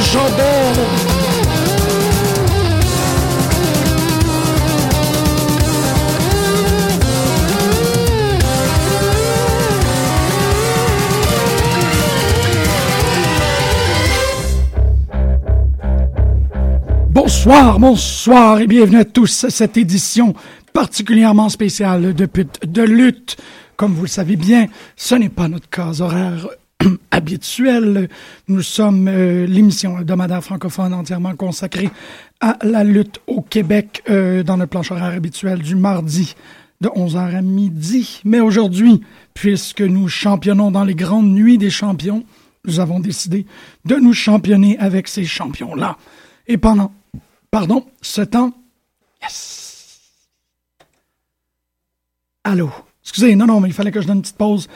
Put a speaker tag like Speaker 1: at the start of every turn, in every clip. Speaker 1: chandelle. Bonsoir, bonsoir et bienvenue à tous à cette édition particulièrement spéciale de, pute- de lutte. Comme vous le savez bien, ce n'est pas notre case horaire habituelle. Nous sommes euh, l'émission hebdomadaire francophone entièrement consacrée à la lutte au Québec euh, dans notre planche horaire habituelle du mardi de 11h à midi. Mais aujourd'hui, puisque nous championnons dans les grandes nuits des champions, nous avons décidé de nous championner avec ces champions-là. Et pendant, pardon, ce temps, yes. Allô. Excusez, non, non, mais il fallait que je donne une petite pause.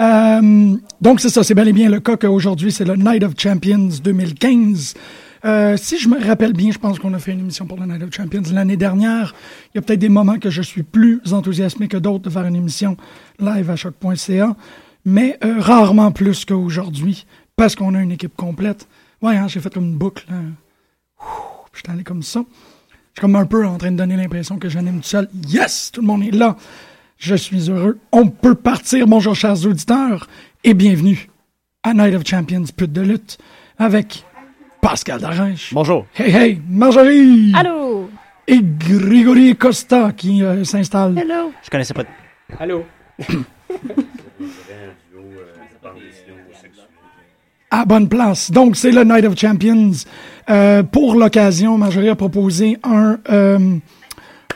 Speaker 1: Euh, donc, c'est ça, c'est bel et bien le cas qu'aujourd'hui, c'est le Night of Champions 2015. Euh, si je me rappelle bien, je pense qu'on a fait une émission pour le Night of Champions l'année dernière. Il y a peut-être des moments que je suis plus enthousiasmé que d'autres de faire une émission live à choc.ca, mais euh, rarement plus qu'aujourd'hui, parce qu'on a une équipe complète. Ouais, hein, j'ai fait comme une boucle. hein. Puis Je suis allé comme ça. Je suis comme un peu en train de donner l'impression que j'anime tout seul. Yes! Tout le monde est là. Je suis heureux. On peut partir. Bonjour, chers auditeurs. Et bienvenue à Night of Champions, pute de lutte, avec Pascal Darèche.
Speaker 2: Bonjour.
Speaker 1: Hey, hey, Marjorie!
Speaker 3: Allô?
Speaker 1: Et Grégory Costa qui euh, s'installe.
Speaker 3: Hello?
Speaker 2: Je connaissais pas.
Speaker 4: Allô?
Speaker 1: à bonne place. Donc, c'est le Night of Champions. Euh, pour l'occasion, Marjorie a proposé un, euh,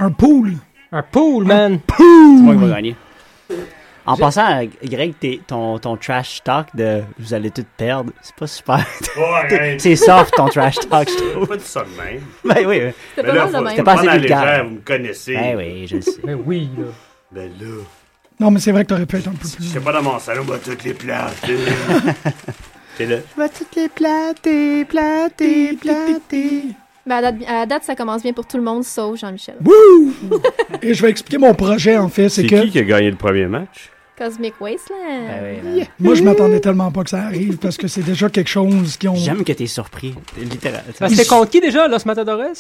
Speaker 1: un pool.
Speaker 4: Un pool, man!
Speaker 2: Moi, il va gagner. En passant, euh, Greg, t'es- ton, ton trash talk de vous allez tout perdre, c'est pas super.
Speaker 5: Ouais,
Speaker 2: c'est soft ton trash talk, je trouve.
Speaker 5: c'est pas du ça de même.
Speaker 2: Ben oui, oui.
Speaker 3: C'était
Speaker 5: Mais
Speaker 3: pas
Speaker 5: là,
Speaker 3: mal
Speaker 5: faut,
Speaker 3: de
Speaker 5: faut
Speaker 2: C'était
Speaker 3: même.
Speaker 2: pas
Speaker 5: prendre
Speaker 2: assez
Speaker 5: à la
Speaker 2: vulgaire.
Speaker 5: légère, vous me connaissez.
Speaker 2: Ben oui, je le sais.
Speaker 4: Ben oui, là.
Speaker 5: Ben là,
Speaker 1: Non, mais c'est vrai que t'aurais pu être un peu plus...
Speaker 5: j'étais pas dans mon salon, bah, toutes les plates. T'es là.
Speaker 2: Je vais toutes les plater, plater, plater.
Speaker 3: Mais Ben, à date, à date, ça commence bien pour tout le monde, sauf Jean-Michel.
Speaker 1: Wouh! Et je vais expliquer mon projet, en fait. C'est
Speaker 5: C'est
Speaker 1: que
Speaker 5: qui qui a gagné le premier match?
Speaker 3: Cosmic Wasteland.
Speaker 2: Ben oui, man.
Speaker 1: moi, je m'attendais tellement pas que ça arrive parce que c'est déjà quelque chose qui ont.
Speaker 2: J'aime que t'es surpris, t'es littéral.
Speaker 4: Parce que C'était contre qui déjà, là, ce Matadores, là?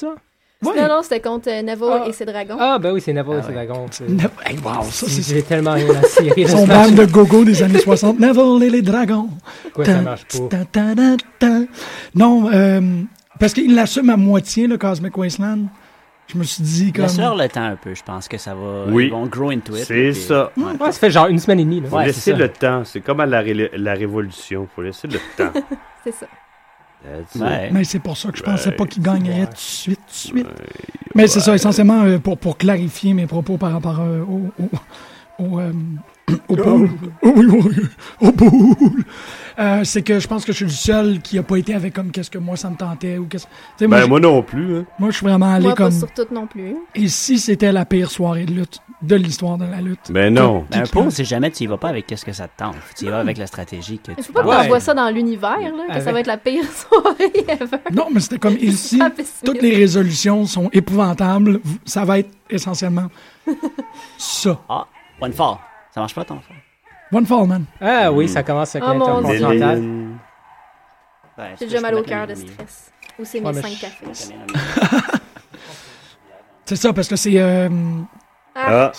Speaker 1: Ouais.
Speaker 3: Non, non, c'était contre euh, Navo
Speaker 4: Ah.
Speaker 3: et ses dragons.
Speaker 4: Ah, ben oui, c'est Navo
Speaker 2: Ah
Speaker 4: et ses
Speaker 2: ouais.
Speaker 4: dragons. c'est-
Speaker 1: Ne- Hey, wow, ça, c'est
Speaker 4: J'ai tellement rien à cirer de
Speaker 1: son
Speaker 4: ce
Speaker 1: band
Speaker 4: match.
Speaker 1: de gogo des années 60. Neville et les dragons.
Speaker 4: Pourquoi ça marche pas?
Speaker 1: Tan, tan, tan, tan. Non, euh, parce qu'il l'assume à moitié, le Cosmic Wasteland. Je me suis dit comme.
Speaker 2: Laisse-leur le temps un peu, je pense que ça va.
Speaker 5: Oui.
Speaker 2: Ils vont grow into it.
Speaker 5: C'est
Speaker 2: puis-
Speaker 5: ça.
Speaker 2: Ouais.
Speaker 4: Ouais, ça fait genre une semaine et demie, là.
Speaker 5: Faut
Speaker 2: Ouais, c'est
Speaker 5: laisser
Speaker 2: ça.
Speaker 5: le temps. C'est comme à la, ré- la révolution. Faut laisser le temps.
Speaker 3: C'est ça.
Speaker 5: That's it.
Speaker 2: Ouais.
Speaker 1: Mais c'est pour ça que je pensais pas qu'il gagnerait
Speaker 4: Ouais.
Speaker 1: tout de suite, tout de suite. Mais c'est ça, essentiellement, euh, pour, pour clarifier mes propos par rapport euh, au, au, au, euh, au pool. Oh oui, oui, au pool. Euh, c'est que je pense que je suis le seul qui a pas été avec comme qu'est-ce que moi ça me tentait ou qu'est-ce. tu sais, moi,
Speaker 5: Ben,
Speaker 1: j'ai-
Speaker 5: moi non plus. Hein.
Speaker 1: moi, je suis vraiment allé
Speaker 3: Moi, pas
Speaker 1: comme.
Speaker 3: sur toutes non plus.
Speaker 1: Et si c'était la pire soirée de lutte de l'histoire de la lutte?
Speaker 5: Ben non.
Speaker 2: Ben, un pot, c'est jamais tu y vas pas avec qu'est-ce que ça te tente. Tu y vas avec la stratégie que tu
Speaker 3: Il faut pas
Speaker 2: penses.
Speaker 3: qu'on
Speaker 4: Ouais.
Speaker 3: voit ça dans l'univers, là, que ça
Speaker 4: Avec-
Speaker 3: va être la pire soirée ever.
Speaker 1: Non, mais c'était comme ici.
Speaker 3: Ah, pessimiste.
Speaker 1: Toutes les résolutions sont épouvantables. V- Ça va être essentiellement ça.
Speaker 2: Ah, one fall. Ça marche pas ton fall.
Speaker 1: One Fall Man.
Speaker 4: Ah oui, ça commence avec
Speaker 3: Oh, mon Dieu.
Speaker 4: l'intercontinental.
Speaker 2: Ben,
Speaker 3: J'ai
Speaker 2: je
Speaker 3: déjà
Speaker 2: peux
Speaker 3: mal au
Speaker 2: mettre
Speaker 3: cœur
Speaker 2: le
Speaker 3: de
Speaker 2: milieu.
Speaker 3: stress. Ou c'est
Speaker 4: Ouais,
Speaker 3: mes
Speaker 4: mais
Speaker 3: 5
Speaker 4: je-
Speaker 2: Je
Speaker 3: cafés.
Speaker 2: mets le milieu.
Speaker 1: C'est ça, parce que c'est. euh,
Speaker 3: Ah,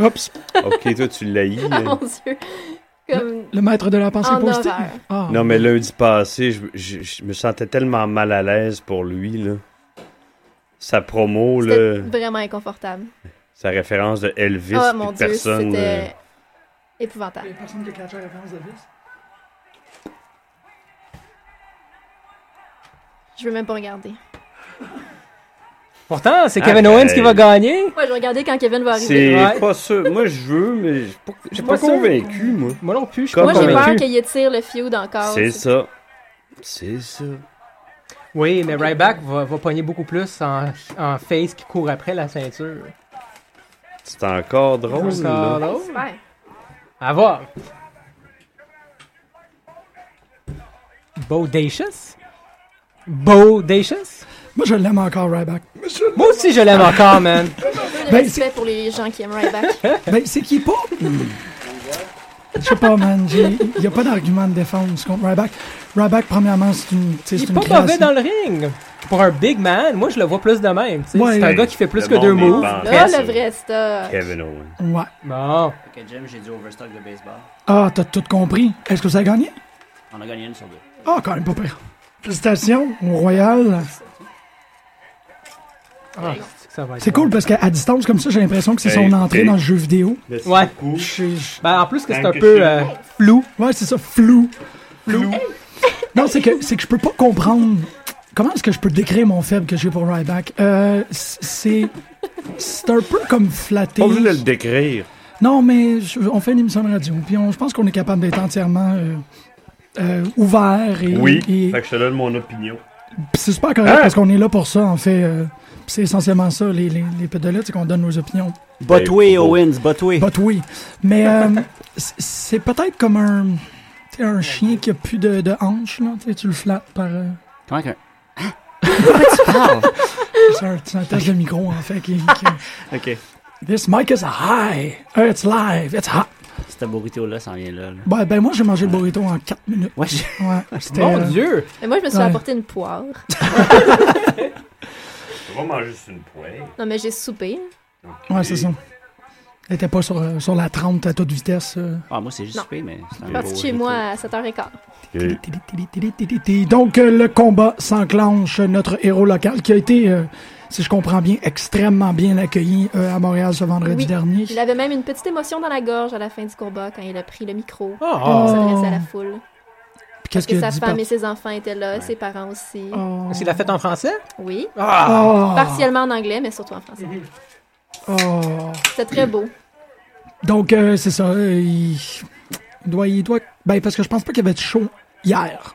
Speaker 1: Oups,
Speaker 5: ok, toi, tu l'as eu.
Speaker 3: mon Dieu. Comme...
Speaker 1: le maître de la pensée
Speaker 3: En
Speaker 1: positive.
Speaker 3: horaire.
Speaker 1: Ah.
Speaker 5: Non, mais lundi passé, je, je- je me sentais tellement mal à l'aise pour lui, là. Sa promo,
Speaker 3: C'était
Speaker 5: là,
Speaker 3: vraiment inconfortable.
Speaker 5: sa référence de Elvis,
Speaker 3: Ah,
Speaker 5: puis
Speaker 3: mon Dieu,
Speaker 5: personne. euh,
Speaker 3: c'était épouvantable.
Speaker 1: personne qui a la référence de
Speaker 3: Je veux même pas regarder.
Speaker 4: Pourtant, c'est
Speaker 5: Ah,
Speaker 4: Kevin
Speaker 5: ben-
Speaker 4: Owens qui va gagner.
Speaker 3: Ouais, je vais regarder quand Kevin va arriver.
Speaker 5: C'est
Speaker 4: Ouais.
Speaker 5: pas sûr. Moi, je veux, mais je suis pas- je suis
Speaker 4: Pas
Speaker 5: pas
Speaker 4: sûr.
Speaker 5: convaincu, moi.
Speaker 4: Moi non plus, je suis
Speaker 5: Comme
Speaker 4: pas
Speaker 5: euh,
Speaker 3: Moi, j'ai peur
Speaker 4: convaincu.
Speaker 3: qu'il étire le feud encore.
Speaker 5: C'est
Speaker 3: C'est-
Speaker 5: ça. C'est ça.
Speaker 4: Oui, mais Ryback va, va pogner beaucoup plus en, en face qui court après la ceinture.
Speaker 5: C'est encore drôle,
Speaker 4: C'est
Speaker 5: Oh, là.
Speaker 4: encore drôle.
Speaker 3: Super.
Speaker 4: À voir. Bodacious? Bodacious?
Speaker 1: Moi, je l'aime encore, Ryback.
Speaker 4: Moi aussi, je l'aime encore, man.
Speaker 3: Le
Speaker 1: Ben,
Speaker 3: respect pour les gens qui aiment Ryback.
Speaker 5: Hmm.
Speaker 1: ben, c'est qu'il est pas. Je sais pas, man. Il n'y a pas d'argument de défense contre Ryback. Ryback, premièrement, c'est une. tu sais,
Speaker 4: Il
Speaker 1: c'est
Speaker 4: est
Speaker 1: une
Speaker 4: pas mauvais
Speaker 1: création.
Speaker 4: dans le ring. Pour un big man, moi je le vois plus de même. tu sais.
Speaker 1: Ouais.
Speaker 4: c'est un
Speaker 5: Hey,
Speaker 4: gars qui fait plus
Speaker 5: le
Speaker 4: que deux
Speaker 5: monde
Speaker 4: moves.
Speaker 5: est
Speaker 4: Ah,
Speaker 5: banc.
Speaker 3: Là,
Speaker 5: Yes.
Speaker 3: le vrai stock.
Speaker 5: Kevin Owens.
Speaker 1: Ouais.
Speaker 4: Bon.
Speaker 6: Ok, Jim, j'ai du overstock de baseball.
Speaker 1: Ah, t'as tout compris. Est-ce que ça a gagné?
Speaker 6: On a gagné une sur deux.
Speaker 1: Ah, quand même pas pire. Félicitations au Royal.
Speaker 4: Ah, c'est que ça va être
Speaker 1: C'est
Speaker 4: bon.
Speaker 1: cool parce qu'à à distance comme ça, j'ai l'impression que c'est
Speaker 5: Hey,
Speaker 1: son entrée
Speaker 5: hey.
Speaker 1: dans le jeu vidéo.
Speaker 4: Ouais.
Speaker 1: Je- je-
Speaker 4: Ben, en plus que c'est un
Speaker 5: Thank you.
Speaker 4: peu euh, flou.
Speaker 1: Ouais, c'est ça, flou. Flou. Non, c'est que, c'est que je peux pas comprendre. Comment est-ce que je peux décrire mon faible que j'ai pour Ryback? Euh, c- c'est. C'est un peu comme flatté.
Speaker 5: Pas obligé de le décrire.
Speaker 1: Non, mais je- on fait une émission de radio. Puis on- je pense qu'on est capable d'être entièrement euh, euh, ouvert. Et,
Speaker 5: Oui.
Speaker 1: et-
Speaker 5: Fait que je te donne mon opinion.
Speaker 1: Puis c'est super correct
Speaker 5: Hein?
Speaker 1: parce qu'on est là pour ça, en fait. euh, puis c'est essentiellement ça, les, les, les pédolettes, c'est qu'on donne nos opinions.
Speaker 2: But
Speaker 5: Ben,
Speaker 2: oui,
Speaker 5: bon.
Speaker 2: Owens, but oui.
Speaker 1: But oui. Mais euh, c- c'est peut-être comme un, tu sais, un chien qui a plus de, de hanches, là. Tu sais, tu le flattes par. euh,
Speaker 2: Comment que... Hein? Pourquoi tu parles?
Speaker 1: c'est un, c'est un test de micro, en fait. Qui, qui-
Speaker 2: Ok.
Speaker 1: This mic is high. Uh, It's live. It's hot.
Speaker 2: Cet burrito-là s'en vient là. là.
Speaker 1: Ben, ben moi, j'ai mangé le burrito en 4 minutes.
Speaker 2: Ouais, j'ai-
Speaker 1: Ouais, c'était,
Speaker 4: Mon
Speaker 1: euh,
Speaker 4: dieu!
Speaker 3: Mais moi, je me suis
Speaker 1: Ouais.
Speaker 3: apporté une poire.
Speaker 5: Tu vas manger juste une poêle.
Speaker 3: Non, mais j'ai soupé.
Speaker 1: Ouais, c'est ça. Elle était pas sur, euh, sur la 30 à toute vitesse. euh.
Speaker 2: Ah, moi, c'est juste
Speaker 3: Non.
Speaker 2: fait, mais c'est un beau
Speaker 3: Je suis
Speaker 4: Oh,
Speaker 3: partie de chez
Speaker 2: burrito.
Speaker 3: moi à 7h15.
Speaker 5: Ok.
Speaker 1: Tili, tili, tili, tili, tili. Donc, euh, le combat s'enclenche. Notre héros local qui a été, euh, si je comprends bien, extrêmement bien accueilli euh, à Montréal ce vendredi
Speaker 3: Oui.
Speaker 1: dernier.
Speaker 3: Il avait même une petite émotion dans la gorge à la fin du combat quand il a pris le micro.
Speaker 1: Oh.
Speaker 3: pour s'adresser à la foule.
Speaker 1: Puis Qu'est-ce
Speaker 3: Que
Speaker 1: qu'il
Speaker 3: sa
Speaker 1: a dit?
Speaker 3: femme
Speaker 1: par-
Speaker 3: et ses enfants étaient là, ses parents aussi.
Speaker 1: Oh.
Speaker 4: Est-ce qu'il l'a fait en français?
Speaker 3: Oui.
Speaker 4: Ah!
Speaker 1: Oh.
Speaker 3: Partiellement en anglais, mais surtout en français.
Speaker 1: Oh.
Speaker 3: C'était très beau.
Speaker 1: Donc, euh, c'est ça. euh, il... il doit, il doit- Ben, parce que je pense pas qu'il y avait de show hier.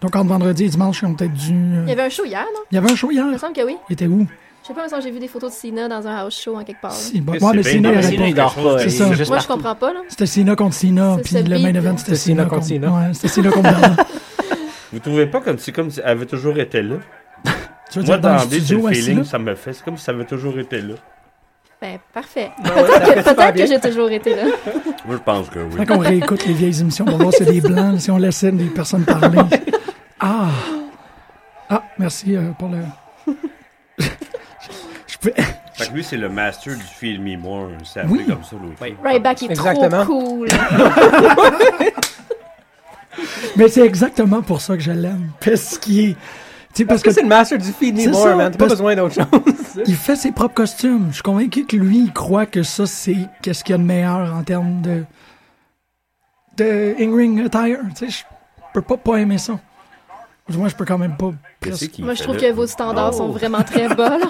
Speaker 1: Donc, entre vendredi et dimanche, ils ont peut-être dû... euh,
Speaker 3: Il y avait Ah un show hier, non?
Speaker 1: Il y avait un show
Speaker 3: Il me
Speaker 1: hier?
Speaker 3: semble que oui.
Speaker 1: Il était où?
Speaker 3: Je sais pas, mais j'ai vu des photos de Sina dans un house show en quelque part. là.
Speaker 1: Si, bon,
Speaker 5: Mais
Speaker 1: ouais,
Speaker 5: c'est
Speaker 1: mais
Speaker 5: bien
Speaker 1: Cena,
Speaker 5: normal.
Speaker 1: il y
Speaker 2: Sinon,
Speaker 1: avait
Speaker 2: il
Speaker 1: pas-
Speaker 2: dort pas.
Speaker 5: C'est
Speaker 2: il-
Speaker 5: ça.
Speaker 2: juste
Speaker 3: Moi, je
Speaker 2: partout.
Speaker 3: comprends pas, là.
Speaker 1: C'était Cena contre Cena,
Speaker 3: C'est
Speaker 1: puis
Speaker 3: ce
Speaker 1: le main
Speaker 3: beat,
Speaker 1: event,
Speaker 3: là.
Speaker 1: c'était
Speaker 4: C'était
Speaker 1: Cena
Speaker 4: Cena contre
Speaker 1: contre...
Speaker 4: Cena.
Speaker 1: Ouais, c'était Cena contre Berlin.
Speaker 5: Vous trouvez pas comme si comme si elle avait toujours été là?
Speaker 1: Tu veux
Speaker 5: Moi,
Speaker 1: dire dans le
Speaker 5: attendez, c'est
Speaker 1: studio
Speaker 5: le
Speaker 1: assis
Speaker 5: feeling
Speaker 1: là?
Speaker 5: que ça me fait. C'est comme si ça avait toujours été là.
Speaker 3: Ben, parfait.
Speaker 4: Ben ouais, ça fait
Speaker 3: Peut-être
Speaker 4: super
Speaker 3: que,
Speaker 4: bien.
Speaker 3: j'ai toujours été là.
Speaker 5: Moi, je pense que oui.
Speaker 1: Fait qu'on réécoute les vieilles émissions pour voir s'il y a des blancs, si on laissait des personnes parler. Ah! Ah, merci euh, pour le. Je peux-
Speaker 5: Fait que lui, c'est le master du film Memoir. C'est
Speaker 1: Oui.
Speaker 5: appelé comme ça, l'autre.
Speaker 6: Oui.
Speaker 3: Ryback est
Speaker 4: Exactement.
Speaker 3: trop cool.
Speaker 1: Mais c'est exactement pour ça que je l'aime. Parce qu'il est. Tu sais, parce
Speaker 4: Parce que
Speaker 1: que
Speaker 4: c'est le master du
Speaker 1: C'est
Speaker 4: feed
Speaker 1: ça,
Speaker 4: more, man. T'as pas
Speaker 1: parce-
Speaker 4: besoin d'autre chose.
Speaker 1: il fait ses propres costumes. Je suis convaincu que lui, il croit que ça, c'est qu'est-ce qu'il y a de meilleur en termes de. de in-ring attire. Tu sais, je peux pas pas aimer ça. Du moins, je peux quand même pas.
Speaker 5: Qu'est-ce qu'il
Speaker 3: Moi, je
Speaker 5: fait
Speaker 3: trouve
Speaker 5: là?
Speaker 3: que vos standards sont
Speaker 5: Oh.
Speaker 3: vraiment très bas, là.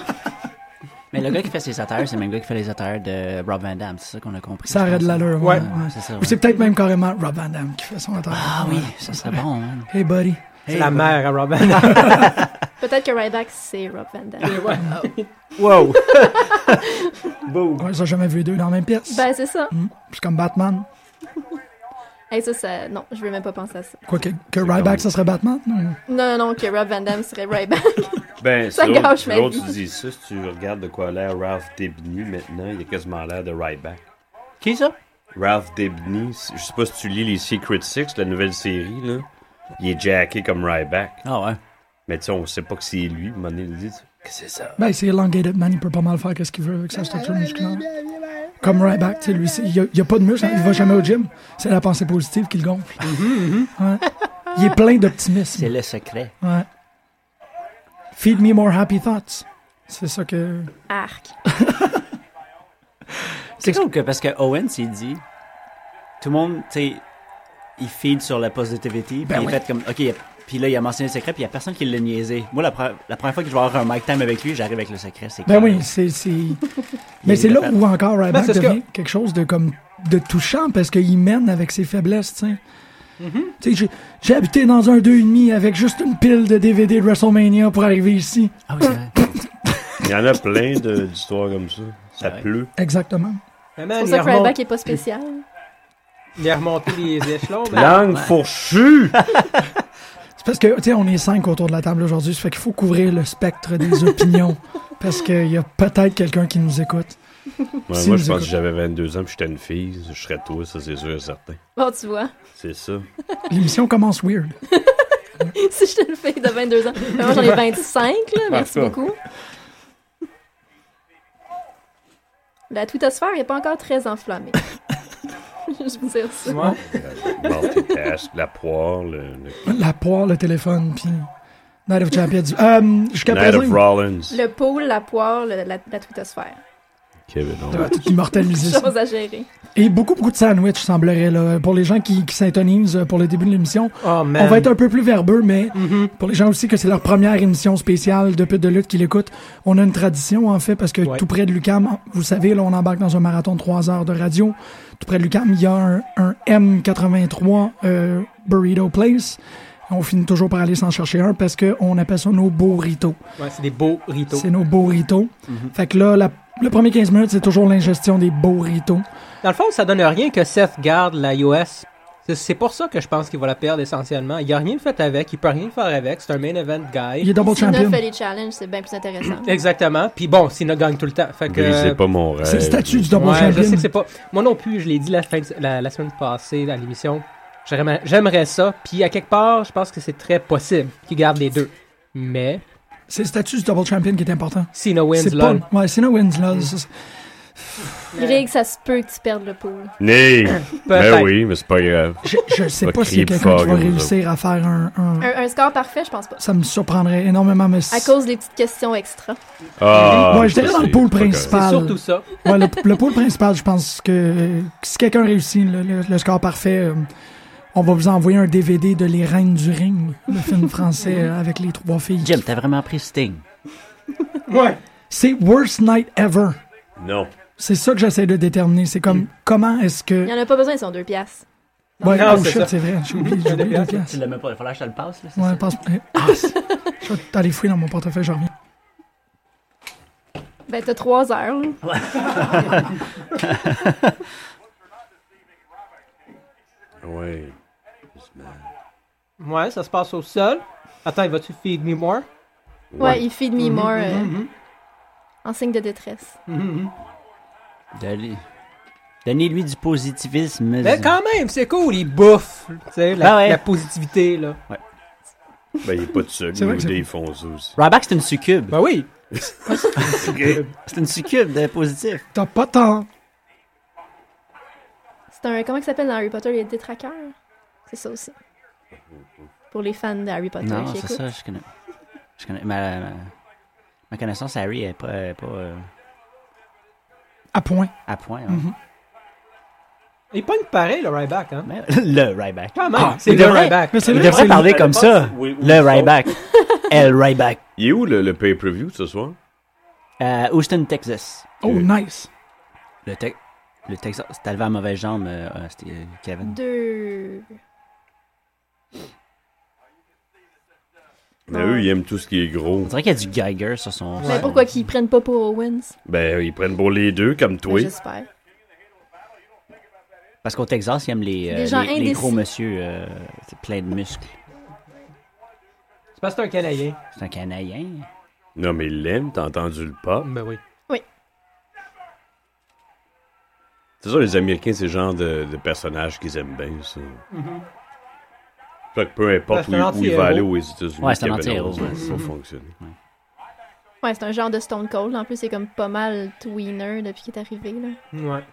Speaker 2: Mais le gars qui fait ses attaires, c'est le même gars qui fait les attaires de Rob Van Damme. C'est ça qu'on a compris.
Speaker 1: Ça
Speaker 2: je
Speaker 1: aurait de
Speaker 2: pense.
Speaker 1: l'allure,
Speaker 4: Ouais.
Speaker 1: ouais. ouais.
Speaker 2: C'est ça.
Speaker 1: Ou
Speaker 2: ouais.
Speaker 1: c'est peut-être même carrément Rob Van Damme qui fait son attente.
Speaker 2: Ah oui, ça serait bon. hein.
Speaker 1: Hey Ah, buddy.
Speaker 4: C'est la mère à Robin.
Speaker 3: Peut-être que Ryback, c'est Rob Van Damme.
Speaker 2: Wow! Oh.
Speaker 1: Ouais, ça, j'ai jamais vu deux dans la même pièce.
Speaker 3: Ben, c'est ça.
Speaker 4: Mm.
Speaker 1: C'est comme Batman.
Speaker 3: Hey, ça, ça. Non, je veux même pas penser à ça.
Speaker 1: Quoi que, que Ryback,
Speaker 5: comme-
Speaker 1: ça serait Batman. non?
Speaker 3: Non, non, non, que Rob Van Damme serait Ryback.
Speaker 5: Ben,
Speaker 3: Ça
Speaker 5: c'est l'autre-
Speaker 3: gâche ma
Speaker 5: L'autre,
Speaker 3: vie.
Speaker 5: tu dis ça, si tu regardes de quoi a l'air Ralph Dibny maintenant, il a quasiment l'air de Ryback.
Speaker 2: Qui ça?
Speaker 5: Ralph Dibny, c- je sais pas si tu lis les Secret Six, la nouvelle série, là. Il est jacké comme Ryback.
Speaker 2: Ah ouais.
Speaker 5: Mais tu sais, on sait pas que c'est lui. À un moment donné, il dit, Qu'est-ce que c'est ça?
Speaker 1: Ben, c'est Elongated Man, il peut pas mal faire qu'est-ce qu'il veut avec sa structure musculaire. Comme Ryback, tu sais, lui, c'est- il y a, il y a pas de muscle, hein. il va jamais au gym. C'est la pensée positive qui le gonfle.
Speaker 2: Mm-hmm,
Speaker 1: Ouais. Il est plein d'optimisme.
Speaker 2: C'est le secret.
Speaker 1: Ouais. Feed me more happy thoughts. C'est ça que.
Speaker 3: Arc.
Speaker 2: C'est cool que parce que Owen s'est dit, tout le monde, tu sais, il feed sur la positivity, puis
Speaker 1: Ben
Speaker 2: il
Speaker 1: oui.
Speaker 2: fait comme, ok, il y a- puis là, il a mentionné le secret, puis il y a personne qui l'a niaisé. Moi, la, pre- la première fois que je vais avoir un mic time avec lui, j'arrive avec le secret, c'est
Speaker 1: Ben
Speaker 2: clair.
Speaker 1: oui, c'est. c'est- Mais c'est là où encore Ryback
Speaker 4: Ben, c'est ce que-
Speaker 1: devient quelque chose de comme de touchant parce qu'il mène avec ses faiblesses, tu sais. Tu sais, j'ai- j'ai habité dans un 2,5 avec juste une pile de DVD de WrestleMania pour arriver ici.
Speaker 2: Ah oui, c'est vrai.
Speaker 5: Il y en a plein de- d'histoires comme ça. Ça
Speaker 2: Ouais.
Speaker 5: pleut.
Speaker 1: Exactement.
Speaker 3: C'est
Speaker 4: Mais man,
Speaker 3: pour
Speaker 4: il
Speaker 3: ça
Speaker 4: a,
Speaker 3: que Ryback
Speaker 4: remonté,
Speaker 3: est pas spécial.
Speaker 4: il a remonté les échelons, man.
Speaker 3: Bah,
Speaker 5: Langue fourchue!
Speaker 1: C'est parce que, tu sais, on est cinq autour de la table aujourd'hui, ça fait qu'il faut couvrir le spectre des opinions parce qu'il y a peut-être quelqu'un qui nous écoute.
Speaker 5: Ouais,
Speaker 1: Si
Speaker 5: moi,
Speaker 1: nous
Speaker 5: je pense que
Speaker 1: écoute-
Speaker 5: j'avais 22 ans puis j'étais une fille. Je serais toi, ça, c'est sûr et certain.
Speaker 3: Bon, tu vois,
Speaker 5: C'est ça. Euh,
Speaker 1: L'émission commence weird.
Speaker 3: si je te le fais de 22 ans. Mais moi, j'en ai 25, là. Merci
Speaker 5: ça.
Speaker 3: beaucoup. La twittosphère n'est pas encore très enflammée. je vous dire ça.
Speaker 4: Ouais.
Speaker 5: La multitask, la poire, le, le
Speaker 1: La poire, le téléphone, puis Night of Champions. Euh, Jusqu'à
Speaker 5: Night
Speaker 1: présent,
Speaker 5: of Rollins.
Speaker 3: Le pôle, la poire, le- la, la twittosphère.
Speaker 5: Kevin Owens.
Speaker 1: euh, toute l'immortelle musique.
Speaker 3: Chose à gérer.
Speaker 1: Et beaucoup, beaucoup de sandwich, semblerait. Là. Pour les gens qui, qui s'intonisent euh, pour le début de l'émission,
Speaker 4: Oh, man.
Speaker 1: on va être un peu plus verbeux, mais pour les gens aussi que c'est leur première émission spéciale de Pute de lutte qui l'écoutent, on a une tradition, en fait, parce que
Speaker 4: Ouais.
Speaker 1: tout près de Lucam, vous savez, là, on embarque dans un marathon de 3 heures de radio. Tout près de Lucam, il y a un, un M83 euh, Burrito Place. On finit toujours par aller s'en chercher un parce qu'on appelle ça nos burritos.
Speaker 4: Ouais, c'est des beaux ritos.
Speaker 1: C'est nos burritos. Fait que là, la- le premier 15 minutes, c'est toujours l'ingestion des burritos.
Speaker 4: Dans le fond, ça donne rien que Seth garde la US. C'est- C'est pour ça que je pense qu'il va la perdre essentiellement. Il n'y a rien de fait avec, il peut rien faire avec. C'est un main event guy.
Speaker 1: Il est double
Speaker 3: Si on
Speaker 1: champion.
Speaker 3: fait les challenges, c'est bien plus intéressant.
Speaker 4: Exactement. Puis bon, Cena gagne tout le temps. Fait que.
Speaker 5: Brisez pas mon rêve.
Speaker 1: C'est le statut du double
Speaker 4: Ouais, je
Speaker 1: champion.
Speaker 4: sais que c'est pas. Moi non plus, je l'ai dit la, fin de- la, la semaine passée dans l'émission. J'aimerais j'aimerais ça. Puis à quelque part, je pense que c'est très possible qu'il garde les deux. Mais
Speaker 1: C'est le statut du double champion qui est important.
Speaker 4: Cena wins
Speaker 1: C'est pas.
Speaker 4: lol.
Speaker 1: Ouais, Cena wins lol. ça, c'est-
Speaker 3: Greg, ça se peut que tu perdes le pôle.
Speaker 5: Né!
Speaker 4: Peut-être.
Speaker 5: Ben oui, mais c'est pas grave.
Speaker 1: Je, je sais
Speaker 5: Va
Speaker 1: pas s'il y a
Speaker 5: crier
Speaker 1: quelqu'un qui
Speaker 5: fort
Speaker 1: va
Speaker 5: comme
Speaker 1: réussir à faire un, un-
Speaker 3: Un, un score parfait, je pense pas.
Speaker 1: Ça me surprendrait énormément, mais.
Speaker 3: Euh. À cause des petites questions extra.
Speaker 5: Ah,
Speaker 1: Ouais, je dirais
Speaker 5: ça,
Speaker 1: dans le
Speaker 5: c'est
Speaker 1: pool
Speaker 5: pas correct.
Speaker 1: principal.
Speaker 4: C'est surtout ça.
Speaker 1: Ouais, le, le pôle principal, je pense que euh, si quelqu'un réussit le, le- le score parfait, euh, on va vous envoyer un DVD de Les Reines du Ring, le film français euh, avec les trois filles.
Speaker 2: Jim, t'as vraiment pris Sting.
Speaker 4: Ouais.
Speaker 1: C'est Worst Night Ever.
Speaker 5: Non.
Speaker 1: C'est ça que j'essaie de déterminer. C'est
Speaker 4: Mm.
Speaker 1: comme comment est-ce que.
Speaker 3: Il n'y en a pas besoin, ils sont deux piastres.
Speaker 1: Ouais,
Speaker 4: Non,
Speaker 1: oh
Speaker 4: c'est
Speaker 1: shit,
Speaker 4: ça.
Speaker 1: c'est vrai. J'ai oublié, j'ai oublié deux
Speaker 2: Tu
Speaker 1: piastres.
Speaker 2: l'as même pas. Il fallait que je te le passe, là. c'est
Speaker 1: Ouais,
Speaker 2: ça?
Speaker 1: pense. eh, Ah, c'est- je vais aller fouiller dans mon portefeuille, je reviens.
Speaker 3: Ben, t'as trois heures. là.
Speaker 5: Ouais.
Speaker 4: Ouais, ça se passe au sol. Attends, il va-tu feed me more?
Speaker 3: Ouais, il feed
Speaker 2: Mm-hmm,
Speaker 3: me more euh, en signe de détresse.
Speaker 2: Donnez- Donnez-lui du positivisme.
Speaker 4: Mais quand même, c'est cool, il bouffe. Tu sais, la,
Speaker 2: Ah ouais.
Speaker 4: la positivité, là.
Speaker 5: Ben, il est pas tout seul.
Speaker 1: C'est vrai que
Speaker 5: New
Speaker 1: c'est-
Speaker 5: Day, ils font ça aussi.
Speaker 2: Ryback, c'est une succube.
Speaker 4: Ben oui.
Speaker 2: C'est une succube de positif.
Speaker 1: T'as pas tant.
Speaker 3: C'est un. Comment ça s'appelle dans Harry Potter, les détraqueurs C'est ça aussi. Pour les fans de Harry Potter
Speaker 2: Non,
Speaker 3: qui
Speaker 2: c'est
Speaker 3: écoutent.
Speaker 2: ça, je connais. Je connais. Ma, ma, ma connaissance à Harry est pas, est pas euh,
Speaker 1: À point.
Speaker 2: à point. hein.
Speaker 4: Il pogne pareil, le Ryback, hein.
Speaker 2: Mais- le Ryback.
Speaker 4: Quand même,
Speaker 2: Ah,
Speaker 4: c'est
Speaker 2: il
Speaker 4: le
Speaker 2: devrait-
Speaker 4: Ryback.
Speaker 1: Mais c'est
Speaker 2: Il
Speaker 1: vrai,
Speaker 2: devrait
Speaker 1: c'est-
Speaker 2: parler
Speaker 5: à
Speaker 2: comme
Speaker 5: l'époque,
Speaker 2: ça.
Speaker 5: oui, oui,
Speaker 2: le
Speaker 5: oui.
Speaker 2: Ryback. El Ryback.
Speaker 5: Il est où le, le pay-per-view ce soir?
Speaker 2: Euh, Houston, Texas.
Speaker 1: Oh,
Speaker 5: Euh.
Speaker 1: nice.
Speaker 2: Le, Tex- le Texas. C'est arrivé à mauvaise jambe, euh, euh, c'était, euh, Kevin.
Speaker 3: Deux.
Speaker 5: Ben,
Speaker 1: Ah.
Speaker 3: Non.
Speaker 5: eux, ils aiment tout ce qui est gros.
Speaker 2: On dirait qu'il y a du Geiger sur son.
Speaker 3: Mais Ben, pourquoi qu'ils prennent pas pour Owens
Speaker 5: Ben, ils prennent pour les deux, comme
Speaker 3: Ben,
Speaker 5: toi.
Speaker 3: J'espère.
Speaker 2: Parce qu'au Texas, ils aiment les, euh,
Speaker 3: Des gens
Speaker 2: les- les
Speaker 3: indécis.
Speaker 2: gros monsieur euh, c'est plein de muscles.
Speaker 4: C'est parce que c'est un Canadien.
Speaker 2: C'est un Canadien.
Speaker 5: Non, mais ils l'aiment, t'as entendu le pas.
Speaker 4: Ben oui.
Speaker 5: C'est ça, les Américains, c'est le genre de, de personnages qu'ils aiment bien, ça. Fait que peu importe
Speaker 4: Ben, c'est un
Speaker 5: où, où il
Speaker 4: anti-héros.
Speaker 5: va aller aux États-Unis,
Speaker 2: Ouais, c'est un
Speaker 5: Kevin
Speaker 2: anti-héros,
Speaker 5: Owens,
Speaker 2: ouais.
Speaker 5: ça va fonctionner.
Speaker 3: Ouais, c'est un genre de Stone Cold. En plus, c'est comme pas mal tweener depuis qu'il est arrivé. Là.
Speaker 4: Ouais.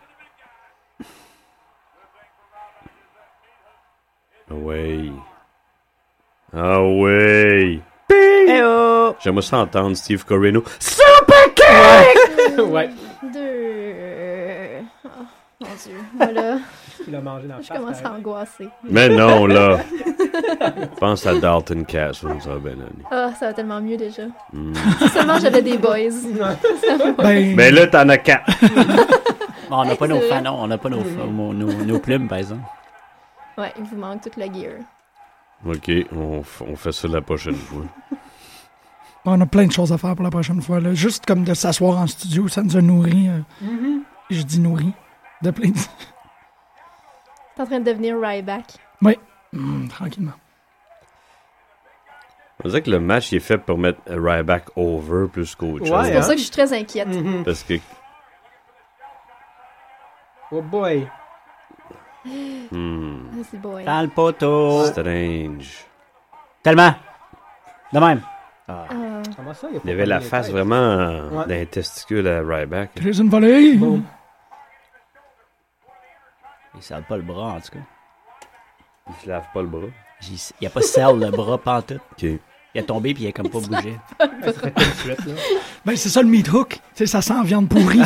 Speaker 5: Ah ouais. Ah ouais. J'aimerais ça entendre Steve Corino.
Speaker 4: ouais.
Speaker 3: Deux. Oh, mon dieu. Voilà.
Speaker 4: Il a mangé dans le
Speaker 3: Je commence à angoisser.
Speaker 5: Mais non, là. Pense à Dalton Castle, ça va bien Hmm. aller.
Speaker 3: Ah, ça va tellement mieux déjà. Seulement j'avais des boys.
Speaker 1: Ben,
Speaker 5: Mais là, t'en as quatre.
Speaker 2: Bon, on n'a pas nos
Speaker 3: Excellent.
Speaker 2: fanons, on n'a pas nos, nos, nos- nos plumes, par exemple.
Speaker 3: Ouais, il vous manque toute la gear.
Speaker 5: OK, on, f- on fait ça la prochaine fois.
Speaker 1: on a plein de choses à faire pour la prochaine fois. là. Juste comme de s'asseoir en studio, ça nous a nourri. euh,
Speaker 4: Mm-hmm.
Speaker 1: Je dis nourri. De plein de...
Speaker 3: T'es en train de devenir Ryback.
Speaker 1: Hum, tranquillement.
Speaker 5: On dirait que le match il est fait pour mettre Ryback over plus qu'autre
Speaker 4: Ouais,
Speaker 5: chose. Mhm.
Speaker 3: C'est pour ça que je suis très inquiète.
Speaker 5: Parce que
Speaker 4: Oh boy.
Speaker 5: Hmm.
Speaker 3: Ah, C'est beau, hein.
Speaker 2: Dans le
Speaker 5: Oh.
Speaker 2: poteau.
Speaker 5: Strange.
Speaker 2: Tellement. De même. Ah.
Speaker 3: Ah.
Speaker 4: Comment ça, il y a pas
Speaker 5: Il avait la
Speaker 4: les
Speaker 5: face
Speaker 4: têtes?
Speaker 5: vraiment euh,
Speaker 4: Ouais.
Speaker 5: d'un testicule à Ryback.
Speaker 1: Tu les as une volée?
Speaker 4: Boum.
Speaker 2: Il sale pas le bras, en tout cas.
Speaker 5: Il se lave pas le bras. Ah,
Speaker 2: J'y- Il a pas serre le bras pantoute.
Speaker 5: OK.
Speaker 2: Il a tombé puis il a comme pas bougé.
Speaker 4: Ça serait tout de suite, là.
Speaker 1: Ben, c'est ça le meat hook. C'est ça sent viande pourrie.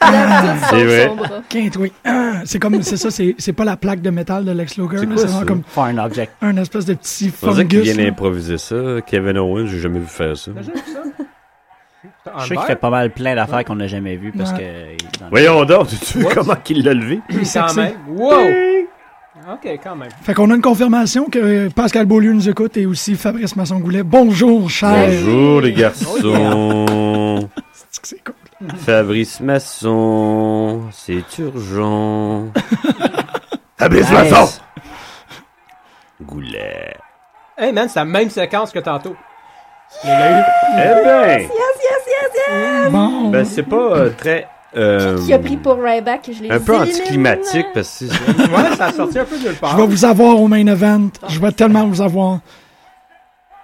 Speaker 3: D'habitude,
Speaker 5: C'est vrai.
Speaker 3: sauf son bras.
Speaker 1: Quinte, oui. Ah, C'est comme, c'est ça, c'est c'est pas la plaque de métal de Lex Luger.
Speaker 5: C'est
Speaker 1: là,
Speaker 5: quoi
Speaker 1: C'est vraiment
Speaker 5: ça?
Speaker 1: comme
Speaker 2: Faire un object.
Speaker 1: un espèce de petit
Speaker 5: On dirait qu'il
Speaker 1: fungus.
Speaker 5: vient
Speaker 1: là.
Speaker 5: d'improviser ça. Kevin Owens, j'ai jamais vu faire ça.
Speaker 4: T'as jamais vu ça? T'as un
Speaker 2: Je sais qu'il
Speaker 4: beurre?
Speaker 2: fait pas mal plein d'affaires qu'on n'a jamais vues parce
Speaker 1: Ouais.
Speaker 2: que. il est dans le-
Speaker 5: Voyons donc, tu veux
Speaker 4: What?
Speaker 5: comment qu'il l'a levé?
Speaker 1: Il est
Speaker 4: Quand
Speaker 1: sexy.
Speaker 4: même. Wow! Ok, quand même.
Speaker 1: Fait qu'on a une confirmation que euh, Pascal Beaulieu nous écoute et aussi Fabrice Masson-Goulet. Bonjour, cher.
Speaker 5: Bonjour les garçons.
Speaker 1: C'est- C'est cool.
Speaker 5: Fabrice Masson, c'est urgent. Fabrice
Speaker 2: Nice.
Speaker 5: Masson! Goulet.
Speaker 4: Hey man, c'est la même séquence que tantôt. Il y a eu-
Speaker 5: Eh ben,
Speaker 1: Bon.
Speaker 5: ben c'est pas euh, très... euh,
Speaker 3: Qui a pris pour Ryback et je l'ai
Speaker 5: Un peu
Speaker 3: élimine.
Speaker 5: anticlimatique parce que c'est-
Speaker 4: Ouais, ça a sorti un peu de nulle part.
Speaker 1: Je vais vous avoir au main event. Je vais tellement vous avoir.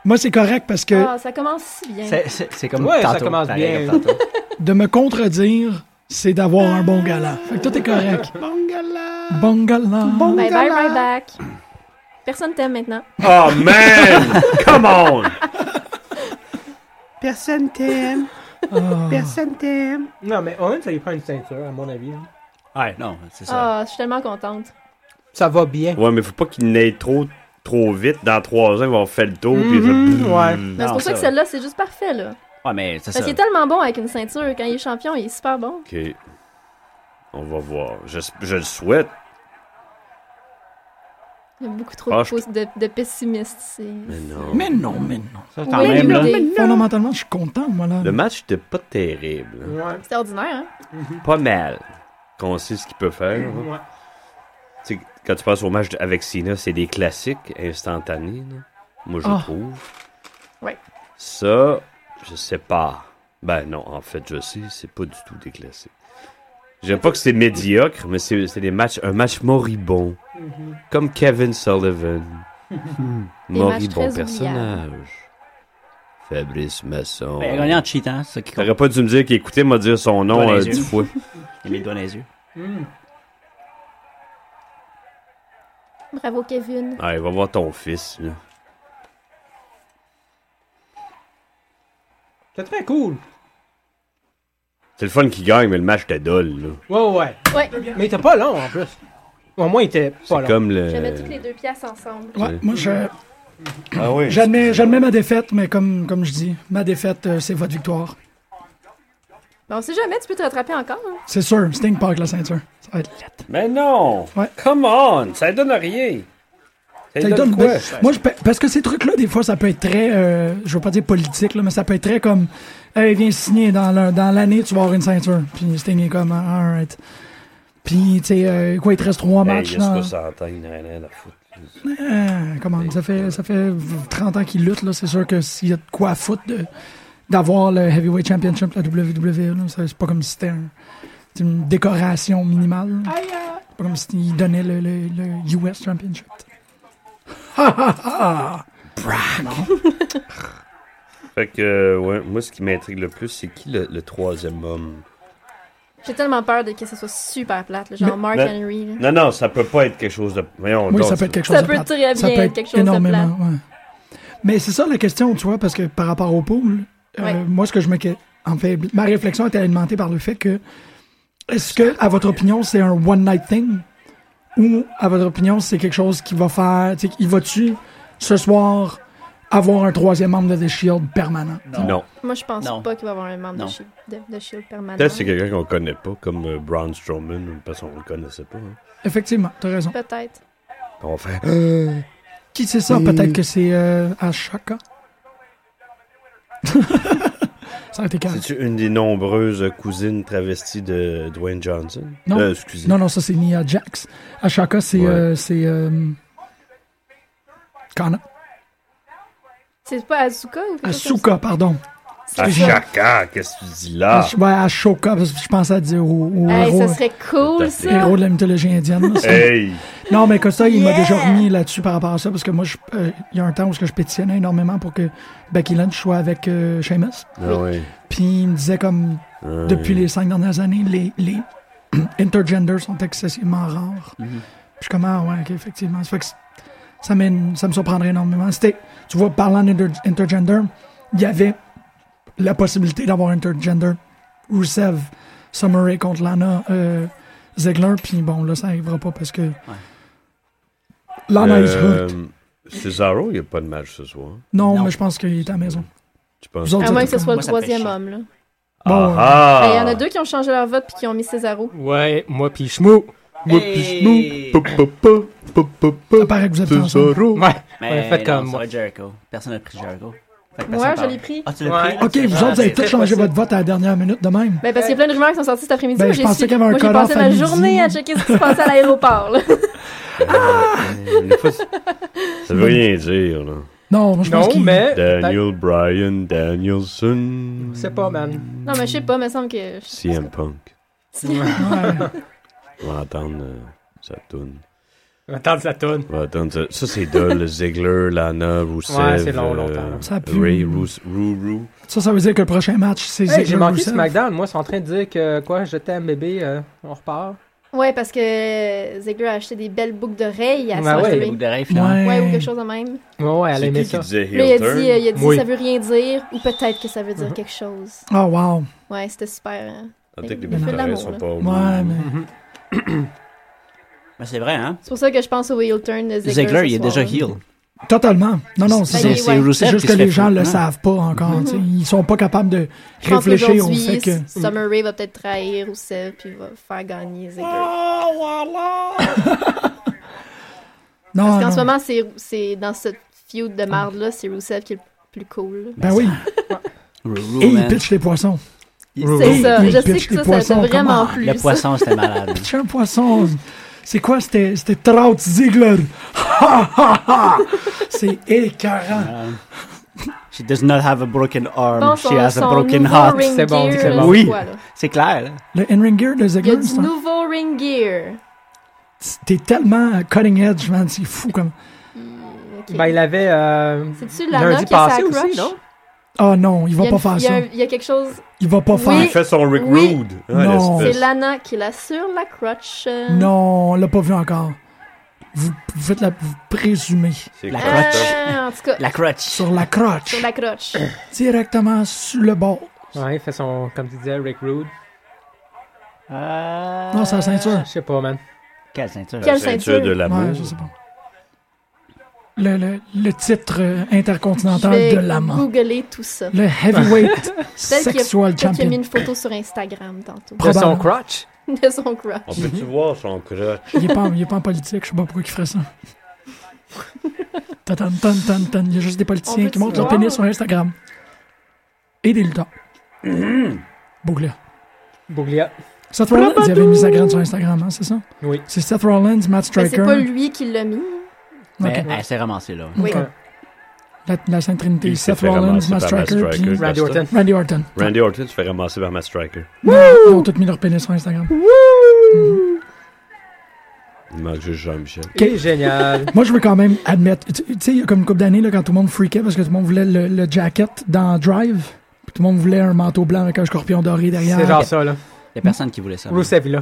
Speaker 1: Moi, c'est correct parce que
Speaker 3: Ah, ça commence si bien.
Speaker 2: C'est- C'est c'est comme
Speaker 4: Ouais, ça
Speaker 2: tantôt.
Speaker 4: commence
Speaker 2: Pareil
Speaker 4: bien.
Speaker 2: comme tantôt.
Speaker 1: de me contredire, c'est d'avoir un bon gala. Fait que tout est correct. Bon gala. Bon
Speaker 3: Bye bye Ryback. Personne t'aime maintenant.
Speaker 5: Oh man! Come on!
Speaker 7: Personne t'aime. Personne t'aime.
Speaker 4: Non, mais Owen, ça lui prend une ceinture, à mon avis. hein.
Speaker 2: Ouais, non, c'est ça.
Speaker 3: Ah, je suis tellement contente.
Speaker 4: Ça va bien.
Speaker 5: Ouais, mais faut pas qu'il n'aille trop, trop vite. Dans trois ans, il va avoir fait le tour.
Speaker 4: Mhm,
Speaker 5: puis il va...
Speaker 4: ouais.
Speaker 3: Mais c'est pour ça, que celle-là, c'est juste parfait, là.
Speaker 2: Ouais, mais c'est
Speaker 3: Parce
Speaker 2: ça.
Speaker 3: qu'il est tellement bon avec une ceinture. Quand il est champion, il est super bon.
Speaker 5: OK. On va voir. Je, je le souhaite.
Speaker 3: Il y a beaucoup trop
Speaker 5: Ah,
Speaker 3: de,
Speaker 5: je-
Speaker 3: pos- de, de pessimistes. c'est-
Speaker 5: Mais non.
Speaker 1: Mais non, mais non.
Speaker 2: Ça, quand
Speaker 3: Oui,
Speaker 2: même,
Speaker 3: mais
Speaker 2: là.
Speaker 3: des-
Speaker 1: Fondamentalement, je suis content, moi, là.
Speaker 5: Le match était pas terrible.
Speaker 4: Ouais.
Speaker 3: C'est ordinaire, hein?
Speaker 5: Pas mal. Qu'on sait ce qu'il peut faire. hein.
Speaker 4: Ouais.
Speaker 5: Tu sais, quand tu passes au match de- avec Cena, c'est des classiques instantanés. là. Moi, je
Speaker 1: Ah.
Speaker 5: trouve.
Speaker 3: Ouais.
Speaker 5: Ça, je sais pas. Ben non, en fait, je sais, c'est pas du tout des classiques. J'aime pas que c'est médiocre, mais c'est c'est des matchs, un match moribond.
Speaker 2: Mm-hmm.
Speaker 5: Comme Kevin Sullivan.
Speaker 3: Des matchs
Speaker 5: moribond
Speaker 3: très
Speaker 5: personnage. Fabrice Masson.
Speaker 2: Mais Ben, Il a gagné en cheatant, c'est ça qui compte.
Speaker 5: T'aurais pas dû me dire qu'il écoutait m'a dire son nom
Speaker 2: Dans
Speaker 5: euh,
Speaker 2: les
Speaker 5: dix
Speaker 2: yeux.
Speaker 5: fois.
Speaker 2: Il a mis le doigt dans les yeux.
Speaker 3: Bravo, Kevin.
Speaker 5: Ah, il va voir ton fils. là.
Speaker 4: C'est très cool.
Speaker 5: C'est le fun qui gagne, mais le match était dole. là.
Speaker 4: Ouais, ouais.
Speaker 3: Ouais,
Speaker 4: Mais il était pas long, en plus. Au moins, il était pas
Speaker 5: C'est
Speaker 4: long.
Speaker 5: comme le.
Speaker 3: je mets toutes les deux pièces ensemble.
Speaker 1: Ouais, moi, je-
Speaker 5: Ah oui.
Speaker 1: j'admets j'admets ma défaite, mais comme, comme je dis, ma défaite, euh, c'est votre victoire.
Speaker 3: Ben, on sait jamais, tu peux te rattraper encore. hein.
Speaker 1: C'est sûr, Sting part avec la ceinture. Ça va être lettre.
Speaker 5: Mais non!
Speaker 1: Ouais.
Speaker 5: Come on! Ça donne rien!
Speaker 1: Ça donne- ben, moi, je, pe- parce que ces trucs-là, des fois, ça peut être très, euh, je veux pas dire politique, là, mais ça peut être très comme, hey, viens signer dans l'un- dans l'année, tu vas avoir une ceinture. Puis Sting est comme, ah, alright. Puis, tu sais, euh, quoi, il te reste trois matchs.
Speaker 5: juste
Speaker 1: dans-
Speaker 5: pas s'entendre, il rien à foutre.
Speaker 1: Euh, comment ça fait ça fait 30 ans qu'il lutte là, c'est sûr que s'il y a de quoi à foutre de- d'avoir le heavyweight championship la WWE là, ça, c'est pas comme si c'était un- c'est une décoration minimale. là. C'est pas comme s'il donnait le, le- le US championship. Ha, ha, ha, ha. Non.
Speaker 5: Fait que, euh, ouais, moi, ce qui m'intrigue le plus, c'est qui le, le troisième homme?
Speaker 3: J'ai tellement peur de que ce soit super plate, là, genre Mark
Speaker 5: mais-
Speaker 3: Henry. là.
Speaker 5: Non, non, ça peut pas être quelque chose de. Voyons,
Speaker 1: Oui,
Speaker 5: donc,
Speaker 1: ça peut être quelque chose
Speaker 3: Ça
Speaker 1: de
Speaker 3: peut
Speaker 1: plate.
Speaker 3: très
Speaker 1: Ça
Speaker 3: bien
Speaker 1: peut
Speaker 3: être quelque chose de
Speaker 1: énormément, ouais. Mais c'est ça la question, tu vois, parce que par rapport au pool, euh,
Speaker 3: Ouais.
Speaker 1: moi, ce que je me. que- En fait, ma réflexion était alimentée par le fait que. Est-ce que, à votre opinion, c'est un one-night thing? Ou, à votre opinion, c'est quelque chose qui va faire. Tu sais, il va-tu, ce soir, avoir un troisième membre de The Shield permanent?
Speaker 5: Non.
Speaker 3: Moi, je pense
Speaker 2: Non.
Speaker 3: pas qu'il va y avoir un membre de
Speaker 2: Non.
Speaker 3: Shield, de, de Shield permanent.
Speaker 5: Peut-être que c'est quelqu'un qu'on connaît pas, comme euh, Braun Strowman, parce qu'on le connaissait pas. hein.
Speaker 1: Effectivement, t'as raison.
Speaker 3: Peut-être.
Speaker 5: On fait.
Speaker 1: Ah. Qui c'est ça? Peut-être que c'est euh, Ashaka? ça a été calme.
Speaker 5: C'est-tu une des nombreuses cousines travesties de Dwayne Johnson?
Speaker 1: Non.
Speaker 5: Euh, excusez.
Speaker 1: Non, non, ça c'est Nia Jax. Ashaka, c'est.
Speaker 5: Ouais.
Speaker 1: euh, c'est. euh, Kana.
Speaker 3: Ah, C'est pas Azuka ou quelque chose comme
Speaker 1: Asuka, pardon.
Speaker 5: À chacun, qu'est-ce que tu dis là?
Speaker 1: Ah, Je- Ouais, à Shoka, parce que je pensais à dire au, au
Speaker 3: Hey,
Speaker 1: héros, euh,
Speaker 3: ça serait cool, ça!
Speaker 1: héros de la mythologie indienne. là, ça.
Speaker 5: Hey!
Speaker 1: Non, mais Costa, il m'a
Speaker 3: Yeah!
Speaker 1: déjà remis là-dessus par rapport à ça, parce que moi, je- euh, il y a un temps où ce que je pétitionnais énormément pour que Becky Lynch soit avec euh, Seamus.
Speaker 5: Ah oui.
Speaker 1: Puis il me disait comme, depuis les cinq dernières années, les, les intergenders sont excessivement rares.
Speaker 5: Mhm.
Speaker 1: Puis Je suis comme, ah ouais, ok, effectivement. Ça fait que c- ça, m'en- ça me surprendrait énormément. C'était, tu vois, parlant d'inter- intergender, il y avait la possibilité d'avoir intergender Rusev, Summer Rae contre Lana euh, Ziegler, puis bon, là, ça arrivera pas parce que... Lana is
Speaker 5: Euh,
Speaker 1: hurt.
Speaker 5: Cesaro, il n'y a pas de match ce soir.
Speaker 1: Non,
Speaker 2: non.
Speaker 1: mais je pense qu'il est à la maison.
Speaker 5: Tu penses?
Speaker 1: Vous autres,
Speaker 3: À
Speaker 1: c'est
Speaker 3: moins que ce
Speaker 1: comme-
Speaker 3: soit le
Speaker 2: Moi, ça me fait
Speaker 3: troisième
Speaker 2: chier.
Speaker 3: homme, là.
Speaker 1: Bon, euh,
Speaker 3: Hey,
Speaker 5: Ah!
Speaker 3: hein. Ben, Il y en a deux qui ont changé leur vote puis qui ont mis Césaro.
Speaker 4: Ouais, moi pis Chmou. Moi pis
Speaker 2: Hey!
Speaker 4: Chmou. Pa, pa, pa, pa,
Speaker 1: ça
Speaker 4: pa, pa.
Speaker 1: paraît que vous êtes ensemble.
Speaker 4: Cesaro. Ouais,
Speaker 6: Mais
Speaker 4: ouais, faites
Speaker 6: non,
Speaker 4: comme
Speaker 6: ça
Speaker 4: moi.
Speaker 6: va être Jericho. Personne n'a pris Jericho. Fait que personne
Speaker 3: Moi, je
Speaker 6: parle.
Speaker 3: l'ai pris.
Speaker 6: Ah, tu l'as
Speaker 4: Ouais.
Speaker 1: OK,
Speaker 6: pris?
Speaker 1: vous
Speaker 4: Ah,
Speaker 1: autres, vous avez
Speaker 4: c'est
Speaker 1: tous
Speaker 4: très
Speaker 1: changé
Speaker 4: possible.
Speaker 1: votre vote à la dernière minute de même.
Speaker 3: Ben, parce qu'il y a plein de rumeurs qui sont sorties cet après-midi.
Speaker 1: Ben,
Speaker 3: moi,
Speaker 1: je
Speaker 3: j'ai
Speaker 1: pensais
Speaker 3: su-
Speaker 1: qu'il y avait un
Speaker 3: Moi, j'ai
Speaker 1: code
Speaker 3: passé
Speaker 1: off à
Speaker 3: ma
Speaker 1: midi.
Speaker 3: journée à checker ce qui se passait à l'aéroport, là.
Speaker 5: Euh, des fois, c'est- ça veut rien dire, là.
Speaker 1: Non, moi, je pense
Speaker 4: Non,
Speaker 1: qu'il...
Speaker 4: mais.
Speaker 5: Daniel Bryan Danielson.
Speaker 4: Je sais pas, man.
Speaker 3: Non, mais je sais pas, mais il me semble que.
Speaker 5: CM Punk.
Speaker 1: Ouais.
Speaker 5: On va attendre euh, sa toune.
Speaker 4: On va attendre sa toune.
Speaker 5: On va attendre ça. Ça, c'est Dol, Ziggler, Lana, Rousseff.
Speaker 4: Ouais, c'est long,
Speaker 5: euh,
Speaker 4: longtemps.
Speaker 1: Ça pue.
Speaker 5: Ray, Rous- Rou, Rou.
Speaker 1: Ça, ça veut dire que le prochain match, c'est
Speaker 4: Hey, j'ai
Speaker 1: Ziggler
Speaker 4: manqué
Speaker 1: Rusev.
Speaker 4: SmackDown. Moi, ils sont en train de dire que quoi, je t'aime bébé, euh, on repart.
Speaker 3: Ouais, parce que Ziegler a acheté des belles boucles d'oreilles à
Speaker 4: Ouais,
Speaker 3: son
Speaker 4: ouais,
Speaker 3: bébé.
Speaker 4: les
Speaker 2: Les boucles d'oreilles, finalement.
Speaker 1: Ah, Ouais.
Speaker 3: Ouais, ou quelque chose de même.
Speaker 4: Ouais, ouais, elle
Speaker 5: C'est
Speaker 4: aimait
Speaker 5: qui qui
Speaker 4: ça.
Speaker 5: disait
Speaker 3: Là, il a
Speaker 5: Heel
Speaker 3: dit, euh, il a dit
Speaker 4: Oui.
Speaker 3: ça veut rien dire, ou peut-être que ça veut
Speaker 2: Mhm.
Speaker 3: dire quelque chose.
Speaker 1: Ah, wow.
Speaker 3: Ouais, c'était super. hein.
Speaker 5: Tant Ah, que les
Speaker 3: Il
Speaker 5: boucles
Speaker 3: fait de
Speaker 5: d'oreilles
Speaker 3: l'amour,
Speaker 5: sont
Speaker 3: là.
Speaker 5: pas au
Speaker 1: Ouais,
Speaker 5: bout.
Speaker 1: mais...
Speaker 2: Mais c'est vrai, hein?
Speaker 3: C'est pour ça que je pense au heel turn de Ziegler.
Speaker 2: Ziegler, il est déjà
Speaker 3: hein.
Speaker 2: heal.
Speaker 1: Totalement. Non, non, c'est
Speaker 3: Ben,
Speaker 1: ça.
Speaker 3: il- ouais.
Speaker 1: C'est juste que les gens le
Speaker 2: hein.
Speaker 1: savent pas encore.
Speaker 3: Mhm.
Speaker 1: tu sais. Ils sont pas capables de
Speaker 3: Je pense
Speaker 1: réfléchir au
Speaker 3: qu'aujourd'hui,
Speaker 1: fait que...
Speaker 3: Summer Rae va peut-être trahir Rusev puis va faire gagner Ziegler.
Speaker 1: Ah, Non,
Speaker 3: Parce qu'en
Speaker 1: non.
Speaker 3: ce moment, c'est c'est dans ce feud de marde-là, c'est Rusev qui est le plus cool.
Speaker 1: Ben oui.
Speaker 2: Oh,
Speaker 1: Et ils pitchent les poissons.
Speaker 3: C'est ça,
Speaker 1: il
Speaker 3: je sais
Speaker 1: pitch
Speaker 3: que
Speaker 1: les
Speaker 3: ça, ça
Speaker 1: poissons,
Speaker 3: t'a vraiment
Speaker 1: comment?
Speaker 3: plu.
Speaker 2: Le
Speaker 3: ça.
Speaker 2: poisson, c'était malade.
Speaker 1: Pitcher un poisson... C'est quoi? C'était c'était Trout Ziegler. Ha, ha, ha. C'est écœurant.
Speaker 2: Um, She does not have a broken arm,
Speaker 3: Bon,
Speaker 2: she has a broken
Speaker 3: nouveau
Speaker 2: heart.
Speaker 3: ring
Speaker 4: C'est bon,
Speaker 3: gear,
Speaker 4: c'est
Speaker 3: là,
Speaker 4: bon.
Speaker 2: Oui.
Speaker 3: quoi, là?
Speaker 2: C'est clair, là.
Speaker 1: Le in-ring gear de
Speaker 3: Il y a
Speaker 1: Ziegler,
Speaker 3: du
Speaker 1: c'est un-
Speaker 3: nouveau ring gear.
Speaker 1: t'es tellement cutting edge, man. C'est fou comme...
Speaker 3: Ok.
Speaker 4: Ben, il avait. euh,
Speaker 3: C'est-tu Lana
Speaker 4: Lundi
Speaker 3: qui a sa
Speaker 4: passé
Speaker 3: crutch?
Speaker 4: aussi, non? Euh,
Speaker 1: Ah non, il
Speaker 3: Il
Speaker 1: va
Speaker 3: y a
Speaker 1: pas
Speaker 3: une-
Speaker 1: faire
Speaker 3: il y a
Speaker 1: ça.
Speaker 3: un- Il y a quelque chose...
Speaker 1: Il va pas
Speaker 3: Oui.
Speaker 1: faire
Speaker 5: Ah, Il fait son Rick
Speaker 3: Oui.
Speaker 5: Rude. Ah,
Speaker 1: Non.
Speaker 3: C'est
Speaker 5: l'espèce.
Speaker 3: Lana qui l'a sur la crutch. euh.
Speaker 1: Non, on l'a pas vu encore. Vous, vous faites la vous présumez
Speaker 5: C'est
Speaker 2: La
Speaker 5: quoi,
Speaker 2: crotche.
Speaker 5: ça?
Speaker 3: Ah, en tout cas,
Speaker 2: La crutch.
Speaker 1: sur la crotte,
Speaker 3: sur la crutch.
Speaker 1: directement sur le bord.
Speaker 4: Ouais, il fait son, comme tu disais, Rick Rude.
Speaker 2: Euh,
Speaker 1: Non, c'est la ceinture.
Speaker 4: Je sais pas, man.
Speaker 2: Quelle ceinture?
Speaker 3: Quelle
Speaker 5: Ceinture de
Speaker 3: ceinture?
Speaker 1: Ouais,
Speaker 5: l'amour.
Speaker 1: je sais pas. Le, le, le titre euh, intercontinental
Speaker 3: Je vais
Speaker 1: de l'amant.
Speaker 3: googler tout ça.
Speaker 1: Le heavyweight
Speaker 3: Peut-être qu'il y a-
Speaker 1: sexual
Speaker 3: peut-être qu'il a mis
Speaker 1: champion.
Speaker 3: une photo sur Instagram tantôt.
Speaker 4: De son
Speaker 1: Probablement.
Speaker 4: crotch.
Speaker 3: De son crutch.
Speaker 5: On peut-tu
Speaker 1: Mhm.
Speaker 5: voir son crotch?
Speaker 1: Il est, pas, en- il est pas en politique, je sais pas pourquoi il ferait ça. Tan, tan, tan, tan. Il y a juste des
Speaker 3: On
Speaker 1: politiciens
Speaker 3: peut
Speaker 1: qui montrent leur
Speaker 3: voir?
Speaker 1: pénis sur Instagram. Et des lutteurs. Bouglia.
Speaker 4: Bouglia.
Speaker 1: Seth Rollins, il avait mis sa graine sur Instagram, hein, c'est ça?
Speaker 4: Oui.
Speaker 1: C'est Seth Rollins, Matt
Speaker 3: Mais
Speaker 1: Striker.
Speaker 3: c'est pas lui qui l'a mis.
Speaker 2: Mais
Speaker 1: Ok.
Speaker 2: elle s'est ramassée, là.
Speaker 3: Oui.
Speaker 1: Ok. La, la Sainte Trinité,
Speaker 5: Il s'est
Speaker 1: Seth
Speaker 5: fait
Speaker 1: Rollins,
Speaker 5: ramasser
Speaker 1: Matt
Speaker 5: par Matt
Speaker 1: Striker,
Speaker 5: Striker.
Speaker 1: puis
Speaker 4: Randy
Speaker 5: Costa.
Speaker 4: Orton.
Speaker 1: Randy Orton.
Speaker 5: Randy Orton se fait ramasser par Matt Striker.
Speaker 1: Ils ont tous mis leur pénis sur Instagram. Mhm.
Speaker 5: Il manque juste Jean-Michel.
Speaker 4: Il est génial.
Speaker 1: Moi, je veux quand même admettre, tu tu sais, il y a comme une couple d'années, là, quand tout le monde freakait parce que tout le monde voulait le, le jacket dans Drive, puis tout le monde voulait un manteau blanc avec un scorpion doré derrière.
Speaker 4: C'est genre ça, là.
Speaker 2: Il y a personne qui voulait ça. là.
Speaker 4: Rusev, là.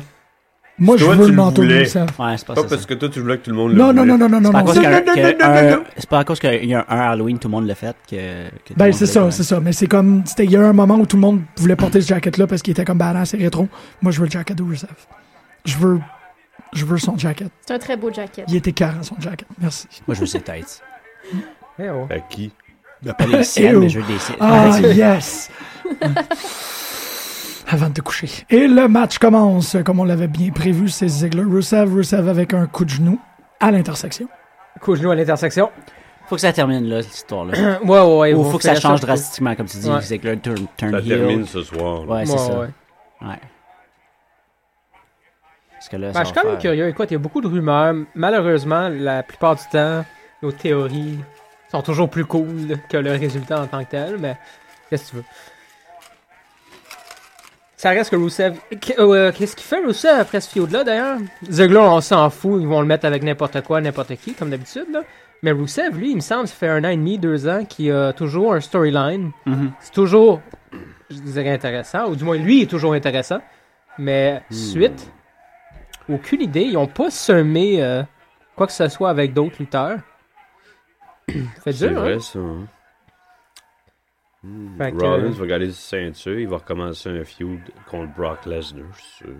Speaker 1: Moi, je
Speaker 5: Toi,
Speaker 1: veux
Speaker 5: tu
Speaker 1: le
Speaker 5: le
Speaker 1: manteau
Speaker 5: voulais.
Speaker 1: blanc, ça.
Speaker 2: Ouais, c'est pas,
Speaker 5: Pas
Speaker 2: ça,
Speaker 5: parce
Speaker 2: ça.
Speaker 5: que toi, tu voulais que tout le monde le
Speaker 1: Non, non,
Speaker 5: voulait.
Speaker 1: non, non, non, non,
Speaker 2: C'est pas à
Speaker 1: non.
Speaker 2: cause qu'un-
Speaker 7: non,
Speaker 2: que
Speaker 7: non,
Speaker 2: un-
Speaker 7: non, non.
Speaker 2: c'est pas à cause qu'il y a un Halloween, tout le monde l'a fait que. que tout le
Speaker 1: Ben,
Speaker 2: monde
Speaker 1: c'est
Speaker 2: voulait
Speaker 1: ça,
Speaker 2: le
Speaker 1: c'est ça. Mais c'est comme, c'était, il y a eu un moment où tout le monde voulait porter ce jacket-là parce qu'il était comme badass et rétro. Moi, je veux le jacket de Rusev. Je veux, je veux son jacket.
Speaker 3: C'est un très beau jacket.
Speaker 1: Il était carré, son jacket. Merci.
Speaker 2: Moi, je veux ses têtes.
Speaker 4: Eh oh.
Speaker 5: À Ben, qui?
Speaker 2: Pas les siennes,
Speaker 1: Ew.
Speaker 2: mais je veux des siennes.
Speaker 1: Ah, yes! Avant de te coucher. Et le match commence, comme on l'avait bien prévu, c'est Ziggler, Rusev, Rusev avec un coup de genou à l'intersection.
Speaker 4: Coup de genou à l'intersection.
Speaker 2: Faut que ça termine, là, cette histoire-là.
Speaker 4: Ouais, ouais, ouais.
Speaker 2: Ou
Speaker 4: on
Speaker 2: faut que
Speaker 4: fait
Speaker 2: ça change
Speaker 4: ça.
Speaker 2: drastiquement, comme tu dis.
Speaker 4: Ouais.
Speaker 2: C'est que là, turn, turn
Speaker 5: Ça
Speaker 2: heel.
Speaker 5: termine ce soir. là.
Speaker 2: Ouais,
Speaker 4: Ouais,
Speaker 2: c'est ça.
Speaker 4: ouais.
Speaker 2: Ouais. Parce que là,
Speaker 4: Ben,
Speaker 2: ça
Speaker 4: je suis
Speaker 2: va
Speaker 4: quand même
Speaker 2: faire-
Speaker 4: curieux. Écoute, il y a beaucoup de rumeurs. Malheureusement, la plupart du temps, nos théories sont toujours plus cool que le résultat en tant que tel, mais qu'est-ce que tu veux? Ça reste que Rusev. Qu- euh, Qu'est-ce qu'il fait, Rusev, après ce feud-là, d'ailleurs Ziggler, on s'en fout, ils vont le mettre avec n'importe quoi, n'importe qui, comme d'habitude, là. Mais Rusev, lui, il me semble, ça fait un an et demi, deux ans, qu'il a toujours un storyline.
Speaker 2: Mhm.
Speaker 4: C'est toujours, je dirais, intéressant, ou du moins, lui est toujours intéressant. Mais suite, aucune idée, ils ont pas semé euh, quoi que ce soit avec d'autres lutteurs. fait
Speaker 5: C'est
Speaker 4: dur, hein?
Speaker 5: vrai, ça. hein. Hmm,
Speaker 4: Fait que-
Speaker 5: Rollins va garder sa ceinture. Il va recommencer un feud contre Brock Lesnar, je suis sûr.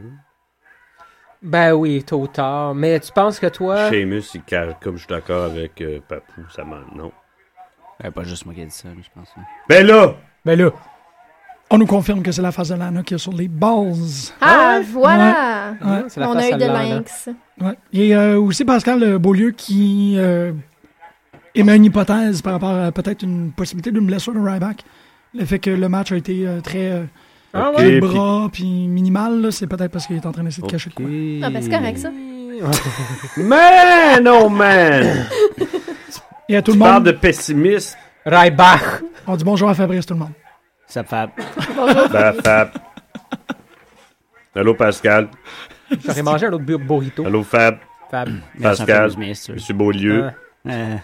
Speaker 4: Ben oui, tôt ou tard. Mais tu penses que toi.
Speaker 5: Sheamus, il cal- comme je suis d'accord avec euh, Papou, ça m'a. Non.
Speaker 6: Ouais, pas juste moi qui ai dit ça, là, je pense. hein.
Speaker 5: Ben là!
Speaker 4: Ben là,
Speaker 1: On nous confirme que c'est la phase de Lana qui est sur les balls.
Speaker 3: Ah, voilà!
Speaker 1: Ouais.
Speaker 4: c'est la
Speaker 3: On
Speaker 4: face
Speaker 3: a eu
Speaker 4: à
Speaker 3: de
Speaker 4: l'air, là.
Speaker 3: lynx.
Speaker 1: Ouais. Et euh, aussi Pascal euh, Beaulieu qui euh, émet une hypothèse par rapport à peut-être une possibilité d'une blessure de Ryback. Le fait que le match a été euh, très euh,
Speaker 4: Ah
Speaker 5: Ok,
Speaker 4: ouais?
Speaker 1: jeu de
Speaker 5: puis-
Speaker 1: bras puis minimal, là, c'est peut-être parce qu'il est en train d'essayer de cacher de quoi.
Speaker 3: Ah, ben c'est correct ça.
Speaker 4: hein?
Speaker 5: Man, oh man!
Speaker 1: Et à tout
Speaker 5: tu
Speaker 1: le
Speaker 5: parles
Speaker 1: monde,
Speaker 5: de pessimiste.
Speaker 4: Raibach!
Speaker 1: on dit bonjour à Fabrice tout le monde.
Speaker 2: Ça fait.
Speaker 5: Fap, fap. Ben, Allô, Pascal.
Speaker 4: J'aurais mangé un autre bur- burrito.
Speaker 5: Allô, Fab.
Speaker 4: Fab.
Speaker 5: Pascal.
Speaker 2: bien sûr.
Speaker 5: Monsieur Beaulieu.
Speaker 4: Ah.
Speaker 2: Euh,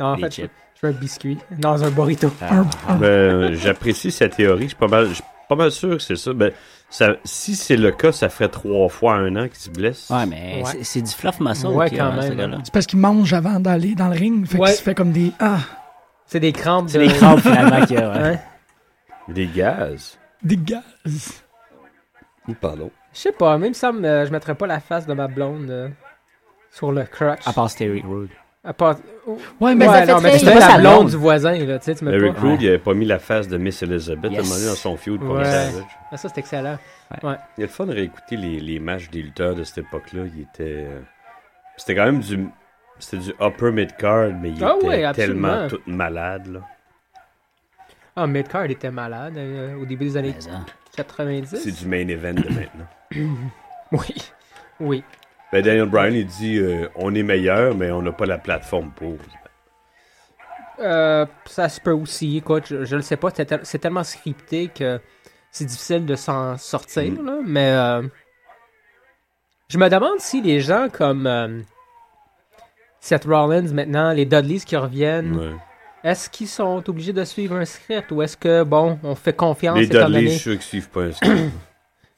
Speaker 4: Non, en
Speaker 2: Les
Speaker 4: fait, je
Speaker 2: chips.
Speaker 4: je veux un biscuit dans un burrito.
Speaker 1: Un- un-
Speaker 5: Ben, j'apprécie sa théorie. Je suis pas mal, je suis pas mal sûr que c'est ça. Ben, ça. Si c'est le cas, ça ferait trois fois un an qu'il se blesse.
Speaker 2: Ouais, mais
Speaker 4: Ouais.
Speaker 2: c'est- c'est du fluff muscle
Speaker 4: Ouais,
Speaker 2: qu'il y a
Speaker 4: quand
Speaker 2: dans ce
Speaker 4: même,
Speaker 2: gars-là.
Speaker 1: C'est parce qu'il mange avant d'aller dans le ring. Fait
Speaker 4: Ouais.
Speaker 1: qu'il se fait comme des ah,
Speaker 4: C'est des crampes.
Speaker 2: C'est
Speaker 4: de-
Speaker 2: les crampes finalement qu'il y a. ouais.
Speaker 4: Hein?
Speaker 5: Des gaz.
Speaker 1: des gaz.
Speaker 5: Ou pardon.
Speaker 4: Je sais pas, même ça, me- je mettrais pas la face de ma blonde euh, sur le crotch.
Speaker 2: À part Terry Rude.
Speaker 4: À part- Oh,
Speaker 1: Ouais,
Speaker 3: Mais
Speaker 1: mais
Speaker 4: ouais,
Speaker 3: ça fait
Speaker 4: non, mais
Speaker 3: très-
Speaker 4: c'est
Speaker 2: C'est
Speaker 4: pas
Speaker 2: pas
Speaker 4: la
Speaker 2: sa
Speaker 4: blonde
Speaker 2: blonde.
Speaker 4: du voisin, là, tu sais, tu mets
Speaker 5: Eric
Speaker 4: pas.
Speaker 5: Rude,
Speaker 2: Ouais.
Speaker 5: il avait pas mis la face de Miss Elizabeth à un
Speaker 2: Yes.
Speaker 5: moment donné dans son feud contre
Speaker 4: Ouais.
Speaker 5: Savage.
Speaker 4: Ah, ça, c'est excellent.
Speaker 5: Il est le fun de réécouter les, les matchs des lutteurs de cette époque-là. Il était. euh, C'était quand même du. C'était du upper mid-card, mais il
Speaker 4: Ah
Speaker 5: était
Speaker 4: ouais, absolument.
Speaker 5: tellement tout malade, là.
Speaker 4: Ah, Midcard était malade euh, au début des années
Speaker 2: Mais, hein.
Speaker 4: 90.
Speaker 5: C'est du main event de maintenant.
Speaker 4: Oui. Oui.
Speaker 5: Ben, Daniel Bryan, il dit euh, on est meilleur, mais on n'a pas la plateforme pour.
Speaker 4: Euh, ça se peut aussi, écoute, je, je le sais pas, c'est tel- c'est tellement scripté que c'est difficile de s'en sortir,
Speaker 2: Mm.
Speaker 5: Mhm.
Speaker 4: là, mais euh, je me demande si les gens comme euh, Seth Rollins maintenant, les Dudleys qui reviennent,
Speaker 5: Ouais.
Speaker 4: est-ce qu'ils sont obligés de suivre un script ou est-ce que, bon, on fait confiance
Speaker 5: Les
Speaker 4: étant
Speaker 5: Dudley, je
Speaker 4: donné-
Speaker 5: suis sûr qu'ils suivent pas un script.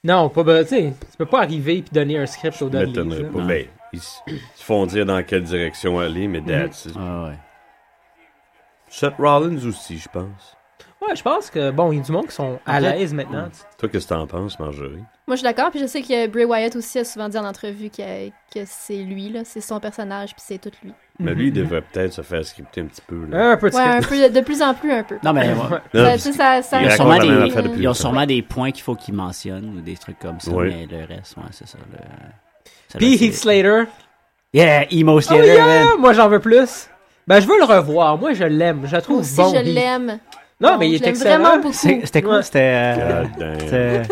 Speaker 4: Non, pas, ben, tu sais, tu peux pas arriver et donner un script aux
Speaker 5: Je
Speaker 4: Dudleys.
Speaker 5: m'étonnerais
Speaker 4: là.
Speaker 5: pas. Ben, ils s- ils se font dire dans quelle direction aller, mais that's it.
Speaker 2: Ah ouais.
Speaker 5: Seth Rollins aussi, je pense.
Speaker 4: Ouais, je pense que, bon, il y a du monde qui sont à
Speaker 2: Après-
Speaker 4: l'aise maintenant. tu sais.
Speaker 5: Toi, qu'est-ce que t'en penses, Marjorie?
Speaker 3: Moi, je suis d'accord. Puis je sais que Bray Wyatt aussi a souvent dit en entrevue que, que c'est lui, là. C'est son personnage, puis c'est tout lui.
Speaker 5: Mais lui, il devrait peut-être se faire scripter un petit peu. Là.
Speaker 4: Un peu de
Speaker 3: Ouais,
Speaker 4: script.
Speaker 3: un peu, de plus en plus, un peu.
Speaker 2: Non, mais. ouais.
Speaker 5: Non,
Speaker 3: Ça,
Speaker 5: parce
Speaker 3: tu sais, ça, ça-
Speaker 2: Ils
Speaker 5: Il
Speaker 2: ont,
Speaker 5: raconte
Speaker 2: sûrement
Speaker 5: la même
Speaker 2: des,
Speaker 5: affaire depuis
Speaker 2: ils ont
Speaker 5: longtemps.
Speaker 2: sûrement des points qu'il faut qu'ils mentionnent ou des trucs comme ça,
Speaker 5: Oui.
Speaker 2: mais le reste, ouais, c'est ça. Le... ça
Speaker 4: Puis
Speaker 2: reste-
Speaker 4: Heath
Speaker 3: Oh,
Speaker 4: Slater,
Speaker 2: Yeah, Emo
Speaker 4: Oh
Speaker 2: Slater, man.
Speaker 4: yeah! Moi j'en veux plus. Ben je veux le revoir. Moi je l'aime. Je la trouve
Speaker 3: Moi aussi,
Speaker 4: bon.
Speaker 3: je
Speaker 4: Heath.
Speaker 3: l'aime.
Speaker 4: Non
Speaker 3: Bon,
Speaker 4: mais
Speaker 3: je
Speaker 4: il est
Speaker 3: l'aime
Speaker 4: excellent.
Speaker 3: vraiment beaucoup.
Speaker 2: C'est- C'était quoi?
Speaker 4: Ouais.
Speaker 2: C'était. euh,
Speaker 5: God damn.
Speaker 2: c'était-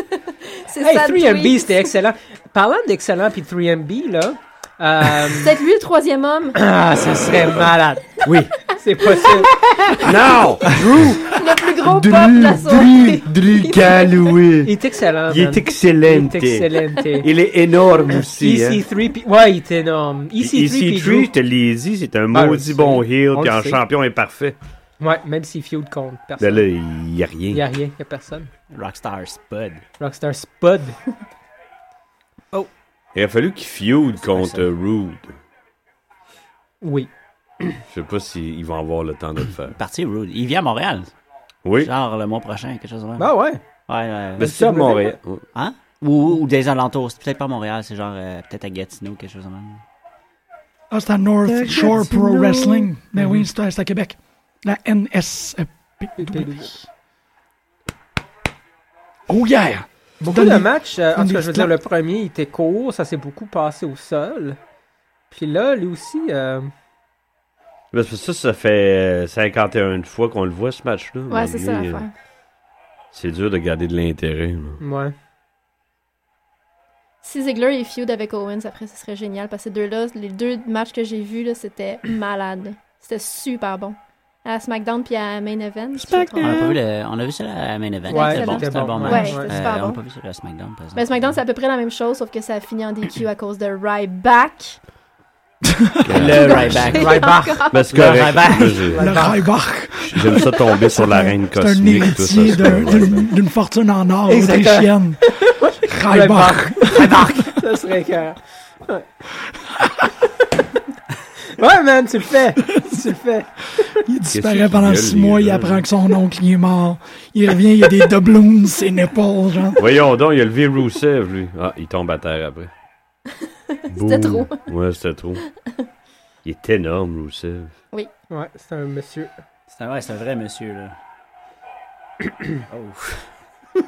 Speaker 3: C'est
Speaker 4: Hey
Speaker 3: ça,
Speaker 4: 3MB
Speaker 3: Dewey.
Speaker 4: c'était excellent. Parlant d'excellent puis 3MB là, euh,
Speaker 3: Peut-être lui, le troisième homme.
Speaker 4: ah ça serait malade. Oui, c'est possible.
Speaker 5: Non!
Speaker 3: le plus gros pop de la soirée.
Speaker 5: Drew Calloway.
Speaker 4: Il est excellent.
Speaker 5: Il
Speaker 4: man.
Speaker 5: est excellent.
Speaker 4: Il est excellent.
Speaker 5: Il est énorme aussi. hein.
Speaker 4: EC3 puis ouais il est énorme. EC3 puis
Speaker 5: EC3, je te l'ai dit, c'est un
Speaker 4: Ah, je
Speaker 5: maudit
Speaker 4: le
Speaker 5: bon
Speaker 4: sais.
Speaker 5: heel,
Speaker 4: On
Speaker 5: puis
Speaker 4: le
Speaker 5: en
Speaker 4: sait.
Speaker 5: champion imparfait.
Speaker 4: Drew. Ouais même si feud contre
Speaker 5: Ben
Speaker 4: personne.
Speaker 5: là, il n'y a rien.
Speaker 4: Il y a rien, il y a personne.
Speaker 2: Rockstar Spud.
Speaker 4: Rockstar Spud.
Speaker 5: Il a fallu qu'il feud contre
Speaker 2: ça.
Speaker 5: euh, Rude.
Speaker 4: Oui.
Speaker 5: Je sais pas s'ils ils vont avoir le temps de le faire.
Speaker 2: Parti Rude. Il vient à Montréal.
Speaker 5: Oui,
Speaker 2: Genre le mois prochain, quelque chose comme ça.
Speaker 4: Bah ouais.
Speaker 2: Ouais, ouais.
Speaker 5: mais c'est à Montréal. Ouais.
Speaker 2: Hein? Ou, ou des alentours. C'est peut-être pas à Montréal, c'est genre euh, peut-être à Gatineau, quelque chose comme ça.
Speaker 1: Ah, c'est à North
Speaker 7: Le
Speaker 1: Shore Pro
Speaker 7: Gatineau.
Speaker 1: Wrestling. Ben oui, c'est à, c'est à Québec. La NSPW. Oh yeah!
Speaker 4: Beaucoup de
Speaker 1: Donne-
Speaker 4: matchs, euh, en
Speaker 1: donne
Speaker 4: tout cas,
Speaker 1: des
Speaker 4: je veux dire,
Speaker 1: claps.
Speaker 4: le premier, il était court, ça s'est beaucoup passé au sol. Puis là, lui aussi, euh,
Speaker 5: Mais Ben, c'est parce que ça, ça fait euh, 51 fois qu'on le voit, ce match-là.
Speaker 3: Ouais, c'est ça
Speaker 5: Mais, euh,
Speaker 3: l'affaire.
Speaker 5: C'est dur de garder de l'intérêt. là.
Speaker 4: ouais.
Speaker 3: Si Ziggler est feud avec Owens, après, ce serait génial. Parce que ces deux-là, les deux matchs que j'ai vus, là, c'était malade. C'était super bon. à SmackDown puis à Main Event. si je me
Speaker 7: SmackDown.
Speaker 6: On
Speaker 3: trompe
Speaker 6: a, pas vu le... on a vu ça à Main Event.
Speaker 3: Ouais,
Speaker 6: c'était bon,
Speaker 3: c'était
Speaker 6: c'était un
Speaker 4: bon.
Speaker 6: bon
Speaker 3: pas.
Speaker 6: match.
Speaker 3: Ouais,
Speaker 4: Ouais.
Speaker 3: c'était
Speaker 6: Euh,
Speaker 3: super
Speaker 6: on n'a
Speaker 3: bon.
Speaker 6: pas vu ça à SmackDown, par exemple.
Speaker 2: Ah,
Speaker 3: Mais Ben, SmackDown, c'est à peu près la même chose, sauf que ça finit en DQ à cause de Ryback.
Speaker 2: Le Ryback.
Speaker 4: Ryback.
Speaker 3: Encore.
Speaker 5: Mais Ben, c'est
Speaker 2: Le
Speaker 5: correct.
Speaker 2: Ryback.
Speaker 5: Moi, j'ai-
Speaker 1: Le Raibach,
Speaker 5: J'aime ça tomber sur la reine
Speaker 1: c'est un
Speaker 5: cosmique. tout ça,
Speaker 1: héritier
Speaker 5: c'est un
Speaker 1: de-
Speaker 5: Ryback.
Speaker 1: d'une d'une fortune en or
Speaker 4: Exactement.
Speaker 1: autrichienne. Raibach.
Speaker 4: Ça serait cœur. Ouais. ouais, man, tu le fais. Tu le fais.
Speaker 1: Il disparaît
Speaker 5: qu'il
Speaker 1: pendant
Speaker 5: gueule,
Speaker 1: six
Speaker 5: les
Speaker 1: mois, il
Speaker 5: gens?
Speaker 1: apprend que son oncle il est mort. Il revient, il y a des doubloons, c'est Népal, genre.
Speaker 5: Voyons donc, il a levé Rousseff, lui. Ah, il tombe à terre après.
Speaker 3: C'était
Speaker 5: Boum.
Speaker 3: trop.
Speaker 5: Ouais, c'était trop. Il est énorme, Rousseff.
Speaker 4: Ouais, c'est un monsieur.
Speaker 6: C'est un, ouais, c'est un vrai monsieur, là. oh.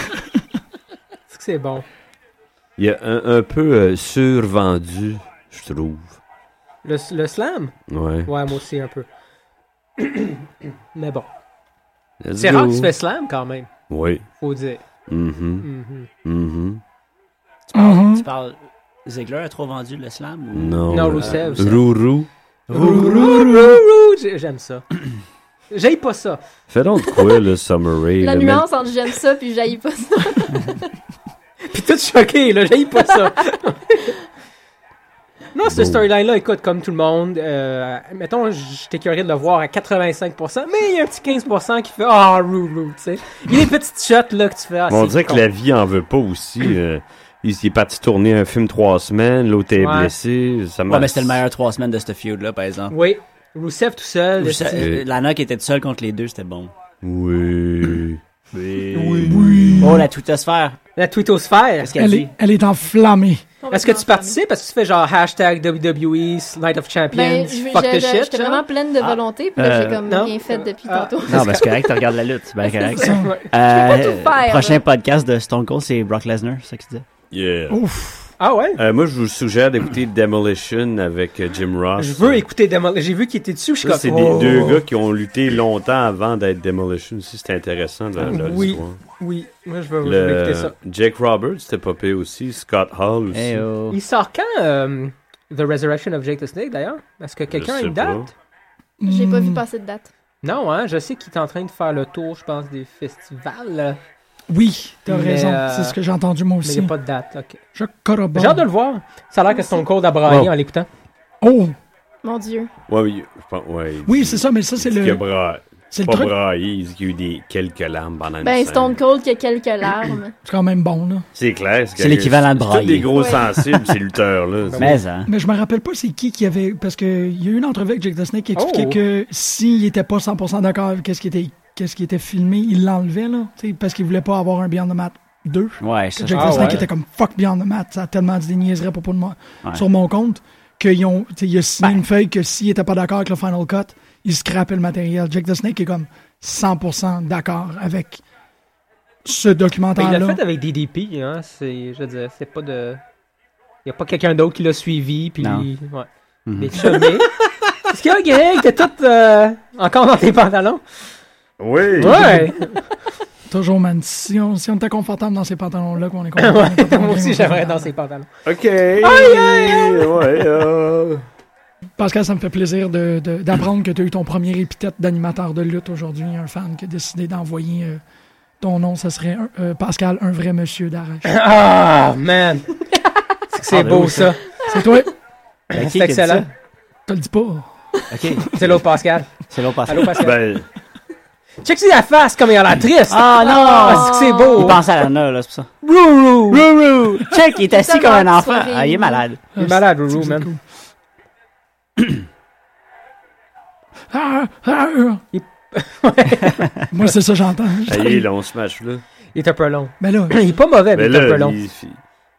Speaker 4: Est-ce que c'est bon?
Speaker 5: Il est un, un peu euh, survendu, je trouve.
Speaker 4: Le, le slam?
Speaker 5: Ouais.
Speaker 4: Ouais, moi aussi, un peu. Mais bon.
Speaker 5: Let's
Speaker 4: C'est
Speaker 5: go.
Speaker 4: rare que tu fais slam quand même,
Speaker 5: Oui.
Speaker 4: faut dire.
Speaker 5: Mhm.
Speaker 4: Mhm.
Speaker 5: Mhm.
Speaker 6: Tu parles,
Speaker 1: Mhm.
Speaker 6: tu parles... Ziggler a trop vendu le slam ou...
Speaker 5: Non.
Speaker 4: Non,
Speaker 5: euh,
Speaker 4: Rousseff.
Speaker 5: Rourou.
Speaker 4: Rourou, j'ai- J'aime ça. J'aille pas ça.
Speaker 5: Fais donc de quoi, le Summer Rae?
Speaker 3: La
Speaker 5: le même-
Speaker 3: nuance entre j'aime ça puis j'aille pas ça.
Speaker 4: Puis tout choqué, là, j'ai pas ça. non, ce
Speaker 5: Bon.
Speaker 4: storyline-là, écoute, comme tout le monde, euh, mettons, j'étais curieux de le voir à 85%, mais il y a un petit 15% qui fait Ah, Roo Roo, tu sais. Il y a des petites shots, là, que tu fais Ah,
Speaker 5: Mais on
Speaker 4: c'est
Speaker 5: dirait que
Speaker 4: con.
Speaker 5: la vie en veut pas aussi. euh, il il est parti tourner un film trois semaines, l'autre est
Speaker 4: Ouais.
Speaker 5: blessé. Ça
Speaker 6: Ouais, mais c'était le meilleur trois semaines de ce feud-là, par exemple.
Speaker 4: Oui. Rousseff tout seul.
Speaker 6: Ou ça-
Speaker 4: esti.
Speaker 5: Euh,
Speaker 6: Lana qui était toute seule contre les deux, c'était bon.
Speaker 5: Oui.
Speaker 6: Oui. Oh, la toutosphère.
Speaker 4: La twittosphère.
Speaker 6: Qu'est-ce qu'elle
Speaker 1: Elle est,
Speaker 6: dit?
Speaker 1: elle est enflammée.
Speaker 4: Est-ce que tu participes? Est-ce que tu fais genre hashtag WWE, Night of Champions,
Speaker 3: Ben, je- je-
Speaker 4: fuck the
Speaker 3: je-
Speaker 4: shit?
Speaker 3: j'étais
Speaker 4: genre?
Speaker 3: vraiment pleine de
Speaker 6: Ah.
Speaker 3: volonté, puis là, j'ai
Speaker 6: Euh,
Speaker 3: comme
Speaker 4: non.
Speaker 3: rien fait depuis
Speaker 4: Ah.
Speaker 3: tantôt.
Speaker 6: Non, mais c'est correct, tu regardes la lutte. C'est bien correct. Euh,
Speaker 1: vraiment-
Speaker 4: Ouais.
Speaker 3: pas tout faire,
Speaker 6: prochain
Speaker 3: là.
Speaker 6: podcast de Stone Cold, c'est Brock Lesnar, c'est ça qu'il disait.
Speaker 5: Yeah.
Speaker 1: Ouf.
Speaker 4: Ah ouais?
Speaker 5: Euh, moi, je vous suggère d'écouter Demolition avec euh, Jim Ross.
Speaker 4: Je veux écouter Demol- J'ai vu qu'il était dessus, je suis
Speaker 5: Ça, c'est
Speaker 4: comme.
Speaker 5: des
Speaker 4: oh.
Speaker 5: deux gars qui ont lutté longtemps avant d'être Demolition aussi. C'était intéressant de leur, leur
Speaker 4: Oui.
Speaker 5: histoire.
Speaker 4: Oui, moi je veux, je veux
Speaker 5: Le...
Speaker 4: écouter ça.
Speaker 5: Jake Roberts, c'était popé aussi. Scott Hall aussi.
Speaker 6: Eh oh.
Speaker 4: Il sort quand euh, The Resurrection of Jake the Snake d'ailleurs Est-ce que quelqu'un a
Speaker 5: sais
Speaker 4: une
Speaker 5: pas.
Speaker 4: date
Speaker 3: J'ai pas vu
Speaker 1: Hmm.
Speaker 3: passer de date.
Speaker 4: Non, hein, je sais qu'il est en train de faire le tour, je pense, des festivals,
Speaker 1: Oui, t'as
Speaker 4: Mais,
Speaker 1: raison.
Speaker 4: euh,
Speaker 1: C'est ce que j'ai entendu moi
Speaker 4: mais il
Speaker 1: aussi.
Speaker 4: n'y a pas de date. ok.
Speaker 1: Je
Speaker 4: J'ai hâte de
Speaker 1: corrobore.
Speaker 4: le voir. Ça a l'air que son code a braillé
Speaker 5: Wow.
Speaker 4: en l'écoutant.
Speaker 1: Oh,
Speaker 3: Mon Dieu.
Speaker 5: Ouais, oui, je pense- ouais, il
Speaker 1: oui,
Speaker 5: dit-
Speaker 1: c'est ça, mais ça, c'est
Speaker 5: il dit qu'il a
Speaker 1: le,
Speaker 5: bra-
Speaker 1: c'est le
Speaker 5: Pas
Speaker 1: truc
Speaker 5: braillé, il dit qu'il y a eu des... quelques larmes pendant une
Speaker 3: Ben,
Speaker 5: scène.
Speaker 3: Stone Cold qui a quelques larmes.
Speaker 1: C'est quand même bon, là.
Speaker 5: C'est clair.
Speaker 6: C'est l'équivalent de
Speaker 5: C'est tous des
Speaker 6: brailler.
Speaker 5: gros
Speaker 3: Ouais. Ben
Speaker 5: sensibles, ces lutteurs-là.
Speaker 6: Mais, hein.
Speaker 1: Mais je me rappelle pas c'est qui qui avait. Parce qu'il y a eu une entrevue avec Jake the Snake qui expliquait
Speaker 4: Oh.
Speaker 1: que s'il était pas 100% d'accord avec qu'est-ce qui était, qu'est-ce qui était filmé, il l'enlevait, là. tu sais, Parce qu'il voulait pas avoir un Beyond the Mat 2.
Speaker 6: Ouais, ça,
Speaker 1: Jake
Speaker 4: Ah
Speaker 1: the Snake
Speaker 4: ouais.
Speaker 1: était comme fuck Beyond the Mat. Ça a tellement dit des niaiseries pour moi,
Speaker 6: Ouais.
Speaker 1: sur mon compte qu'il ont, tu sais, il a
Speaker 4: Ben.
Speaker 1: signé une feuille que s'il était pas d'accord avec le Final Cut, il scrapait le matériel. Jake the Snake est comme 100% d'accord avec ce
Speaker 4: Mais Ben, il l'a
Speaker 1: documentaire-là.
Speaker 4: fait avec DDP, hein. C'est, je veux dire, c'est pas de. Il n'y a pas quelqu'un d'autre qui l'a suivi, puis.
Speaker 6: Non.
Speaker 4: Ouais.
Speaker 6: Mhm.
Speaker 4: Les chemins. Est-ce qu'il y a Greg? T'es tout euh, encore dans tes pantalons?
Speaker 5: Oui.
Speaker 4: Ouais!
Speaker 1: Toujours, man. Si on, si on était confortable dans ces pantalons-là, qu'on est confortable. on est
Speaker 4: Ouais,
Speaker 1: confortable,
Speaker 4: Moi
Speaker 1: on
Speaker 4: aussi,
Speaker 1: est
Speaker 4: j'aimerais
Speaker 1: confortable.
Speaker 4: dans ses pantalons.
Speaker 5: OK. Ouais, euh,
Speaker 1: Pascal, ça me fait plaisir de- de- d'apprendre que tu as eu ton premier épithète d'animateur de lutte aujourd'hui. Il y a un fan qui a décidé d'envoyer euh, ton nom. Ça serait un- euh, Pascal, un vrai monsieur d'arrache.
Speaker 4: Ah, man! C'est que c'est
Speaker 6: Ah, ben
Speaker 4: beau,
Speaker 6: oui,
Speaker 4: ça.
Speaker 1: C'est toi?
Speaker 6: Ben, qui
Speaker 4: C'est
Speaker 6: qui a dit
Speaker 4: excellent.
Speaker 1: Te le dis pas.
Speaker 6: ça? Ok,
Speaker 4: C'est l'autre Pascal.
Speaker 6: c'est l'autre passage.
Speaker 4: Allô, Pascal.
Speaker 5: Ben,
Speaker 4: Check si la face, comme il a l'air triste.
Speaker 6: Ah non!
Speaker 4: Ah, c'est que c'est beau.
Speaker 6: Il pense à Lana, là, c'est pour ça.
Speaker 4: Rourou.
Speaker 6: Rourou! Check, il est assis comme un
Speaker 3: Tellement
Speaker 6: enfant.
Speaker 3: soirée.
Speaker 6: Ah, il est malade.
Speaker 4: Il est malade,
Speaker 1: C'est-
Speaker 4: Rourou,
Speaker 1: c'est
Speaker 4: man.
Speaker 1: cool. Ah, ah, ah. Moi, c'est ça que j'entends.
Speaker 5: allez, là, on se match, là.
Speaker 4: Il est un peu long.
Speaker 1: Mais là,
Speaker 4: Il est pas mauvais, mais,
Speaker 5: Mais
Speaker 4: il est un peu
Speaker 5: là,
Speaker 4: long.
Speaker 5: il-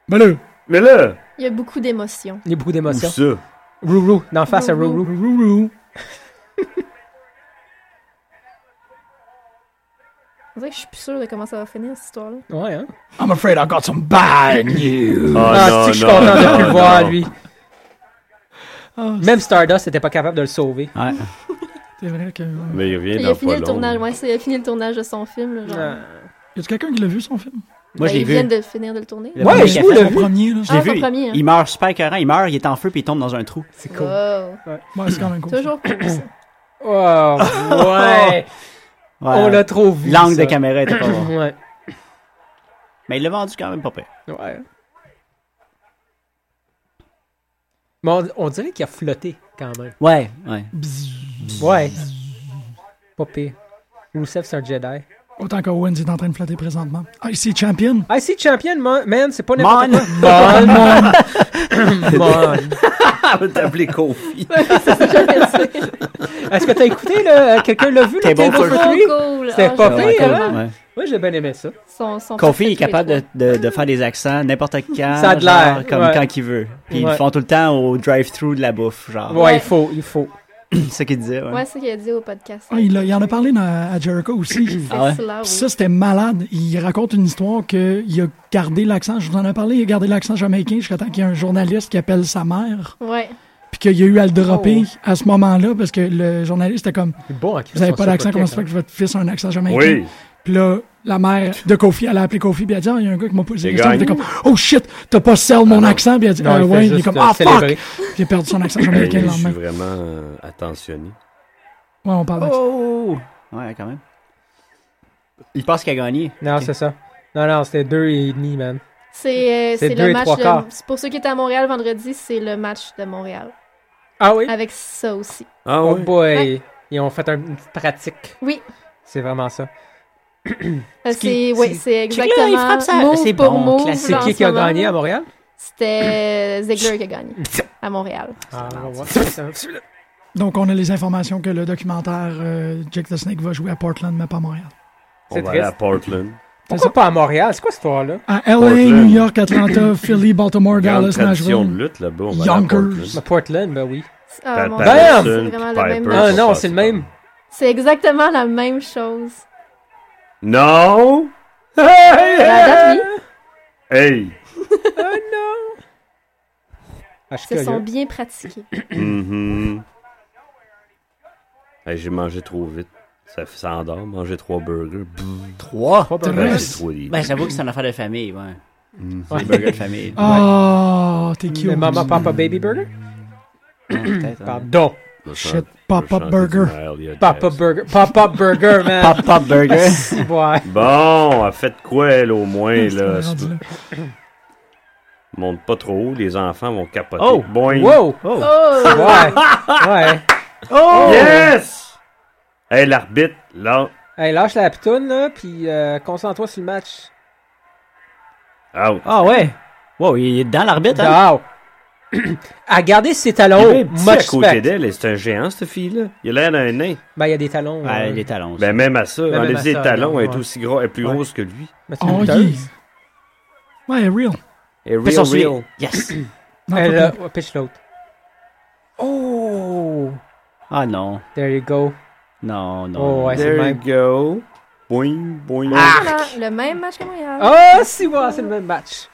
Speaker 1: mais là,
Speaker 5: mais là,
Speaker 3: Il y a beaucoup d'émotions.
Speaker 4: Il y a beaucoup
Speaker 5: où
Speaker 4: d'émotions.
Speaker 5: ça?
Speaker 4: Rourou, d'en face à
Speaker 3: Rourou.
Speaker 4: Rourou.
Speaker 1: Rourou.
Speaker 3: On dirait que je suis plus sûre de comment ça va finir, cette histoire-là.
Speaker 4: Ouais, hein?
Speaker 1: I'm afraid I got some bad news.
Speaker 4: Ah, c'est que je suis content de plus le voir, lui.
Speaker 1: Ah,
Speaker 4: Même Stardust n'était pas capable de le sauver.
Speaker 6: Ouais.
Speaker 1: C'est vrai que. euh,
Speaker 5: Mais il revient
Speaker 3: Il
Speaker 5: dans
Speaker 3: a fini
Speaker 5: pas
Speaker 3: le
Speaker 5: long.
Speaker 3: tournage, ouais, ça, il a fini le tournage de son film. Là, genre.
Speaker 1: Y a quelqu'un qui l'a vu, son film?
Speaker 6: Moi,
Speaker 3: Ben,
Speaker 6: je l'ai
Speaker 3: ils viennent
Speaker 6: vu.
Speaker 3: de finir de le tourner.
Speaker 6: Le
Speaker 4: Ouais,
Speaker 6: premier
Speaker 4: je
Speaker 6: qu'il a
Speaker 4: vous
Speaker 6: fait.
Speaker 4: l'ai
Speaker 1: Son
Speaker 4: vu.
Speaker 1: premier, là.
Speaker 6: Je l'ai
Speaker 3: Ah, son
Speaker 6: vu,
Speaker 3: premier, hein.
Speaker 6: il meurt super écœurant. Il meurt, il est en feu, puis il tombe dans un trou.
Speaker 4: C'est cool.
Speaker 3: Wow.
Speaker 1: Ouais, c'est quand même cool.
Speaker 3: Toujours cool, ça.
Speaker 4: Oh, ouais.
Speaker 6: Oh,
Speaker 4: On l'a trop vu.
Speaker 6: L'angle
Speaker 4: ça.
Speaker 6: de caméra était pas bon.
Speaker 4: Ouais.
Speaker 6: Mais il l'a vendu quand même pas pire.
Speaker 4: Ouais. Mais on, on dirait qu'il a flotté quand même.
Speaker 6: Ouais, ouais.
Speaker 4: Ouais. Pas pire. Rousseff, c'est un Jedi.
Speaker 1: Autant qu'Owens est en train de flotter présentement. IC Champion.
Speaker 4: I see Ah, champion, mon- man, c'est pas
Speaker 6: Mon!
Speaker 4: n'importe quoi. Mon, mon. Mon.
Speaker 5: On va t'appeler Kofi.
Speaker 4: Est-ce que t'as écouté, là? Quelqu'un l'a vu, le
Speaker 6: Table
Speaker 4: Table
Speaker 6: for
Speaker 4: for
Speaker 3: Trop
Speaker 4: Three?
Speaker 3: cool.
Speaker 4: C'était
Speaker 3: Ah,
Speaker 4: pas
Speaker 3: je-
Speaker 4: pire,
Speaker 6: Ouais, cool,
Speaker 4: hein?
Speaker 6: ouais.
Speaker 4: Moi, j'ai bien aimé ça.
Speaker 3: Sont- sont
Speaker 6: Kofi est
Speaker 3: parfaits tous les
Speaker 6: capable de, de, de faire des accents n'importe quand.
Speaker 4: Ça a de l'air,
Speaker 6: genre, Comme
Speaker 4: ouais.
Speaker 6: quand il veut. Puis ils
Speaker 4: Ouais.
Speaker 6: le font tout le temps au drive-through de la bouffe, genre.
Speaker 4: Ouais, il faut, il faut.
Speaker 6: C'est ça qu'il disait, ouais.
Speaker 3: trois. Ouais, c'est ce qu'il a dit au podcast.
Speaker 1: Ah, il, a- il en a parlé dans- à Jericho aussi. Puis
Speaker 3: C'est
Speaker 6: Ah ouais?
Speaker 3: cela, oui.
Speaker 1: ça, c'était malade. Il raconte une histoire qu'il a gardé l'accent. Je vous en ai parlé, il a gardé l'accent jamaïcain jusqu'à temps qu'il y ait un journaliste qui appelle sa mère.
Speaker 3: Ouais.
Speaker 1: Puis qu'il a eu à le
Speaker 6: Oh,
Speaker 1: dropper à ce moment-là parce que le journaliste était comme
Speaker 4: Bon, hein,
Speaker 1: Vous avez pas d'accent, comment ça fait que votre fils a un accent jamaïcain? Puis là, la mère de Kofi, elle a appelé Kofi, puis elle a dit, ah, il y a un gars qui m'a posé
Speaker 5: J'ai
Speaker 1: des questions.
Speaker 5: gagné.
Speaker 1: Puis elle était comme, oh shit, t'as pas sell mon accent? Puis elle a dit,
Speaker 4: Non,
Speaker 1: ah
Speaker 4: il fait
Speaker 1: ouais, il est
Speaker 4: juste,
Speaker 1: comme,
Speaker 4: euh,
Speaker 1: ah fuck!
Speaker 4: célébrer.
Speaker 1: Puis il a perdu son accent
Speaker 5: Hey,
Speaker 1: jamaïcain le
Speaker 5: Je suis
Speaker 1: lendemain.
Speaker 5: vraiment euh, attentionné.
Speaker 1: Ouais, on parle d'accent.
Speaker 6: Oh! Ouais, quand même. Il pense qu'il a gagné.
Speaker 4: Non, c'est ça. Non, non, c'était deux et demi, man.
Speaker 3: C'est euh,
Speaker 4: C'est
Speaker 3: c'est
Speaker 4: deux et
Speaker 3: le match
Speaker 4: trois quarts.
Speaker 3: de... c'est Pour ceux qui étaient à Montréal vendredi, c'est le match de Montréal.
Speaker 4: Ah oui?
Speaker 3: Avec ça aussi.
Speaker 5: Ah
Speaker 4: Oh
Speaker 5: ouais?
Speaker 4: boy. Ils ont fait un- une petite pratique.
Speaker 3: Oui.
Speaker 4: C'est vraiment ça.
Speaker 3: Euh,
Speaker 4: Ce qui-
Speaker 3: C'est ouais,
Speaker 4: c'est-
Speaker 3: c'est
Speaker 6: Check là,
Speaker 3: exactement
Speaker 6: il frappe ça.
Speaker 3: move
Speaker 6: C'est
Speaker 3: pour
Speaker 6: bon,
Speaker 3: move,
Speaker 6: classique.
Speaker 4: C'est
Speaker 3: là, en
Speaker 4: qui
Speaker 3: ce
Speaker 4: qui a
Speaker 3: moment.
Speaker 4: gagné à Montréal?
Speaker 3: C'était Ziegler qui a gagné à Montréal.
Speaker 4: Ah, on va voir.
Speaker 1: Donc, on a les informations que le documentaire euh, Jack the Snake va jouer à Portland, mais pas à Montréal.
Speaker 5: On
Speaker 4: c'est
Speaker 5: va aller à
Speaker 4: triste.
Speaker 5: Portland.
Speaker 4: Pourquoi pas à Montréal? C'est quoi cette histoire-là?
Speaker 1: À LA,
Speaker 5: Portland.
Speaker 1: New York, Atlanta, Philly, Baltimore,
Speaker 5: Grande
Speaker 1: Dallas,
Speaker 5: tradition de
Speaker 1: Nashville.
Speaker 5: lutte là-bas. On va aller à
Speaker 1: Yonkers.
Speaker 4: À
Speaker 5: Portland.
Speaker 4: Portland, ben oui.
Speaker 3: Ah, mon Dieu,
Speaker 5: Patterson,
Speaker 3: c'est vraiment
Speaker 5: puis
Speaker 3: la même
Speaker 5: Piper
Speaker 4: Ah
Speaker 5: sont
Speaker 3: chose.
Speaker 4: non,
Speaker 5: passés
Speaker 4: c'est le
Speaker 5: par là.
Speaker 4: même.
Speaker 3: C'est exactement la même chose.
Speaker 5: Non!
Speaker 4: Eh!
Speaker 3: À la date, oui,
Speaker 5: Hey!
Speaker 4: Ah, je suis
Speaker 3: ils se sont
Speaker 4: curieux.
Speaker 3: bien pratiqués.
Speaker 5: Mhm. Hey, J'ai mangé trop vite. Ça, ça endort, manger trois burgers.
Speaker 6: Trois?
Speaker 4: Pas
Speaker 1: Très-
Speaker 4: Montréal.
Speaker 5: Ben,
Speaker 1: Yes.
Speaker 5: c'est trop des-
Speaker 6: Ben, j'avoue que c'est une affaire de famille, ouais. C'est
Speaker 4: Ouais.
Speaker 6: un burger de famille.
Speaker 1: Oh, t'es
Speaker 4: Le
Speaker 1: cute.
Speaker 4: Maman, papa, baby burger?
Speaker 6: Ouais, peut-être, hein. ouais.
Speaker 4: Pardon.
Speaker 5: Je
Speaker 1: Shit,
Speaker 5: chante- je
Speaker 1: pop-up
Speaker 5: chantais
Speaker 1: burger.
Speaker 5: du Mahalia
Speaker 4: Papa
Speaker 5: Jackson.
Speaker 4: burger. Papa burger, man.
Speaker 6: Pop Pop Burger.
Speaker 4: Ouais.
Speaker 5: Bon, elle fait de quoi, elle, au moins, là?
Speaker 1: C'est rendu là.
Speaker 5: Monte pas trop haut, les enfants vont capoter.
Speaker 6: Oh!
Speaker 5: Boing!
Speaker 4: Wow.
Speaker 3: Oh!
Speaker 4: Ouais. Ouais. Oh!
Speaker 5: Yes! Hey, l'arbitre, là.
Speaker 4: Hey, lâche la pitoune, là, puis euh, concentre-toi sur le match.
Speaker 5: Out.
Speaker 6: Ah ouais! Wow, il est dans l'arbitre, hein?
Speaker 4: Wow. à garder ses
Speaker 1: Oh,
Speaker 5: Il
Speaker 4: talons,
Speaker 5: est petit à
Speaker 4: much
Speaker 5: côté
Speaker 4: respect.
Speaker 5: d'elle, et c'est un géant, cette fille-là. Il a l'air d'un nain.
Speaker 4: Ben, il y a des talons.
Speaker 6: Ouais,
Speaker 4: euh,
Speaker 6: les talons.
Speaker 5: Ben, même à ça,
Speaker 4: Ben, même à
Speaker 5: enlève les
Speaker 4: ça,
Speaker 5: talons,
Speaker 4: non,
Speaker 5: elle est
Speaker 4: ouais.
Speaker 5: aussi gros, elle est plus
Speaker 4: Ouais.
Speaker 5: grosse que lui.
Speaker 4: mais c'est une
Speaker 1: Oh, yeah.
Speaker 4: lutteuse.
Speaker 1: Ouais, real.
Speaker 5: Et
Speaker 6: Fais
Speaker 5: real,
Speaker 6: son sourire.
Speaker 5: real.
Speaker 6: Yes!
Speaker 1: Non,
Speaker 4: Elle,
Speaker 1: pas-
Speaker 4: euh, pitch l'autre. Oh!
Speaker 6: Ah non.
Speaker 4: There you go.
Speaker 6: Non,
Speaker 4: Oh,
Speaker 6: non. non. Ah!
Speaker 4: ouais, c'est le
Speaker 5: There you
Speaker 4: même.
Speaker 5: go. Boing, boing.
Speaker 3: Voilà, le même match que Montréal.
Speaker 4: Oh, si, ouais, c'est le même match.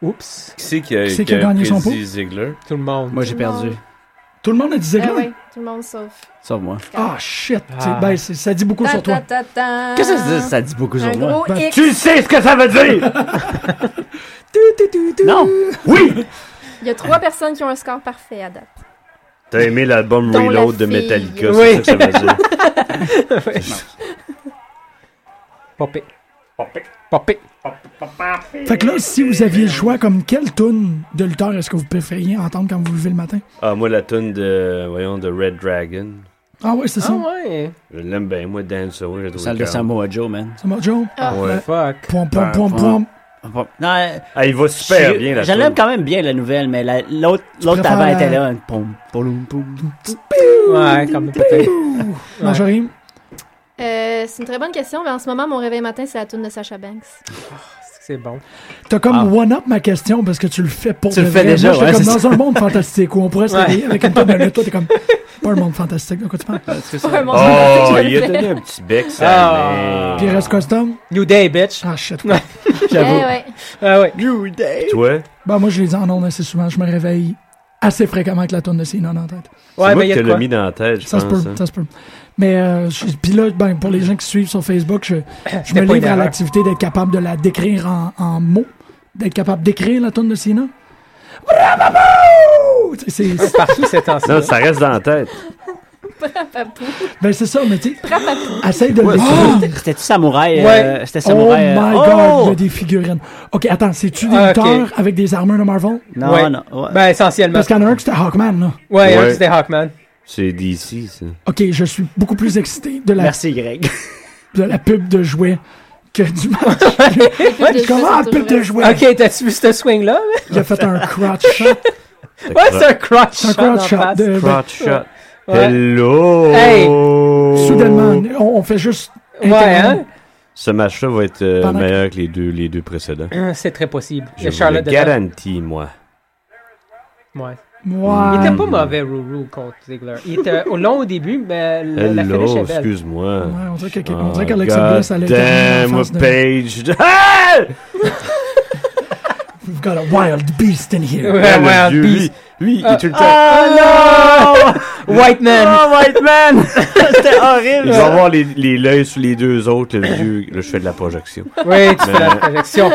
Speaker 4: Oups,
Speaker 5: Qui c'est qui a,
Speaker 1: Qui c'est qui a gagné son
Speaker 5: prédit Ziggler?
Speaker 4: tout le monde.
Speaker 6: Moi, j'ai perdu.
Speaker 1: Tout le monde a dit
Speaker 3: Ah
Speaker 1: Ziggler?
Speaker 3: oui, tout le monde sauf.
Speaker 6: Sauve-moi.
Speaker 1: Ah, shit.
Speaker 4: Ah.
Speaker 1: C'est- Ben, c'est- ça dit beaucoup sur toi.
Speaker 6: Qu'est-ce que ça dit? Ça dit beaucoup
Speaker 3: Un
Speaker 6: sur moi.
Speaker 3: gros
Speaker 1: Ben,
Speaker 3: X.
Speaker 5: Tu sais ce que ça veut dire!
Speaker 6: Non!
Speaker 5: oui!
Speaker 3: Il y a trois personnes qui ont un score parfait à date.
Speaker 5: T'as aimé l'album
Speaker 3: Dont la
Speaker 5: Reload de
Speaker 3: fille.
Speaker 5: Metallica,
Speaker 4: Oui.
Speaker 5: c'est ça que ça veut dire.
Speaker 4: Popé. Popé.
Speaker 1: Fait que là, si vous aviez le choix, comme quelle tune de lutteur est-ce que vous préfériez entendre quand vous vous levez le matin?
Speaker 5: Ah, moi, la tune de, voyons, de Red Dragon.
Speaker 1: Ah ouais, c'est
Speaker 4: Ah
Speaker 1: ça.
Speaker 4: ouais.
Speaker 5: Je l'aime bien, moi, Dance Away. je trouve
Speaker 6: Celle de
Speaker 5: que-
Speaker 6: Samoa Joe, man.
Speaker 1: C'est moi, Joe.
Speaker 3: Ah,
Speaker 5: Ouais.
Speaker 4: Fuck.
Speaker 1: Pom, pom, pom,
Speaker 6: Ben,
Speaker 1: pom.
Speaker 6: Non, euh,
Speaker 5: Ah, il va super
Speaker 6: je-
Speaker 5: bien, la
Speaker 6: Je
Speaker 5: tune.
Speaker 6: l'aime quand même bien, la nouvelle, mais la- l'autre l'autre
Speaker 1: préfères
Speaker 6: avant
Speaker 1: la-
Speaker 6: était là. Pom, poloum, pom, pom.
Speaker 4: Ouais, comme peut-être.
Speaker 1: Marjorie,
Speaker 3: Euh, c'est une très bonne question, mais en ce moment, mon réveil matin, c'est la tune de Sacha Banks.
Speaker 4: C'est bon.
Speaker 1: t'as comme one-up ma question parce que tu le fais pour
Speaker 6: Tu
Speaker 1: de
Speaker 6: le fais
Speaker 1: vrai.
Speaker 6: déjà,
Speaker 1: Moi, j'étais
Speaker 6: ouais,
Speaker 1: comme
Speaker 6: c'est
Speaker 1: dans un monde fantastique où on pourrait se
Speaker 4: Ouais.
Speaker 1: réveiller avec une tune de lutte. Toi, t'es comme, pas un monde fantastique, de quoi tu parles?
Speaker 3: Ouais, mon
Speaker 5: Oh,
Speaker 3: Dieu, je
Speaker 5: il
Speaker 3: le
Speaker 5: a
Speaker 3: fais.
Speaker 5: donné un petit bec,
Speaker 4: Ah.
Speaker 5: ça.
Speaker 1: Puis reste costume.
Speaker 4: New Day, bitch.
Speaker 1: Ah, shit. quoi.
Speaker 3: Eh ouais.
Speaker 4: Ah ouais.
Speaker 6: New Day!
Speaker 5: Toi?
Speaker 1: Ben, moi, je les en ondes assez souvent. Je me réveille assez fréquemment avec la tune de Cena en tête.
Speaker 5: C'est
Speaker 4: Ouais,
Speaker 5: moi
Speaker 4: mais il ben,
Speaker 5: qui
Speaker 4: y a
Speaker 5: te
Speaker 4: de quoi.
Speaker 5: l'ai mis dans la tête, je
Speaker 1: Ça se
Speaker 5: pense. hein.
Speaker 1: peut, ça se peut. Mais euh, je- puis là, ben, pour les gens qui suivent sur Facebook, je, je
Speaker 4: C'était
Speaker 1: me
Speaker 4: pas une
Speaker 1: livre à
Speaker 4: erreur.
Speaker 1: l'activité d'être capable de la décrire en, en mots, d'être capable d'écrire la tonne de Sina. Bravo! C'est- c'est-
Speaker 4: C'est partout ces temps-ci.
Speaker 5: Non, ça reste dans la tête.
Speaker 3: Papou.
Speaker 1: Ben, c'est ça, mais tu sais,
Speaker 3: Papou.
Speaker 1: essaye de le
Speaker 5: Ouais,
Speaker 1: décrire.
Speaker 2: C'était-tu samouraï? euh,
Speaker 1: Ouais.
Speaker 2: C'était
Speaker 1: Oh
Speaker 2: samouraï. euh,
Speaker 1: my
Speaker 2: oh!
Speaker 1: god, il y a des figurines. Ok, attends, c'est-tu des
Speaker 4: Ah, ok.
Speaker 1: lutteurs avec des armures de Marvel?
Speaker 2: Non,
Speaker 4: Ouais.
Speaker 2: non. ouais.
Speaker 4: Ben, essentiellement.
Speaker 1: Parce qu'il y en a un qui c'était Hawkman, là.
Speaker 4: Ouais,
Speaker 5: Ouais.
Speaker 4: un, c'était Hawkman.
Speaker 5: C'est DC, ça.
Speaker 1: Ok, je suis beaucoup plus excité de la,
Speaker 2: Merci, Greg.
Speaker 1: de la pub de jouets que du match.
Speaker 3: Je
Speaker 1: Comment la pub de jouets?
Speaker 4: Ok, t'as-tu vu ce swing-là?
Speaker 1: Il a fait un crotch shot.
Speaker 4: Ouais, c'est un crotch
Speaker 1: C'est un
Speaker 4: shot.
Speaker 1: crotch
Speaker 4: en
Speaker 1: shot.
Speaker 4: face.
Speaker 1: de- ben,
Speaker 5: Crotch shot.
Speaker 4: Ouais.
Speaker 5: Hello!
Speaker 4: Hey!
Speaker 1: soudainement, on, on fait juste.
Speaker 4: Ouais, hein?
Speaker 5: Ce match-là va être euh,
Speaker 1: Pendant que-
Speaker 5: meilleur que les deux, les deux précédents.
Speaker 4: Hum, C'est très possible.
Speaker 5: Je
Speaker 4: Et
Speaker 5: vous le
Speaker 4: Charlotte de
Speaker 5: garantis, moi.
Speaker 4: Ouais.
Speaker 1: Moi.
Speaker 4: Il était pas mauvais, Ruru, contre Ziggler. Il était au long au début, mais la, la finish
Speaker 5: Hello,
Speaker 4: est belle.
Speaker 5: excuse-moi.
Speaker 1: Ouais, on dirait que-
Speaker 5: Ah,
Speaker 1: on dirait qu'Alexa Bliss allait terminer
Speaker 5: Damn,
Speaker 1: en
Speaker 5: moi,
Speaker 1: face de-
Speaker 5: Paige. Ah!
Speaker 1: We've got a wild beast in here.
Speaker 4: Ouais,
Speaker 5: mon
Speaker 4: ouais,
Speaker 5: Dieu,
Speaker 4: puis-
Speaker 5: lui, lui, il
Speaker 4: Ah.
Speaker 5: est tout le temps.
Speaker 4: Ah non! White man!
Speaker 2: White Man! C'était horrible.
Speaker 5: Il va avoir les, les l'œil sur les deux autres, le vieux. Là, je fais de la projection.
Speaker 4: Oui, tu fais la
Speaker 5: Mais-
Speaker 4: projection.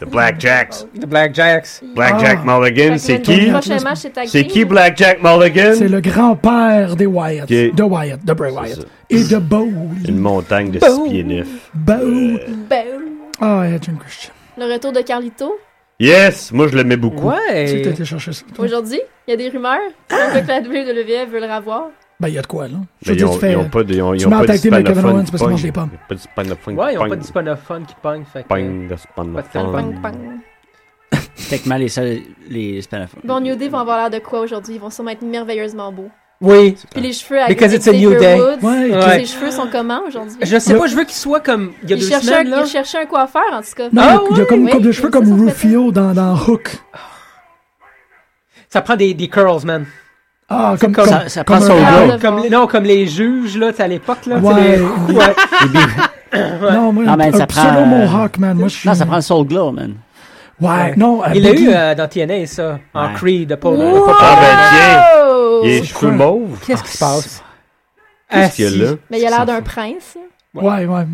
Speaker 5: The Black Jacks.
Speaker 4: The Black Jacks.
Speaker 5: Black
Speaker 1: Ah.
Speaker 5: Jack Mulligan, c'est qui?
Speaker 3: Le prochain match, c'est ta
Speaker 5: C'est
Speaker 3: game.
Speaker 5: qui Black Jack Mulligan?
Speaker 1: C'est le grand-père des Wyatt.
Speaker 5: Ok.
Speaker 1: De Wyatt, de Bray
Speaker 5: C'est
Speaker 1: Wyatt.
Speaker 5: ça.
Speaker 1: Et de Bow.
Speaker 5: Une montagne
Speaker 4: Bah,
Speaker 5: de 6 pieds 9.
Speaker 1: Bow.
Speaker 3: Boom.
Speaker 1: Ah, ouais, Jim Christian.
Speaker 3: Ben, Le retour de Carlito.
Speaker 5: Yes! Moi, je l'aimais beaucoup.
Speaker 1: Tu sais, t'as
Speaker 4: Ouais!
Speaker 1: été chercher ça. toi?
Speaker 3: Aujourd'hui, il y a des rumeurs. C'est un peu que la WWE veut E le revoir.
Speaker 1: Ben, il y a de quoi, là? Je
Speaker 5: Mais
Speaker 1: veux
Speaker 5: ils
Speaker 1: dire,
Speaker 5: ont,
Speaker 1: tu fais.
Speaker 5: ils ont pas de. Ils ont, ils
Speaker 1: tu
Speaker 5: ont
Speaker 1: m'as
Speaker 5: pas de
Speaker 1: attaqué avec Kevin
Speaker 5: spanophone
Speaker 1: Owens parce que je mange des pommes.
Speaker 5: Pas de spanophone.
Speaker 4: Ouais, ils ont pas
Speaker 5: pong,
Speaker 4: de spanophone qui pogne, fait que-
Speaker 5: pong, de
Speaker 4: Pas de spanophone.
Speaker 5: spanophone.
Speaker 3: Pang, pang.
Speaker 2: Techniquement, les seuls. Les spanophones.
Speaker 3: Bon, New Day vont avoir l'air de quoi aujourd'hui? Ils vont sûrement être merveilleusement beaux.
Speaker 4: Oui.
Speaker 3: Puis les cheveux à
Speaker 4: Because it's a new
Speaker 3: Xavier
Speaker 4: day.
Speaker 3: Woods,
Speaker 1: Ouais,
Speaker 3: Ses
Speaker 4: ouais.
Speaker 3: cheveux sont comment aujourd'hui?
Speaker 4: Je sais
Speaker 1: Le-
Speaker 4: pas, je veux qu'il soit comme il y a
Speaker 3: Il
Speaker 4: deux
Speaker 3: cherchait
Speaker 4: semaines,
Speaker 3: un,
Speaker 4: là.
Speaker 3: il cherchait un coiffeur, en tout cas.
Speaker 1: Non, il y
Speaker 4: Ah
Speaker 1: a- il y a comme une
Speaker 3: oui,
Speaker 1: coupe de
Speaker 3: oui,
Speaker 1: cheveux
Speaker 3: ça, ça
Speaker 1: comme
Speaker 3: se fait
Speaker 1: Rufio dans, dans Hook.
Speaker 4: Ça prend des, des curls, man.
Speaker 1: Ah, comme,
Speaker 4: comme-
Speaker 1: comme,
Speaker 2: Ça- ça
Speaker 1: comme
Speaker 2: passe
Speaker 1: un-
Speaker 2: au
Speaker 3: Ah,
Speaker 2: gars.
Speaker 3: le
Speaker 4: Comme
Speaker 3: bon.
Speaker 4: les- non, comme les juges, là, tu sais, à l'époque, là. tu sais,
Speaker 1: Ouais.
Speaker 4: les- ouais.
Speaker 1: Non, moi,
Speaker 2: Non, mais
Speaker 1: un
Speaker 2: ça prend,
Speaker 1: pseudo
Speaker 2: euh,
Speaker 1: Mohawk, man. Moi, je suis.
Speaker 2: Non, ça prend le Soul Glow, man.
Speaker 1: Ouais, non. euh,
Speaker 4: Il l'a
Speaker 1: Biggie.
Speaker 4: eu euh, dans TNA, ça, en
Speaker 2: Ouais.
Speaker 4: Creed, de Paul.
Speaker 5: Ah ben tiens!
Speaker 3: Oh!
Speaker 5: Il a les
Speaker 1: C'est
Speaker 5: cheveux
Speaker 1: quoi?
Speaker 5: mauves.
Speaker 4: Qu'est-ce qui se passe?
Speaker 5: Ah,
Speaker 4: Ah,
Speaker 5: Qu'est-ce qu'il y a là?
Speaker 3: Ah, Mais il a l'air d'un prince.
Speaker 1: Ouais, ouais.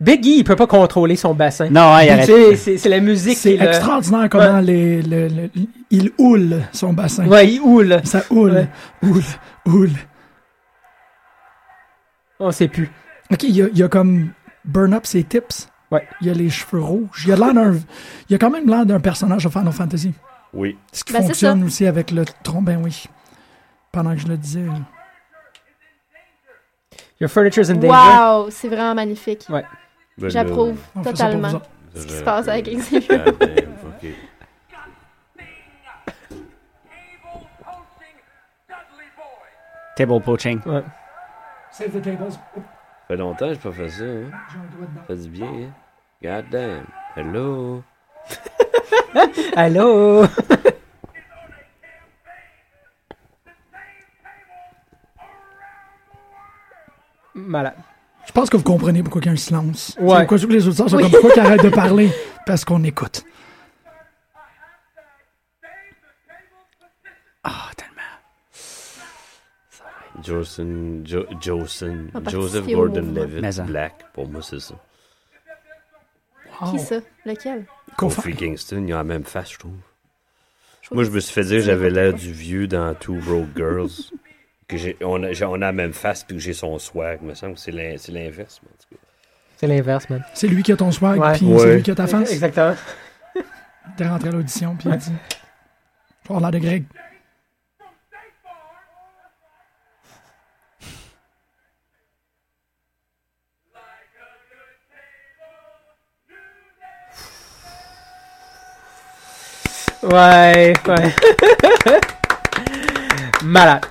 Speaker 4: Biggie, il peut pas contrôler son bassin.
Speaker 2: Non, ouais, il
Speaker 4: Puis,
Speaker 2: arrête.
Speaker 4: tu sais, c'est c'est la musique
Speaker 1: C'est
Speaker 4: qui le-
Speaker 1: extraordinaire comment les, le- le- il houle son bassin.
Speaker 4: Ouais, il houle.
Speaker 1: Ça houle,
Speaker 4: Ouais.
Speaker 1: houle, houle.
Speaker 4: On sait plus.
Speaker 1: Ok, il y a, il y a comme burn up ses tips.
Speaker 4: Ouais.
Speaker 1: Il y a les cheveux rouges. Il y a l'air d'un. Il y a quand même l'air d'un personnage de Final Fantasy.
Speaker 5: Oui.
Speaker 1: Ce qui
Speaker 3: Ben, c'est
Speaker 1: fonctionne aussi avec le tronc. Ben oui. Pendant que je le disais.
Speaker 4: Your furniture's in danger.
Speaker 3: Wow, c'est vraiment magnifique.
Speaker 4: Ouais.
Speaker 5: Ben,
Speaker 3: J'approuve
Speaker 1: on fait Ah, ça pour vous
Speaker 3: totalement
Speaker 1: autres.
Speaker 5: là,
Speaker 3: ce qui
Speaker 5: je-
Speaker 3: se passe avec
Speaker 5: Ah,
Speaker 3: Xavier.
Speaker 5: ben, ok.
Speaker 2: Table poaching.
Speaker 4: Ouais.
Speaker 1: Save the tables.
Speaker 5: Ça fait longtemps que j'ai pas fait ça. Hein? Ça fait du bien. Hein? God damn. Hello.
Speaker 4: Allô? Malade.
Speaker 1: Je pense que vous comprenez pourquoi il y a un silence.
Speaker 4: Ouais.
Speaker 1: C'est Pourquoi tous les auditeurs sont comme pourquoi qu'ils arrêtent de parler parce qu'on écoute.
Speaker 2: Ah, tellement.
Speaker 5: Joseph, jo, Joseph,
Speaker 3: On participe
Speaker 5: Joseph
Speaker 3: au
Speaker 2: Mais
Speaker 5: Gordon-Levitt
Speaker 2: ça.
Speaker 5: Black. Pour moi, c'est ça.
Speaker 1: Wow.
Speaker 3: Qui ça? Lequel?
Speaker 1: Confort.
Speaker 5: Kofi Kingston, ils ont la même face, je trouve.
Speaker 3: trouve
Speaker 5: Moi,
Speaker 3: que
Speaker 5: je me suis fait dire que j'avais l'air du vieux dans Two Rogue Girls. que j'ai, on, a, j'ai- on a la même face puis que j'ai son swag. Il me semble que c'est, l'in- c'est l'inverse. mais en tout cas.
Speaker 4: C'est l'inverse, man.
Speaker 1: C'est lui qui a ton swag,
Speaker 4: Ouais.
Speaker 1: puis
Speaker 5: Ouais.
Speaker 1: c'est lui qui a ta face.
Speaker 4: Exactement.
Speaker 1: T'es rentré à l'audition, puis il a dit Je vais avoir l'air de Greg.
Speaker 4: Ouais, ouais. Malade.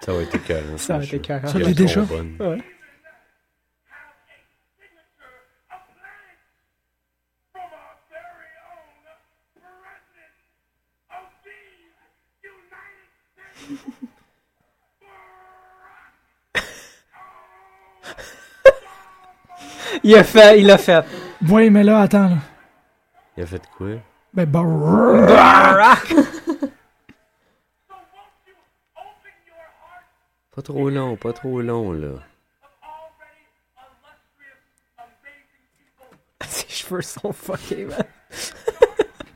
Speaker 5: Ça va être écœurant.
Speaker 4: Ça va être écœurant.
Speaker 1: Ça l'est déjà?
Speaker 4: Ouais. Il a fait, il l'a fait.
Speaker 1: Ouais, mais là, attends. Là.
Speaker 5: Il a fait quoi?
Speaker 1: Ben, brrr.
Speaker 5: Pas trop long, pas trop long, là.
Speaker 4: Ses cheveux sont fuckés, man.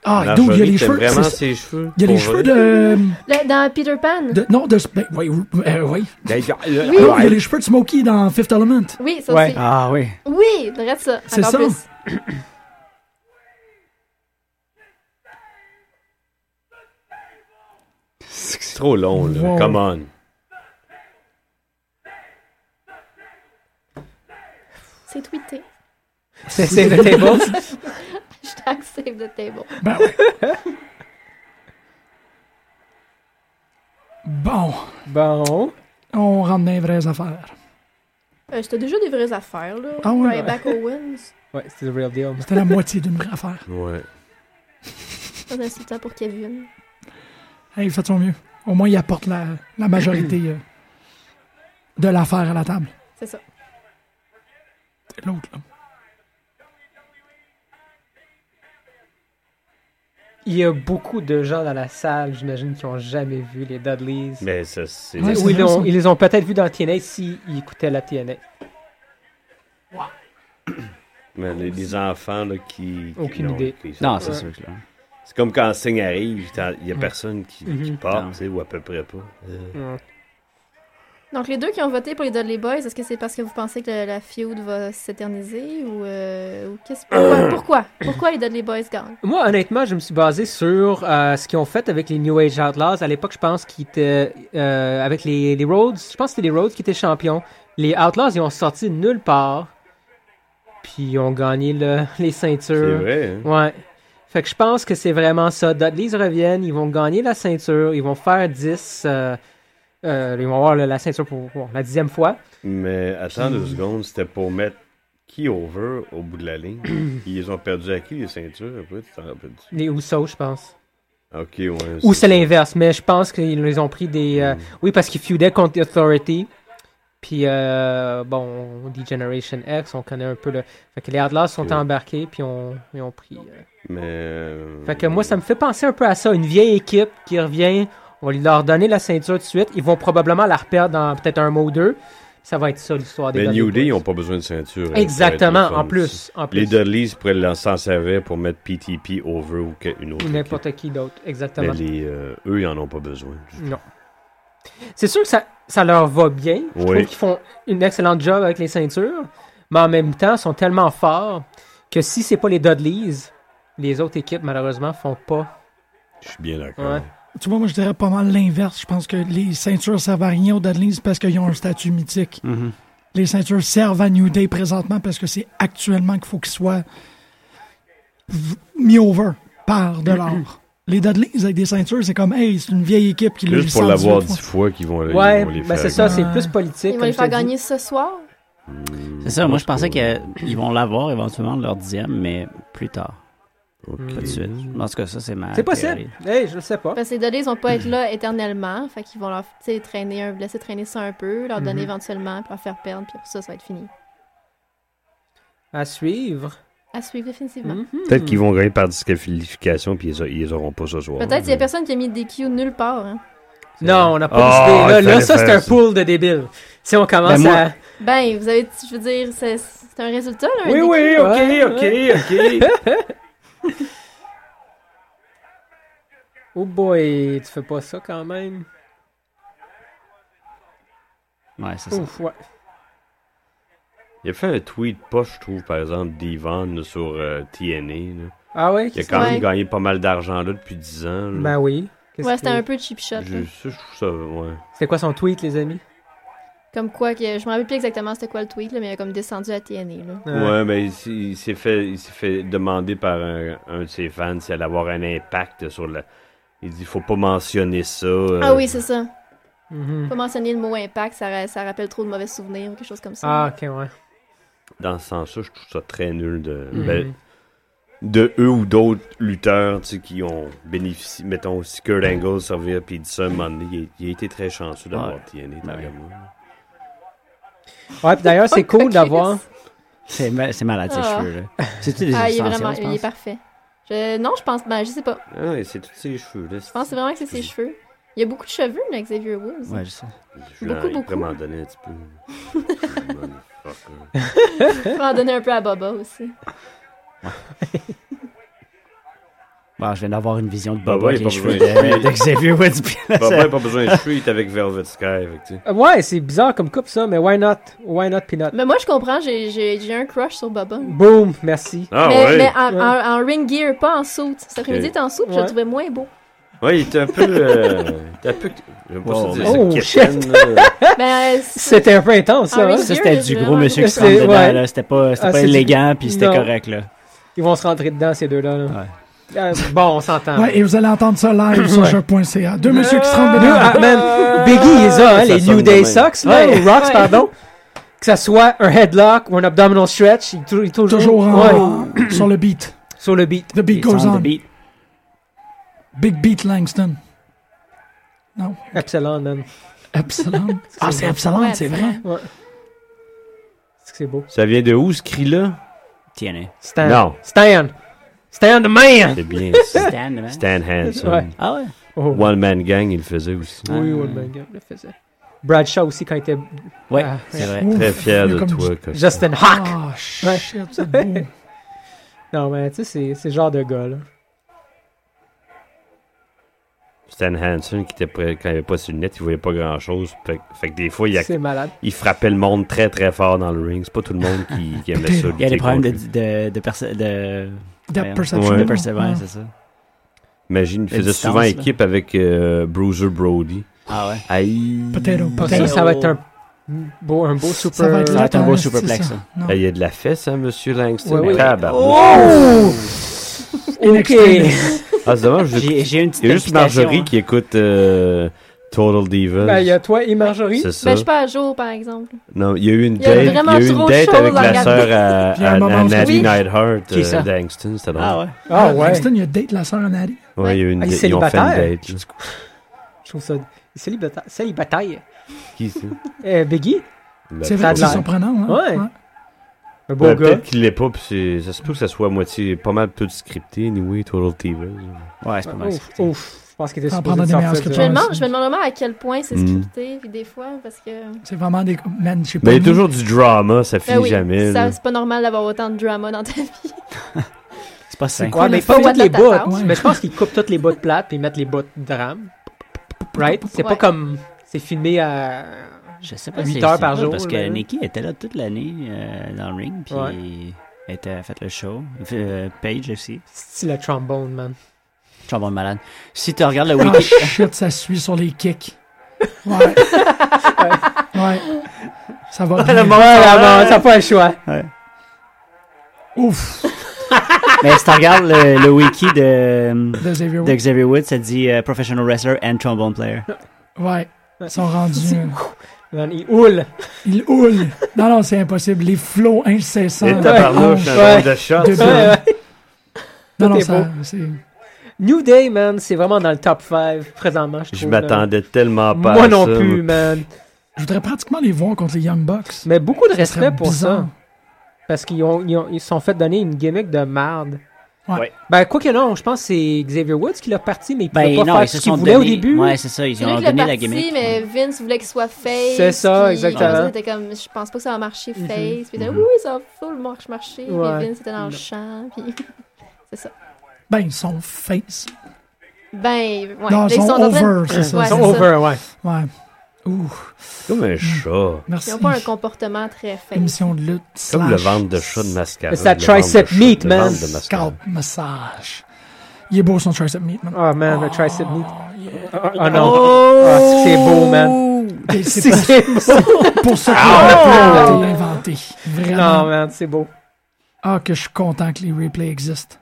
Speaker 1: Ah, d'où il y a
Speaker 5: Marjorie,
Speaker 1: les
Speaker 5: t'aimes
Speaker 1: cheveux.
Speaker 5: vraiment
Speaker 1: c'est-
Speaker 5: ses cheveux.
Speaker 1: Il y a les
Speaker 5: pour
Speaker 1: cheveux
Speaker 5: vrai?
Speaker 1: de,
Speaker 3: Le- dans Peter Pan.
Speaker 1: de- Non, de. ben, oui, oui, euh, oui.
Speaker 5: D'ailleurs, euh,
Speaker 3: Oui.
Speaker 1: Non, il y a les cheveux de Smokey dans Fifth Element.
Speaker 3: Oui, ça
Speaker 4: Ouais.
Speaker 3: aussi.
Speaker 2: Ah oui.
Speaker 3: Oui, le reste, ça.
Speaker 1: C'est
Speaker 3: encore
Speaker 1: ça.
Speaker 3: plus.
Speaker 5: C'est trop long, là.
Speaker 1: Wow.
Speaker 5: Come on.
Speaker 3: C'est tweeté.
Speaker 4: C'est c'est le table.
Speaker 3: Hashtag save the table.
Speaker 1: Ben oui. bon,
Speaker 4: Bon.
Speaker 1: on rentre dans les vraies affaires.
Speaker 3: Euh, C'était déjà des vraies affaires, là.
Speaker 1: Ah ouais,
Speaker 3: Ryback Owens.
Speaker 4: Ouais, c'est le real deal.
Speaker 1: C'était la moitié d'une vraie affaire.
Speaker 5: Ouais.
Speaker 3: On a temps pour Kevin.
Speaker 1: Hey, il fait de son mieux. Au moins, il apporte la, la majorité euh, de l'affaire à la table.
Speaker 3: C'est ça.
Speaker 1: C'est L'autre, là.
Speaker 4: Il y a beaucoup de gens dans la salle, j'imagine, qui ont jamais vu les Dudleys.
Speaker 5: Mais ça, c'est.
Speaker 1: Ouais,
Speaker 4: Ou ils,
Speaker 1: c'est
Speaker 4: l'ont-
Speaker 1: vrai, ça.
Speaker 4: ils les ont peut-être vus dans TNA s'ils écoutaient la TNA.
Speaker 5: Mais les, les enfants, là, qui. qui
Speaker 4: Aucune
Speaker 5: n'ont-
Speaker 4: idée.
Speaker 5: qui sont-
Speaker 2: Non, c'est
Speaker 4: Ouais.
Speaker 2: sûr que là.
Speaker 5: C'est comme quand Sing arrive, t'as- il y a personne qui, qui
Speaker 4: Mhm.
Speaker 5: part,
Speaker 2: Non.
Speaker 5: tu sais, ou à peu près pas. Euh,
Speaker 3: Donc, les deux qui ont voté pour les Dudley Boys, est-ce que c'est parce que vous pensez que la feud va s'éterniser ou, euh, ou qu'est-ce pourquoi, pourquoi Pourquoi les Dudley Boys gagnent
Speaker 4: Moi, honnêtement, je me suis basé sur euh, ce qu'ils ont fait avec les New Age Outlaws. À l'époque, je pense qu'ils étaient. euh, avec les, les Rhodes, je pense que c'était les Rhodes qui étaient champions. Les Outlaws, ils ont sorti de nulle part. Puis ils ont gagné le- les
Speaker 5: c'est
Speaker 4: ceintures.
Speaker 5: vrai, hein?
Speaker 4: Ouais. Fait que je pense que c'est vraiment ça. Dudleys reviennent, ils vont gagner la ceinture, ils vont faire 10. euh, euh, ils vont avoir le- la ceinture pour bon, la dixième fois.
Speaker 5: Mais attends deux secondes, c'était pour mettre qui over au bout de la ligne. Ils ont perdu à qui les ceintures après, tu t'en rappelles-tu?
Speaker 4: Les Usos, je pense.
Speaker 5: Ok, ouais.
Speaker 4: Ou c'est l'inverse, mais je pense qu'ils les ont pris des. euh, Oui, parce qu'ils feudaient contre The Authority. Puis, euh, bon, The Generation X, on connaît un peu le. Fait que les Outlaws sont
Speaker 5: Ok.
Speaker 4: embarqués, puis on, ils ont pris. euh,
Speaker 5: Mais. euh,
Speaker 4: Fait que moi, ça me fait penser un peu à ça. Une vieille équipe qui revient, on va leur donner la ceinture tout de suite. Ils vont probablement la reperdre dans peut-être un mois ou deux. Ça va être ça l'histoire des
Speaker 5: Mais
Speaker 4: Dudley
Speaker 5: Ben, New Day, ils
Speaker 4: Boys.
Speaker 5: n'ont pas besoin de ceinture. hein,
Speaker 4: Exactement,
Speaker 5: ça va être le fun,
Speaker 4: en plus. En
Speaker 5: ça. Les
Speaker 4: plus.
Speaker 5: Dudleys pourraient l'en- s'en servir pour mettre PTP over ou que- une autre.
Speaker 4: Ou
Speaker 5: équipe.
Speaker 4: n'importe qui d'autre,
Speaker 5: Mais
Speaker 4: exactement.
Speaker 5: les, euh, eux, ils en ont pas besoin.
Speaker 4: Non. C'est sûr que ça, ça leur va bien. Je
Speaker 5: Oui.
Speaker 4: trouve qu'ils font une excellente job avec les ceintures. Mais en même temps, ils sont tellement forts que si c'est pas les Dudleys, les autres équipes, malheureusement, font pas.
Speaker 5: Je suis bien d'accord.
Speaker 4: Ouais.
Speaker 1: Tu vois, moi, je dirais pas mal l'inverse. Je pense que les ceintures servent à rien aux Dudleys parce qu'ils ont un statut mythique.
Speaker 5: Mm-hmm.
Speaker 1: Les ceintures servent à New Day présentement parce que c'est actuellement qu'il faut qu'ils soient v- mis over par
Speaker 5: Mm-hmm.
Speaker 1: de l'or. Les Dudleys avec des ceintures, c'est comme, hey, c'est une vieille équipe qui l'a
Speaker 5: Plus pour
Speaker 1: 818
Speaker 5: l'avoir
Speaker 1: fois.
Speaker 5: dix fois qu'ils vont, ils
Speaker 4: Ouais,
Speaker 5: vont les faire.
Speaker 4: ben c'est ça,
Speaker 5: gagner.
Speaker 4: c'est
Speaker 1: gagner.
Speaker 4: plus politique.
Speaker 3: Ils vont
Speaker 4: comme
Speaker 3: les
Speaker 4: je
Speaker 3: faire
Speaker 4: te dis.
Speaker 3: gagner ce soir
Speaker 2: C'est ça, moi je pensais
Speaker 5: que
Speaker 2: qu'ils vont l'avoir éventuellement leur dixième, mais plus tard, pas de suite. En tout cas, ça c'est ma.
Speaker 5: Ah,
Speaker 4: C'est possible.
Speaker 2: théorie.
Speaker 4: Hey, je le sais pas.
Speaker 3: Parce que les Dudleys vont pas être
Speaker 4: Mm.
Speaker 3: là éternellement. Fait qu'ils vont leur tu sais, traîner un, laisser traîner ça un peu, leur donner
Speaker 4: Mhm.
Speaker 3: éventuellement, puis leur faire perdre, puis après ça, ça va être fini.
Speaker 4: À suivre.
Speaker 3: À suivre définitivement.
Speaker 4: Mm-hmm.
Speaker 5: Peut-être qu'ils vont gagner par disqualification puis ils, a- ils auront pas ce soir.
Speaker 3: Peut-être qu'il y a
Speaker 4: ben.
Speaker 3: personne qui a mis des Q nulle part. Hein.
Speaker 4: Non, on n'a pas
Speaker 5: Ah,
Speaker 4: d'idée. Là,
Speaker 5: il
Speaker 4: là,
Speaker 5: fallait
Speaker 4: ça, c'est
Speaker 5: faire
Speaker 4: un
Speaker 5: ça.
Speaker 4: pool de débiles. Si on commence
Speaker 2: Ben, moi-
Speaker 4: à.
Speaker 3: Ben, vous avez, je veux dire, c'est c'est un résultat, là. un
Speaker 4: Oui,
Speaker 3: DQ.
Speaker 4: oui, ok,
Speaker 5: ok, ok.
Speaker 4: Oh boy, tu fais pas ça quand même.
Speaker 2: Ouais, c'est ça.
Speaker 4: Ouf, ouais.
Speaker 5: Il a fait un tweet pas, je trouve, par exemple, d'Ivan sur euh, TNA. là.
Speaker 4: Ah ouais,
Speaker 5: Il a
Speaker 4: qu'est-ce
Speaker 5: quand
Speaker 4: que-
Speaker 5: même
Speaker 3: Ouais.
Speaker 5: gagné pas mal d'argent là depuis 10 ans. là.
Speaker 4: Ben oui. Qu'est-ce
Speaker 3: Ouais,
Speaker 4: que-
Speaker 3: c'était un peu cheap
Speaker 4: Ben
Speaker 3: shot.
Speaker 5: Je,
Speaker 3: là.
Speaker 5: ça, je trouve ça, ouais.
Speaker 4: C'était quoi son tweet, les amis?
Speaker 3: Comme quoi, que, je me rappelle plus exactement c'était quoi le tweet, là, mais il a comme descendu à TNA. Là.
Speaker 4: Euh,
Speaker 5: Ouais, mais il s- il s'est fait, il s'est fait demander par un, un de ses fans si elle allait avoir un impact sur le. Il dit faut pas mentionner ça. euh.
Speaker 3: Ah oui, c'est ça.
Speaker 4: mhm.
Speaker 3: Pas mentionner le mot impact, ça, ra- ça rappelle trop de mauvais souvenirs ou quelque chose comme ça.
Speaker 4: Ah, ok, ouais.
Speaker 5: Dans ce sens-là, je trouve ça très nul de,
Speaker 4: Mhm.
Speaker 5: ben, de eux ou d'autres lutteurs tu sais, qui ont bénéficié. Mettons, si Kurt Angle servir puis il dit ça un moment donné, il, a- il a été très chanceux d'avoir
Speaker 2: Ouais.
Speaker 5: TNA
Speaker 2: Ouais.
Speaker 5: derrière moi.
Speaker 4: Ouais, puis d'ailleurs, c'est cool d'avoir.
Speaker 2: C'est ma- c'est malade ces
Speaker 3: Ah.
Speaker 2: cheveux là. C'est-tu des
Speaker 3: Ah, il est
Speaker 2: extensions,
Speaker 3: vraiment,
Speaker 2: je
Speaker 3: il est
Speaker 2: pense?
Speaker 3: parfait. Je- non, je pense, ben, je sais pas.
Speaker 5: Ah, ouais, c'est tous ses cheveux. Là,
Speaker 3: Je pense vraiment que c'est ses cheveux. Il y a beaucoup de cheveux, là, Xavier Woods.
Speaker 2: Ouais, je sais.
Speaker 5: Je
Speaker 3: beaucoup,
Speaker 5: voulais- il
Speaker 3: beaucoup.
Speaker 5: pourrait m'en donner un petit peu. Motherfucker.
Speaker 3: Il faut en donner un peu à Baba aussi.
Speaker 2: Bon, je viens d'avoir une vision de
Speaker 5: Boba,
Speaker 2: Boba
Speaker 5: il
Speaker 2: et
Speaker 5: a pas
Speaker 2: les cheveux de,
Speaker 5: besoin de
Speaker 2: de Xavier Woods. Puis là,
Speaker 5: Boba
Speaker 2: ça-
Speaker 5: n'a pas besoin de cheveux, il est avec Velvet Sky. fait que, tu sais.
Speaker 4: Euh, Ouais, c'est bizarre comme coupe ça, mais why not? Why not peanut?
Speaker 3: Mais moi, je comprends, j'ai- j'ai j'ai un crush sur Boba.
Speaker 4: Boom, merci.
Speaker 5: Ah
Speaker 3: mais
Speaker 5: ouais.
Speaker 3: mais en,
Speaker 4: Ouais.
Speaker 3: en- en ring gear, pas en suit. Cet après-midi, il était en suit, puis je le
Speaker 4: Ouais.
Speaker 3: trouvais moins beau.
Speaker 5: Ouais, il était un peu. euh, il était un peu. J'aime pas
Speaker 2: Wow.
Speaker 5: ça dire
Speaker 4: Oh,
Speaker 5: ça,
Speaker 4: shit.
Speaker 5: Kitten, là.
Speaker 3: Mais euh, c'est-
Speaker 4: C'était un peu intense, ça.
Speaker 3: Ah oui.
Speaker 4: hein?
Speaker 2: Ça, c'était du gros monsieur qui se
Speaker 4: C'est-
Speaker 2: rentre dedans,
Speaker 4: ouais.
Speaker 2: là. C'était pas, c'était
Speaker 4: Ah,
Speaker 2: pas
Speaker 4: c'est du-
Speaker 2: élégant, puis c'était
Speaker 4: Non.
Speaker 2: correct, là.
Speaker 4: Ils vont se rentrer dedans, ces deux-là. là.
Speaker 2: Ouais.
Speaker 4: Euh, bon, on s'entend.
Speaker 1: Ouais, et vous allez entendre ça live sur jeu.ca. Deux messieurs qui se rendent
Speaker 4: Deux,
Speaker 1: dedans.
Speaker 4: ah, man, Biggie est ça, hein,
Speaker 5: Ça
Speaker 4: les
Speaker 5: sonne
Speaker 4: New
Speaker 5: de
Speaker 4: Day
Speaker 5: même.
Speaker 4: Socks, là,
Speaker 2: Ouais.
Speaker 4: ou Rocks,
Speaker 3: Ouais.
Speaker 4: pardon. Que ça soit un headlock ou un abdominal stretch, il est tou- il est toujours,
Speaker 1: Toujours
Speaker 4: ouais,
Speaker 1: en- sur le beat.
Speaker 4: sur le beat.
Speaker 1: The beat
Speaker 2: Les
Speaker 1: goes
Speaker 2: sons de
Speaker 1: on.
Speaker 2: beat.
Speaker 1: Big beat Langston. Non.
Speaker 4: Excellent, man.
Speaker 1: Epsilon. ah, c'est Epsilon,
Speaker 3: Ouais,
Speaker 1: c'est
Speaker 3: Epsilon.
Speaker 1: vrai.
Speaker 4: Est-ce que C'est beau.
Speaker 5: Ça vient de où ce cri-là
Speaker 2: Tiens,
Speaker 4: Stan.
Speaker 5: Non.
Speaker 4: Stan. Stan the man.
Speaker 5: C'est bien.
Speaker 2: hein.
Speaker 5: ça.
Speaker 2: Stan, man.
Speaker 5: Stan Hanson.
Speaker 4: Ouais.
Speaker 2: Ah ouais?
Speaker 4: Oh.
Speaker 5: One Man Gang, il le faisait aussi.
Speaker 4: Oui, One Man Gang le faisait. Bradshaw aussi quand il était
Speaker 2: Ouais,
Speaker 4: Ah,
Speaker 2: c'est vrai.
Speaker 1: Ouf,
Speaker 5: Très fier
Speaker 1: il y a
Speaker 5: de
Speaker 1: comme
Speaker 5: toi,
Speaker 1: du-
Speaker 5: Costa.
Speaker 4: Justin Hawk.
Speaker 1: Ah, shit, c'est beau.
Speaker 4: Non, mais tu sais, c'est- c'est le genre de gars, là.
Speaker 5: Stan Hansen, qui était prêt- quand il avait pas ses lunettes, il voyait pas grand chose. Fait, que- fait que des fois, il, a-
Speaker 4: C'est malade.
Speaker 5: il frappait le monde très très fort dans le ring. C'est pas tout le monde qui, qui aimait ça.
Speaker 2: Il y a des
Speaker 5: lutter
Speaker 2: problèmes de,
Speaker 5: contre lui.
Speaker 2: de, de, perce- de,
Speaker 1: Depth
Speaker 2: voyons,
Speaker 1: perception. Ah.
Speaker 2: de
Speaker 5: Ouais.
Speaker 2: persévérance,
Speaker 1: Ouais.
Speaker 2: c'est ça.
Speaker 5: Imagine, il
Speaker 2: La
Speaker 5: faisait
Speaker 2: distance,
Speaker 5: souvent
Speaker 2: là.
Speaker 5: équipe avec euh, Bruiser Brody.
Speaker 2: Ah ouais.
Speaker 5: Aïe.
Speaker 1: Potato,
Speaker 4: Pas
Speaker 1: potato.
Speaker 4: ça, ça va être un beau, un beau
Speaker 1: Ben oh. Ça
Speaker 4: super.
Speaker 1: va être,
Speaker 2: Ça va être un beau
Speaker 1: là, c'est
Speaker 2: superplex, ça.
Speaker 1: Non.
Speaker 5: Ah, Il y a de la fesse, hein, monsieur Langston.
Speaker 4: Ouais, ouais.
Speaker 5: Tabarnak.
Speaker 4: Oh! ok.
Speaker 5: Ah, c'est dommage. vous-
Speaker 2: J'ai j'ai une petite
Speaker 5: Il y a juste
Speaker 2: invitation,
Speaker 5: Marjorie
Speaker 2: hein.
Speaker 5: qui écoute euh, Total Divas.
Speaker 4: Ben, il y a toi et Marjorie.
Speaker 5: Euh, C'est ça.
Speaker 3: ben, je suis pas à jour, par exemple.
Speaker 5: Non, il y a eu une
Speaker 3: Il y a
Speaker 5: date, il y
Speaker 3: vraiment
Speaker 5: a eu
Speaker 3: trop
Speaker 5: une
Speaker 3: de
Speaker 5: date
Speaker 3: choses
Speaker 5: avec
Speaker 3: à
Speaker 5: la
Speaker 3: regarder.
Speaker 5: sœur à,
Speaker 1: Puis à
Speaker 5: à,
Speaker 1: un moment,
Speaker 5: à
Speaker 1: on se
Speaker 5: Natty
Speaker 1: dit-
Speaker 5: Nightheart
Speaker 2: Qui ça?
Speaker 5: euh, d'Angston, c'était drôle.
Speaker 2: Ah ouais.
Speaker 4: Ah ouais.
Speaker 1: Langston, il y a date la sœur à Natty.
Speaker 5: Ouais, il y a eu une
Speaker 4: Ah, il est
Speaker 5: date- ils ont fait une
Speaker 4: célibataire?
Speaker 5: date. là.
Speaker 4: Je trouve ça. Célibataire. Célibataire.
Speaker 5: Qui c'est?
Speaker 4: Euh, Biggie.
Speaker 1: C'est
Speaker 4: Ça a
Speaker 1: vrai,
Speaker 4: de
Speaker 1: c'est
Speaker 4: l'air.
Speaker 1: surprenant. Hein?
Speaker 4: Ouais. Un beau
Speaker 5: Ben,
Speaker 4: gars.
Speaker 5: Peut-être qu'il l'est pas, puis c'est- ça se peut que ça soit à moitié, pas mal tout scripté, anyway, Total Divas.
Speaker 2: Ouais, c'est pas mal.
Speaker 4: Ouf, ouf. Je pense qu'il était
Speaker 1: T'en
Speaker 4: supposé
Speaker 1: prendras
Speaker 4: de
Speaker 1: des meilleurs
Speaker 4: sortir
Speaker 1: que
Speaker 4: de-
Speaker 3: Je me
Speaker 1: toi.
Speaker 3: demande, je me demande vraiment à quel point c'est
Speaker 5: Mm.
Speaker 3: scripté, puis des fois, parce que.
Speaker 1: C'est vraiment des. Man, je sais pas.
Speaker 5: Mais Ben, il y a
Speaker 1: nous.
Speaker 5: toujours du drama, ça finit
Speaker 3: Ben oui,
Speaker 5: jamais.
Speaker 3: ça,
Speaker 5: là.
Speaker 3: c'est pas normal d'avoir autant de drama dans ta vie.
Speaker 2: C'est pas sain.
Speaker 4: Ouais, mais
Speaker 3: mais faut
Speaker 4: pas toutes
Speaker 3: mettre
Speaker 4: les
Speaker 3: la
Speaker 4: bouts.
Speaker 3: tapage.
Speaker 4: Mais je pense qu'ils coupent toutes les bouts de plate puis ils mettent les bouts de drame. Right? C'est pas
Speaker 3: Ouais.
Speaker 4: comme. C'est filmé à.
Speaker 2: Je sais pas
Speaker 4: Huit
Speaker 2: si
Speaker 4: heures
Speaker 2: c'est
Speaker 4: par
Speaker 2: vrai,
Speaker 4: jour,
Speaker 2: Parce que
Speaker 4: là.
Speaker 2: Nikki était là toute l'année euh, dans le ring, puis
Speaker 4: Ouais.
Speaker 2: elle était, elle a fait le show. Euh, Paige aussi.
Speaker 4: C'est le trombone, man.
Speaker 2: Chambon de malade. Si tu regardes le
Speaker 1: Ah,
Speaker 2: wiki.
Speaker 1: shit, ça suit sur les kicks. Ouais. ouais. Ça
Speaker 2: Ah,
Speaker 1: va bien.
Speaker 4: Ouais, là, bon, Ah, t'as pas le choix.
Speaker 1: Ouf,
Speaker 2: mais si tu regardes le, le wiki de,
Speaker 1: de Xavier
Speaker 2: de Xavier Woods, ça dit euh, Professional Wrestler and Trombone Player.
Speaker 1: Ouais. Ils sont rendus. euh,
Speaker 4: Man, il houle.
Speaker 1: Ils houlent. Non, non, c'est impossible. Les flots incessants.
Speaker 5: Et tabarnouche, hein.
Speaker 1: de
Speaker 5: un genre de shot.
Speaker 1: hanches, de
Speaker 5: ça.
Speaker 4: Ah,
Speaker 1: bras. Non,
Speaker 4: Tout
Speaker 1: non,
Speaker 4: est
Speaker 1: ça.
Speaker 4: beau.
Speaker 1: c'est-
Speaker 4: New Day, man, c'est vraiment dans le top 5 présentement, je trouve.
Speaker 5: Je
Speaker 4: là.
Speaker 5: m'attendais tellement pas
Speaker 4: Moi
Speaker 5: à
Speaker 4: non
Speaker 5: ça.
Speaker 4: plus, man.
Speaker 1: Je voudrais pratiquement les voir contre les Young Bucks.
Speaker 4: Mais beaucoup de
Speaker 1: Ce serait
Speaker 4: respect pour
Speaker 1: bizarre.
Speaker 4: ça. Parce qu'ils ont, ils ont- ils se sont fait donner une gimmick de merde.
Speaker 1: Ouais.
Speaker 2: Ouais.
Speaker 4: Ben, quoi que non, je pense que c'est Xavier Woods qui l'a parti, mais il pouvait
Speaker 2: Ben
Speaker 4: pas
Speaker 2: non, ils
Speaker 4: faire
Speaker 2: se
Speaker 4: ce qu'il
Speaker 2: sont
Speaker 4: voulait
Speaker 2: donné.
Speaker 4: au début.
Speaker 2: Ouais, c'est ça, ils
Speaker 3: C'est
Speaker 2: ont
Speaker 3: lui qui
Speaker 2: donné
Speaker 3: l'a
Speaker 2: la
Speaker 3: parti,
Speaker 2: gimmick.
Speaker 3: mais Vince voulait qu'il soit face.
Speaker 4: C'est ça,
Speaker 3: puis
Speaker 4: exactement.
Speaker 3: Carlson était comme, je pense pas que ça va marcher face.
Speaker 4: Mhm.
Speaker 3: Puis il était,
Speaker 5: Mhm.
Speaker 3: oui, ça va full marche marcher.
Speaker 4: Ouais.
Speaker 3: Puis Vince était dans le champ. Puis...
Speaker 1: Ben, ils sont face.
Speaker 3: Ben, ouais.
Speaker 1: Non,
Speaker 3: Là,
Speaker 1: ils sont
Speaker 3: en train de-
Speaker 1: over, c'est ça.
Speaker 3: Ouais,
Speaker 4: Ils
Speaker 1: Ils
Speaker 4: sont
Speaker 3: c'est ça.
Speaker 4: over, ouais.
Speaker 1: Ouais. Ouh,
Speaker 5: Comme un chat.
Speaker 1: merci.
Speaker 3: Ils ont pas un comportement très face.
Speaker 1: Émission de lutte.
Speaker 5: Comme
Speaker 1: slash
Speaker 5: le ventre de chat de mascara.
Speaker 4: C'est la
Speaker 5: le ventre de
Speaker 4: tricep
Speaker 5: chat,
Speaker 4: meat,
Speaker 5: le
Speaker 4: man.
Speaker 5: ventre de mascara.
Speaker 1: Scalp massage. Il est beau son tricep meat, man.
Speaker 4: Oh, man, le tricep meat.
Speaker 1: meat.
Speaker 4: Oh, oh, non. Ah, c'est que c'est beau, man.
Speaker 3: Ah.
Speaker 1: C'est pour-
Speaker 4: C'est beau.
Speaker 1: pour ça qu'il a inventé. Vraiment.
Speaker 4: Non, man, c'est beau.
Speaker 1: Ah, que je suis content que les replays existent.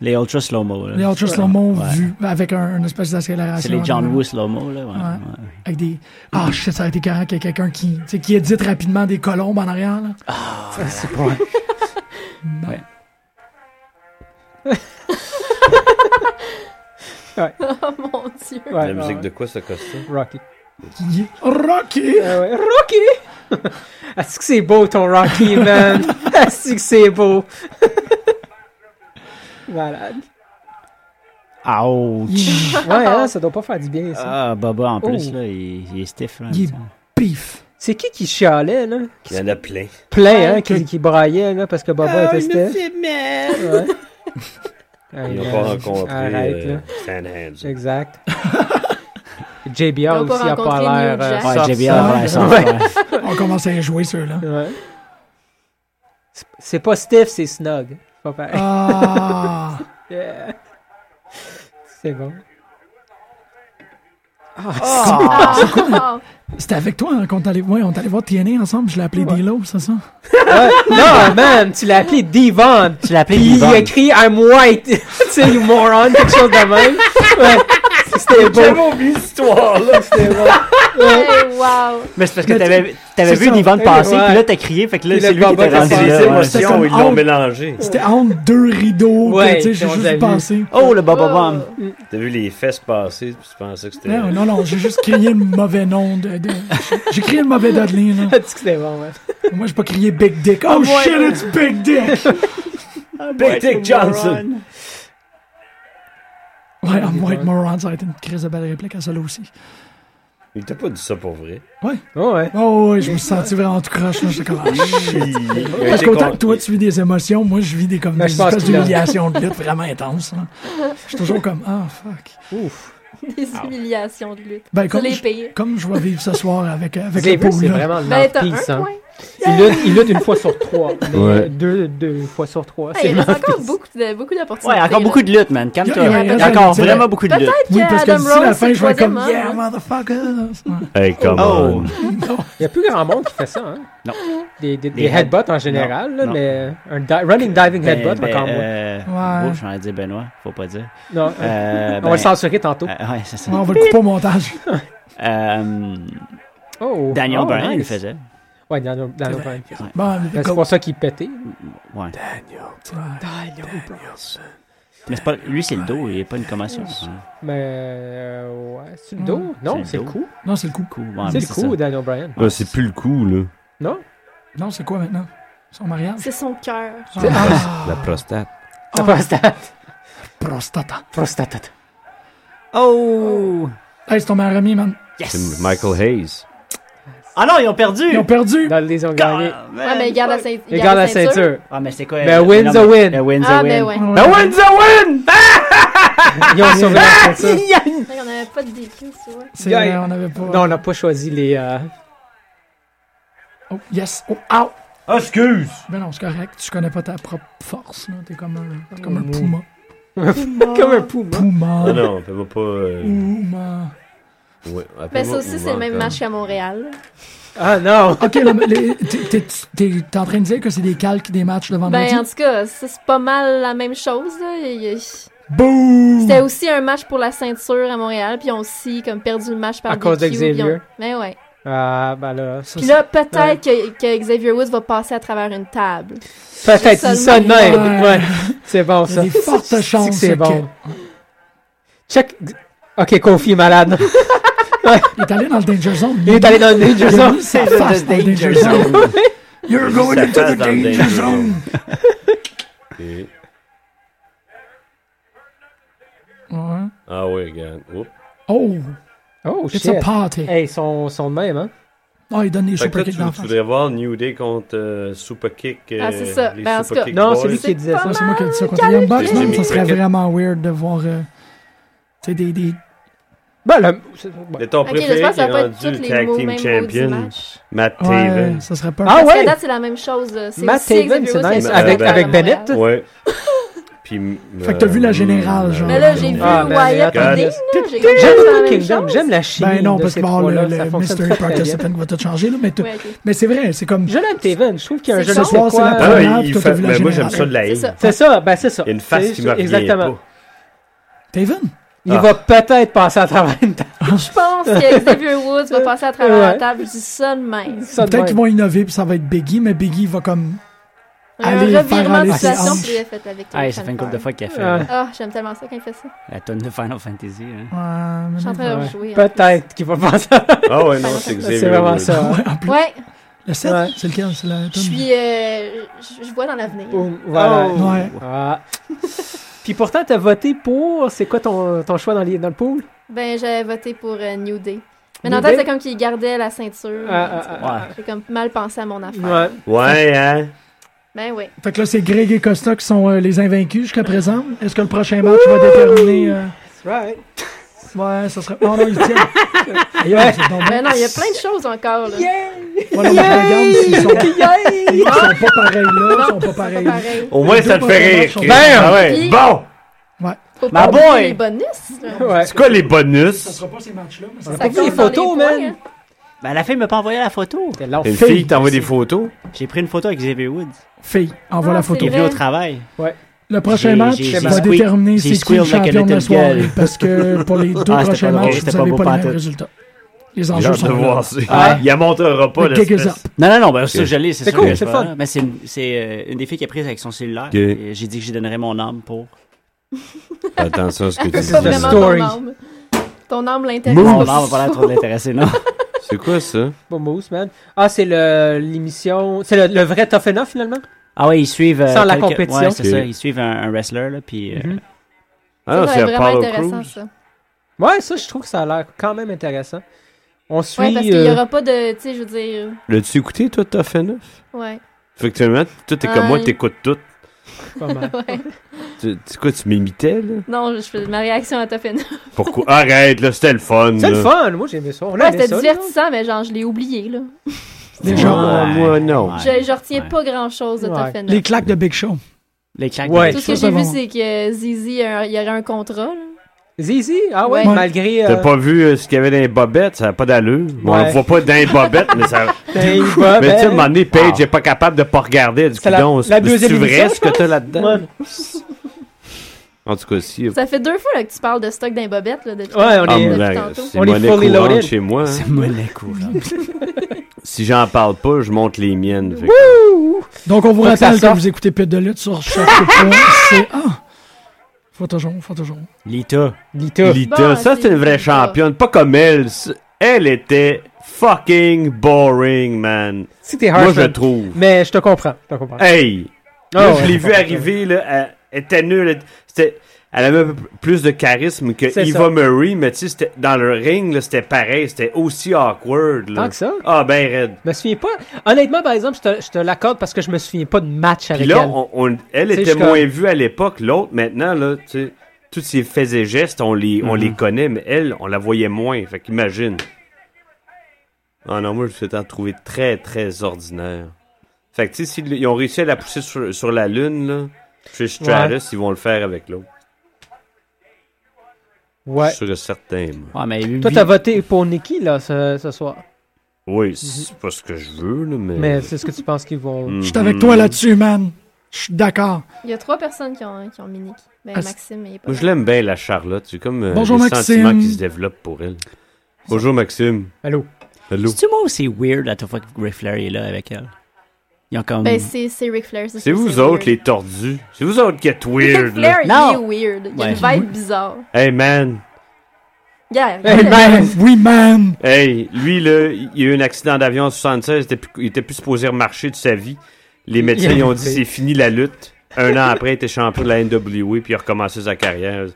Speaker 2: Les Ultra Slow-Mo.
Speaker 5: Euh,
Speaker 2: là.
Speaker 1: Les ultra slow-mo
Speaker 2: Ouais.
Speaker 1: vus avec un, une espèce
Speaker 2: C'est
Speaker 1: d'accélération.
Speaker 2: les John
Speaker 1: là,
Speaker 2: Woo Slow-Mo. là, ouais,
Speaker 1: Ouais.
Speaker 2: ouais.
Speaker 1: Avec des. Ah, shit, ça a été carré qu'il y a quelqu'un qui, tu sais, qui édite rapidement des colombes en arrière. Là.
Speaker 4: C'est beau.
Speaker 1: Ouais.
Speaker 3: Oh mon dieu.
Speaker 4: Ouais,
Speaker 5: La musique
Speaker 4: ouais.
Speaker 5: de quoi, ça, Costa?
Speaker 4: Rocky.
Speaker 1: Qui est Rocky!
Speaker 4: Ah ouais, Rocky! Est-ce que c'est beau ton Rocky, man? Est-ce que c'est beau? Malade.
Speaker 2: Ouch!
Speaker 1: Il est
Speaker 4: Ouais, hein, ça doit pas faire du bien, ça.
Speaker 2: Ah, Baba, en plus,
Speaker 4: Oh.
Speaker 2: là, il, il est stiff. Là,
Speaker 1: Il est-
Speaker 2: ça.
Speaker 1: beef!
Speaker 4: C'est qui qui chialait, là?
Speaker 5: Il y en a plein.
Speaker 3: Ah,
Speaker 4: Plein, hein, qui, qui braillait, là, parce que Baba était stiff.
Speaker 7: c'est mal.
Speaker 4: Ouais.
Speaker 5: Ils n'ont
Speaker 4: Euh,
Speaker 5: pas rencontré
Speaker 4: Arrête,
Speaker 5: euh,
Speaker 4: là.
Speaker 5: Stan Hansen.
Speaker 4: Exact. JBL
Speaker 3: Ils n'ont pas
Speaker 4: aussi a pas
Speaker 3: rencontré
Speaker 4: l'air.
Speaker 3: New Jack.
Speaker 4: euh,
Speaker 2: Ouais, j'ai bien
Speaker 1: ça.
Speaker 2: ouais, ça, ouais.
Speaker 1: On commence à y jouer, ceux-là.
Speaker 4: ouais. C'est- C'est pas stiff, c'est snug. C'est pas pareil.
Speaker 1: Ah!
Speaker 4: Yeah. C'est bon.
Speaker 3: Ah!
Speaker 1: C'était avec toi hein, qu'on t'allait ouais, on t'allait voir TNA ensemble. Je l'ai appelé Dilo, c'est ça?
Speaker 4: Ouais. non, man, tu l'as appelé Devon.
Speaker 2: Tu l'appelais
Speaker 4: Puis il
Speaker 2: Yvonne.
Speaker 4: a crié I'm white. tu sais, you moron, quelque chose de même. Ouais. C'était beau.
Speaker 5: oublié cette histoire-là.
Speaker 4: C'était bon.
Speaker 3: Hey, wow!
Speaker 2: Mais c'est parce
Speaker 1: Mais
Speaker 2: que
Speaker 1: tu-
Speaker 2: t'avais t'avais
Speaker 1: c'est
Speaker 2: vu
Speaker 1: ça.
Speaker 2: l'Yvonne passer,
Speaker 4: Ouais.
Speaker 2: puis là t'as crié, fait que là
Speaker 4: Puis
Speaker 2: c'est
Speaker 4: le
Speaker 2: lui qui
Speaker 4: baba
Speaker 2: était rendu
Speaker 4: qui
Speaker 2: là.
Speaker 5: C'est les
Speaker 2: ouais.
Speaker 1: c'est
Speaker 5: émotions,
Speaker 1: comme
Speaker 5: ils l'ont
Speaker 1: honte.
Speaker 5: mélangé.
Speaker 1: C'était entre deux rideaux. que,
Speaker 4: Ouais,
Speaker 1: tu sais, j'ai
Speaker 4: on
Speaker 1: juste
Speaker 4: l'a vu.
Speaker 1: passé.
Speaker 2: Oh le Baba Bomb!
Speaker 3: Oh.
Speaker 5: T'as vu les fesses passer, puis tu pensais que c'était...
Speaker 1: Non, non, non, j'ai juste crié le mauvais nom. De, de- J'ai crié le mauvais Dudley. Là.
Speaker 4: Tu dis que c'était bon, ouais.
Speaker 1: Moi, j'ai pas crié Big Dick. Oh
Speaker 4: ouais.
Speaker 1: shit, it's Big Dick!
Speaker 5: Big Dick Johnson.
Speaker 1: Ouais, I'm White Moron, ça a été une crise de belle réplique à ça là aussi.
Speaker 5: Il t'a pas dit ça pour vrai.
Speaker 4: Oh, ouais.
Speaker 1: Oh, ouais, je me suis senti vraiment tout croche. là, J'étais comme, ah, shit.
Speaker 5: Il a
Speaker 1: Parce
Speaker 5: été
Speaker 1: qu'autant
Speaker 5: con-
Speaker 1: que toi, tu vis des émotions, moi, je vis des, comme,
Speaker 4: Ben,
Speaker 1: des
Speaker 4: je pense
Speaker 1: espèces
Speaker 4: qu'il a-
Speaker 1: d'humiliations de lutte vraiment intenses. là. Je suis toujours comme, ah, fuck.
Speaker 4: Ouf.
Speaker 3: Des
Speaker 2: Ah.
Speaker 3: humiliations de lutte.
Speaker 1: Ben,
Speaker 3: C'est
Speaker 1: comme,
Speaker 3: les
Speaker 1: je-
Speaker 3: pires.
Speaker 1: comme je vais vivre ce soir avec, avec
Speaker 4: C'est
Speaker 1: le
Speaker 4: c'est
Speaker 1: pool, là.
Speaker 4: vraiment de
Speaker 3: Ben, t'as
Speaker 4: l'empire,
Speaker 2: hein.
Speaker 3: un
Speaker 4: ça.
Speaker 3: point.
Speaker 4: Il lutte, il lutte une fois sur trois. mais
Speaker 5: Ouais.
Speaker 4: Deux, deux fois sur trois.
Speaker 3: Hey,
Speaker 4: c'est
Speaker 3: il
Speaker 4: le
Speaker 3: reste encore
Speaker 4: Memphis.
Speaker 3: beaucoup de- beaucoup d'opportunités.
Speaker 2: Ouais, encore beaucoup de lutte, man.
Speaker 1: Il
Speaker 2: Calme-toi. Il
Speaker 1: y a-
Speaker 3: il y a-
Speaker 2: y a encore
Speaker 1: c'est vrai.
Speaker 2: vraiment beaucoup de lutte.
Speaker 1: Oui, parce que
Speaker 3: euh, Adam
Speaker 1: d'ici la
Speaker 3: Rose,
Speaker 1: fin,
Speaker 3: c'est
Speaker 1: je vais comme,
Speaker 3: troisième hein.
Speaker 1: yeah,
Speaker 3: homme,
Speaker 1: motherfuckers! Ouais.
Speaker 5: Hey, come
Speaker 2: Oh.
Speaker 5: on.
Speaker 4: Il n'y a plus grand monde qui fait ça, hein?
Speaker 2: Non.
Speaker 4: Des, des, des
Speaker 2: Des head-
Speaker 4: headbutts en général, là,
Speaker 2: non.
Speaker 4: mais un di- running diving
Speaker 2: Ben,
Speaker 4: headbutt
Speaker 2: ben,
Speaker 4: encore moins.
Speaker 2: euh,
Speaker 1: Ouais.
Speaker 2: oh, je suis en train de dire Benoît, faut pas dire.
Speaker 4: Non,
Speaker 2: Euh, ben,
Speaker 4: on va le censurer tantôt.
Speaker 2: euh, ouais, c'est ça.
Speaker 1: On va le couper au montage.
Speaker 2: Euh,
Speaker 4: oh,
Speaker 2: Daniel
Speaker 4: oh,
Speaker 2: Bryan, il le
Speaker 4: nice.
Speaker 2: faisait.
Speaker 4: Ouais, Daniel, Daniel Bryan.
Speaker 1: Bon,
Speaker 4: Ben, C'est
Speaker 1: go.
Speaker 4: pour ça qu'il pétait.
Speaker 2: Ouais.
Speaker 1: Ouais.
Speaker 2: Mais c'est pas, lui, c'est le dos, il est pas une commotion. hein.
Speaker 4: Mais euh, ouais, c'est le
Speaker 1: Hmm.
Speaker 4: dos? Non,
Speaker 2: le
Speaker 4: c'est le
Speaker 2: dos.
Speaker 4: cou.
Speaker 1: Non, c'est le coup.
Speaker 2: Cool. Ouais, mais
Speaker 4: C'est
Speaker 2: ça.
Speaker 4: le cou, Daniel Bryan.
Speaker 5: Ouais, Ah, c'est plus le coup, là.
Speaker 4: Non?
Speaker 1: Non, c'est quoi maintenant? Son mariage?
Speaker 3: C'est son cœur.
Speaker 1: Son- Ah,
Speaker 5: La prostate.
Speaker 1: Ah.
Speaker 4: La prostate.
Speaker 1: prostata.
Speaker 4: Prostate.
Speaker 2: Oh!
Speaker 1: Hey, c'est ton meilleur ami, man.
Speaker 5: C'est Michael Hayes.
Speaker 2: Ah non, ils ont perdu!
Speaker 1: Ils ont perdu!
Speaker 4: Dans les ont gagné.
Speaker 3: Ouais, Ah, mais il garde la ceint- il
Speaker 4: Et garde la
Speaker 3: ceinture.
Speaker 4: ceinture.
Speaker 2: Ah, mais c'est quoi?
Speaker 4: Ben,
Speaker 2: euh,
Speaker 4: win's
Speaker 2: non, mais-
Speaker 4: a win.
Speaker 2: Euh, win's a
Speaker 3: Ah,
Speaker 2: win.
Speaker 3: ben ouais.
Speaker 1: Ouais.
Speaker 2: Ben, win's a win!
Speaker 4: Ils ont sauvé la ceinture.
Speaker 2: Ah!
Speaker 3: Hey, On n'avait pas de défi, tu vois.
Speaker 1: C'est
Speaker 4: Yeah.
Speaker 1: vrai, on n'avait pas.
Speaker 4: Non, on n'a pas choisi les. euh,
Speaker 1: Oh, yes! Oh, ow!
Speaker 4: Ah,
Speaker 5: Excuse!
Speaker 1: Ben non, c'est correct. Tu connais pas ta propre force, là. T'es comme un, t'es comme un
Speaker 4: Mm.
Speaker 1: pouma.
Speaker 4: Comme un Ah, poumon.
Speaker 1: Pouma.
Speaker 5: Non, Ah non, appelle-moi pas... Euh...
Speaker 1: Pouma.
Speaker 5: Ouais, appelle-moi
Speaker 3: Mais Ben, ça aussi,
Speaker 5: Oumar
Speaker 3: c'est le même
Speaker 5: encore.
Speaker 3: match qu'à Montréal.
Speaker 4: Ah non!
Speaker 1: Ok, là, mais les- t'es- t'es- t'es t'es en train de dire que c'est des calques des matchs de vendredi?
Speaker 3: Ben, en tout cas, ça, c'est pas mal la même chose. là. Il y a-
Speaker 1: Boum!
Speaker 3: C'était aussi un match pour la ceinture à Montréal, puis ils ont aussi comme perdu le match par
Speaker 4: À cause
Speaker 3: DQ,
Speaker 4: d'Xavier.
Speaker 3: puis ils ont- Mais ouais.
Speaker 4: Ah, ben là.
Speaker 1: Ça,
Speaker 3: Puis là, peut-être que, que Xavier Woods va passer à travers une table.
Speaker 4: Peut-être, il
Speaker 3: Seulement-
Speaker 4: sonne même.
Speaker 1: Ouais.
Speaker 4: Ouais. C'est bon,
Speaker 1: Il y a
Speaker 4: ça.
Speaker 1: des fortes
Speaker 4: C'est que
Speaker 1: chances
Speaker 4: C'est
Speaker 1: que-
Speaker 4: bon. Check. Ok, Kofi est malade.
Speaker 1: Il est allé dans le Danger Zone.
Speaker 4: Il est allé dans le Danger
Speaker 1: Il a
Speaker 4: Zone.
Speaker 1: mis sa face dans le Danger Zone. You're going
Speaker 5: Ça
Speaker 1: into
Speaker 5: passe
Speaker 1: the
Speaker 5: dans le
Speaker 1: Danger Zone!
Speaker 5: Et-
Speaker 1: Ouais.
Speaker 5: Ah oui, regarde. Oups.
Speaker 1: Oh,
Speaker 4: Oh,
Speaker 1: it's
Speaker 4: shit.
Speaker 1: a party.
Speaker 4: Hey, ils sont, sont de même, hein?
Speaker 1: Oh, il donne des
Speaker 5: Fait que
Speaker 1: super
Speaker 5: là, tu,
Speaker 1: kicks dans la
Speaker 5: tu
Speaker 1: face.
Speaker 5: voudrais voir New Day contre euh, Super Kick. euh,
Speaker 3: Ah, c'est ça.
Speaker 5: les
Speaker 3: Ben, en tout
Speaker 5: Super
Speaker 3: cas-
Speaker 5: Kick
Speaker 4: Non,
Speaker 5: Boys.
Speaker 4: c'est lui qui disait ça.
Speaker 1: Ah, c'est moi qui ai dit ça contre
Speaker 3: Mal
Speaker 1: Young Bucks,
Speaker 5: calculé.
Speaker 1: man. Ça serait
Speaker 5: Cricket.
Speaker 1: vraiment weird de voir. euh, tu sais, des. des...
Speaker 4: Ben là. c'est- ouais.
Speaker 5: Mais ton
Speaker 3: Ok,
Speaker 5: préféré
Speaker 3: j'espère que
Speaker 5: qui
Speaker 3: ça
Speaker 5: est
Speaker 3: va pas être
Speaker 5: rendu
Speaker 3: tous
Speaker 5: le
Speaker 3: les
Speaker 5: Tag
Speaker 3: mots,
Speaker 5: Team
Speaker 3: même champion.
Speaker 5: Champion,
Speaker 3: match.
Speaker 5: Matt
Speaker 1: Ouais,
Speaker 5: Taven.
Speaker 1: ça serait pas.
Speaker 4: Ah
Speaker 3: Parce que
Speaker 4: ouais!
Speaker 3: date, c'est la même chose. là. C'est
Speaker 4: Matt
Speaker 3: aussi
Speaker 4: Taven,
Speaker 3: Xavier
Speaker 4: c'est
Speaker 3: Woods
Speaker 4: nice.
Speaker 3: qui a
Speaker 5: Avec-
Speaker 3: perdu
Speaker 5: avec
Speaker 3: à
Speaker 4: Bennett?
Speaker 3: Montréal.
Speaker 5: Ouais. Puis. m- euh,
Speaker 1: Fait que t'as vu la générale, genre.
Speaker 3: Mais là, j'ai vu
Speaker 4: Ah, ben,
Speaker 3: Wyatt
Speaker 5: regarde.
Speaker 3: Ding, là, j'ai compris
Speaker 4: J'aime
Speaker 3: la
Speaker 4: beaucoup
Speaker 3: même
Speaker 4: Kingdom,
Speaker 3: chose.
Speaker 4: j'aime la chimie.
Speaker 1: Ben non,
Speaker 4: de
Speaker 1: parce que
Speaker 4: ces
Speaker 1: bon,
Speaker 4: trois-là,
Speaker 1: le,
Speaker 4: ça
Speaker 1: le
Speaker 4: fonctionne
Speaker 1: Mystery
Speaker 4: très, très bien.
Speaker 1: Participant va tout changer, là. Mais, t'as-
Speaker 3: Ouais, ok.
Speaker 1: mais c'est vrai, c'est comme.
Speaker 4: Je l'aime Taven, je trouve qu'il y a un
Speaker 3: C'est
Speaker 4: jeu
Speaker 3: ça.
Speaker 4: de
Speaker 1: Ce soir, c'est la
Speaker 5: Ah,
Speaker 4: quoi.
Speaker 1: première.
Speaker 5: ouais,
Speaker 1: Ah,
Speaker 5: il
Speaker 1: toi,
Speaker 5: fait-
Speaker 1: t'as vu la
Speaker 5: mais moi,
Speaker 1: générale.
Speaker 5: j'aime ça de la
Speaker 3: C'est
Speaker 5: haine.
Speaker 3: ça.
Speaker 4: C'est ça, ben c'est ça.
Speaker 5: Il y a une face
Speaker 4: C'est-
Speaker 5: qui me revient
Speaker 4: Exactement.
Speaker 5: pas.
Speaker 1: Taven?
Speaker 4: Il
Speaker 5: Ah.
Speaker 4: va peut-être passer à travers une table.
Speaker 3: Je pense que Xavier Woods va passer à travers
Speaker 4: Ouais.
Speaker 3: la table. Je dis ça de même.
Speaker 4: Ça de
Speaker 1: Peut-être
Speaker 4: même.
Speaker 1: qu'ils vont innover, puis ça va être Biggie, mais Biggie va comme.
Speaker 3: Un
Speaker 1: Allez, faire
Speaker 3: revirement
Speaker 1: aller
Speaker 3: de
Speaker 1: ses
Speaker 3: situation
Speaker 1: hanches.
Speaker 3: que lui a fait avec
Speaker 2: Hey,
Speaker 3: Kevin
Speaker 2: Ah ça fait une
Speaker 3: Conner.
Speaker 2: couple de fois qu'il a fait
Speaker 4: Ouais.
Speaker 2: euh,
Speaker 3: Ah, j'aime tellement ça quand il fait ça.
Speaker 2: la tonne de Final Fantasy. Hein.
Speaker 1: Ouais, mais-
Speaker 3: Je suis en train de hein.
Speaker 4: Ouais.
Speaker 3: rejouer. en
Speaker 4: Peut-être qu'il va passer à
Speaker 5: Ah ouais, non, c'est Xavier.
Speaker 4: C'est vraiment
Speaker 5: Woods.
Speaker 4: ça.
Speaker 1: Ouais, en plus.
Speaker 3: plus. Ouais,
Speaker 1: Le 7,
Speaker 4: Ouais.
Speaker 1: c'est lequel? C'est la.
Speaker 3: je suis. euh, je- je vois dans l'avenir.
Speaker 4: Boum, voilà.
Speaker 2: Oh.
Speaker 1: Ouais.
Speaker 4: Ah. Puis pourtant, t'as voté pour. C'est quoi ton, ton choix dans, les, dans le pool?
Speaker 3: Ben, j'avais voté pour euh, New Day. Mais
Speaker 4: New
Speaker 3: dans la tête,
Speaker 4: Day?
Speaker 3: c'est comme qu'il gardait la ceinture.
Speaker 4: Ah, ah, ah,
Speaker 2: Ouais.
Speaker 3: J'ai comme mal pensé à mon affaire.
Speaker 4: Ouais.
Speaker 5: Ouais, hein.
Speaker 3: Ben oui.
Speaker 1: Fait que là, c'est Greg et Costa qui sont euh, les invaincus jusqu'à présent. Est-ce que le prochain match va déterminer. euh,
Speaker 4: That's right.
Speaker 1: Ouais, ça serait. Oh non, ils tiennent. Aïe, aïe, c'est dommage.
Speaker 3: Ben non, il y a plein de choses encore, là.
Speaker 1: Voilà, mais regarde s'ils sont. Ils sont pas pareils là, ils sont pas
Speaker 3: C'est
Speaker 1: pareils.
Speaker 3: pas
Speaker 1: là.
Speaker 3: pareil.
Speaker 5: Au moins,
Speaker 1: Les
Speaker 5: ça
Speaker 1: deux
Speaker 5: te fait rire.
Speaker 1: personnages sont-
Speaker 5: Chris. Ah ouais.
Speaker 3: Puis-
Speaker 5: Bon!
Speaker 3: Faut
Speaker 2: Ma
Speaker 3: pas oublier
Speaker 2: boy!
Speaker 3: les bonus. là.
Speaker 4: Ouais.
Speaker 5: C'est quoi les bonus?
Speaker 1: sera pas ces matchs-là, mais
Speaker 4: T'as pris
Speaker 3: compte
Speaker 4: les
Speaker 3: dans
Speaker 4: photos,
Speaker 3: points,
Speaker 4: man?
Speaker 3: hein.
Speaker 2: Ben, la fille m'a pas envoyé la photo.
Speaker 4: T'es là.
Speaker 5: Une
Speaker 1: Fille.
Speaker 5: fille qui t'envoie des photos?
Speaker 2: J'ai pris une photo avec Xavier Woods.
Speaker 1: Fille, envoie
Speaker 3: Ah,
Speaker 1: la
Speaker 3: c'est
Speaker 1: photo.
Speaker 2: Qui est venu
Speaker 3: Vrai.
Speaker 2: au travail.
Speaker 1: Le prochain
Speaker 2: J'ai-
Speaker 1: match
Speaker 2: j'ai-
Speaker 1: va
Speaker 4: j'ai
Speaker 2: squeak-
Speaker 1: déterminer
Speaker 2: j'ai
Speaker 1: c'est qui
Speaker 2: squeal
Speaker 1: le
Speaker 2: like a
Speaker 1: champion de la
Speaker 2: little
Speaker 1: soirée.
Speaker 2: girl.
Speaker 1: Parce que pour les deux
Speaker 2: Ah, c'était
Speaker 1: prochains
Speaker 2: pas drôle,
Speaker 1: matchs, vous
Speaker 2: c'était pas
Speaker 1: n'avez
Speaker 2: beau
Speaker 1: pas, les
Speaker 2: pantoute.
Speaker 1: mêmes résultats. Les
Speaker 5: J'ai
Speaker 1: enjeux
Speaker 5: hâte
Speaker 1: sont
Speaker 5: de
Speaker 1: là.
Speaker 5: voir ça.
Speaker 4: Ah.
Speaker 5: Il en montera pas,
Speaker 1: Le kick is
Speaker 5: l'espèce.
Speaker 1: up.
Speaker 2: Non, non, non, ben, ça,
Speaker 5: Ok.
Speaker 2: je l'ai, c'est
Speaker 4: C'est
Speaker 2: sûr que
Speaker 4: cool,
Speaker 2: je
Speaker 4: c'est
Speaker 2: vais
Speaker 4: fun.
Speaker 2: là. Mais c'est une, c'est, euh, une des filles qui a prise avec son cellulaire.
Speaker 5: Ok.
Speaker 2: Et J'ai dit que j'y donnerais mon âme pour.
Speaker 5: Attention à ce que tu
Speaker 3: C'est pas
Speaker 4: The
Speaker 3: vraiment
Speaker 5: dis.
Speaker 4: story.
Speaker 3: ton âme. Ton âme
Speaker 2: Mon
Speaker 3: l'intéresse.
Speaker 2: âme va pas l'air trop l'intéressé, non?
Speaker 5: C'est quoi ça?
Speaker 4: Bon mousse, man. Ah, c'est le- l'émission. C'est le, le vrai Tough Enough, finalement?
Speaker 2: Ah ouais, ils suivent. euh,
Speaker 4: Sans la
Speaker 2: quelques-
Speaker 4: compétition.
Speaker 2: Ouais, c'est
Speaker 5: Ok.
Speaker 2: ça. Ils suivent un, un wrestler, là, puis. euh,
Speaker 4: Mhm.
Speaker 5: Ah non,
Speaker 3: Ça,
Speaker 5: c'est
Speaker 3: doit être vraiment
Speaker 5: Apollo
Speaker 3: intéressant,
Speaker 5: Crews.
Speaker 3: ça.
Speaker 4: Ouais, ça, je trouve que ça a l'air quand même intéressant. On suit.
Speaker 3: Ouais, parce qu'il y
Speaker 4: euh,
Speaker 3: aura pas de. Tu sais, je veux dire.
Speaker 5: L'as-tu écouté, toi, t'as fait neuf?
Speaker 3: Ouais.
Speaker 5: Effectivement, toi, t'es comme
Speaker 3: Ah,
Speaker 5: moi,
Speaker 3: oui.
Speaker 5: t'écoutes tout.
Speaker 4: pas mal.
Speaker 3: ouais.
Speaker 5: Tu tu- quoi, tu m'imitais, là?
Speaker 3: Non, je fais ma réaction à ta fin.
Speaker 5: Pourquoi? Arrête, là, c'était le fun.
Speaker 4: C'est le
Speaker 5: là.
Speaker 4: fun, moi j'ai aimé ça. On a
Speaker 3: Ouais,
Speaker 4: aimé
Speaker 3: c'était
Speaker 4: ça.
Speaker 3: divertissant, mais genre, je l'ai oublié, là.
Speaker 1: Déjà.
Speaker 5: Ouais, moi, non.
Speaker 2: Ouais.
Speaker 3: Je, je retiens
Speaker 2: Ouais.
Speaker 3: pas grand chose de ta
Speaker 4: Ouais.
Speaker 3: fin.
Speaker 1: Les claques de Big Show.
Speaker 2: Les claques.
Speaker 4: Ouais.
Speaker 3: Tout ce
Speaker 1: ça,
Speaker 3: que
Speaker 1: ça
Speaker 3: j'ai
Speaker 1: va.
Speaker 3: vu, c'est que Zizi, euh, il y aurait un contrat, là.
Speaker 4: Zizi, ah ouais,
Speaker 1: Ouais.
Speaker 4: malgré.
Speaker 5: T'as
Speaker 4: Euh,
Speaker 5: pas vu euh, ce qu'il y avait dans les bobettes? Ça n'a pas d'allure. On
Speaker 4: Ouais.
Speaker 5: le voit pas dans les bobettes, mais ça.
Speaker 4: t'as eu Bob,
Speaker 5: Mais tu sais, à un
Speaker 4: hein.
Speaker 5: moment donné, Paige est pas capable de pas regarder. Elle dit,
Speaker 4: C'est la-
Speaker 5: coudon,
Speaker 4: la
Speaker 5: c'est
Speaker 4: deuxième
Speaker 5: vrai
Speaker 4: émission,
Speaker 5: ce que t'as là-dedans?
Speaker 4: Ouais,
Speaker 5: En tout cas, si.
Speaker 3: Ça fait deux fois là, que tu parles de stock d'un bobette, là, depuis
Speaker 4: Ouais, on
Speaker 5: Ah,
Speaker 4: est-
Speaker 5: mais
Speaker 3: depuis
Speaker 5: là,
Speaker 3: tantôt.
Speaker 5: C'est
Speaker 4: On est
Speaker 5: monnaie
Speaker 4: fully
Speaker 5: courante
Speaker 4: loaded.
Speaker 5: chez moi. hein.
Speaker 2: C'est Monaco, là.
Speaker 5: Si j'en parle pas, je monte les miennes. fait que-
Speaker 4: ben,
Speaker 1: Donc, on vous
Speaker 4: Faut que ça
Speaker 1: rappelle que
Speaker 4: sorte.
Speaker 1: vous écoutez Pit de lutte sur chaque point. C'est. Ah! Faut toujours, faut toujours.
Speaker 2: Lita.
Speaker 4: Lita.
Speaker 5: Lita,
Speaker 3: Bon,
Speaker 5: ça c'est
Speaker 3: c'est
Speaker 5: une vraie
Speaker 3: Lita.
Speaker 5: championne, pas comme elle. C- Elle était fucking boring, man.
Speaker 4: Si t'es
Speaker 5: Moi
Speaker 4: harsh.
Speaker 5: je
Speaker 4: man.
Speaker 5: trouve.
Speaker 4: Mais je te comprends. Je te comprends.
Speaker 5: Hey,
Speaker 4: Ah
Speaker 5: Là,
Speaker 4: ouais,
Speaker 5: je l'ai
Speaker 4: te
Speaker 5: vu
Speaker 4: comprends.
Speaker 5: arriver là, elle- elle était nulle. elle- c'était- elle avait un peu plus de charisme que
Speaker 4: C'est
Speaker 5: Eva
Speaker 4: ça.
Speaker 5: Murray, mais tu sais, c'était- dans le ring, là, c'était pareil, c'était aussi awkward. là.
Speaker 4: Tant que ça.
Speaker 5: Ah ben red.
Speaker 4: Je me souviens pas. Honnêtement, par exemple, je te, je te l'accorde parce que je me souviens pas de match
Speaker 5: Puis
Speaker 4: avec
Speaker 5: là,
Speaker 4: elle.
Speaker 5: on- on- elle
Speaker 4: Tu sais,
Speaker 5: était
Speaker 4: je suis
Speaker 5: moins
Speaker 4: comme-
Speaker 5: vue à l'époque, l'autre maintenant là, tu sais, tous ses faits et gestes, on les, on
Speaker 4: Mhm.
Speaker 5: les connaît, mais elle, on la voyait moins. Fait qu'imagine. Ah non, moi je suis en trouvé très très ordinaire. Fait que tu sais, s'ils ils ont réussi à la pousser sur, sur la lune là, Trish Stratus, ils vont le faire avec l'autre.
Speaker 4: Ouais.
Speaker 5: Je suis sûr et certain. moi.
Speaker 2: Ouais, mais lui,
Speaker 4: Toi, t'as voté pour Nikki, là, ce, ce soir.
Speaker 5: Oui, c'est pas ce que je veux, là, mais.
Speaker 4: Mhm. Mais c'est ce que tu penses qu'ils vont.
Speaker 5: Mhm.
Speaker 1: Je suis avec toi là-dessus, man. Je suis d'accord.
Speaker 3: Il y a trois personnes qui ont, qui ont Minique. Ben,
Speaker 1: Ah, c'est-
Speaker 3: Maxime, il est pas.
Speaker 5: Moi, je l'aime bien, la Charlotte. C'est comme euh,
Speaker 1: Bonjour,
Speaker 5: les
Speaker 1: Maxime.
Speaker 5: sentiments qui se développent pour elle. Bonjour, Maxime.
Speaker 4: Allô?
Speaker 5: Allô.
Speaker 2: tu moi ou c'est weird la fois que Ray Flair est là avec elle? Ils ont comme.
Speaker 3: Ben, c'est c'est Ric Flair.
Speaker 5: C'est vous autres, les tordus. C'est vous autres qui êtes
Speaker 3: weird. Ric
Speaker 5: weird, là.
Speaker 3: Flair,
Speaker 2: Non.
Speaker 3: il est weird. Il y a une
Speaker 1: Ouais.
Speaker 3: vibe bizarre.
Speaker 5: Hey, man.
Speaker 3: Yeah,
Speaker 4: Hey,
Speaker 3: yeah.
Speaker 4: man!
Speaker 1: Oui, man!
Speaker 5: Hey, lui, là, il y a eu un accident d'avion en 76. Il était plus, il était plus supposé remarcher de sa vie. Les médecins,
Speaker 4: Il a
Speaker 5: ils ont dit,
Speaker 4: fait.
Speaker 5: c'est fini la lutte. Un an après, il était champion de la NWA, puis il a recommencé sa carrière.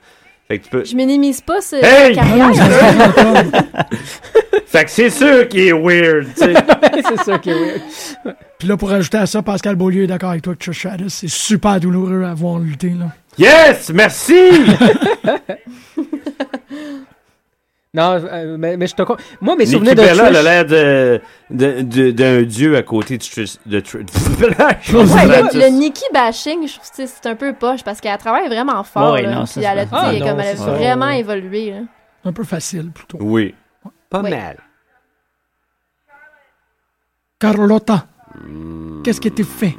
Speaker 5: Fait que tu peux...
Speaker 3: Je minimise pas ce
Speaker 5: Hey!
Speaker 1: Ah non, ça se passe encore.
Speaker 5: Fait que c'est sûr qu'il est weird, tu sais.
Speaker 4: c'est ça qui est weird.
Speaker 1: Puis là, pour ajouter à ça, Pascal Beaulieu est d'accord avec toi que Trish Stratus, c'est super douloureux à voir lutter, là.
Speaker 5: Yes! Merci!
Speaker 4: Non, euh, mais, mais je te. con- Moi, mes
Speaker 5: Nikki
Speaker 4: souvenirs de.
Speaker 5: Bella, elle a
Speaker 4: Trish-
Speaker 5: l'air de- de- de- d'un dieu à côté de Trish. De Trish-
Speaker 3: Ouais,
Speaker 5: Stratus.
Speaker 3: le, le Nikki bashing, je trouve que c'est- c'est un peu poche parce qu'elle travaille vraiment fort.
Speaker 2: Ouais,
Speaker 3: là,
Speaker 2: non, ça,
Speaker 3: puis elle a,
Speaker 2: c'est-
Speaker 4: Ah,
Speaker 3: dit,
Speaker 4: non,
Speaker 3: comme elle a
Speaker 4: c'est ça.
Speaker 3: vraiment
Speaker 4: Ouais.
Speaker 3: évolué. là.
Speaker 1: Un peu facile, plutôt.
Speaker 5: Oui. Pas
Speaker 3: Oui.
Speaker 5: mal.
Speaker 1: Carlotta, qu'est-ce que t'es fait?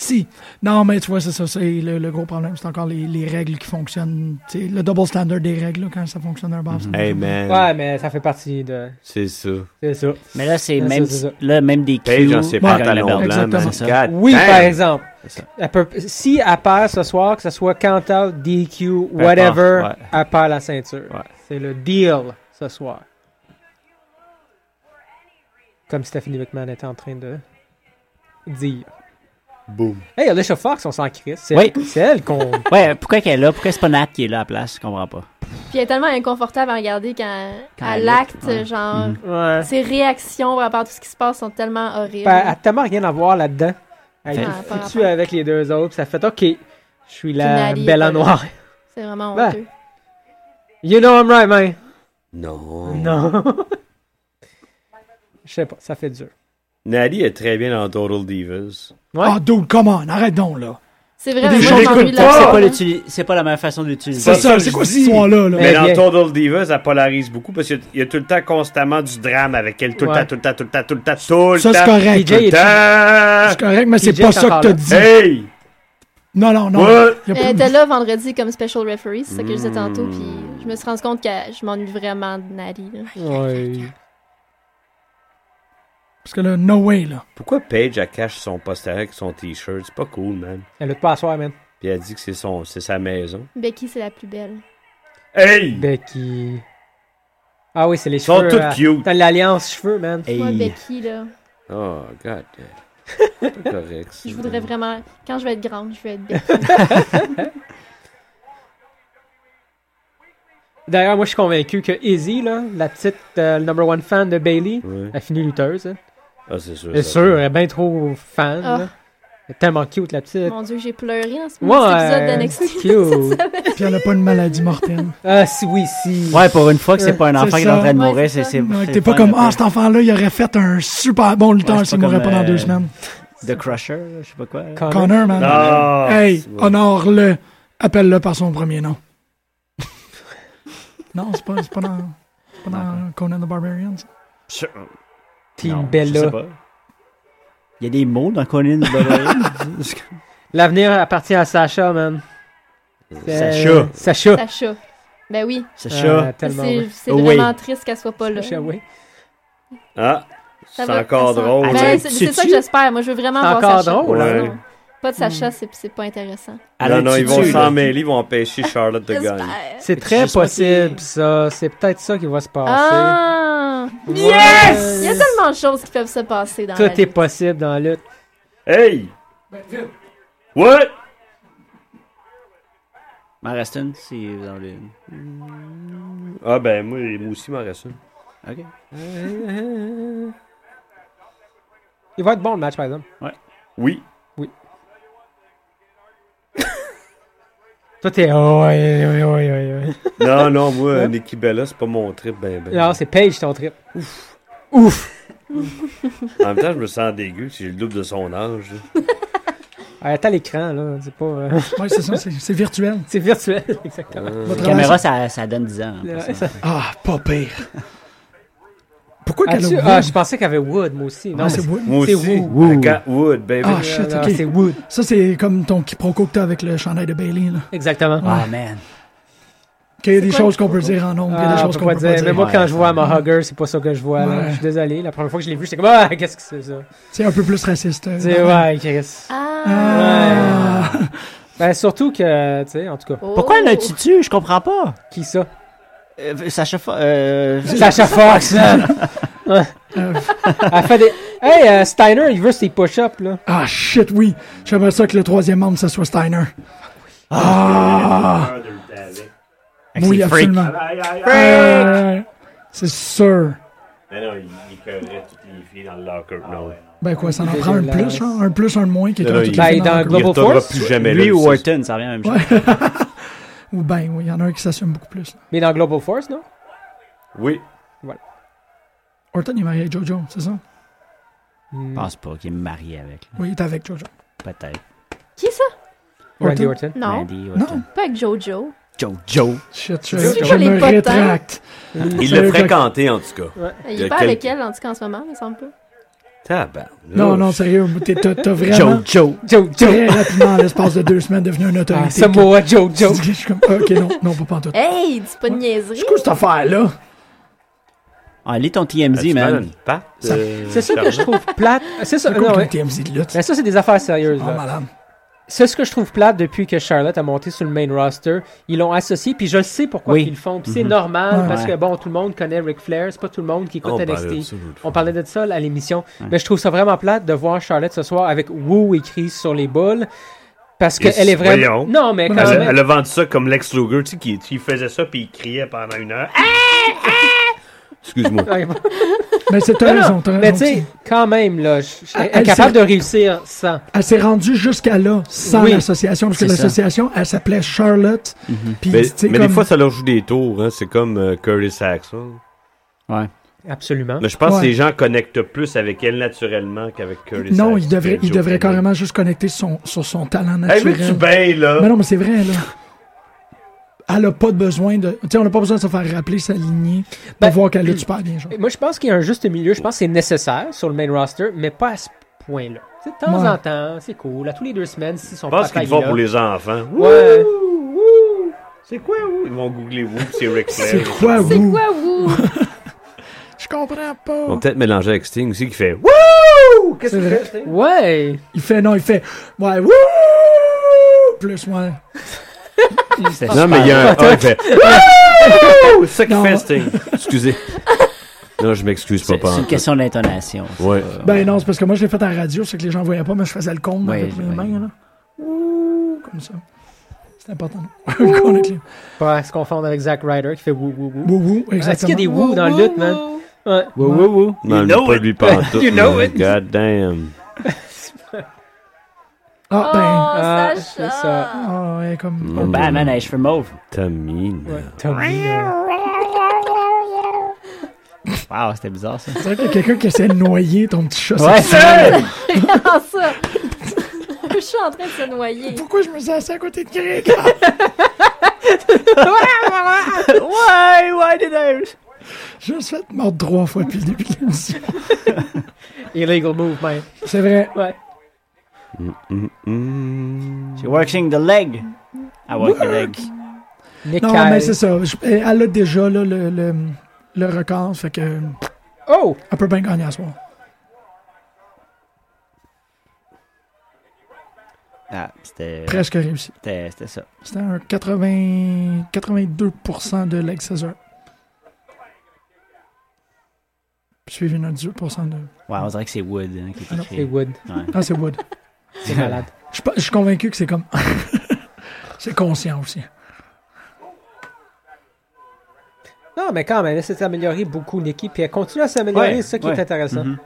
Speaker 1: si. Non, mais tu vois, c'est ça. C'est le, le gros problème, c'est encore les, les règles qui fonctionnent. Tu sais, le double standard des règles, là, quand ça fonctionne un bas.
Speaker 5: Hey, man.
Speaker 4: Ouais, mais ça fait partie de.
Speaker 5: C'est ça.
Speaker 4: C'est ça.
Speaker 2: Mais là, c'est
Speaker 4: C'est
Speaker 2: même,
Speaker 4: ça, c'est ça.
Speaker 2: là, même des
Speaker 5: Paige
Speaker 2: cues-
Speaker 5: en ses
Speaker 1: Ouais,
Speaker 5: pantalons blancs,
Speaker 1: exactement.
Speaker 5: man.
Speaker 2: C'est ça.
Speaker 5: God
Speaker 4: Oui,
Speaker 5: damn.
Speaker 4: par exemple.
Speaker 5: C'est ça.
Speaker 4: Elle peut- si elle perd ce soir, que ce soit count out, DQ,
Speaker 5: importe,
Speaker 4: whatever,
Speaker 5: ouais.
Speaker 4: elle perd la ceinture.
Speaker 5: Ouais.
Speaker 4: C'est le deal ce soir. Comme Stephanie McMahon était en train de dire.
Speaker 5: Boom.
Speaker 4: Hey, Alicia Fox, on s'en crisse. C'est
Speaker 2: Oui.
Speaker 4: c'est elle qu'on.
Speaker 2: Ouais, pourquoi qu'elle est là? Pourquoi c'est pas Nat qui est là à la place? Je comprends pas.
Speaker 3: Puis elle est tellement inconfortable à regarder quand,
Speaker 2: Quand
Speaker 3: à
Speaker 2: elle
Speaker 3: l'acte,
Speaker 2: lutte, ouais.
Speaker 3: genre,
Speaker 2: Mhm.
Speaker 4: Ouais.
Speaker 3: ses réactions par rapport à tout ce qui se passe sont tellement horribles.
Speaker 4: Ben, elle a tellement rien à voir là-dedans. Elle
Speaker 3: Ouais,
Speaker 4: est
Speaker 3: par
Speaker 4: foutue
Speaker 3: rapport.
Speaker 4: avec les deux autres. Ça fait OK, je suis la
Speaker 3: Nari est
Speaker 4: belle
Speaker 3: pas là.
Speaker 4: en noir.
Speaker 3: C'est vraiment
Speaker 4: Ben.
Speaker 3: honteux.
Speaker 4: You know I'm right, man.
Speaker 5: Non.
Speaker 4: Non. Je sais pas, ça fait dur.
Speaker 5: Nali est très bien dans Total Divas.
Speaker 4: Ouais.
Speaker 1: Ah, dude, come on, arrête donc, là.
Speaker 3: C'est
Speaker 1: Des
Speaker 3: vrai, mais
Speaker 1: gens
Speaker 3: j'ai entendu
Speaker 1: qui
Speaker 3: la-
Speaker 1: écoutent
Speaker 2: C'est
Speaker 1: Ah!
Speaker 2: pas, l'utili- c'est pas la même façon d'utiliser.
Speaker 1: C'est ça,
Speaker 5: je
Speaker 1: c'est quoi cette
Speaker 5: dis.
Speaker 1: histoire-là, là?
Speaker 5: Mais
Speaker 4: Mais
Speaker 5: dans
Speaker 4: bien.
Speaker 5: Total Divas, elle polarise beaucoup parce qu'il y a tout le temps constamment du drame avec elle. Tout le
Speaker 4: Ouais.
Speaker 5: temps, tout le temps, tout le temps, tout le temps, tout le
Speaker 1: Ça, c'est
Speaker 5: temps.
Speaker 1: correct.
Speaker 4: PJ
Speaker 5: Tout le
Speaker 4: est
Speaker 1: C'est
Speaker 5: temps.
Speaker 1: correct, mais c'est
Speaker 4: PJ
Speaker 1: pas
Speaker 4: est
Speaker 1: ça que
Speaker 4: encore
Speaker 1: t'as
Speaker 4: là.
Speaker 1: dit.
Speaker 5: Hey!
Speaker 1: Non, non, non.
Speaker 5: What?
Speaker 1: Y a pas-
Speaker 3: Elle était là vendredi comme special referee, c'est ça que je disais
Speaker 5: Mm.
Speaker 3: tantôt, puis je me suis rendu compte que je m'ennuie vraiment de Nari. là.
Speaker 4: Ouais.
Speaker 1: Parce que là, no way, là.
Speaker 5: Pourquoi Paige, elle cache son poster avec son t-shirt? C'est pas cool, man.
Speaker 4: Elle lutte pas à soir, man.
Speaker 5: Puis elle dit que c'est son, c'est sa maison.
Speaker 3: Becky, c'est la plus belle.
Speaker 5: Hey!
Speaker 4: Becky. Ah oui, c'est les
Speaker 5: Ils sont
Speaker 4: cheveux.
Speaker 5: toutes
Speaker 4: euh,
Speaker 5: cute.
Speaker 4: Dans l'alliance cheveux, man.
Speaker 2: Hey.
Speaker 3: Moi, Becky, là,
Speaker 5: Oh, god. C'est pas correct. ça.
Speaker 3: je voudrais vraiment... Quand je vais être grande, je vais être Becky.
Speaker 4: D'ailleurs, moi, je suis convaincu que Izzy, là, la petite euh, number one fan de Bailey,
Speaker 5: Ouais.
Speaker 4: a fini lutteuse. hein.
Speaker 5: Ah, c'est sûr.
Speaker 4: C'est
Speaker 5: ça.
Speaker 4: sûr, elle est bien trop fan.
Speaker 3: Ah.
Speaker 4: là. Elle est tellement cute, la petite.
Speaker 3: Mon dieu, j'ai pleuré en ce moment. cet épisode
Speaker 4: Ouais,
Speaker 3: d'NXT.
Speaker 4: c'est cute.
Speaker 1: Puis elle a pas une maladie mortelle.
Speaker 4: ah, si, oui, si.
Speaker 2: Ouais, pour une fois que c'est pas un
Speaker 1: C'est
Speaker 2: enfant qui est
Speaker 1: ça.
Speaker 2: en train de
Speaker 3: Ouais,
Speaker 2: mourir,
Speaker 3: c'est
Speaker 2: c'est.
Speaker 3: ça.
Speaker 2: c'est-
Speaker 1: Non,
Speaker 2: c'est
Speaker 1: t'es pas
Speaker 2: fun,
Speaker 1: comme,
Speaker 2: là,
Speaker 1: ah, cet enfant-là, il aurait fait un super bon
Speaker 2: Ouais,
Speaker 1: lutteur
Speaker 2: c'est
Speaker 1: s'il
Speaker 2: pas
Speaker 1: mourait
Speaker 2: comme,
Speaker 1: pas dans deux
Speaker 2: euh,
Speaker 1: semaines.
Speaker 2: The Crusher, là, je sais pas quoi. là.
Speaker 4: Connor.
Speaker 1: Connor, man.
Speaker 5: Non!
Speaker 1: Hey,
Speaker 5: C'est bon.
Speaker 1: honore-le. Appelle-le par son premier nom. non, c'est pas, c'est pas dans, c'est pas dans Conan the Barbarian. ça.
Speaker 2: Je-
Speaker 4: Team
Speaker 2: non, je sais
Speaker 4: Bella.
Speaker 2: pas. Il y a des mots dans Conan the Barbarian.
Speaker 4: L'avenir appartient à Sacha, man.
Speaker 2: Sacha.
Speaker 4: Euh, Sacha.
Speaker 3: Sacha. Ben oui,
Speaker 2: Sacha.
Speaker 4: Euh,
Speaker 3: c'est
Speaker 4: tellement. ouais.
Speaker 3: c'est
Speaker 2: Oui.
Speaker 3: vraiment triste qu'elle soit pas là.
Speaker 4: Sacha, oui.
Speaker 5: Ah!
Speaker 3: Ça
Speaker 5: C'est
Speaker 3: va-
Speaker 5: encore
Speaker 3: ça sent-
Speaker 5: drôle.
Speaker 3: Ben,
Speaker 5: hein.
Speaker 2: Ouais.
Speaker 3: c'est
Speaker 2: C'est-tu-
Speaker 3: c'est ça que j'espère. Moi, je veux vraiment
Speaker 4: C'est
Speaker 3: voir
Speaker 4: encore
Speaker 3: Sacha.
Speaker 4: drôle,
Speaker 5: hein?
Speaker 3: Non. Pas de Sacha, c'est c'est pas intéressant.
Speaker 5: Non,
Speaker 2: Alors,
Speaker 5: non,
Speaker 2: tu
Speaker 5: ils vont
Speaker 2: tues,
Speaker 5: s'en
Speaker 2: là.
Speaker 5: mêler, ils vont empêcher Charlotte de gagner.
Speaker 3: J'espère.
Speaker 4: C'est
Speaker 2: Mais
Speaker 4: très
Speaker 2: j'espère
Speaker 4: possible,
Speaker 2: qu'il-
Speaker 4: ça. C'est peut-être ça qui va se passer.
Speaker 3: Ah!
Speaker 4: Yes!
Speaker 3: Il y a tellement de choses qui peuvent se passer dans la
Speaker 4: Tout est
Speaker 3: vie.
Speaker 4: possible dans la lutte.
Speaker 5: Hey! What?
Speaker 2: Maraston, si vous en voulez une.
Speaker 5: Ah ben moi, moi aussi il m'en reste une.
Speaker 2: Ok.
Speaker 4: Il va être bon le match, par exemple.
Speaker 5: Oui.
Speaker 4: Toi, t'es. Oh, ouais, ouais, ouais, ouais, ouais.
Speaker 5: Non, non, moi, Nikki Bella, c'est pas mon trip, ben ben.
Speaker 4: Non, c'est Paige ton trip. Ouf. Ouf.
Speaker 5: En même temps, je me sens dégueu si j'ai le double de son âge.
Speaker 4: Ah, attends l'écran, là. C'est pas. euh,
Speaker 1: Ouais, c'est ça, c'est c'est virtuel.
Speaker 4: C'est virtuel, exactement.
Speaker 5: Euh,
Speaker 1: Votre
Speaker 2: Caméra, ça, ça donne 10 ans. hein. en
Speaker 4: Ouais,
Speaker 2: passant.
Speaker 4: ça-
Speaker 1: Ah, pas pire. Pourquoi qu'elle a
Speaker 4: As-tu-
Speaker 1: Wood?
Speaker 4: Ah, je pensais qu'il y avait Wood, moi aussi. Non,
Speaker 1: Ah, c'est
Speaker 4: mais-
Speaker 1: Wood.
Speaker 5: moi
Speaker 4: C'est
Speaker 5: aussi.
Speaker 2: Woo.
Speaker 5: I got wood, ben, baby.
Speaker 1: Ah, shit,
Speaker 4: Non,
Speaker 1: ok.
Speaker 4: C'est Wood.
Speaker 1: Ça, c'est comme ton quiproquo que t'as avec le chandail de Bailey. Là.
Speaker 4: Exactement.
Speaker 2: Ah, man.
Speaker 1: Qu'il y a des
Speaker 3: quoi
Speaker 1: choses
Speaker 3: le
Speaker 1: qu'on peut dire en nombre, il y a des
Speaker 4: Ah,
Speaker 1: choses
Speaker 4: on
Speaker 1: qu'on
Speaker 4: peut pas dire. Mais moi,
Speaker 2: Ouais.
Speaker 4: quand je vois ma hugger, c'est pas ça que je vois. là.
Speaker 1: Ouais.
Speaker 4: Je suis désolé. La première fois que je l'ai vu, j'étais comme Ah, qu'est-ce que c'est ça
Speaker 1: C'est un peu plus raciste. euh,
Speaker 4: C'est
Speaker 1: dans-
Speaker 4: ouais, Chris.
Speaker 3: Ah!
Speaker 1: Ah.
Speaker 4: Ben, surtout que, tu sais, en tout cas,
Speaker 3: Oh.
Speaker 2: Pourquoi elle a tutu Je comprends pas.
Speaker 4: qui ça
Speaker 2: Euh, Sacha. Fo- Euh,
Speaker 4: Sacha Fox Ouais.
Speaker 1: Euh.
Speaker 4: Elle fait des. Hey, euh, Steiner, il veut ses push-ups, là.
Speaker 1: Ah, shit, oui. J'aimerais ça que le troisième membre, ça soit Steiner. Ah!
Speaker 2: Avec ses
Speaker 1: oui,
Speaker 2: freaks.
Speaker 1: absolument.
Speaker 5: Ah,
Speaker 1: Euh, c'est sûr.
Speaker 5: Mais non, il écœurait toutes les filles dans le locker. Non.
Speaker 1: Ben quoi, ça en
Speaker 4: Dégueulasse.
Speaker 1: prend un de plus, genre, un de plus, un de moins qui est
Speaker 5: Là,
Speaker 1: un tout
Speaker 5: il-
Speaker 1: le
Speaker 4: Ben,
Speaker 1: monde dans
Speaker 4: dans
Speaker 1: la
Speaker 4: Global
Speaker 5: il retournera
Speaker 4: Force?
Speaker 5: plus jamais
Speaker 2: Lui
Speaker 5: là.
Speaker 2: ou
Speaker 5: c'est sûr.
Speaker 2: Orton, ça revient à la même chose.
Speaker 1: coupe. Ou ben, oui, il y en a un qui s'assume beaucoup plus. là.
Speaker 4: Mais dans Global Force, non
Speaker 5: Oui.
Speaker 1: Orton est marié avec Jojo, c'est ça?
Speaker 2: Je pense pas qu'il est marié avec.
Speaker 1: Oui, il est avec Jojo.
Speaker 2: là. Peut-être.
Speaker 3: Qui ça?
Speaker 4: Randy Orton.
Speaker 3: Non,
Speaker 2: Randy Orton.
Speaker 1: Non?
Speaker 3: pas avec Jojo.
Speaker 2: Jojo.
Speaker 1: Shit, je,
Speaker 4: C'est
Speaker 1: je
Speaker 3: quoi les
Speaker 1: me
Speaker 3: potins?
Speaker 1: rétracte.
Speaker 5: Il
Speaker 1: C'est
Speaker 5: l'a
Speaker 1: le gars-
Speaker 5: fréquenté, en tout cas.
Speaker 3: Il
Speaker 5: De
Speaker 3: est pas
Speaker 5: quel-
Speaker 3: avec elle, en tout cas, en ce moment, il me semble pas.
Speaker 5: Tabarnouche.
Speaker 1: Non, non, sérieux, t'es- t'as t'as vraiment...
Speaker 2: Jojo.
Speaker 4: Joe, Joe.
Speaker 1: Très rapidement, en l'espace de deux semaines, devenu une autorité.
Speaker 4: Ah, Samoa Joe, Joe.
Speaker 1: Je suis comme, ok, non, non, pas pantoute.
Speaker 3: Hey, dis pas de niaiserie!
Speaker 1: C'est quoi cette affaire-là?
Speaker 2: Ah, lis ton
Speaker 5: As-tu
Speaker 2: TMZ,
Speaker 5: mal à
Speaker 2: man.
Speaker 5: une patte,
Speaker 1: Ça-
Speaker 5: euh,
Speaker 4: C'est ça que je
Speaker 5: Charlotte?
Speaker 4: trouve plate. C'est ça,
Speaker 1: C'est quoi
Speaker 4: non,
Speaker 1: que le
Speaker 4: ouais.
Speaker 1: TMZ de lutte?
Speaker 4: Mais ça, c'est des affaires sérieuses,
Speaker 1: Oh,
Speaker 4: là.
Speaker 1: madame.
Speaker 4: C'est ce que je trouve plate depuis que Charlotte a monté sur le main roster. Ils l'ont associé, puis je sais pourquoi
Speaker 2: Oui.
Speaker 4: ils le font. Puis c'est normal,
Speaker 1: Mhm. Ouais.
Speaker 4: parce que
Speaker 2: Ouais.
Speaker 4: bon, tout le monde connaît Ric Flair, c'est pas tout le monde qui écoute
Speaker 5: On parlait de
Speaker 4: NXT.
Speaker 5: Oh, ben, ça l'autre fois.
Speaker 4: On parlait de ben, ça à l'émission. Mais je trouve ça vraiment plate de voir Charlotte ce soir avec Woo écrit sur les boules. Parce qu'elle
Speaker 5: Et
Speaker 4: est vraiment.
Speaker 5: voyons.
Speaker 4: Non, mais quand
Speaker 5: Elle, a-
Speaker 4: même.
Speaker 5: elle a vendu ça comme Lex Luger, tu sais, qui, qui faisait ça puis il criait pendant une heure. Ah! Ah! Excuse-moi.
Speaker 4: Ouais,
Speaker 1: Mais c'est t'as
Speaker 4: Non, non,
Speaker 1: raison, t'as
Speaker 4: Mais
Speaker 1: raison.
Speaker 4: tu sais, quand même, là, je je suis
Speaker 1: Elle- elle
Speaker 4: incapable
Speaker 1: s'est-
Speaker 4: de réussir sans.
Speaker 1: Elle s'est rendue jusqu'à là, sans
Speaker 4: Oui. Mhm.
Speaker 1: l'association, parce que
Speaker 2: C'est ça.
Speaker 1: l'association, elle s'appelait Charlotte. Puis,
Speaker 5: Mais,
Speaker 1: tu sais,
Speaker 5: mais
Speaker 1: comme...
Speaker 5: des fois, ça leur joue des tours. hein. C'est comme euh, Curtis Axel.
Speaker 4: Absolument.
Speaker 5: Mais je pense
Speaker 1: Ouais.
Speaker 5: que les gens connectent plus avec elle naturellement qu'avec Curtis
Speaker 1: non,
Speaker 5: Axel.
Speaker 1: il devrait, il
Speaker 5: Joe
Speaker 1: devrait
Speaker 5: Kennedy.
Speaker 1: carrément juste connecter son, sur son talent
Speaker 5: Hey,
Speaker 1: naturel.
Speaker 5: hein. Eh, mais tu bailles, là.
Speaker 1: Mais non, mais c'est vrai, là. Elle a pas de besoin de. Tu sais, on n'a pas besoin de se faire rappeler sa lignée pour
Speaker 4: Ben,
Speaker 1: voir qu'elle lutte super bien, genre.
Speaker 3: eh,
Speaker 4: Moi, je pense qu'il y a un juste milieu. Je pense que c'est nécessaire sur le main roster, mais pas à ce point-là. Tu sais, De temps
Speaker 1: Ouais.
Speaker 4: en temps, c'est cool. À tous les deux semaines, si son
Speaker 5: Je pense
Speaker 4: papa
Speaker 5: qu'ils le
Speaker 4: est
Speaker 5: font
Speaker 4: là.
Speaker 5: pour les enfants.
Speaker 4: Ouais.
Speaker 5: Ouh, ouh. C'est quoi, ouh? Ils vont googler vous, puis c'est Rick Flair.
Speaker 1: C'est quoi,
Speaker 3: C'est
Speaker 1: vous?
Speaker 3: quoi, vous?
Speaker 1: Je comprends
Speaker 5: Ils vont
Speaker 1: pas.
Speaker 5: peut-être mélanger avec Sting aussi qui fait Wouh! Qu'est-ce
Speaker 1: C'est
Speaker 5: que
Speaker 1: vrai.
Speaker 5: c'est? Sting?
Speaker 4: Ouais.
Speaker 1: Il fait, non, il fait. Ouais, wouh! Plus, ouais.
Speaker 5: Non, mais il y a un. Ah, il fait Wouh! C'est ça qu'il
Speaker 1: Non.
Speaker 5: fait, Sting. Excusez. Non, je m'excuse,
Speaker 2: C'est
Speaker 5: papa.
Speaker 2: c'est une question d'intonation. c'est
Speaker 5: Ouais.
Speaker 2: pas-
Speaker 1: Ben non, c'est parce que moi, je l'ai fait en radio, c'est que les gens voyaient pas, mais je faisais le con
Speaker 2: Ouais,
Speaker 1: avec mes
Speaker 2: ouais.
Speaker 1: mains, là. Ouh, comme ça. C'est important. Le con avec les-
Speaker 4: Pas à se confondre avec Zack Ryder qui fait wou wou wou.
Speaker 1: Wouh, wouh, exactement.
Speaker 4: Est-ce qu'il y a des wou dans le lutte, man? Ouais.
Speaker 2: Wouh, wouh, wouh.
Speaker 5: Non,
Speaker 6: know
Speaker 5: pas
Speaker 6: it.
Speaker 5: lui pas en tout.
Speaker 6: You know
Speaker 5: man.
Speaker 6: it.
Speaker 5: God damn.
Speaker 1: Ah, ben.
Speaker 4: Ah,
Speaker 3: oh,
Speaker 4: c'est
Speaker 3: Sacha!
Speaker 4: ça.
Speaker 1: Ah, ouais, comme.
Speaker 4: Mm.
Speaker 2: Oh, Batman a les cheveux mauves.
Speaker 5: Tamina.
Speaker 4: Ouais. hein. Tommy, là.
Speaker 2: Wow, c'était bizarre ça.
Speaker 1: C'est vrai qu'il y a quelqu'un qui essaie de noyer ton petit chat.
Speaker 4: Ouais.
Speaker 3: Comment ça? Je suis en train de se noyer.
Speaker 1: Pourquoi je me suis assis à côté de Greg? Ah!
Speaker 2: why, why did I...
Speaker 1: Je me suis fait mordre trois fois depuis le début de l'émission.
Speaker 4: Illegal move, man.
Speaker 1: C'est vrai.
Speaker 4: Ouais.
Speaker 5: Mm, mm.
Speaker 2: She's working the leg. I work the leg.
Speaker 1: Non,
Speaker 4: Nickel.
Speaker 1: mais c'est ça. Je- eh, elle a déjà là, le, le, le record, fait que elle
Speaker 4: Oh!
Speaker 1: peut bien gagner à soir.
Speaker 2: Ah, c'était...
Speaker 1: Presque réussi.
Speaker 2: C'était c'était ça.
Speaker 1: C'était un 80, 82% de leg scissor. Suivi d'un 18% de...
Speaker 2: Ouais, on dirait que c'est Wood hein, qui est
Speaker 4: C'est
Speaker 2: écrit.
Speaker 4: Wood.
Speaker 1: Ah, c'est Wood.
Speaker 4: C'est malade.
Speaker 1: Je suis pas- je suis convaincu que c'est comme... c'est conscient aussi.
Speaker 4: Non, mais quand même, elle s'est améliorée beaucoup, Nikki, puis elle continue à s'améliorer,
Speaker 2: Ouais,
Speaker 4: c'est ça qui
Speaker 2: ouais.
Speaker 4: est intéressant.
Speaker 2: Mhm.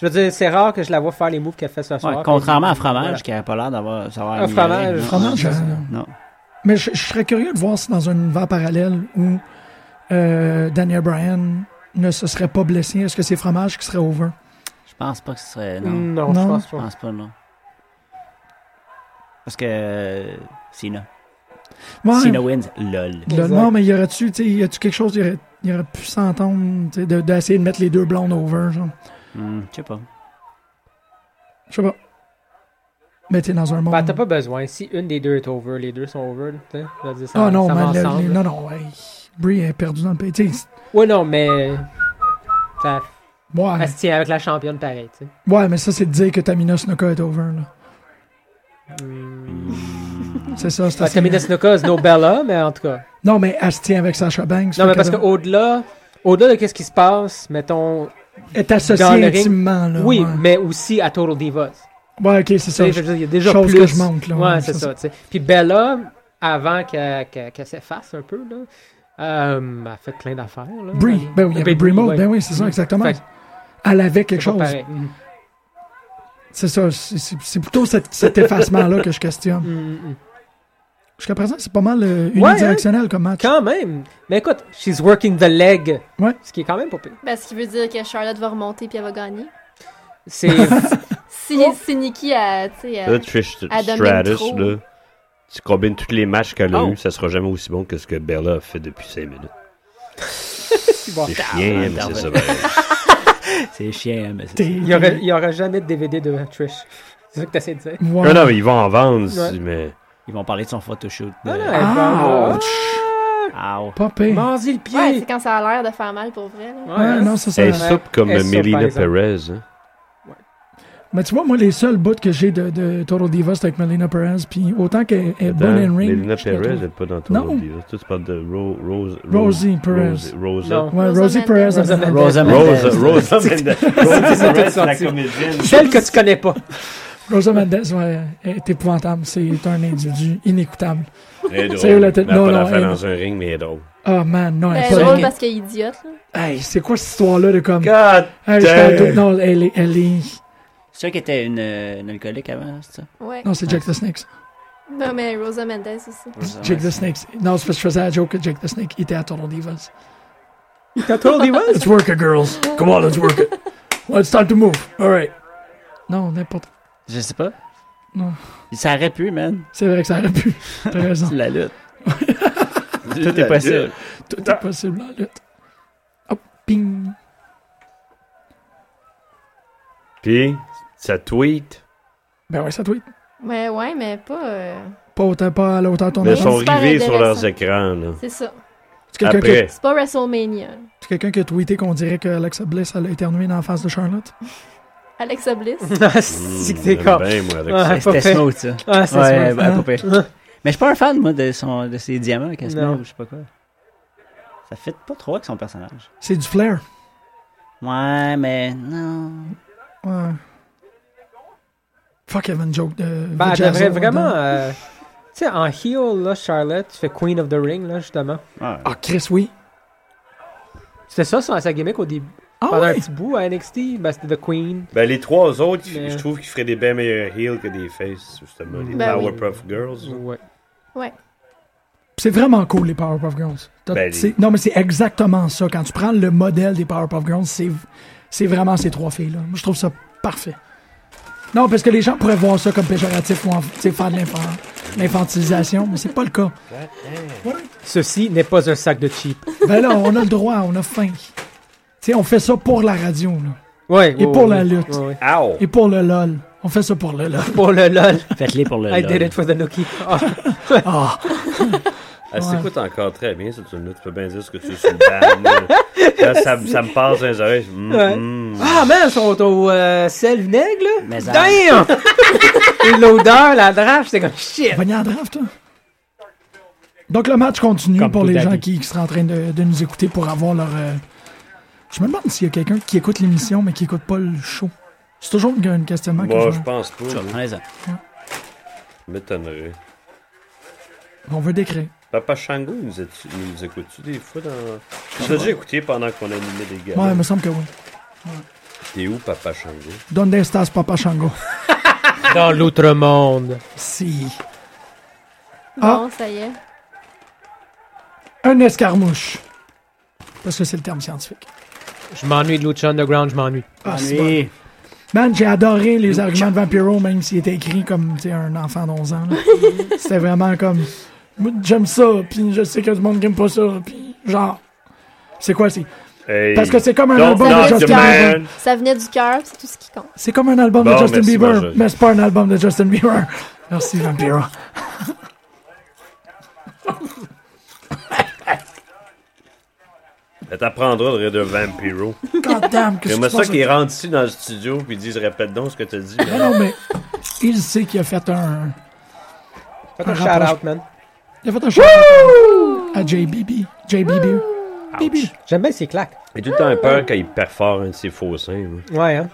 Speaker 4: Je veux dire, c'est rare que je la vois faire les moves qu'elle fait ce soir.
Speaker 2: Ouais, contrairement à Fromage,
Speaker 4: Voilà.
Speaker 2: qui a pas l'air d'avoir... savoir
Speaker 4: Ah,
Speaker 2: améliorer,
Speaker 4: Fromage.
Speaker 2: non,
Speaker 1: Fromage,
Speaker 2: c'est ça.
Speaker 1: euh,
Speaker 2: Non.
Speaker 1: Mais je, je serais curieux de voir si dans un univers parallèle où euh, Daniel Bryan ne se serait pas blessé, est-ce que c'est Fromage qui serait over?
Speaker 2: Je pense pas que ce serait...
Speaker 4: Non, Ah.
Speaker 2: Non.
Speaker 4: je
Speaker 1: Non.
Speaker 4: pense
Speaker 2: Je
Speaker 4: pas.
Speaker 2: pense pas, non. Parce que... øh, Sina.
Speaker 1: Ouais.
Speaker 2: Sina wins, lol.
Speaker 1: Là,
Speaker 4: Exact.
Speaker 1: non, mais y aurait-tu, tu sais, y a-tu quelque chose, y aurait, y aurait pu s'entendre, tu sais, de- d'essayer de, mettre les deux blondes over, genre.
Speaker 2: Hmm, Je sais pas.
Speaker 1: Je sais pas. Mais t'es dans un monde.
Speaker 4: Bah, t'as pas besoin. Si une des deux est over, les deux sont over, tu sais. Je veux dire, ça,
Speaker 1: Ah non,
Speaker 4: ça va
Speaker 1: man, le-
Speaker 4: ensemble.
Speaker 1: le- non, non, ouais. Brie est perdue dans le pays. Tu sais,
Speaker 4: Ouais, non, mais. Ça,
Speaker 1: ouais,
Speaker 4: elle se tient avec la championne pareil, tu sais.
Speaker 1: ouais, mais ça, c'est de dire que Tamina Snuka est over, là. C'est ça, Mm. c'est
Speaker 4: Mm. Parce que
Speaker 1: assez-
Speaker 4: Mina Snuka, c'est no Bella, mais en tout cas.
Speaker 1: Non, mais elle se tient avec Sasha Banks.
Speaker 4: Non,
Speaker 1: fait
Speaker 4: mais parce
Speaker 1: qu'elle
Speaker 4: qu'au-delà. Au-delà de qu'est-ce qui se passe, mettons.
Speaker 1: Est associée
Speaker 4: dans le ring-
Speaker 1: intimement, là.
Speaker 4: oui,
Speaker 1: ouais.
Speaker 4: mais aussi à Total Divas.
Speaker 1: Ouais, ok, c'est
Speaker 4: Tu sais,
Speaker 1: ça.
Speaker 4: je veux dire, il y a déjà
Speaker 1: chose
Speaker 4: plus.
Speaker 1: que je manque, là,
Speaker 4: Ouais,
Speaker 1: ouais,
Speaker 4: c'est
Speaker 1: ça,
Speaker 4: ça, tu sais. Puis Bella, avant qu'elle qu'elle- qu'elle s'efface un peu, là, euh, elle a fait plein d'affaires, là.
Speaker 1: Brie, ben oui, il y avait
Speaker 4: Ben,
Speaker 1: Brie
Speaker 4: Brie,
Speaker 1: Mode,
Speaker 4: ouais.
Speaker 1: ben oui, c'est ça,
Speaker 4: Mhm.
Speaker 1: exactement.
Speaker 4: Fait que
Speaker 1: Elle avait quelque
Speaker 4: c'est
Speaker 1: chose.
Speaker 4: pas pareil. Mhm.
Speaker 1: C'est ça, c'est- c'est c'est plutôt cet, cet effacement-là que je questionne.
Speaker 4: Mhm, mhm.
Speaker 1: Jusqu'à présent, c'est pas mal euh,
Speaker 4: Ouais, hein.
Speaker 1: unidirectionnel comme match.
Speaker 4: Quand même. Mais écoute, she's working the leg.
Speaker 1: Ouais.
Speaker 4: Ce qui est quand même pas pire.
Speaker 3: Ben, ce qui veut dire que Charlotte va remonter puis elle va gagner.
Speaker 4: C'est.
Speaker 3: Si, si Nikki a, tu sais, euh,
Speaker 5: Là,
Speaker 3: elle-
Speaker 5: Trish
Speaker 3: elle domine
Speaker 5: Stratus,
Speaker 3: trop.
Speaker 5: là, tu combines tous les matchs qu'elle a
Speaker 4: Oh.
Speaker 5: eu, ça sera jamais aussi bon que ce que Bella a fait depuis 5 minutes.
Speaker 4: bon.
Speaker 5: C'est chien, hein, mais c'est ça. ben.
Speaker 2: C'est chiant, mais c'est...
Speaker 1: T'es-
Speaker 4: Il y aura, il y aura jamais de DVD de Trish. C'est ça que t'essaies de dire.
Speaker 1: Ouais.
Speaker 5: Non, non, mais ils vont en vendre, si-
Speaker 4: Ouais.
Speaker 5: mais.
Speaker 2: Ils vont parler de son photoshoot.
Speaker 4: Non, non,
Speaker 2: de-
Speaker 4: elle va-
Speaker 2: Ow.
Speaker 1: Pas
Speaker 4: Ah,
Speaker 1: pire.
Speaker 4: Mordi le
Speaker 3: Ouais,
Speaker 4: pied.
Speaker 3: c'est quand ça a l'air de faire mal pour vrai. là.
Speaker 1: Ouais,
Speaker 4: Ouais, hein.
Speaker 1: non, c'est ça.
Speaker 5: Elle soupe comme
Speaker 4: Elle soupe, par
Speaker 5: Melina
Speaker 4: exemple.
Speaker 5: Perez. hein.
Speaker 1: Mais tu vois, moi, les seuls bouts que j'ai de, de Total Divas, c'est avec Melina Perez. Puis autant qu'elle est
Speaker 5: Attends,
Speaker 1: bonne in ring.
Speaker 5: Melina
Speaker 1: je la trouve-
Speaker 5: Perez, elle est pas dans
Speaker 1: Non.
Speaker 5: ton livre. Toi, tu parles de Ro- Rose,
Speaker 1: Rosie Perez.
Speaker 5: Rose- Rosa.
Speaker 4: Non.
Speaker 1: Ouais,
Speaker 3: Rosa
Speaker 1: Rosie
Speaker 3: Mendez.
Speaker 1: Perez.
Speaker 4: Rosa
Speaker 1: elle-
Speaker 4: Mendez.
Speaker 2: Rosa
Speaker 5: Rose,
Speaker 2: Mendez.
Speaker 5: Rosa Mendes. Rosa Perez, la
Speaker 4: sorti.
Speaker 5: comédienne.
Speaker 4: Celle que tu connais pas.
Speaker 1: Rosa Mendes ouais, est épouvantable. C'est un individu inécoutable.
Speaker 5: Elle est drôle.
Speaker 1: Sérieux, la tête-
Speaker 5: Elle a
Speaker 1: non,
Speaker 5: pas
Speaker 1: non,
Speaker 5: d'affaire
Speaker 1: elle-
Speaker 5: dans un ring, mais elle est drôle.
Speaker 1: Ah man, non, elle est
Speaker 3: Ben,
Speaker 1: pas
Speaker 3: drôle
Speaker 1: drôle.
Speaker 3: parce qu'il est idiote, là.
Speaker 1: Hey, c'est quoi cette histoire-là de comme.
Speaker 5: God
Speaker 1: Hey, je
Speaker 5: damn.
Speaker 1: parle de- Non, elle est. Elle est...
Speaker 6: C'est sûr qu'elle était une,
Speaker 2: øh,
Speaker 6: euh, une alcoolique avant, c'est ça?
Speaker 3: Ouais.
Speaker 1: Non, c'est Jack the Snake. ça.
Speaker 3: Non, mais Rosa Mendes aussi.
Speaker 1: Jack the Snake. c'est- Non, c'est parce que je faisais la joke que Jack the Snake était à Total Divas.
Speaker 4: T'as told he was?
Speaker 1: Let's work it, girls. Come on, let's work it. Well, it's time to move. All right. Non, n'importe.
Speaker 6: Je sais pas.
Speaker 1: Non.
Speaker 6: Ça aurait pu, man.
Speaker 1: C'est vrai que ça aurait pu. T'as raison.
Speaker 2: er
Speaker 6: La lutte.
Speaker 1: er
Speaker 5: Tout
Speaker 6: est possible.
Speaker 1: Tout
Speaker 4: Ah.
Speaker 1: est possible en lutte. Hop, ping.
Speaker 5: Puis, ça tweet.
Speaker 1: Ben ouais, ça tweet.
Speaker 3: Mais ouais, mais pas. euh,
Speaker 1: Pas autant pas à la hauteur de ton
Speaker 5: Mais
Speaker 1: âge.
Speaker 5: ils sont
Speaker 3: Super
Speaker 5: rivés sur leurs
Speaker 3: intéressant.
Speaker 5: écrans, là.
Speaker 3: C'est ça.
Speaker 1: C'est quelqu'un qui,
Speaker 5: Après.
Speaker 3: C'est pas WrestleMania.
Speaker 1: c'est quelqu'un qui a tweeté qu'on dirait que Alexa Bliss elle a éternué dans la face de Charlotte.
Speaker 3: Alexa Bliss.
Speaker 4: Ah, c'est que t'es
Speaker 5: Hmm, J'aime
Speaker 4: con.
Speaker 5: bien, moi, avec
Speaker 4: Ouais.
Speaker 5: ça.
Speaker 4: Pas
Speaker 6: C'était
Speaker 4: fait.
Speaker 6: smooth,
Speaker 1: er
Speaker 6: ça.
Speaker 4: Ah, c'est
Speaker 6: Ouais,
Speaker 4: smart.
Speaker 6: bah, pas pire. Mais je suis pas un fan, moi, de, son, de ses
Speaker 2: er
Speaker 6: diamants, Casino,
Speaker 4: Non.
Speaker 6: ou je sais pas quoi. Ça fit pas trop avec son personnage.
Speaker 1: C'est du flair.
Speaker 6: Ouais, mais non.
Speaker 1: Ouais. Fuck Evan joke de.
Speaker 4: Ben, elle
Speaker 1: Jazzo
Speaker 4: devrait
Speaker 1: là-dedans.
Speaker 4: vraiment... euh, Tu sais, en heel, là, Charlotte, tu fais Queen of the Ring, là, justement.
Speaker 6: Ouais.
Speaker 1: Ah, Chris, oui.
Speaker 4: C'était ça, son- sa gimmick au début.
Speaker 1: Ah,
Speaker 4: Pendant un
Speaker 1: ouais.
Speaker 4: petit bout à NXT, ben, c'était The Queen.
Speaker 5: Ben, les trois autres,
Speaker 4: Mais-
Speaker 5: je trouve qu'ils feraient des bien meilleurs heels que des faces, justement. Les
Speaker 3: Ben oui.
Speaker 5: Powerpuff Girls.
Speaker 4: Ouais.
Speaker 1: C'est vraiment cool, les Powerpuff Girls. T'as-
Speaker 5: Ben, les-
Speaker 1: c'est- Non, mais c'est exactement ça. Quand tu prends le modèle des Powerpuff Girls, c'est, c'est vraiment ces trois filles-là. Moi, je trouve ça parfait. Non, parce que les gens pourraient voir ça comme péjoratif ou en- tu sais, faire de l'infan- l'infantilisation, mais c'est pas le cas.
Speaker 4: Ceci n'est pas un sac de cheap.
Speaker 1: Ben là, on a le droit, on a faim. Tu sais, on fait ça pour la radio, là.
Speaker 4: Ouais,
Speaker 1: Et
Speaker 4: ouais,
Speaker 1: pour
Speaker 4: ouais,
Speaker 1: la
Speaker 4: ouais,
Speaker 1: lutte.
Speaker 4: ouais, ouais.
Speaker 5: Ow!
Speaker 1: Et pour le LOL. On fait ça pour le LOL.
Speaker 4: Pour le LOL.
Speaker 6: Faites-les pour le.
Speaker 4: I
Speaker 6: lol.
Speaker 4: did it for the Nookie. Ah,
Speaker 1: Ah,
Speaker 5: Elle s'écoute encore très bien, cette tune-là. Tu peux bien dire ce que tu veux sur le band, là. Là, ça, ça me passe dans les oreilles. je- Mm,
Speaker 4: Ouais.
Speaker 5: mm.
Speaker 4: Ah, man, ils sont au euh, sel vinaigre, là.
Speaker 6: Mais ça-
Speaker 4: Damn! Et l'odeur, la drape, c'est comme shit.
Speaker 1: on va y en draft, toi. Donc le match continue
Speaker 6: Comme
Speaker 1: pour
Speaker 6: tout
Speaker 1: les
Speaker 6: à
Speaker 1: gens
Speaker 6: vie.
Speaker 1: qui, qui seraient en train de, de nous écouter pour avoir leur. euh, Je me demande s'il y a quelqu'un qui écoute l'émission mais qui écoute pas le show. C'est toujours une- un questionnement que
Speaker 5: Moi,
Speaker 1: je
Speaker 5: je
Speaker 1: me-
Speaker 5: pense pas.
Speaker 6: Tu vas prendre
Speaker 5: là.
Speaker 6: les autres.
Speaker 5: Je m'étonnerais.
Speaker 1: On veut décrire.
Speaker 5: Papa Shango, nous, est- nous écoutes-tu des fois dans. Je l'ai déjà écouté pendant qu'on animait des gars.
Speaker 1: Ouais, il me semble que oui.
Speaker 5: T'es où, Papa Shango?
Speaker 1: Donde estas, Papa Shango?
Speaker 4: Dans l'outre-monde.
Speaker 1: Si. Ah.
Speaker 3: Bon, ça y est.
Speaker 1: Un escarmouche. Parce que c'est le terme scientifique.
Speaker 4: Je m'ennuie de Lucha Underground, je m'ennuie.
Speaker 1: Ah, c'est bon.
Speaker 6: Ennui.
Speaker 1: Man, j'ai adoré les arguments de Vampiro, même s'il était écrit comme tu sais, un enfant d'11 ans. là. C'était vraiment comme. Moi, J'aime ça, puis je sais qu'il y a du monde qui aime pas ça, puis genre. C'est quoi, c'est.
Speaker 5: Hey,
Speaker 1: Parce que c'est comme un
Speaker 5: Don't
Speaker 1: album de
Speaker 5: knock the
Speaker 1: Justin Bieber.
Speaker 5: man.
Speaker 3: Ça venait du cœur, c'est tout ce qui compte.
Speaker 1: C'est comme un album de
Speaker 5: Bon,
Speaker 1: Justin
Speaker 5: merci,
Speaker 1: Bieber,
Speaker 5: Marjorie.
Speaker 1: mais c'est pas un album de Justin Bieber. Merci, Vampiro.
Speaker 5: Elle t'apprendra Ben, de rire de Vampiro.
Speaker 1: God damn, qu'est-ce que
Speaker 5: J'aimerais
Speaker 1: tu
Speaker 5: ça
Speaker 1: penses?
Speaker 5: qu'ils rentrent ici dans le studio puis disent répète donc ce que t'as dit.
Speaker 1: Ah Non, mais. Il sait qu'il a fait un.
Speaker 4: Faites un
Speaker 1: rapport-
Speaker 4: shout-out, man.
Speaker 1: Il a fait un show à JBB. JBB.
Speaker 5: Ouch.
Speaker 4: J'aime bien ses claques.
Speaker 5: J'ai tout le temps peur quand il perfore un de ses faux seins. moi.
Speaker 4: Ouais, hein.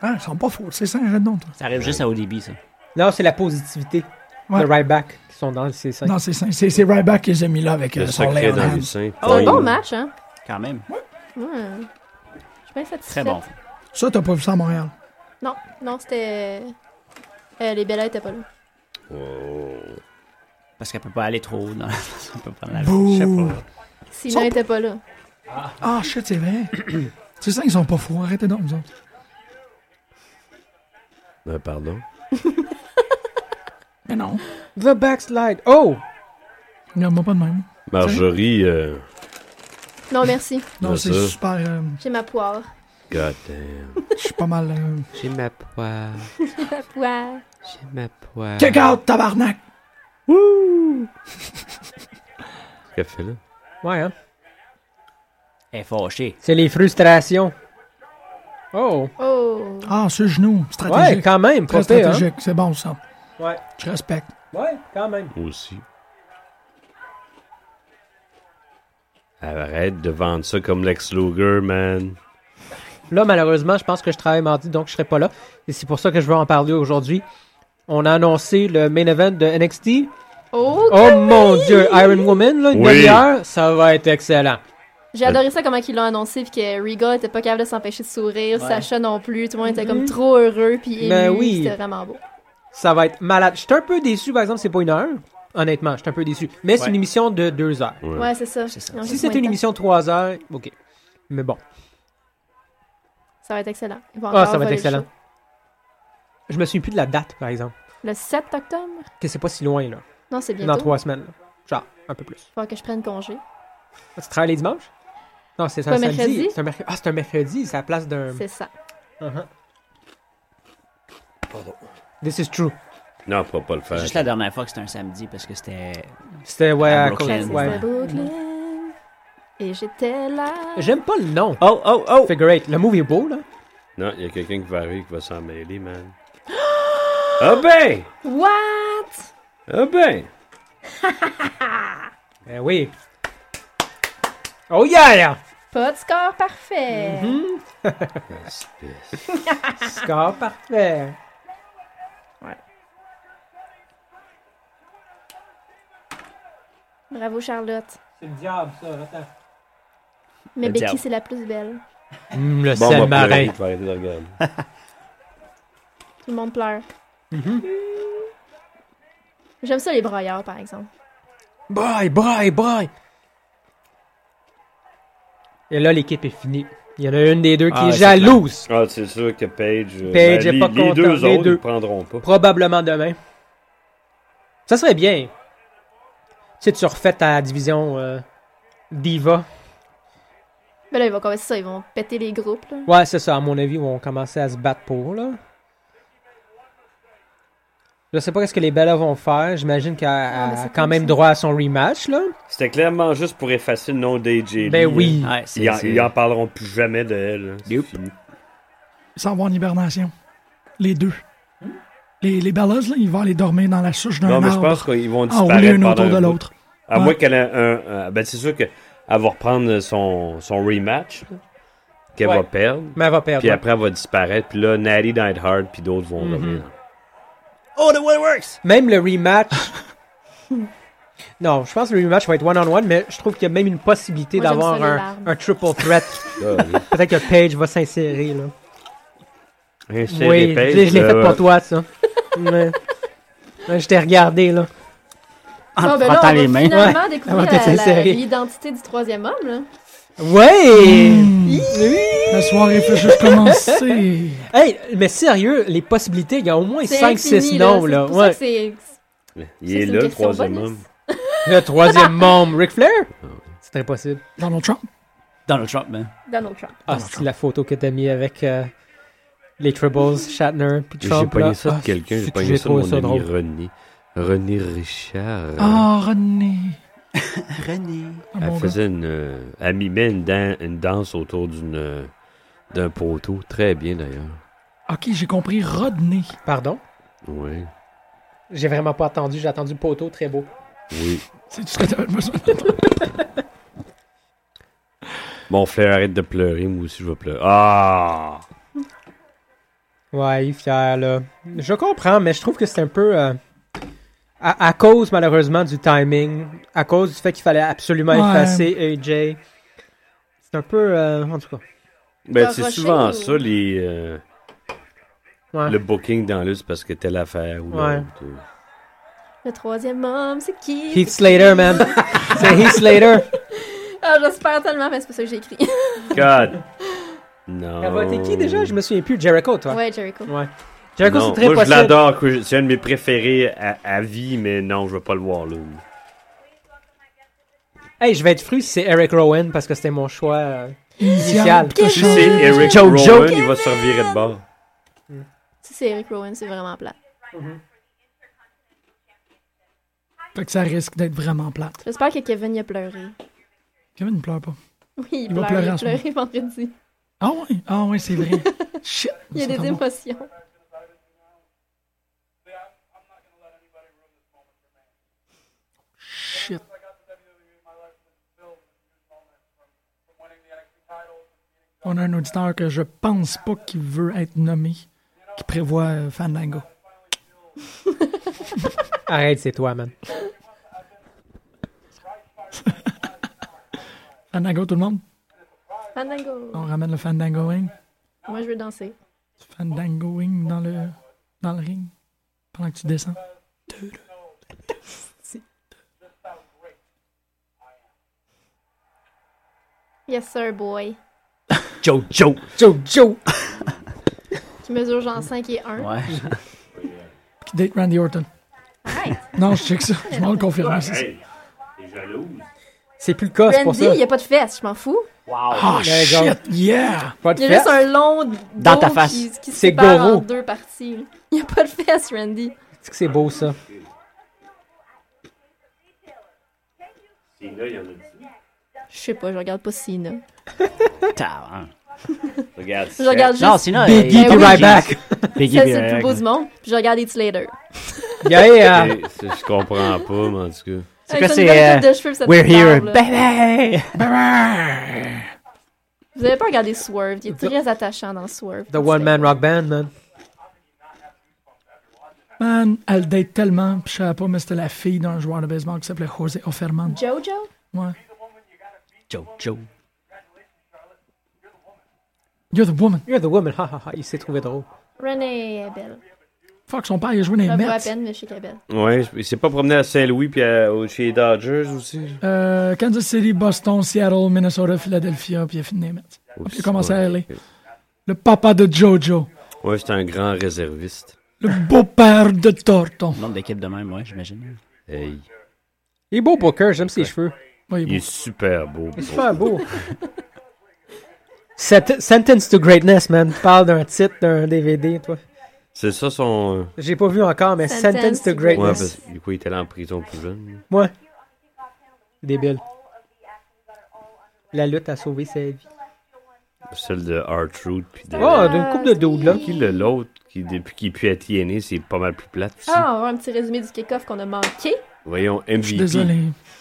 Speaker 1: Ah, ils sont pas faux. C'est ça, arrête donc, toi.
Speaker 6: Ça arrive juste à ODB, ça.
Speaker 4: Non, c'est la positivité.
Speaker 1: Ouais.
Speaker 4: Le right back qui sont dans le C5.
Speaker 1: Non, c'est ça. C'est c'est Ryback qui les a mis là avec
Speaker 5: Le
Speaker 1: euh, son
Speaker 5: secret
Speaker 1: lait en
Speaker 5: dans
Speaker 1: hand.
Speaker 5: les seins.
Speaker 3: C'est un
Speaker 5: Point.
Speaker 3: bon match, hein.
Speaker 6: Quand même.
Speaker 3: Ouais. Je suis bien
Speaker 6: Très
Speaker 3: satisfaite.
Speaker 6: bon.
Speaker 1: Ça, t'as pas vu ça à Montréal.
Speaker 3: Non, non, c'était. Euh, les Bellas étaient pas là.
Speaker 5: Oh.
Speaker 6: Parce qu'elle peut pas aller trop haut. dans- Elle peut pas aller-
Speaker 1: Bouh.
Speaker 3: Sina
Speaker 1: Sont-
Speaker 3: était pas là.
Speaker 1: Ah, shit, c'est vrai. c'est ça, ils sont pas fous. Arrêtez donc, vous autres.
Speaker 5: Euh, pardon.
Speaker 1: Mais non.
Speaker 4: The backslide. Oh!
Speaker 1: Regarde-moi pas de même.
Speaker 5: Marjorie, euh,
Speaker 3: Non, merci.
Speaker 1: Non,
Speaker 5: Ouais,
Speaker 1: c'est
Speaker 5: ça.
Speaker 1: super. euh,
Speaker 3: J'ai ma poire.
Speaker 5: god damn.
Speaker 1: Je suis pas mal. euh,
Speaker 8: J'ai ma poire.
Speaker 3: Ma poire.
Speaker 8: J'ai ma poire.
Speaker 1: Kick out, tabarnak!
Speaker 5: Qu'est-ce qu'elle fait là?
Speaker 4: Ouais, hein.
Speaker 6: Elle est fâchée.
Speaker 4: C'est les frustrations. Oh!
Speaker 3: Oh.
Speaker 1: Ah, ce genou, stratégique.
Speaker 4: Ouais, quand même,
Speaker 1: Très
Speaker 4: pas pire, hein.
Speaker 1: stratégique, c'est bon ça.
Speaker 4: Ouais.
Speaker 1: Je respecte.
Speaker 4: Ouais, quand même.
Speaker 5: Moi Aussi. Arrête de vendre ça comme Lex Luger, man.
Speaker 4: Là, malheureusement, je pense que je travaille mardi, donc je serai pas là. Et c'est pour ça que je veux en parler aujourd'hui. On a annoncé le main event de NXT.
Speaker 3: Oh,
Speaker 4: Oh
Speaker 3: que
Speaker 4: mon
Speaker 3: oui!
Speaker 4: dieu, Iron Woman, là, une
Speaker 5: Oui.
Speaker 4: demi-heure, ça va être excellent.
Speaker 3: J'ai adoré ça, comment ils l'ont annoncé, puis que Regal était pas capable de s'empêcher de sourire,
Speaker 4: Ouais.
Speaker 3: Sacha non plus, tout le monde était comme trop heureux, puis ému,
Speaker 4: Ben oui.
Speaker 3: c'était vraiment beau.
Speaker 4: Ça va être malade. Je suis un peu déçu, par exemple, c'est pas une heure. Honnêtement, je suis un peu déçu. Mais c'est
Speaker 2: Ouais.
Speaker 4: une émission de deux heures.
Speaker 5: Ouais.
Speaker 3: Ouais, c'est ça.
Speaker 2: C'est ça.
Speaker 3: Ils ont
Speaker 4: Si
Speaker 3: juste
Speaker 4: c'était
Speaker 3: moins de
Speaker 4: une
Speaker 3: temps.
Speaker 4: émission de trois heures, ok. Mais bon,
Speaker 3: Ça va être excellent. Ils vont
Speaker 4: Ah,
Speaker 3: encore
Speaker 4: ça va être
Speaker 3: voler le
Speaker 4: excellent.
Speaker 3: show.
Speaker 4: je me souviens plus de la date, par exemple.
Speaker 3: Le 7 octobre?
Speaker 4: Que c'est pas si loin, là.
Speaker 3: Non, c'est
Speaker 4: Dans
Speaker 3: bientôt.
Speaker 4: trois semaines, là. Genre, un peu plus.
Speaker 3: Il faut que je prenne congé.
Speaker 4: Ah, Tu travailles les dimanches? Non, c'est
Speaker 3: pas
Speaker 4: un
Speaker 3: un mercredi?
Speaker 4: samedi. C'est un mercredi. Ah, c'est un mercredi, c'est à la place d'un.
Speaker 3: C'est ça.
Speaker 4: Uh-huh. This is true.
Speaker 5: Non, on pourra pas le faire.
Speaker 2: Juste la dernière fois que c'était un samedi parce que c'était.
Speaker 4: C'était, ouais,
Speaker 2: À
Speaker 4: à
Speaker 2: Brooklyn.
Speaker 4: cause-
Speaker 3: Classique
Speaker 4: ouais.
Speaker 3: de Brooklyn. Et j'étais là.
Speaker 4: J'aime pas le nom.
Speaker 2: Oh, oh, oh!
Speaker 4: Figure eight. Le move est beau, là.
Speaker 5: Non, il y a quelqu'un qui va arriver qui va s'en mêler, man. Ah ben!
Speaker 3: What?
Speaker 5: Ah ben!
Speaker 4: Ben oui. Oh yeah! yeah.
Speaker 3: Pas de score parfait.
Speaker 4: Mhm.
Speaker 5: Espèce.
Speaker 4: Score parfait.
Speaker 3: Bravo Charlotte.
Speaker 4: C'est le diable, ça. Attends.
Speaker 3: Mais
Speaker 2: Le
Speaker 3: Becky,
Speaker 2: diable.
Speaker 3: c'est la plus belle.
Speaker 2: Mm,
Speaker 4: le
Speaker 5: Bon, on
Speaker 4: sel
Speaker 5: va
Speaker 4: marin.
Speaker 5: pleurer, tu vas arrêter de regarder.
Speaker 3: Tout le monde pleure. J'aime ça les broyeurs, par exemple.
Speaker 4: Bye, bye, bye. Et là, l'équipe est finie. Il y en a une des deux qui
Speaker 2: Ah,
Speaker 4: est
Speaker 2: c'est
Speaker 4: jalouse.
Speaker 5: Ah, c'est sûr que Paige. euh,
Speaker 4: Paige est
Speaker 5: les-
Speaker 4: pas
Speaker 5: les
Speaker 4: contente,
Speaker 5: deux
Speaker 4: les
Speaker 5: autres,
Speaker 4: deux.
Speaker 5: ils prendront pas.
Speaker 4: Probablement demain. Ça serait bien. Tu sais, tu refais ta division euh, Diva.
Speaker 3: Mais Ben là, ils vont commencer ça, ils vont péter les groupes. Là.
Speaker 4: Ouais, c'est ça, à mon avis, où on commençait à se battre pour, là. Je sais pas ce que les Bellas vont faire. J'imagine qu'elle
Speaker 3: Ah, mais
Speaker 4: a
Speaker 3: c'est
Speaker 4: quand
Speaker 3: comme
Speaker 4: même
Speaker 3: ça.
Speaker 4: droit à son rematch, là.
Speaker 5: C'était clairement juste pour effacer le nom d'AJ.
Speaker 4: Ben oui.
Speaker 5: euh,
Speaker 2: Ouais, c'est.
Speaker 5: Ils en,
Speaker 2: c'est-
Speaker 5: ils en parleront plus jamais de elle. hein. C'est
Speaker 2: Nope.
Speaker 5: fini.
Speaker 1: Sans avoir en hibernation. Les deux. Les, les Bellas, là, ils vont aller dormir dans la souche d'un
Speaker 5: Non, mais je pense
Speaker 1: arbre. Ah,
Speaker 5: qu'ils vont
Speaker 1: Enroulés
Speaker 5: disparaître
Speaker 1: l'un
Speaker 5: pendant
Speaker 1: autour de
Speaker 5: un bout.
Speaker 1: l'autre.
Speaker 5: À
Speaker 1: Ouais.
Speaker 5: moins qu'elle ait un. un- ben, c'est sûr qu'elle va reprendre son, son rematch, là, qu'elle
Speaker 4: Ouais.
Speaker 5: va perdre.
Speaker 4: Mais elle va perdre.
Speaker 5: Puis après, elle va disparaître. Puis là, Natty Hard, puis d'autres vont
Speaker 4: Mhm.
Speaker 5: revenir.
Speaker 2: Oh, the one works!
Speaker 4: Même le rematch. non, je pense que le rematch va être one-on-one, mais je trouve qu'il y a même une possibilité
Speaker 3: Moi, j'aime ça,
Speaker 4: d'avoir
Speaker 3: les
Speaker 4: un,
Speaker 3: larmes.
Speaker 4: un triple threat.
Speaker 5: Là, Ah, oui.
Speaker 4: Peut-être que Paige va s'insérer, là.
Speaker 5: Un serré
Speaker 4: Oui,
Speaker 5: Paige,
Speaker 4: je l'ai- je l'ai
Speaker 5: là,
Speaker 4: fait
Speaker 5: ouais.
Speaker 4: pour toi, ça. Ouais. Ouais, Je t'ai regardé, là.
Speaker 2: En
Speaker 3: Ah, ben là, on
Speaker 2: frottant
Speaker 3: va
Speaker 2: les mains.
Speaker 3: finalement
Speaker 4: Elle va
Speaker 3: découvrir
Speaker 4: peut-être
Speaker 3: la- la-
Speaker 4: s'insérer.
Speaker 3: l'identité du troisième homme. Là.
Speaker 4: Ouais!
Speaker 1: Mmh. La soirée fait juste commencer.
Speaker 4: Hey, mais sérieux, les possibilités, il y a au moins
Speaker 3: C'est
Speaker 4: 5-6
Speaker 3: infini,
Speaker 4: noms,
Speaker 3: c'est
Speaker 4: là.
Speaker 3: pour ça
Speaker 4: Ouais.
Speaker 3: que c'est-
Speaker 5: Il
Speaker 3: c'est
Speaker 5: est
Speaker 3: une
Speaker 5: là, le
Speaker 3: question
Speaker 5: troisième
Speaker 3: bonus.
Speaker 5: homme.
Speaker 4: Le troisième membre, Ric Flair? C'est impossible.
Speaker 1: Donald Trump.
Speaker 2: Donald Trump, hein. man.
Speaker 3: Donald Trump.
Speaker 4: Ah, c'est la photo que t'as mis avec euh, les Tribbles, Shatner, puis
Speaker 5: J'ai
Speaker 4: Trump.
Speaker 5: pogné
Speaker 4: là.
Speaker 5: ça
Speaker 4: Ah,
Speaker 5: de quelqu'un, j'ai
Speaker 4: c'est-
Speaker 5: pogné ça de
Speaker 4: trouvé
Speaker 5: mon ami euh.
Speaker 4: drôle.
Speaker 5: René. René Richard.
Speaker 1: Ah, René.
Speaker 2: René.
Speaker 1: Ah,
Speaker 5: Euh. Elle
Speaker 1: mon gars.
Speaker 5: faisait une. euh, Elle mimait une, dan- une danse autour d'une. euh, d'un poteau. Très bien d'ailleurs.
Speaker 1: Ok, j'ai compris. Rodney.
Speaker 4: Pardon?
Speaker 5: Oui.
Speaker 4: J'ai vraiment pas attendu, j'ai attendu poteau, très beau.
Speaker 5: Oui.
Speaker 1: C'est tout ce que t'avais besoin.
Speaker 5: Mon frère, arrête de pleurer. Moi aussi, je vais pleurer. Ah!
Speaker 4: Ouais, il est fier, là. Je comprends, mais je trouve que c'est un peu... euh, à, à cause, malheureusement, du timing, à cause du fait qu'il fallait absolument
Speaker 1: Ouais.
Speaker 4: effacer AJ, c'est un peu... euh, en tout cas,
Speaker 5: Ben,
Speaker 3: T'as
Speaker 5: c'est
Speaker 3: rushé
Speaker 5: souvent
Speaker 3: ou-
Speaker 5: ça, les, euh,
Speaker 4: ouais.
Speaker 5: le booking dans l'us parce que telle affaire ou
Speaker 4: Ouais.
Speaker 5: l'autre. euh.
Speaker 3: Le troisième homme, c'est qui?
Speaker 4: Heath Slater, man. c'est Heath Slater.
Speaker 3: Ah, j'espère tellement, mais c'est pas ça que j'ai écrit.
Speaker 5: God! Non.
Speaker 4: Elle va être qui déjà? Je me souviens plus. Jericho, toi.
Speaker 3: ouais, Jericho.
Speaker 4: Ouais. Jericho,
Speaker 5: Non,
Speaker 4: c'est très
Speaker 5: moi, je
Speaker 4: possible.
Speaker 5: l'adore. Chris- C'est un de mes préférés à, à vie, mais non, je veux pas le voir là.
Speaker 4: Hey, je vais être fru si c'est Eric Rowan parce que c'était mon choix. euh.
Speaker 1: Initial. Puis t'as
Speaker 5: Si
Speaker 1: changé.
Speaker 5: c'est Eric
Speaker 4: Joe
Speaker 5: Rowan,
Speaker 4: Joe.
Speaker 5: il va se revirer de bord.
Speaker 3: Si c'est Eric Rowan, c'est vraiment plat.
Speaker 1: Fait que ça risque d'être vraiment plate.
Speaker 3: J'espère que Kevin y a pleuré.
Speaker 1: Kevin ne pleure pas.
Speaker 3: Oui, il,
Speaker 1: Il va
Speaker 3: pleure,
Speaker 1: pleurer
Speaker 3: il
Speaker 1: en
Speaker 3: a
Speaker 1: ce moment.
Speaker 3: pleuré vendredi.
Speaker 1: Ah oui, ah oui, c'est vrai. Shit.
Speaker 3: Il y a
Speaker 1: ça
Speaker 3: des
Speaker 1: tombe.
Speaker 3: émotions.
Speaker 1: Shit. On a un auditeur que je pense pas qu'il veut être nommé, qui prévoit euh, Fandango.
Speaker 4: Arrête, c'est toi, man.
Speaker 1: Fandango, tout le monde?
Speaker 3: Fandango.
Speaker 1: On ramène le Fandangoing.
Speaker 3: Moi, je veux danser.
Speaker 1: Fandangoing dans le, dans le ring pendant que tu descends.
Speaker 3: Yes, sir, boy.
Speaker 2: Joe, Joe.
Speaker 4: Jojo!
Speaker 3: Tu mesures genre 5 et 1.
Speaker 2: Ouais.
Speaker 1: Qui date Randy Orton.
Speaker 3: Arrête.
Speaker 1: Non, je check ça. Je m'en le confirme. c'est ça.
Speaker 5: T'es jalouse?
Speaker 4: C'est plus le cas, c'est pour
Speaker 3: Randy,
Speaker 4: ça.
Speaker 3: il n'y a pas de fesses, je m'en fous.
Speaker 1: Ah,
Speaker 4: There you go.
Speaker 1: shit! Yeah!
Speaker 4: Pas de
Speaker 3: Il y a juste
Speaker 4: fesses.
Speaker 3: un long
Speaker 2: Dans
Speaker 3: dos
Speaker 2: ta face.
Speaker 3: qui, qui se
Speaker 4: C'est
Speaker 3: sépare
Speaker 4: Goro.
Speaker 3: en deux parties. Il n'y a pas de fesses, Randy.
Speaker 4: Est-ce que c'est beau, ça?
Speaker 5: C'est là, il y en a dix.
Speaker 3: Je sais pas, je regarde pas Cena.
Speaker 2: Tab- hein.
Speaker 5: Regarde.
Speaker 3: Je regarde
Speaker 2: Non,
Speaker 3: juste.
Speaker 2: sinon.
Speaker 4: Biggie,
Speaker 2: euh,
Speaker 4: be right
Speaker 2: Biggie.
Speaker 4: back!
Speaker 2: Biggie, euh,
Speaker 3: Ça,
Speaker 2: be
Speaker 3: c'est le
Speaker 2: right
Speaker 3: plus
Speaker 2: back.
Speaker 3: beau du monde. Puis je regarde It's Later.
Speaker 4: Yeah!
Speaker 5: Hey, c'est- Je comprends pas, mais en tout cas.
Speaker 2: C'est quoi,
Speaker 3: Avec une
Speaker 2: c'est,
Speaker 3: belle coupe
Speaker 2: euh,
Speaker 3: de cheveux, puis cette
Speaker 2: We're here,
Speaker 3: barbe, là.
Speaker 2: baby!
Speaker 3: Vous avez pas regardé Swerve. Il est très attachant dans Swerve.
Speaker 4: The One Man Rock Band, man.
Speaker 1: Man, elle date tellement, pis je savais pas, mais c'était la fille d'un joueur de baseball qui s'appelait José Offerman.
Speaker 3: Jojo?
Speaker 1: Ouais.
Speaker 2: Joe, Joe.
Speaker 1: You're the woman.
Speaker 4: You're the woman, ha ha ha. Il s'est trouvé drôle.
Speaker 3: René est belle.
Speaker 1: Fuck, son père, il a joué dans
Speaker 3: Je
Speaker 1: les
Speaker 3: la vois à
Speaker 1: Mets.
Speaker 3: peine, mais je sais qu'elle est belle.
Speaker 5: Ouais, je- il s'est pas promené à Saint-Louis puis à- au- chez les Dodgers aussi.
Speaker 1: Euh, Kansas City, Boston, Seattle, Minnesota, Philadelphia, puis il a fini dans les Mets.
Speaker 5: Oups,
Speaker 1: il a commencé à
Speaker 5: ouais.
Speaker 1: aller. Le papa de Jojo.
Speaker 5: Ouais, c'est un grand réserviste.
Speaker 1: Le beau-père de Torton.
Speaker 2: Nombre d'équipes de même, ouais, j'imagine.
Speaker 5: Hey,
Speaker 4: Il est beau, Booker, j'aime ses cheveux.
Speaker 1: Oui,
Speaker 5: il est super beau.
Speaker 4: Il est super beau. Sent- Sentence to Greatness, man. Tu parles d'un titre, d'un DVD, toi.
Speaker 5: C'est ça son.
Speaker 4: J'ai pas vu encore, mais Sentence, to
Speaker 5: Ouais,
Speaker 4: Greatness.
Speaker 5: parce que du coup, il était là en prison plus jeune.
Speaker 4: Moi. Débile. La lutte a sauvé sa vie.
Speaker 5: Celle de R-Truth puis de.
Speaker 4: Oh, d'une coupe de double, là.
Speaker 5: Qui le l'autre qui, depuis qu'il pue à TNA, c'est pas mal plus plate aussi.
Speaker 3: Ah, on va avoir un petit résumé du kick-off qu'on a manqué.
Speaker 5: Voyons,
Speaker 1: je suis
Speaker 5: MVP.
Speaker 1: désolé.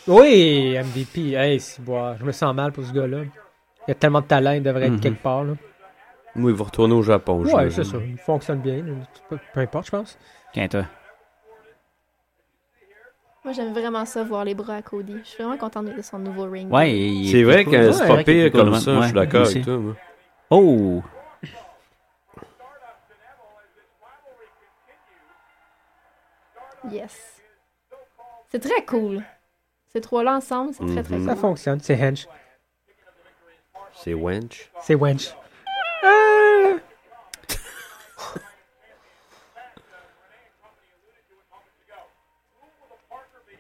Speaker 4: Oui, MVP. Hey, c'est boire. Je me sens mal pour ce gars-là. Il a tellement de talent, il devrait
Speaker 5: Mhm.
Speaker 4: être quelque part, là.
Speaker 5: Moi, il va retourner au Japon.
Speaker 4: Ouais,
Speaker 5: j'imagine.
Speaker 4: c'est ça. Il fonctionne bien. là. Peu, peu importe, je pense.
Speaker 2: Tiens, toi.
Speaker 3: Moi, j'aime vraiment ça, voir les bras à Cody. Je suis vraiment contente de son nouveau ring.
Speaker 2: Ouais, il est
Speaker 5: C'est vrai
Speaker 2: cool.
Speaker 5: que
Speaker 2: Ouais,
Speaker 5: c'est pas
Speaker 2: ouais, qu'il est
Speaker 5: pire
Speaker 2: cool,
Speaker 5: comme
Speaker 2: ouais.
Speaker 5: ça, je suis
Speaker 2: Ouais,
Speaker 5: d'accord
Speaker 2: aussi.
Speaker 5: avec toi. Moi.
Speaker 2: Oh!
Speaker 3: Yes. C'est très cool. Ces trois-là ensemble, c'est très, très
Speaker 5: Mhm.
Speaker 4: Ça
Speaker 3: cool.
Speaker 4: fonctionne. C'est Hench.
Speaker 5: C'est Wench.
Speaker 4: C'est Wench.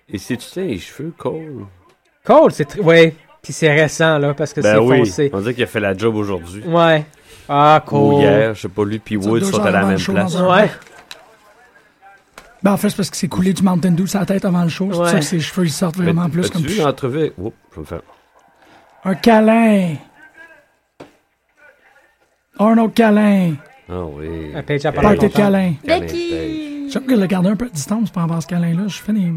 Speaker 5: Et c'est-tu ça, les cheveux, Cole?
Speaker 4: Cold, c'est très. Ouais. Puis c'est récent, là, parce que c'est
Speaker 5: Ben oui,
Speaker 4: foncé.
Speaker 5: on dirait qu'il a fait la job aujourd'hui.
Speaker 4: Ouais. Ah,
Speaker 5: Ou
Speaker 4: Cold.
Speaker 5: hier, je sais pas, lui puis
Speaker 1: Oh. Ça,
Speaker 5: Wood
Speaker 1: deux
Speaker 5: sont
Speaker 1: heures
Speaker 5: à la
Speaker 1: avant le
Speaker 5: même
Speaker 1: show,
Speaker 5: place.
Speaker 1: dans un-
Speaker 4: Ouais.
Speaker 1: Ben, en fait, c'est parce qu'il s'est coulé du Mountain Dew sur la tête avant le show. C'est pour
Speaker 4: Ouais.
Speaker 1: ça que ses cheveux, ils sortent
Speaker 5: Mais
Speaker 1: vraiment plus
Speaker 5: as-tu
Speaker 1: comme...
Speaker 5: Ben, vu l'entrevue? avec- Oups, je vais me faire-
Speaker 1: Un câlin! Un autre câlin!
Speaker 5: Ah oui.
Speaker 4: Un page à
Speaker 5: Hey,
Speaker 4: part
Speaker 1: Party
Speaker 4: longtemps.
Speaker 1: de câlin!
Speaker 3: Becky!
Speaker 1: J'aime que le garder un peu à distance pour avoir ce câlin-là. Je fais des...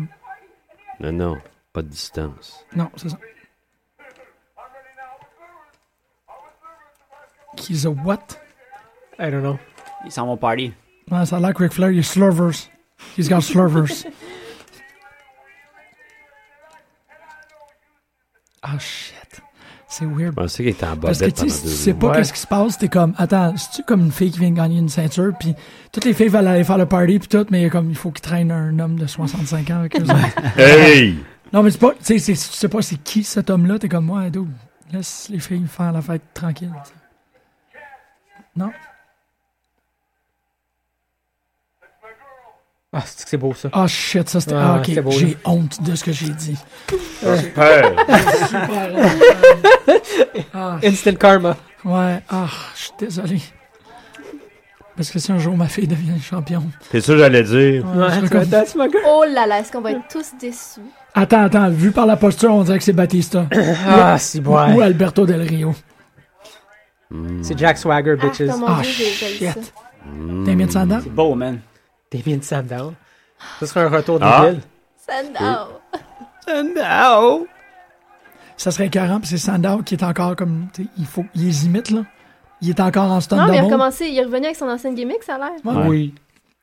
Speaker 5: Non, non, pas de distance.
Speaker 1: Non, c'est ça. Qu'ils a what?
Speaker 4: I don't know.
Speaker 2: Ils s'en vont party.
Speaker 1: Ouais, ça a l'air que Ric Flair, il est slurvers. He's got slurvers. Ah, shit. C'est weird.
Speaker 5: Je pensais qu'il était en
Speaker 1: Parce que
Speaker 5: bobette
Speaker 1: tu sais,
Speaker 5: pendant
Speaker 1: si tu
Speaker 5: deux
Speaker 1: sais
Speaker 5: mois.
Speaker 1: pas qu'est-ce qui se passe, t'es comme, attends, c'est-tu comme une fille qui vient de gagner une ceinture, puis toutes les filles veulent aller faire le party, puis tout, mais comme, il faut qu'ils traînent un homme de 65 ans avec eux autres.
Speaker 5: Hey!
Speaker 1: Non, mais c'est pas, tu sais, c'est- tu sais pas c'est qui cet homme-là, t'es comme, moi, d'où laisse les filles faire la fête tranquille. tu sais. Non?
Speaker 4: Ah, c'est que c'est beau, ça.
Speaker 1: Ah, shit, ça c'était.
Speaker 4: Ah,
Speaker 1: Ah, ok,
Speaker 4: c'est beau,
Speaker 1: j'ai honte de ce que j'ai dit.
Speaker 5: Peur!
Speaker 1: Ah,
Speaker 4: Instant Karma.
Speaker 1: ouais, ah, je suis désolé. Parce que si un jour ma fille devient championne.
Speaker 5: C'est ça que j'allais dire.
Speaker 1: ouais, je
Speaker 4: Ouais,
Speaker 1: serais
Speaker 4: tu vois,
Speaker 1: comme-
Speaker 4: that's my girl.
Speaker 3: Oh là là, est-ce qu'on va être tous déçus?
Speaker 1: Attends, attends, vu par la posture, on dirait que c'est Batista.
Speaker 4: Ah, c'est bon.
Speaker 1: Ou Alberto Del Rio.
Speaker 4: C'est Jack Swagger,
Speaker 3: Ah,
Speaker 4: bitches.
Speaker 3: comme on
Speaker 1: Ah,
Speaker 3: dit, j'ai j'ai eu
Speaker 1: shit.
Speaker 3: ça.
Speaker 4: Hmm.
Speaker 1: T'as mis de ça dedans?
Speaker 2: Beau, man.
Speaker 4: Damien Sandown. Ce serait un retour de
Speaker 5: Ah.
Speaker 4: ville.
Speaker 3: Sandow!
Speaker 1: Ça serait 40, puis c'est Sandow qui est encore comme. tu sais, Il faut. Il les imite, là. il est encore en stand
Speaker 3: Non, mais il a
Speaker 1: double.
Speaker 3: recommencé, il est revenu avec son ancienne gimmick, ça a l'air.
Speaker 1: Ouais,
Speaker 2: Ouais.
Speaker 1: Oui.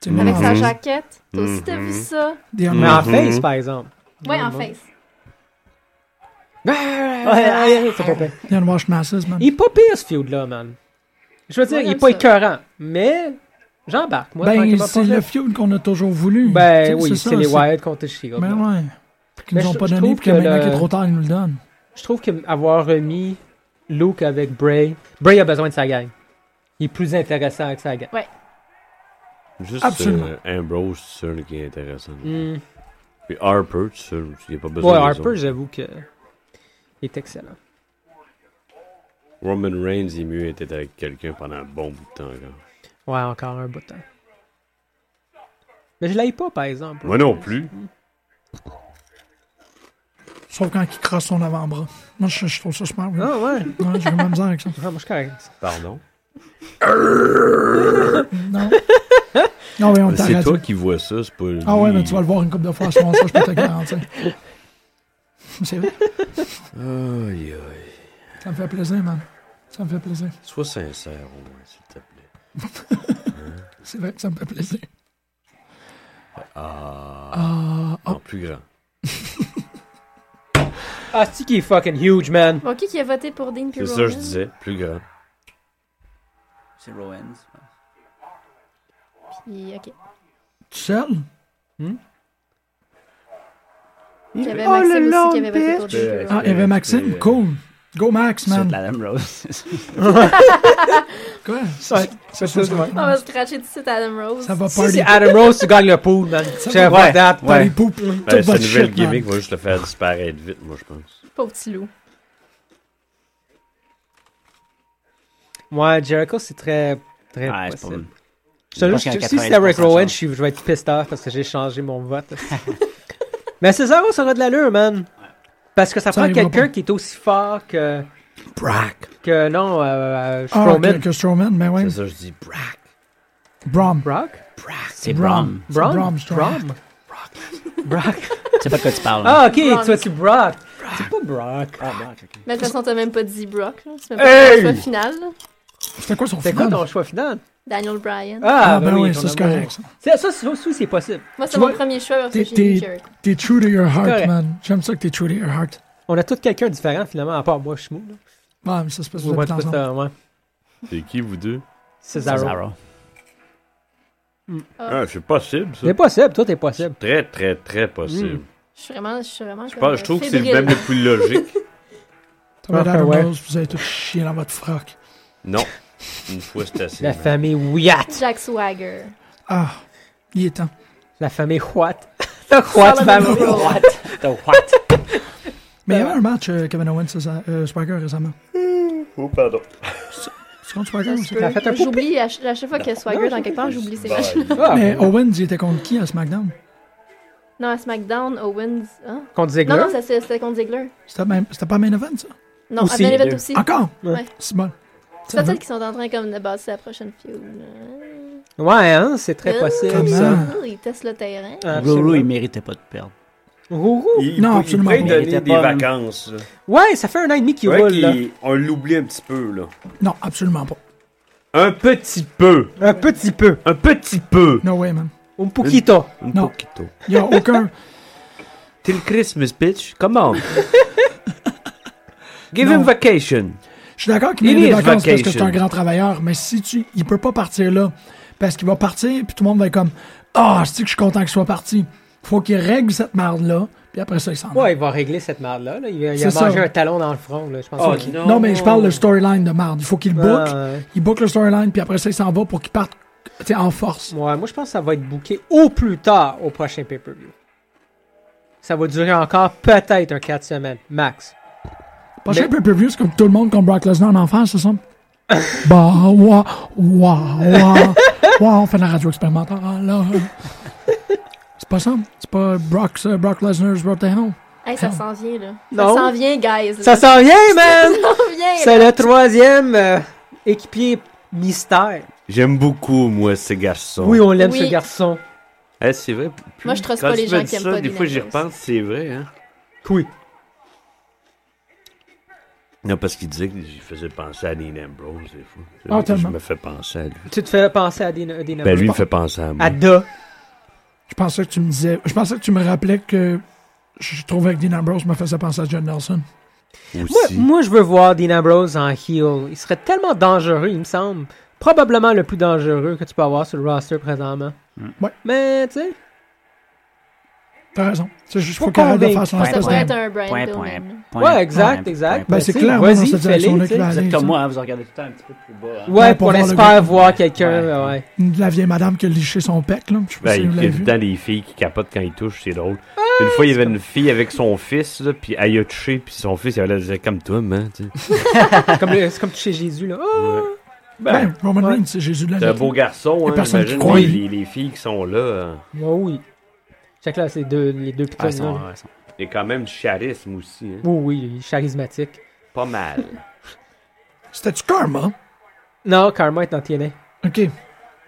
Speaker 1: Tu
Speaker 3: Avec
Speaker 1: mélanges
Speaker 3: sa
Speaker 5: Mhm.
Speaker 3: jaquette. Toi aussi, t'as vu
Speaker 5: Mhm.
Speaker 3: ça?
Speaker 1: des
Speaker 4: Hmm. Mais en
Speaker 5: Mhm.
Speaker 4: face, par exemple.
Speaker 3: Ouais, en
Speaker 4: bon.
Speaker 3: face.
Speaker 4: C'est pas pire.
Speaker 1: Dion Wash Masses, man.
Speaker 4: Il est pas pire, ce feud-là, man. Je veux dire,
Speaker 3: Ouais,
Speaker 4: il est
Speaker 3: j'aime
Speaker 4: pas
Speaker 3: ça.
Speaker 4: écœurant, mais j'embarque, moi.
Speaker 1: ben,
Speaker 4: tranquillement,
Speaker 1: c'est
Speaker 4: pas
Speaker 1: le
Speaker 4: là.
Speaker 1: feud qu'on a toujours voulu. Tu sais,
Speaker 4: Ben oui,
Speaker 1: ça,
Speaker 4: c'est les Wild contre les She-Hulk,
Speaker 1: Ben
Speaker 4: là.
Speaker 1: ouais. Qu'ils
Speaker 4: Mais
Speaker 1: nous ont
Speaker 4: je-
Speaker 1: pas
Speaker 4: je
Speaker 1: donné,
Speaker 4: trouve
Speaker 1: puis que
Speaker 4: que
Speaker 1: maintenant
Speaker 4: le-
Speaker 1: qu'il est trop tard, ils nous le donnent.
Speaker 4: Je trouve qu'avoir remis Luke avec Bray, Bray a besoin de sa gang. Il est plus intéressant avec sa gang.
Speaker 5: Juste
Speaker 1: Absolument.
Speaker 5: euh, Ambrose, c'est seul qui est intéressant.
Speaker 4: Hmm.
Speaker 5: Puis Harper, c'est seul, il n'y a pas besoin
Speaker 4: Ouais,
Speaker 5: des
Speaker 4: Harper,
Speaker 5: autres.
Speaker 4: j'avoue que. Il est excellent.
Speaker 5: Roman Reigns, il est mieux d'être avec quelqu'un pendant un bon bout de temps. encore.
Speaker 4: Ouais, encore un bout hein. de temps. Mais je l'aille pas, par exemple.
Speaker 5: Moi non plus.
Speaker 1: Sauf quand il crosse son avant-bras. Moi, je, je trouve ça super. oui.
Speaker 4: Ah ouais.
Speaker 1: Ouais, J'ai vraiment misère avec ça.
Speaker 4: Ah, moi, je suis correct. avec ça.
Speaker 5: Pardon.
Speaker 1: Non. Non, mais on
Speaker 5: Mais Euh, C'est
Speaker 1: t'arrête.
Speaker 5: toi qui vois ça, c'est pas lui.
Speaker 1: Ah ouais, mais tu vas le voir une couple de fois à ce moment-là, je peux te le garantir. C'est vrai.
Speaker 5: Aïe, aïe.
Speaker 1: Ça me fait plaisir, man. Ça me fait plaisir.
Speaker 5: Sois sincère au moins, s'il te plaît.
Speaker 1: C'est vrai que ça me fait plaisir.
Speaker 5: Ah.
Speaker 1: Ah,
Speaker 5: En plus grand.
Speaker 4: Ah, c'est qui est fucking huge, man.
Speaker 3: Bon, qui qui a voté pour Dean puis
Speaker 5: C'est ça que je
Speaker 3: Roman?
Speaker 5: disais, plus grand.
Speaker 6: C'est Rowans.
Speaker 3: Puis, ok.
Speaker 1: tu seul?
Speaker 3: Il y avait
Speaker 7: Oh,
Speaker 3: Maxime
Speaker 7: le
Speaker 3: aussi qui avait voté
Speaker 7: long
Speaker 3: pour
Speaker 6: bitch.
Speaker 3: Dean puis
Speaker 1: Ah,
Speaker 3: Roman.
Speaker 1: il y avait Maxime?
Speaker 6: Euh,
Speaker 1: Cool. Go Max,
Speaker 6: C'est
Speaker 1: man.
Speaker 6: de la lame rose.
Speaker 1: Quoi?
Speaker 4: Ouais, c'est ça, ouais.
Speaker 3: On va se cracher tout de suite Adam Rose.
Speaker 1: Ça va
Speaker 4: Si
Speaker 1: party.
Speaker 4: c'est Adam Rose, tu gagnes le pool, man.
Speaker 1: Ça
Speaker 4: J'avais
Speaker 6: va.
Speaker 4: pas d'app.
Speaker 1: Dans les
Speaker 6: Ouais.
Speaker 1: poupes.
Speaker 5: Ben,
Speaker 1: Toute
Speaker 5: sa
Speaker 1: votre
Speaker 5: nouvelle
Speaker 1: shit,
Speaker 5: gimmick
Speaker 1: man.
Speaker 5: va juste le faire disparaître vite, moi je pense.
Speaker 3: Pauvre petit loup.
Speaker 4: Ouais, Jericho, c'est très. Très
Speaker 6: Ouais, c'est pas
Speaker 4: possible.
Speaker 6: bon.
Speaker 4: Je te
Speaker 6: Je
Speaker 4: jure,
Speaker 6: pense
Speaker 4: si
Speaker 6: qu'à
Speaker 4: c'est Derek
Speaker 6: 90%,
Speaker 4: Rowan,
Speaker 6: ça.
Speaker 4: je, suis- je vais être pissed off parce que j'ai changé mon vote. Mais Cesaro, ça aura de l'allure, man. Parce que ça,
Speaker 1: Ça
Speaker 4: prend
Speaker 1: arrivera
Speaker 4: quelqu'un
Speaker 1: pas.
Speaker 4: qui est aussi fort que.
Speaker 5: Brack.
Speaker 4: que non, euh, euh,
Speaker 1: Ah,
Speaker 4: Strowman.
Speaker 1: que, que Strowman, ben ouais.
Speaker 5: C'est ça, je dis Brack.
Speaker 1: Brom.
Speaker 4: Brock?
Speaker 6: C'est
Speaker 1: Brom.
Speaker 6: Brom.
Speaker 4: Braun?
Speaker 1: Braun Strowman.
Speaker 4: Braun? Brock.
Speaker 6: Tu sais pas de quoi tu parles.
Speaker 2: hein.
Speaker 4: Ah, ok,
Speaker 3: Braun.
Speaker 4: tu vas-tu Brock? C'est pas Brock.
Speaker 6: Ah, Brock, ok.
Speaker 3: Mais de toute façon, t'as même pas dit Brock. là. C'est même pas
Speaker 4: Hey!
Speaker 3: le choix final. là.
Speaker 1: C'était quoi son
Speaker 4: C'est quoi
Speaker 1: final?
Speaker 4: ton choix final?
Speaker 3: Daniel Bryan.
Speaker 1: Ah, ben oui,
Speaker 4: ton
Speaker 1: ça c'est
Speaker 4: amour.
Speaker 1: correct. ça.
Speaker 4: C'est- Ça, ça aussi, c'est possible.
Speaker 3: Moi, c'est
Speaker 4: tu
Speaker 3: mon
Speaker 4: vois,
Speaker 3: premier choix parce
Speaker 1: t'es-
Speaker 3: que j'ai mis
Speaker 1: t'es-
Speaker 3: Jericho.
Speaker 1: T'es true to your heart,
Speaker 4: Correct.
Speaker 1: man. J'aime ça que t'es true to your heart.
Speaker 4: On a tous quelqu'un différent, finalement, à part moi, je suis mou. là.
Speaker 1: Ouais, mais ça se passe
Speaker 4: Ouais,
Speaker 1: bien
Speaker 4: c'est
Speaker 1: ensemble.
Speaker 4: ça, ouais.
Speaker 5: C'est qui vous deux?
Speaker 4: Cesaro.
Speaker 6: Cesaro.
Speaker 5: Ah, c'est possible, ça.
Speaker 4: C'est possible, toi, t'es possible.
Speaker 5: Très, très, très
Speaker 1: Mm.
Speaker 5: possible.
Speaker 3: Je suis vraiment. Je suis vraiment.
Speaker 5: Je, pense- je trouve que c'est le même le plus logique.
Speaker 1: Ça va être
Speaker 4: Ah,
Speaker 1: Adam
Speaker 4: ouais.
Speaker 1: Rose, vous allez tous chier dans votre froc.
Speaker 5: Non. Une fois, c'est assez.
Speaker 4: La famille Wyatt.
Speaker 3: Jack Swagger.
Speaker 1: Ah, il est temps.
Speaker 4: La famille Watt. La Watt
Speaker 3: Solomon
Speaker 4: family.
Speaker 3: Rowe.
Speaker 6: The what?
Speaker 1: Mais il y avait
Speaker 4: Ah.
Speaker 1: un match euh, Kevin Owens et Sa- euh, Swagger récemment.
Speaker 5: Oh, pardon.
Speaker 1: C'est contre Swagger ou
Speaker 3: Ça se
Speaker 1: c'est
Speaker 3: peut.
Speaker 4: t'as fait un poupée?
Speaker 3: J'oublie, à, ch- à chaque fois qu'il y a Swagger dans quelque part, j'oublie ces matchs.
Speaker 4: Ah,
Speaker 1: Mais
Speaker 4: ben,
Speaker 1: Owens, il était contre qui à SmackDown?
Speaker 3: Non, à SmackDown, Owens. Hein?
Speaker 4: Contre
Speaker 3: Non,
Speaker 4: Ziggler?
Speaker 3: non, ça, c'est- c'était contre Ziggler.
Speaker 1: C'était même- c'était pas main event, ça?
Speaker 3: Non,
Speaker 4: Aussi,
Speaker 3: à Benevent
Speaker 4: deux.
Speaker 3: aussi.
Speaker 1: Encore?
Speaker 4: Ouais.
Speaker 1: C'est bon.
Speaker 3: C'est
Speaker 1: Ah, Ça va.
Speaker 3: peut-être qu'ils sont en train comme, de bâtir la prochaine feud. là.
Speaker 4: Ouais, hein, c'est très
Speaker 3: Euh,
Speaker 4: possible,
Speaker 1: Comment?
Speaker 4: ça. Ah,
Speaker 3: Ah, Ils testent le terrain.
Speaker 4: Absolument.
Speaker 6: Ruru, il méritait pas de perdre.
Speaker 4: Rourou.
Speaker 1: Non, absolument pas.
Speaker 5: Il pourrait
Speaker 6: Il
Speaker 5: donner
Speaker 6: était
Speaker 5: des
Speaker 6: pas-
Speaker 5: vacances. là.
Speaker 4: Ouais, ça fait un an et demi qu'il
Speaker 5: Ouais,
Speaker 4: roule, là.
Speaker 5: qu'il- on l'oublie un petit peu, là.
Speaker 1: Non, absolument pas.
Speaker 5: Un petit peu.
Speaker 4: Un petit peu.
Speaker 5: Un petit peu.
Speaker 1: No way, man.
Speaker 4: Un poquito.
Speaker 5: Un
Speaker 1: Non.
Speaker 5: poquito.
Speaker 1: Il y a aucun...
Speaker 5: Till Christmas, bitch. Come on. Give
Speaker 1: Non.
Speaker 5: him vacation.
Speaker 1: Je suis d'accord qu'il
Speaker 5: Il
Speaker 1: mérite des
Speaker 5: est
Speaker 1: vacances parce que
Speaker 5: vacation.
Speaker 1: c'est un grand travailleur, mais si tu... Il peut pas partir là, parce qu'il va partir, puis tout le monde va être comme « Ah, c'est que je suis content qu'il soit parti. » Faut qu'il règle cette merde-là, puis après ça, il s'en va.
Speaker 4: Ouais, il va régler cette merde-là. là. Il, a- il a
Speaker 1: C'est
Speaker 4: mangé
Speaker 1: ça.
Speaker 4: un talon dans le front, là. Je pense
Speaker 5: Oh,
Speaker 4: qu'il-
Speaker 5: non.
Speaker 1: Non, mais je parle de storyline de merde. Il faut qu'il book.
Speaker 4: Ouais,
Speaker 1: Il book le storyline, puis après ça, il s'en va pour qu'il parte tu sais, en force.
Speaker 4: ouais. moi, je pense que ça va être booké au plus tard au prochain pay-per-view. Ça va durer encore peut-être un 4 semaines, max.
Speaker 1: Prochain
Speaker 4: Mais-
Speaker 1: pay-per-view, c'est comme tout le monde comme Brock Lesnar en enfer, c'est ça? bah, ouah, ouah, ouah, ouah, on fait de la radio expérimentale, là. C'est pas ça. C'est pas Brock, euh, Brock Lesnar's Road to Hell.
Speaker 3: Hey, ça s'en vient, là.
Speaker 4: Non.
Speaker 3: Ça s'en vient, guys.
Speaker 4: Ça
Speaker 3: là.
Speaker 4: s'en vient,
Speaker 3: Ça
Speaker 4: man!
Speaker 3: s'en vient.
Speaker 4: C'est le troisième euh, équipier mystère.
Speaker 5: J'aime beaucoup, moi, ces garçons.
Speaker 4: Oui, on l'aime,
Speaker 3: Oui.
Speaker 4: ce garçon.
Speaker 5: Eh, c'est vrai.
Speaker 3: Moi, je trosse
Speaker 5: Quand
Speaker 3: pas
Speaker 5: tu
Speaker 3: les
Speaker 5: me
Speaker 3: gens
Speaker 5: dis
Speaker 3: qui aiment
Speaker 5: ça,
Speaker 3: pas
Speaker 5: Des
Speaker 3: Dean
Speaker 5: fois, j'y
Speaker 3: Ambrose.
Speaker 5: repense, c'est vrai, hein.
Speaker 4: Oui.
Speaker 5: Non, parce qu'il disait que j'y faisais penser à Dean Ambrose, des fois.
Speaker 1: Ah,
Speaker 5: je
Speaker 1: tellement.
Speaker 5: me fais penser à lui.
Speaker 4: Tu te fais penser à euh, Dean, Dean
Speaker 5: Ben,
Speaker 4: Ambrose.
Speaker 5: lui, il me fait penser à moi.
Speaker 4: À Da.
Speaker 1: Je pensais que tu me disais. Je pensais que tu me rappelais que je trouvais que Dean Ambrose me faisait penser à John Nelson.
Speaker 4: Moi,
Speaker 5: Aussi.
Speaker 4: moi, je veux voir Dean Ambrose en heel. Il serait tellement dangereux, il me semble. Probablement le plus dangereux que tu peux avoir sur le roster présentement.
Speaker 5: Mm.
Speaker 1: Ouais.
Speaker 4: Mais, tu sais,
Speaker 1: T'as raison. C'est juste
Speaker 4: Faut
Speaker 1: faut qu'il arrête de
Speaker 4: convaincre.
Speaker 1: faire son
Speaker 2: Ouais,
Speaker 3: Ça
Speaker 1: espèce
Speaker 2: ouais.
Speaker 1: de-
Speaker 3: pourrait être un Brian
Speaker 2: Point, point,
Speaker 3: Pillman.
Speaker 2: point,
Speaker 4: Ouais,
Speaker 2: point,
Speaker 4: exact, exact.
Speaker 2: point, point.
Speaker 1: Ben, c'est
Speaker 4: Vas-y,
Speaker 1: clairement dans cette
Speaker 4: fais-les,
Speaker 1: direction-là
Speaker 4: tu sais.
Speaker 1: qu'il va
Speaker 2: Vous
Speaker 1: aller.
Speaker 2: êtes comme
Speaker 1: ça.
Speaker 2: moi, hein, vous regardez tout le temps un petit peu plus bas. hein.
Speaker 4: ouais,
Speaker 1: Ben, Ouais, pour
Speaker 4: on
Speaker 1: voir le
Speaker 4: espère
Speaker 1: gars.
Speaker 4: voir quelqu'un.
Speaker 2: Ouais.
Speaker 4: ouais.
Speaker 1: La vieille madame qui a liché son pec, là. Je sais pas
Speaker 5: Ben,
Speaker 1: si
Speaker 5: il
Speaker 1: vous
Speaker 5: y
Speaker 1: l'avez
Speaker 5: a tout
Speaker 1: vu.
Speaker 5: le temps les filles qui capotent quand ils touchent, Ah, c'est drôle. une fois, il y avait une fille avec son fils, là, puis elle y a touché, puis son fils, il avait l'air de dire comme toi, man. tu sais.
Speaker 4: C'est comme, le- c'est comme toucher Jésus, là.
Speaker 1: Ah.
Speaker 4: Oh!
Speaker 5: Ouais. Ben,
Speaker 1: Ben, Roman
Speaker 4: Ouais.
Speaker 1: Reigns, c'est Jésus de la
Speaker 5: c'est un
Speaker 1: vie.
Speaker 5: beau garçon,
Speaker 1: Y a
Speaker 5: hein.
Speaker 1: personne qui
Speaker 5: Imagine
Speaker 1: croit en
Speaker 5: les,
Speaker 1: lui.
Speaker 5: les- les filles qui sont là. hein.
Speaker 4: Ouais, oui. Check là, c'est deux, les deux
Speaker 2: Ah,
Speaker 4: pitons.
Speaker 2: ils sont-
Speaker 4: là.
Speaker 2: ils sont-
Speaker 5: Il y a quand même du charisme aussi, hein.
Speaker 4: Oui, oui, il est charismatique.
Speaker 5: Pas mal.
Speaker 1: C'était-tu Karma?
Speaker 4: Non, Karma est dans TNA.
Speaker 1: OK.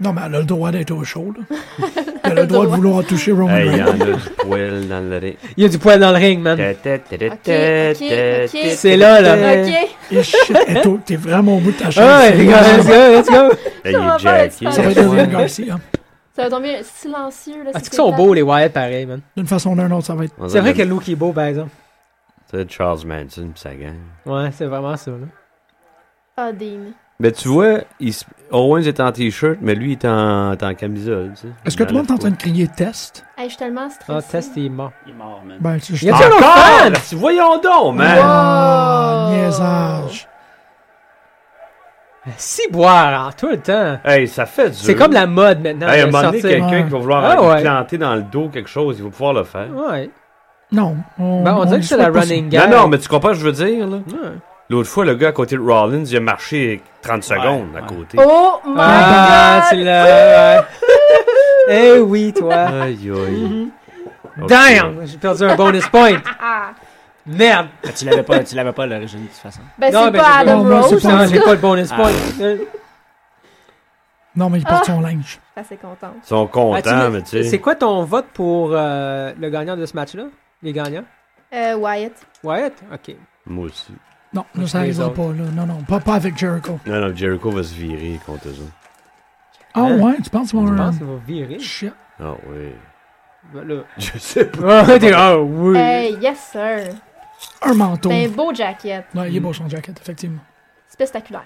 Speaker 1: Non, mais elle a le droit d'être au chaud, là. Elle a le droit de vouloir toucher Roman
Speaker 5: hey, il y
Speaker 1: Reigns.
Speaker 5: en a du poil dans le ring.
Speaker 4: Il y a du poil dans le ring, man.
Speaker 5: Ta, ta, ta, ta,
Speaker 3: Ok,
Speaker 5: ta,
Speaker 3: ok,
Speaker 5: ta,
Speaker 3: ok.
Speaker 5: ta.
Speaker 4: C'est là, là.
Speaker 3: Ok,
Speaker 1: Et shit, Eto, t'es vraiment au bout de ta chaise.
Speaker 4: Ouais, les gars, let's go, let's go.
Speaker 5: Hey, il
Speaker 3: va
Speaker 5: est
Speaker 3: pas être
Speaker 5: jacké.
Speaker 1: Ça va être Devin Garcia.
Speaker 3: ça va tomber silencieux. là,
Speaker 4: Ah,
Speaker 3: c'est
Speaker 4: tu qu'ils sont
Speaker 3: plate.
Speaker 4: beaux, les Wyatt, pareil, man.
Speaker 1: D'une façon ou d'une autre, ça va être...
Speaker 5: On
Speaker 4: C'est
Speaker 5: dirait
Speaker 4: vrai que Luke est beau, par exemple.
Speaker 5: C'est Charles Manson pis sa gang.
Speaker 4: Ouais, c'est vraiment ça, là.
Speaker 3: Ah, Dean.
Speaker 5: Mais tu vois, il se- Owens est en t-shirt, mais lui, il est en, est en camisole. tu sais.
Speaker 1: Est-ce que
Speaker 5: Il
Speaker 1: tout le monde est en
Speaker 5: enlève
Speaker 1: train de crier « test
Speaker 3: Hey, je suis tellement
Speaker 4: Ah,
Speaker 3: stressée.
Speaker 4: test, il est mort.
Speaker 2: Il est mort, man. »
Speaker 1: Ben, tu sais,
Speaker 4: Y
Speaker 1: je
Speaker 5: pas.
Speaker 4: a-t-il un autre fan?
Speaker 5: Encore? Voyons donc, Ah, man!
Speaker 1: Ah,
Speaker 3: Wow!
Speaker 1: niaisage.
Speaker 4: Ben, Si boire, en tout le temps.
Speaker 5: Hey, ça fait dur.
Speaker 4: C'est comme la mode maintenant.
Speaker 5: Hey, à un
Speaker 4: de
Speaker 5: moment donné,
Speaker 4: sortir.
Speaker 5: quelqu'un
Speaker 1: Ouais.
Speaker 5: qui va vouloir
Speaker 4: Ah,
Speaker 5: lui
Speaker 4: ouais.
Speaker 5: planter dans le dos quelque chose, il va pouvoir le faire.
Speaker 4: Ouais.
Speaker 1: Non. On,
Speaker 4: Ben, on, dirait
Speaker 1: lui
Speaker 4: que c'est la
Speaker 1: souhaite pas
Speaker 4: running
Speaker 5: Non,
Speaker 4: gag.
Speaker 5: non, mais tu comprends ce que je veux dire, là?
Speaker 4: Ouais.
Speaker 5: L'autre fois, le gars à côté de Rollins, il a marché 30 secondes à
Speaker 2: ouais.
Speaker 5: côté.
Speaker 3: Oh my
Speaker 4: Ah, c'est
Speaker 3: god!
Speaker 4: là. ouais. Eh oui, toi.
Speaker 5: Aïe, aïe. Ok.
Speaker 4: Mhm. Damn! J'ai perdu un bonus point.
Speaker 3: Ah.
Speaker 4: Merde!
Speaker 2: Ah, Tu l'avais pas, tu l'avais pas à l'origine, de toute façon.
Speaker 3: Ben,
Speaker 4: Non,
Speaker 3: c'est
Speaker 4: ben,
Speaker 3: pas
Speaker 4: j'ai pas-
Speaker 3: Adam
Speaker 1: Non,
Speaker 5: Oh,
Speaker 1: moi, c'est
Speaker 3: Rose.
Speaker 1: pas-
Speaker 4: Non,
Speaker 3: en
Speaker 1: Ah.
Speaker 3: tout
Speaker 4: j'ai
Speaker 3: cas.
Speaker 4: pas le bonus point. Euh,
Speaker 1: ça. Non, mais il porte son linge.
Speaker 3: Assez contente.
Speaker 5: Ils sont
Speaker 4: ah, tu
Speaker 5: contents,
Speaker 4: l'as-
Speaker 5: mais tu
Speaker 4: C'est
Speaker 5: sais.
Speaker 4: quoi ton vote pour euh, le gagnant de ce match-là? Les gagnants?
Speaker 3: Euh, Wyatt.
Speaker 4: Wyatt? Ok.
Speaker 5: Moi aussi.
Speaker 1: Non, là, ça
Speaker 4: Les
Speaker 1: n'arrivera
Speaker 4: autres.
Speaker 1: pas, là. Non, non, pas, pas avec Jericho.
Speaker 5: Non, non, Jericho va se virer contre eux autres.
Speaker 1: Ah
Speaker 4: Hein?
Speaker 1: ouais, tu penses qu'ils
Speaker 4: Je
Speaker 1: vont...
Speaker 4: pense qu'il va virer.
Speaker 1: Shit.
Speaker 5: Ah oui.
Speaker 4: Ben, là.
Speaker 5: Je sais pas.
Speaker 4: Ah, t'es- ah, oui.
Speaker 3: Hey, yes, sir.
Speaker 1: Un manteau.
Speaker 4: Ben,
Speaker 3: C'est un beau jacket.
Speaker 1: Ouais, il est beau son jacket, effectivement.
Speaker 3: Spectaculaire.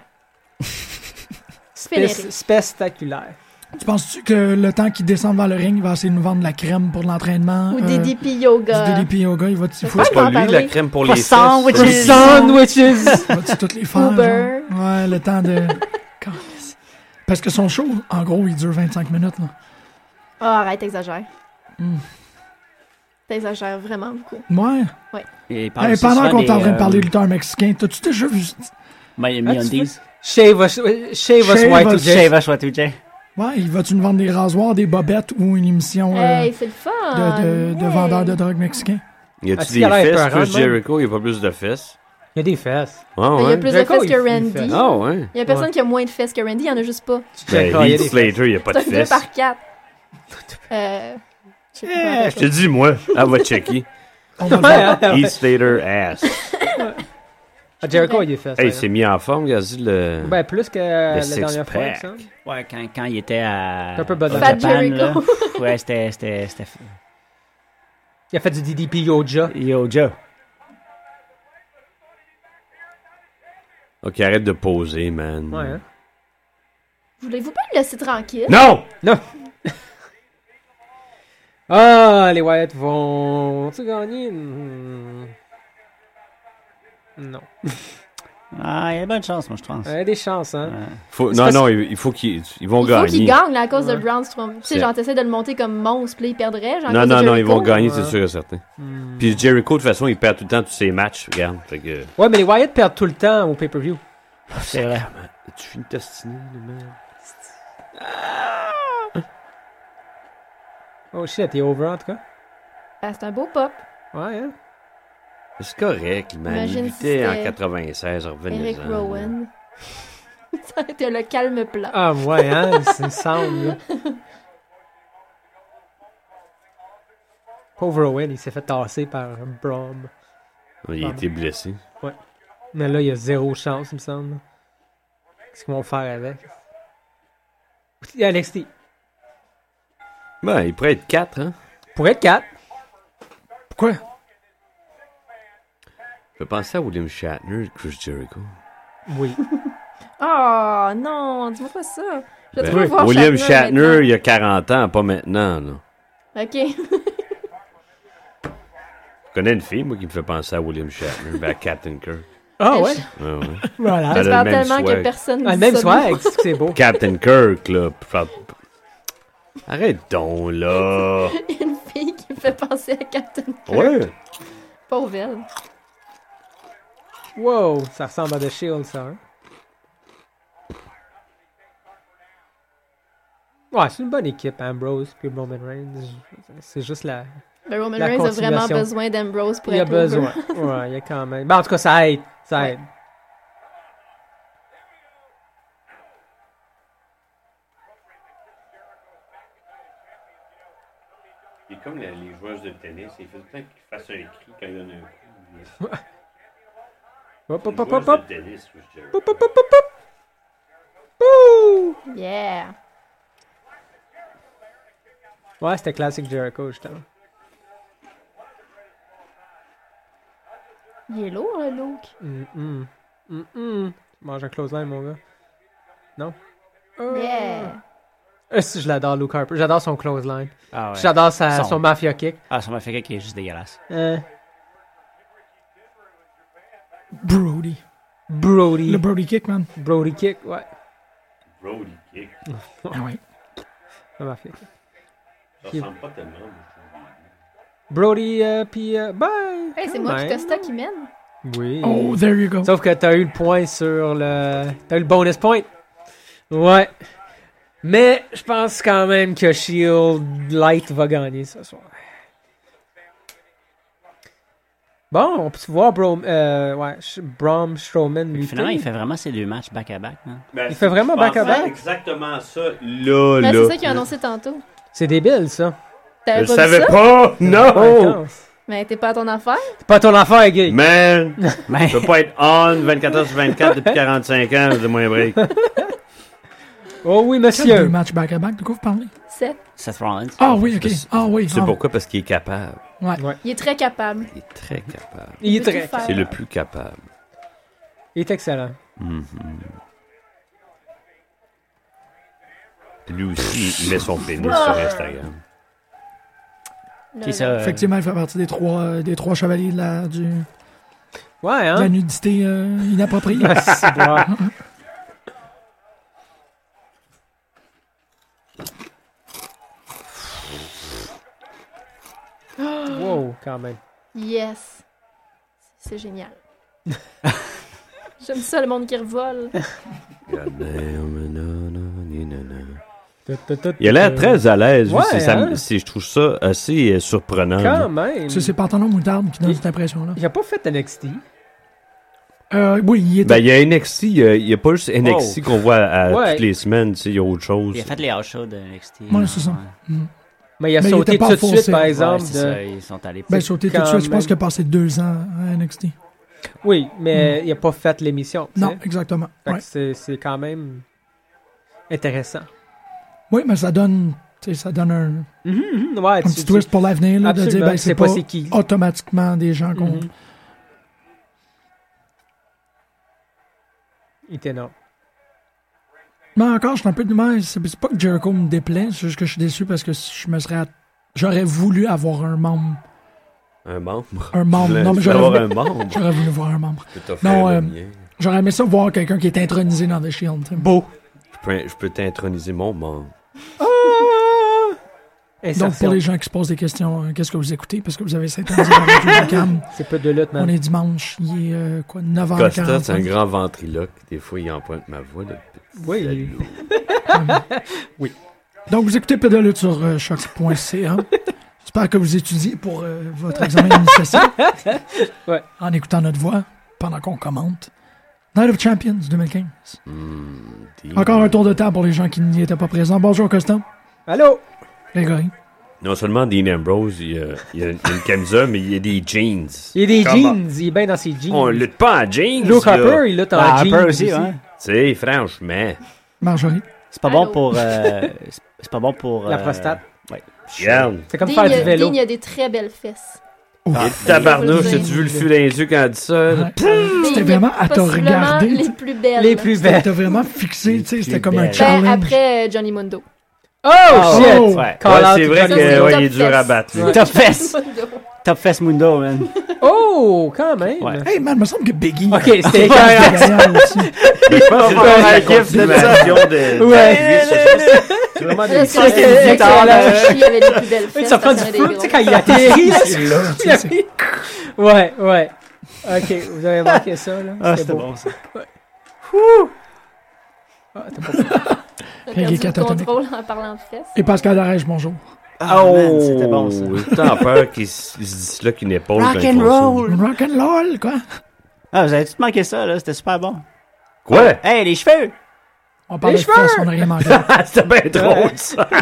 Speaker 4: Spé-
Speaker 3: Spéléry.
Speaker 4: Spectaculaire.
Speaker 1: Tu penses-tu que le temps qu'il descende vers le ring, il va essayer de nous vendre de la crème pour l'entraînement?
Speaker 3: Ou
Speaker 1: euh,
Speaker 3: des DP
Speaker 1: Du
Speaker 3: yoga.
Speaker 1: DDP yoga, il va-tu
Speaker 3: C'est
Speaker 1: faut-
Speaker 5: C'est pas lui,
Speaker 3: parler.
Speaker 5: la crème pour les
Speaker 2: Pas
Speaker 5: fesses.
Speaker 2: sans,
Speaker 5: c'est-
Speaker 2: oui,
Speaker 4: Les sandwiches!
Speaker 1: va-tu toutes les faire?
Speaker 3: Uber.
Speaker 1: genre? Ouais, le temps de... Calisse. Parce que son show, en gros, il dure 25 minutes. Là.
Speaker 3: Ah, arrête, t'exagères.
Speaker 1: Hmm.
Speaker 3: T'exagères vraiment beaucoup.
Speaker 1: Ouais.
Speaker 2: Et il
Speaker 1: Hey, pendant qu'on est en train
Speaker 2: euh,
Speaker 1: de parler de lutteur mexicain, t'as-tu déjà vu...
Speaker 2: Miami
Speaker 4: Ah, tu
Speaker 2: Undies.
Speaker 4: Shave us, euh, shave us
Speaker 1: Shave
Speaker 4: white
Speaker 1: us-
Speaker 4: today.
Speaker 2: Shave us, what we say.
Speaker 1: Ouais, il va-tu nous vendre des rasoirs, des bobettes ou une émission euh,
Speaker 3: Hey, c'est le fun!
Speaker 1: de, de, de
Speaker 3: Hey.
Speaker 1: vendeur de drogue mexicain?
Speaker 5: Y a-tu
Speaker 4: Est-ce qu'il a l'air
Speaker 5: des fesses
Speaker 4: peurant,
Speaker 5: plus
Speaker 4: même?
Speaker 5: Jericho? Il y a pas plus de fesses.
Speaker 4: Il y a des fesses.
Speaker 5: Ah
Speaker 3: Il y a
Speaker 5: ouais.
Speaker 3: plus de
Speaker 4: Jericho,
Speaker 3: fesses
Speaker 4: il-
Speaker 3: que
Speaker 4: il
Speaker 3: Randy.
Speaker 4: fait-
Speaker 3: Il
Speaker 5: Ah ouais.
Speaker 3: y a personne qui a moins de fesses que Randy, il y en a juste pas.
Speaker 4: Tu
Speaker 5: Ben,
Speaker 4: checkeras, il y a des
Speaker 5: Heath
Speaker 4: fesses.
Speaker 5: Slater, il y a pas de
Speaker 3: C'est un 2
Speaker 5: fesses.
Speaker 3: par 4. Euh. je sais pas comment
Speaker 5: Eh,
Speaker 3: on
Speaker 5: Je
Speaker 3: fait
Speaker 5: te dis, moi. Elle va checker.
Speaker 1: On va le
Speaker 4: Ouais,
Speaker 1: voir.
Speaker 4: hein, ouais.
Speaker 5: Heath Slater ass.
Speaker 4: Ah, Jericho, il y a des fesses.
Speaker 5: Hey,
Speaker 4: ouais.
Speaker 5: il s'est mis en forme, Gazi, le.
Speaker 4: Ben, plus que euh,
Speaker 5: Le
Speaker 4: la dernière fois, il me
Speaker 5: six-pack.
Speaker 4: semble.
Speaker 2: Ouais, quand, quand il était à.
Speaker 4: C'est un peu bas
Speaker 2: au
Speaker 4: de
Speaker 3: Fat
Speaker 2: Japan, là.
Speaker 3: Jericho.
Speaker 2: Ouais, c'était. c'était, c'était...
Speaker 4: Il a fait du DDP Yoja.
Speaker 2: Yo, Joe.
Speaker 5: Ok, arrête de poser, man.
Speaker 4: Ouais, hein.
Speaker 3: Voulez-vous pas me laisser tranquille?
Speaker 5: Non!
Speaker 4: Ah, les Wyatt vont. Tu gagner? Hmm. Non.
Speaker 2: Ah, il y a bonne chance, moi, je pense.
Speaker 4: Il y a des chances, hein.
Speaker 2: Ouais.
Speaker 5: Faut-
Speaker 4: C'est
Speaker 5: non,
Speaker 4: parce-
Speaker 5: non, il il faut qu'ils ils vont
Speaker 3: Il faut
Speaker 5: gagner.
Speaker 3: qu'il gagne là, à cause
Speaker 4: Ouais.
Speaker 3: de Brown Strowman. Tu sais,
Speaker 5: C'est-
Speaker 3: genre, t'essaies de le monter comme monstre, puis là, il perdrait. Genre, à
Speaker 5: Non,
Speaker 3: cause de
Speaker 5: non, non, ils
Speaker 3: Jericho.
Speaker 5: vont gagner, c'est
Speaker 4: Ouais.
Speaker 5: sûr et certain.
Speaker 4: Hmm.
Speaker 5: Puis Jericho, de toute façon, il perd tout le temps tous ses matchs. Regarde. Fait que.
Speaker 4: Ouais, mais les Wyatt perdent tout le temps au pay-per-view.
Speaker 2: C'est vrai.
Speaker 5: Tu finis de t'ostiner, le man.
Speaker 4: Oh shit, il est over en tout cas.
Speaker 3: Ben, c'est un beau pop.
Speaker 4: Ouais, hein.
Speaker 5: C'est correct, man. Il
Speaker 3: Imagine si
Speaker 5: luttait en
Speaker 3: c'était
Speaker 5: 96, revenez
Speaker 3: Eric Rowan. Ça a été le calme plat.
Speaker 4: Ah, ouais, hein. Ça me semble, là. Pauvre Owen, il s'est fait tasser par Brom.
Speaker 5: Il était blessé.
Speaker 4: Mais là, il y a zéro chance, il me semble. Qu'est-ce qu'ils vont faire avec? Alex T.
Speaker 5: Ben, il pourrait être 4, hein?
Speaker 4: Pour être 4.
Speaker 1: Pourquoi?
Speaker 5: Je pensais à William Shatner et Chris Jericho.
Speaker 4: Oui.
Speaker 3: Oh non, dis-moi pas ça. Je
Speaker 5: Ben,
Speaker 3: veux trop voir
Speaker 5: William Shatner,
Speaker 3: Shatner.
Speaker 5: il y a 40 ans, pas maintenant, là.
Speaker 3: maintenant. Ok.
Speaker 5: Je connais une fille, moi, qui me fait penser à William Shatner, ben, à Captain Kirk.
Speaker 4: Ah ouais?
Speaker 5: Ouais, ouais.
Speaker 4: Voilà.
Speaker 5: Elle
Speaker 3: Je
Speaker 5: a le
Speaker 3: parle
Speaker 5: même
Speaker 3: tellement que
Speaker 5: swag.
Speaker 3: personne.
Speaker 4: Ah, le
Speaker 3: dit
Speaker 4: même
Speaker 3: ça.
Speaker 4: swag, c'est c'est beau.
Speaker 5: Captain Kirk, là. fa- Arrête donc, là.
Speaker 3: Il y a une fille qui me fait penser à Captain Kirk.
Speaker 5: Ouais.
Speaker 3: Pauvre elle.
Speaker 4: Wow, ça ressemble à The Shield, ça. hein? Ouais, c'est une bonne équipe, Ambrose puis Roman Reigns. C'est juste la.
Speaker 3: Le Ben, Roman
Speaker 4: La
Speaker 3: Reigns a vraiment
Speaker 4: continuation.
Speaker 3: besoin d'Ambrose pour
Speaker 4: Il y a
Speaker 3: être over.
Speaker 4: besoin. ouais, il y a quand même. Ben, en tout cas, ça aide. Ça aide.
Speaker 5: Il est comme les, joueuses de tennis, il fait tout le temps qu'ils fassent un cri quand il donne un coup.
Speaker 4: Hop, hop, hop, hop, hop.
Speaker 5: tennis, Chris
Speaker 4: Hop, hop, hop, hop, hop. Bouh!
Speaker 3: Yeah.
Speaker 4: Ouais, c'était classique Jericho, justement.
Speaker 3: Il est lourd, le look.
Speaker 4: Mm-mm. Mm-mm. Tu manges un close line, mon gars. Non?
Speaker 3: Yeah.
Speaker 4: Euh, si, je l'adore, Luke Harper. J'adore son close line.
Speaker 2: Ah ouais.
Speaker 4: J'adore
Speaker 2: Son.
Speaker 4: sa- son mafia kick.
Speaker 2: Ah, ça m'a fait quelqu'un qui est juste dégueulasse.
Speaker 4: Euh,
Speaker 1: Brody.
Speaker 4: Brody.
Speaker 1: Le Brody kick, man.
Speaker 4: Brody kick, ouais.
Speaker 5: Brody kick.
Speaker 1: Ah ouais.
Speaker 4: La mafia kick.
Speaker 5: Ça
Speaker 4: Il-
Speaker 5: ressemble pas tellement.
Speaker 4: Brody, euh, puis... euh, ben...
Speaker 3: Hey, c'est
Speaker 4: quand
Speaker 3: moi qui
Speaker 4: même.
Speaker 3: Costa qui mène.
Speaker 4: Oui.
Speaker 1: Oh, there you go.
Speaker 4: Sauf que t'as eu le point sur le... T'as eu le bonus point. Ouais. Mais je pense quand même que Shield Light va gagner ce soir. Bon, on peut voir Bro, euh, ouais, Sh- Braun Strowman
Speaker 2: Puis
Speaker 4: lutter.
Speaker 2: Finalement, il fait vraiment ces deux matchs back-à-back. hein. man.
Speaker 5: Il
Speaker 4: fait vraiment back-à-back?
Speaker 5: exactement ça, là,
Speaker 3: Ah,
Speaker 5: là.
Speaker 3: c'est ça qu'il a annoncé tantôt.
Speaker 4: C'est débile, ça.
Speaker 5: Je
Speaker 3: T'avais pas vu
Speaker 5: savais
Speaker 3: Ben, ça?
Speaker 5: pas, non!
Speaker 4: Intense.
Speaker 3: Mais t'es pas à ton affaire?
Speaker 4: C'est pas ton affaire, Guy.
Speaker 5: Man,
Speaker 2: Mais
Speaker 5: je peux pas être on 24 h sur 24 depuis 45 ans, j'ai moins un break.
Speaker 4: Oh oui,
Speaker 1: Quel deux
Speaker 4: monsieur.
Speaker 1: matchs back-à-back, de quoi vous parlez?
Speaker 3: Seth.
Speaker 2: Seth Rollins.
Speaker 1: Ah oui, ok. Ah oui.
Speaker 5: C'est
Speaker 1: ah.
Speaker 5: pourquoi? Parce qu'il est capable.
Speaker 3: Il est très capable.
Speaker 5: Il est très capable.
Speaker 4: Il
Speaker 3: Il
Speaker 4: est
Speaker 3: veut
Speaker 4: très...
Speaker 3: tout faire.
Speaker 5: C'est le plus capable.
Speaker 4: Il est excellent.
Speaker 5: Lui aussi, il met son pénis sur Instagram.
Speaker 3: Là,
Speaker 2: Qui
Speaker 3: là.
Speaker 2: ça? euh,
Speaker 1: Effectivement, il fait partie des trois, euh, des trois chevaliers de la, du, de
Speaker 4: Ouais,
Speaker 1: la
Speaker 4: hein?
Speaker 1: nudité euh, inappropriée.
Speaker 4: Ah, c'est bon. wow, quand même.
Speaker 3: Yes. C'est génial. J'aime ça, le monde qui revole.
Speaker 5: Il a
Speaker 1: euh,
Speaker 5: l'air très à l'aise. lui.
Speaker 4: Ouais,
Speaker 5: C'est ça-
Speaker 4: hein?
Speaker 5: c'est- je trouve ça assez euh, surprenant.
Speaker 4: Quand
Speaker 5: lui.
Speaker 4: même.
Speaker 1: C'est ses pantalons moutarde qui donnent
Speaker 4: Il-
Speaker 1: cette impression-là.
Speaker 4: Il a pas fait NXT.
Speaker 1: Euh, oui, il
Speaker 5: Ben,
Speaker 1: était.
Speaker 5: il y a NXT, il y a- il n'y a, pas juste NXT
Speaker 1: Oh.
Speaker 5: qu'on voit à, à
Speaker 4: Ouais.
Speaker 5: toutes les semaines, tu sais, il y a autre chose.
Speaker 2: Il a fait les house shows de NXT.
Speaker 1: Ouais, c'est ça.
Speaker 4: Mais il a
Speaker 1: Mais il
Speaker 4: sauté
Speaker 1: était pas
Speaker 4: tout de suite,
Speaker 1: enfoncé.
Speaker 4: par
Speaker 2: Les hommes
Speaker 4: exemple. de-
Speaker 2: ça, ils sont allés.
Speaker 1: Ben, sauté tout de
Speaker 4: quand
Speaker 1: suite. Je pense
Speaker 4: même-
Speaker 1: qu'il a passé deux ans à NXT.
Speaker 4: Oui, mais il a pas fait l'émission. tu
Speaker 1: Hmm. Non,
Speaker 4: sais.
Speaker 1: exactement.
Speaker 4: Fait que
Speaker 1: Ouais.
Speaker 4: c'est- C'est quand même intéressant.
Speaker 1: Oui, mais ça donne, tu sais, ça donne un,
Speaker 4: Mhm, mhm, ouais,
Speaker 1: un
Speaker 4: tu-
Speaker 1: petit
Speaker 4: tu-
Speaker 1: twist pour l'avenir là, de
Speaker 4: Absolument,
Speaker 1: dire ben,
Speaker 4: tu sais
Speaker 1: c'est
Speaker 4: pas
Speaker 1: pas,
Speaker 4: c'est qui.
Speaker 1: automatiquement des gens qu'on.
Speaker 4: Mhm. Il était énorme.
Speaker 1: Mais encore, je suis un peu de mal. C'est c'est pas que Jericho me déplaît, c'est juste que je suis déçu parce que je me serais. att- J'aurais voulu avoir un membre.
Speaker 5: Un membre.
Speaker 1: Un membre.
Speaker 5: Tu
Speaker 1: Non, mais
Speaker 5: veux
Speaker 1: j'aurais
Speaker 5: avoir
Speaker 1: voulu,
Speaker 5: un membre.
Speaker 1: j'aurais voulu voir un membre.
Speaker 5: Je peux t'offrir
Speaker 1: Non,
Speaker 5: le
Speaker 1: euh,
Speaker 5: mien.
Speaker 1: J'aurais aimé ça voir quelqu'un qui est intronisé dans The Shield. tu sais.
Speaker 4: Beau.
Speaker 5: Je peux- Je peux t'introniser mon membre.
Speaker 1: Ah! Donc,
Speaker 4: Insertion.
Speaker 1: pour les gens qui se posent des questions, euh, qu'est-ce que vous écoutez? Parce que vous avez cette cam.
Speaker 4: C'est pas de lutte, man.
Speaker 1: On est dimanche. Il est euh, quoi? 9 h
Speaker 5: Costa, c'est un grand ventriloque. Des fois, il emprunte ma voix. le petit
Speaker 4: Oui.
Speaker 5: salaud.
Speaker 1: Donc, vous écoutez Pédalute sur euh, choc.ca. J'espère que vous étudiez pour euh, votre examen d'initiation.
Speaker 4: Ouais.
Speaker 1: En écoutant notre voix pendant qu'on commente. Night of Champions 2015.
Speaker 5: Hmm, des-
Speaker 1: Encore un tour de temps pour les gens qui n'y étaient pas présents. Bonjour, Constant.
Speaker 4: Allô?
Speaker 1: Grégory.
Speaker 5: Non seulement Dean Ambrose, il y a, il y a une il y a une camisa, mais il y a des jeans.
Speaker 4: Il y a des
Speaker 5: Comment?
Speaker 4: jeans, il est bien dans ses jeans.
Speaker 5: On lutte pas en jeans.
Speaker 4: Luke
Speaker 5: là.
Speaker 4: Harper, il est en
Speaker 2: Ah,
Speaker 4: jeans.
Speaker 2: Harper aussi, hein.
Speaker 5: Tu sais, franchement.
Speaker 1: Marjorie.
Speaker 2: C'est pas bon
Speaker 3: Allô?
Speaker 2: pour. euh, c'est- c'est pas bon pour.
Speaker 4: La
Speaker 2: euh,
Speaker 4: prostate.
Speaker 5: Regarde.
Speaker 4: C'est
Speaker 3: Dean,
Speaker 4: comme faire
Speaker 3: il y a-
Speaker 4: du vélo.
Speaker 3: Dean, il y a des très belles fesses.
Speaker 7: Ah,
Speaker 5: Et
Speaker 3: Faut
Speaker 5: tabarnouche,
Speaker 3: le
Speaker 5: as-tu vu le feu dans les yeux quand elle dit ça? là?
Speaker 1: Ouais. C'était vraiment à te
Speaker 3: Euh, Possiblement
Speaker 1: regarder. tu
Speaker 3: les
Speaker 1: sais.
Speaker 3: plus belles.
Speaker 4: Les plus
Speaker 1: C'était
Speaker 4: belles.
Speaker 1: t'as vraiment fixé, tu sais, c'était comme un
Speaker 2: Ben,
Speaker 1: challenge.
Speaker 3: Ben, après euh, Johnny Mundo.
Speaker 4: Oh,
Speaker 1: Oh!
Speaker 4: shit!
Speaker 1: Oh!
Speaker 2: Ouais.
Speaker 4: Call
Speaker 5: Ouais,
Speaker 4: out
Speaker 5: c'est
Speaker 4: to
Speaker 5: vrai
Speaker 4: Johnny
Speaker 5: que
Speaker 4: Mundo.
Speaker 5: ouais,
Speaker 3: Top
Speaker 5: il est dur à
Speaker 3: fesse.
Speaker 5: battre. lui.
Speaker 4: Ouais.
Speaker 2: Top fest!
Speaker 3: Johnny Mundo.
Speaker 2: Top fest Mundo, man.
Speaker 4: Oh, quand même!
Speaker 2: Ouais.
Speaker 1: Hey man, me semble que Biggie.
Speaker 4: Ok,
Speaker 1: c'était
Speaker 4: c'était écœurant.
Speaker 1: gagnant aussi.
Speaker 5: Mais Je pense que
Speaker 4: Ouais.
Speaker 5: c'est la continuation de.
Speaker 4: Ouais.
Speaker 5: C'est vraiment des.
Speaker 3: Parce que
Speaker 4: c'est des
Speaker 3: Jack
Speaker 4: étoiles.
Speaker 3: Lachey, il avait les plus belles
Speaker 4: Oui,
Speaker 3: fesses.
Speaker 4: ça prend
Speaker 3: parce
Speaker 4: du
Speaker 3: qu'il y en a
Speaker 4: feu,
Speaker 3: des
Speaker 4: tu sais,
Speaker 3: gros.
Speaker 4: quand il atterrit, là,
Speaker 1: C'est là, tu sais, c'est-
Speaker 4: Ouais, ouais. Ok, vous avez manqué ça, là.
Speaker 2: Ah,
Speaker 4: C'était
Speaker 2: c'était
Speaker 4: beau.
Speaker 2: bon ça.
Speaker 4: Ah, t'as pas-
Speaker 3: On a
Speaker 1: Quand il est
Speaker 3: perdu le
Speaker 1: catatonique.
Speaker 3: contrôle en parlant de fesses.
Speaker 1: Et Pascal Darèche, bonjour.
Speaker 2: Ah,
Speaker 4: Oh.
Speaker 2: man, c'était bon ça.
Speaker 5: J'ai tant peur qu'il se se dise là qu'une épaule.
Speaker 7: Rock
Speaker 5: quand ils
Speaker 7: and
Speaker 5: font ça.
Speaker 7: roll.
Speaker 1: Rock and roll, quoi.
Speaker 2: Ah, vous avez tout manqué ça, là. C'était super bon.
Speaker 5: Quoi?
Speaker 2: Hey, les cheveux!
Speaker 1: On parle de
Speaker 4: Les cheveux!
Speaker 1: fesses, on n'a rien manqué.
Speaker 5: Ah, c'était bien drôle ça.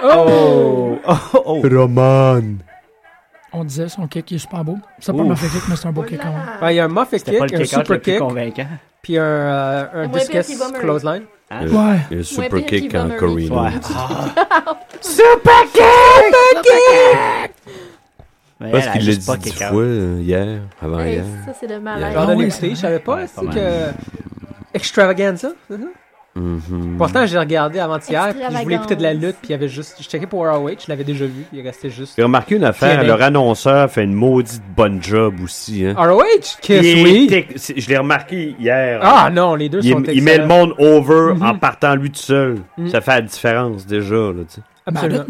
Speaker 2: Oh! Oh, oh, oh.
Speaker 5: Roman.
Speaker 1: On disait son kick, il est super beau. Ça pas
Speaker 2: Ouh.
Speaker 1: m'a fait kick, mais c'est un beau kick hein. quand même.
Speaker 3: Voilà.
Speaker 4: Ouais, Ben, Il y a un muff kick,
Speaker 2: C'était pas le
Speaker 4: un
Speaker 2: kick-out
Speaker 4: super
Speaker 2: le plus
Speaker 4: kick,
Speaker 2: convaincant.
Speaker 4: puis un, euh, un
Speaker 3: Moins pire
Speaker 4: discus
Speaker 3: qu'il va mourir.
Speaker 4: clothesline.
Speaker 2: Hein?
Speaker 5: Euh,
Speaker 1: Ouais.
Speaker 5: Un
Speaker 3: Ouais,
Speaker 5: super
Speaker 3: puis
Speaker 5: kick
Speaker 3: Eva
Speaker 5: en
Speaker 3: Marie.
Speaker 5: Corino.
Speaker 2: Ouais.
Speaker 5: Super kick!
Speaker 2: Mais elle,
Speaker 5: Parce qu'il
Speaker 2: elle
Speaker 5: l'a
Speaker 2: juste pas
Speaker 5: dit dix
Speaker 2: kick-out.
Speaker 5: fois euh, hier, avant
Speaker 3: Hey,
Speaker 5: hier.
Speaker 3: Ça, c'est le
Speaker 5: Ah,
Speaker 4: J'ai
Speaker 3: malaise.
Speaker 4: hâte de
Speaker 1: oui,
Speaker 4: l'écouter, je savais pas,
Speaker 2: Ouais,
Speaker 4: c'est
Speaker 2: pas
Speaker 4: que... Extravaganza, c'est ça?
Speaker 5: Mhm.
Speaker 4: Pourtant, j'ai regardé avant-hier, puis je voulais écouter de la
Speaker 3: Extravaganza.
Speaker 4: lutte, puis il y avait juste... Je checkais pour ROH, je l'avais déjà vu, il restait juste...
Speaker 5: J'ai remarqué une affaire,
Speaker 4: Québec.
Speaker 5: leur annonceur fait une maudite bonne job aussi.
Speaker 4: Ah,
Speaker 5: Hein.
Speaker 4: ROH?
Speaker 5: Il
Speaker 4: Kiss,
Speaker 5: est
Speaker 4: oui!
Speaker 5: tec- c'est- Je l'ai remarqué hier.
Speaker 4: Ah non, les deux
Speaker 5: il,
Speaker 4: sont
Speaker 5: il met le
Speaker 4: excellents.
Speaker 5: monde over en partant lui tout seul.
Speaker 4: Mhm.
Speaker 5: Ça fait la différence déjà. Là, tu sais.
Speaker 4: Absolument.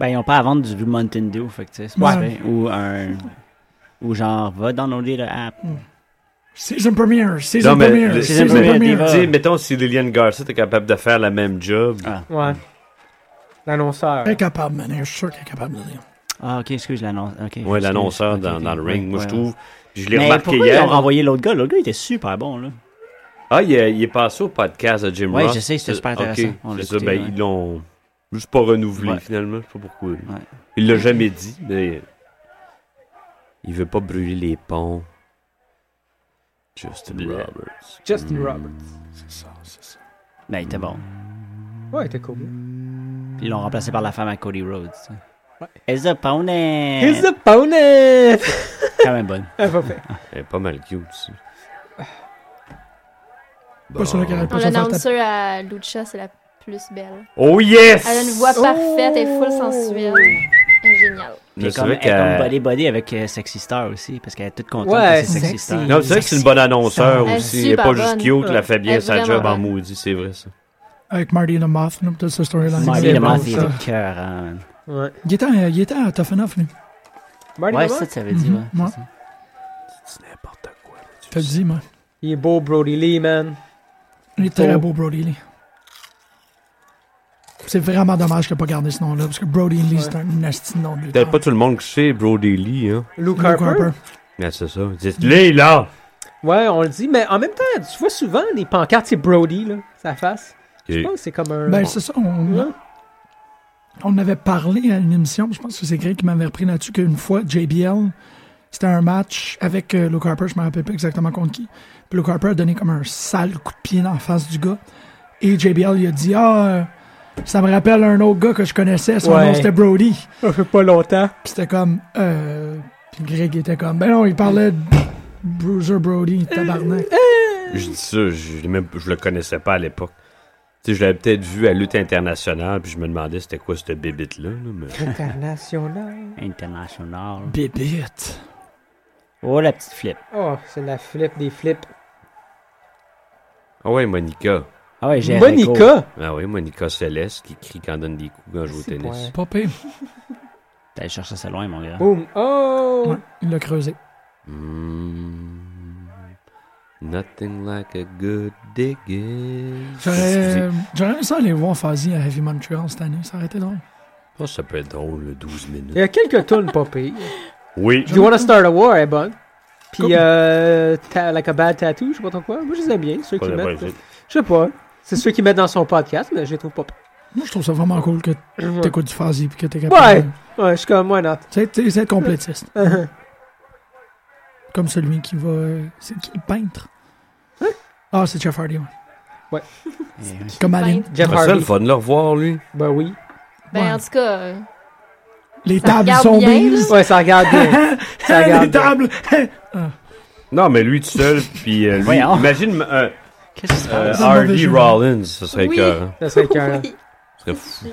Speaker 2: Ben, ils ont pas à vendre du Blue Mountain Dew, fait que, tu sais, c'est pas
Speaker 1: Ouais.
Speaker 2: super. Ou un. Ou genre, va downloader le app.
Speaker 1: Season premiere, season
Speaker 5: Non, mais
Speaker 1: premiere,
Speaker 5: le-
Speaker 1: season
Speaker 2: mais-
Speaker 1: premiere.
Speaker 2: Ah.
Speaker 5: Tu sais, mettons si Lillian Garcia est capable de faire la même job.
Speaker 2: Ah.
Speaker 4: Ouais. L'annonceur.
Speaker 1: Elle est capable, man. Je suis sûr qu'elle est capable de le dire.
Speaker 2: Ah, ok, excuse l'annonce. ok.
Speaker 5: Ouais,
Speaker 2: Excuse,
Speaker 5: l'annonceur
Speaker 2: ok,
Speaker 5: dans,
Speaker 2: ok,
Speaker 5: dans le
Speaker 2: ouais,
Speaker 5: ring. Moi,
Speaker 2: ouais,
Speaker 5: je
Speaker 2: ouais.
Speaker 5: trouve. Je l'ai
Speaker 2: Mais
Speaker 5: remarqué
Speaker 2: pourquoi ils ont
Speaker 5: hier.
Speaker 2: renvoyé l'autre gars? L'autre gars, il était super bon, là.
Speaker 5: Ah, il, est- il est passé au podcast de Jim
Speaker 2: Ouais,
Speaker 5: Ross.
Speaker 2: je sais, c'était
Speaker 5: C'est-
Speaker 2: super
Speaker 5: ok,
Speaker 2: intéressant. On l'a
Speaker 5: C'est ça,
Speaker 2: écouté,
Speaker 5: ben,
Speaker 2: ouais.
Speaker 5: ils l'ont juste pas renouvelé
Speaker 2: Ouais.
Speaker 5: finalement. Je sais pas pourquoi. Il l'a jamais dit, mais. Il veut pas brûler les ponts. Justin
Speaker 2: Bleh.
Speaker 5: Roberts.
Speaker 4: Justin Roberts.
Speaker 2: Ben, il était bon.
Speaker 4: Ouais, était cool.
Speaker 2: Puis ils l'ont remplacé par la femme à Cody Rhodes. ça.
Speaker 4: Ouais.
Speaker 2: His opponent!
Speaker 4: His opponent!
Speaker 2: Quand même bonne.
Speaker 4: Ah, pas fait.
Speaker 5: Elle est pas mal cute, ça.
Speaker 1: Pas sûr qu'elle
Speaker 5: Bon.
Speaker 1: aurait pas
Speaker 3: Bon,
Speaker 1: ça faire taper.
Speaker 3: L'announcer à Lucha, c'est la plus belle.
Speaker 5: Oh yes!
Speaker 3: Elle a une voix parfaite, elle est full sensuelle. Elle est géniale.
Speaker 5: Je
Speaker 2: Puis comme,
Speaker 5: savais
Speaker 2: elle est comme
Speaker 5: qu'elle-
Speaker 2: Body Body avec euh, Sexy Star aussi, parce qu'elle est toute contente
Speaker 4: Ouais,
Speaker 2: que c'est Sexy
Speaker 4: sexy.
Speaker 2: Star.
Speaker 5: Non, c'est vrai que c'est une bonne annonceur
Speaker 3: Elle est
Speaker 5: aussi. Elle est
Speaker 3: super
Speaker 5: pas juste
Speaker 3: bonne.
Speaker 5: cute, elle fait
Speaker 3: Elle
Speaker 5: bien
Speaker 3: est
Speaker 5: sa
Speaker 3: vraiment
Speaker 5: job en
Speaker 3: bonne.
Speaker 5: maudit, c'est vrai ça.
Speaker 1: Avec Marty and the Moth, là, toute cette storyline.
Speaker 4: Marty
Speaker 2: Marty
Speaker 4: C'est
Speaker 2: le
Speaker 4: bon,
Speaker 2: Moth, il
Speaker 1: Ça.
Speaker 2: était cœur, hein.
Speaker 4: Ouais.
Speaker 1: Il était, à- il était à Tough Enough, lui.
Speaker 4: Marty
Speaker 2: Ouais,
Speaker 4: Lemon,
Speaker 2: ça, tu avais dit, ouais.
Speaker 1: Ouais.
Speaker 2: c'est ça.
Speaker 5: C'est n'importe quoi.
Speaker 1: Je te le dis, moi.
Speaker 4: Il est beau, Brody Lee, man.
Speaker 1: Il est très
Speaker 4: Oh.
Speaker 1: beau, Brody Lee. C'est vraiment dommage qu'il n'ait pas gardé ce nom-là, parce que Brody Lee, c'est un nasty nom de lutteur.
Speaker 5: Peut-être pas tout le monde qui sait Brody Lee, hein.
Speaker 4: Luke,
Speaker 1: Luke
Speaker 4: Harper.
Speaker 1: Harper.
Speaker 5: Mais c'est ça. Dites-le, là!
Speaker 4: Ouais, on le dit, mais en même temps, tu vois souvent des pancartes, c'est Brody, là, sa face. Je
Speaker 5: Et-
Speaker 4: pense que c'est comme un.
Speaker 1: Ben, c'est ça. On,
Speaker 4: Ouais.
Speaker 1: on avait parlé à une émission, je pense que c'est Greg qui m'avait repris là-dessus, qu'une fois, JBL, c'était un match avec euh, Luke Harper, je me rappelle pas exactement contre qui. Puis Luke Harper a donné comme un sale coup de pied en face du gars. Et JBL, il a dit Ah, euh, ça me rappelle un autre gars que je connaissais, son
Speaker 4: Ouais.
Speaker 1: nom c'était Brody.
Speaker 4: Ça fait pas longtemps.
Speaker 1: Puis c'était comme euh, Puis Greg était comme Ben non, il parlait de Bruiser Brody,
Speaker 4: Euh.
Speaker 1: tabarnak.
Speaker 5: Je dis ça, je, l'ai même, je le connaissais pas à l'époque. Tu sais, je l'avais peut-être vu à Lutte Internationale, puis je me demandais c'était quoi cette bébite-là. là, mais...
Speaker 4: International.
Speaker 2: International.
Speaker 1: Bébite.
Speaker 2: Oh, la petite flip.
Speaker 4: Oh, c'est la flip des flips.
Speaker 5: Ah ouais, Monica.
Speaker 2: Ah ouais, j'ai
Speaker 4: Monica!
Speaker 5: Ah ouais, Monica Céleste qui crie quand elle donne des coups quand je joue au
Speaker 4: C'est bon.
Speaker 5: tennis.
Speaker 1: Pas pire.
Speaker 2: T'as cherché ça loin, mon gars.
Speaker 4: Boom! Oh!
Speaker 1: Ouais, il l'a creusé.
Speaker 5: Mm. Nothing like a good digging.
Speaker 1: J'aurais euh, j'aurais aimé ça aller voir Fuzzy à Heavy Montreal cette année, ça aurait été drôle.
Speaker 5: Je pense que Oh, ça peut être drôle, le 12
Speaker 4: Il y
Speaker 5: minutes.
Speaker 4: a quelques tunes pas pires.
Speaker 5: Oui.
Speaker 4: Do You Wanna Start a War est bonne. Puis,
Speaker 1: Cool.
Speaker 4: euh, ta- Like a Bad Tattoo, je sais pas trop quoi. Moi, je les aime bien, ceux qui
Speaker 5: Pas
Speaker 4: mettent.
Speaker 5: de-
Speaker 4: Je sais pas. C'est ceux qui mettent dans son podcast, mais je les trouve pas pires.
Speaker 1: Moi, je trouve ça vraiment cool que t'écoutes du Fuzzy puis que t'es capable.
Speaker 4: Ouais, Uh-huh.
Speaker 1: de-
Speaker 4: ouais, je suis comme, why not?
Speaker 1: C'est- C'est c'est être complétiste. Comme celui qui va. euh, C'est qui le peintre Ah, c'est Jeff Hardy, ouais.
Speaker 4: Ouais.
Speaker 2: Eh
Speaker 1: Comme Alien.
Speaker 3: Peintre.
Speaker 4: Jeff
Speaker 5: C'est ça le
Speaker 4: Hardy.
Speaker 5: fun de le revoir, lui.
Speaker 4: Ben oui.
Speaker 3: Ben,
Speaker 1: Ouais.
Speaker 3: en tout cas, euh,
Speaker 1: Les
Speaker 3: Ça
Speaker 1: tables
Speaker 3: regarde
Speaker 1: sont
Speaker 3: bien,
Speaker 1: mises.
Speaker 4: Ouais, ça regarde bien. ça regarde
Speaker 1: Les
Speaker 4: bien.
Speaker 1: tables
Speaker 5: Non, mais lui tout seul, puis euh, lui-
Speaker 2: Voyons.
Speaker 5: imagine euh,
Speaker 2: Qu'est-ce qui se
Speaker 5: euh,
Speaker 2: passe?
Speaker 1: C'est un mauvais
Speaker 5: R.D.
Speaker 1: jeu.
Speaker 5: Rollins, ce serait hein.
Speaker 3: Oui.
Speaker 5: écœurant.
Speaker 4: Ça serait qu'un...
Speaker 3: oui.
Speaker 5: Ce serait fou.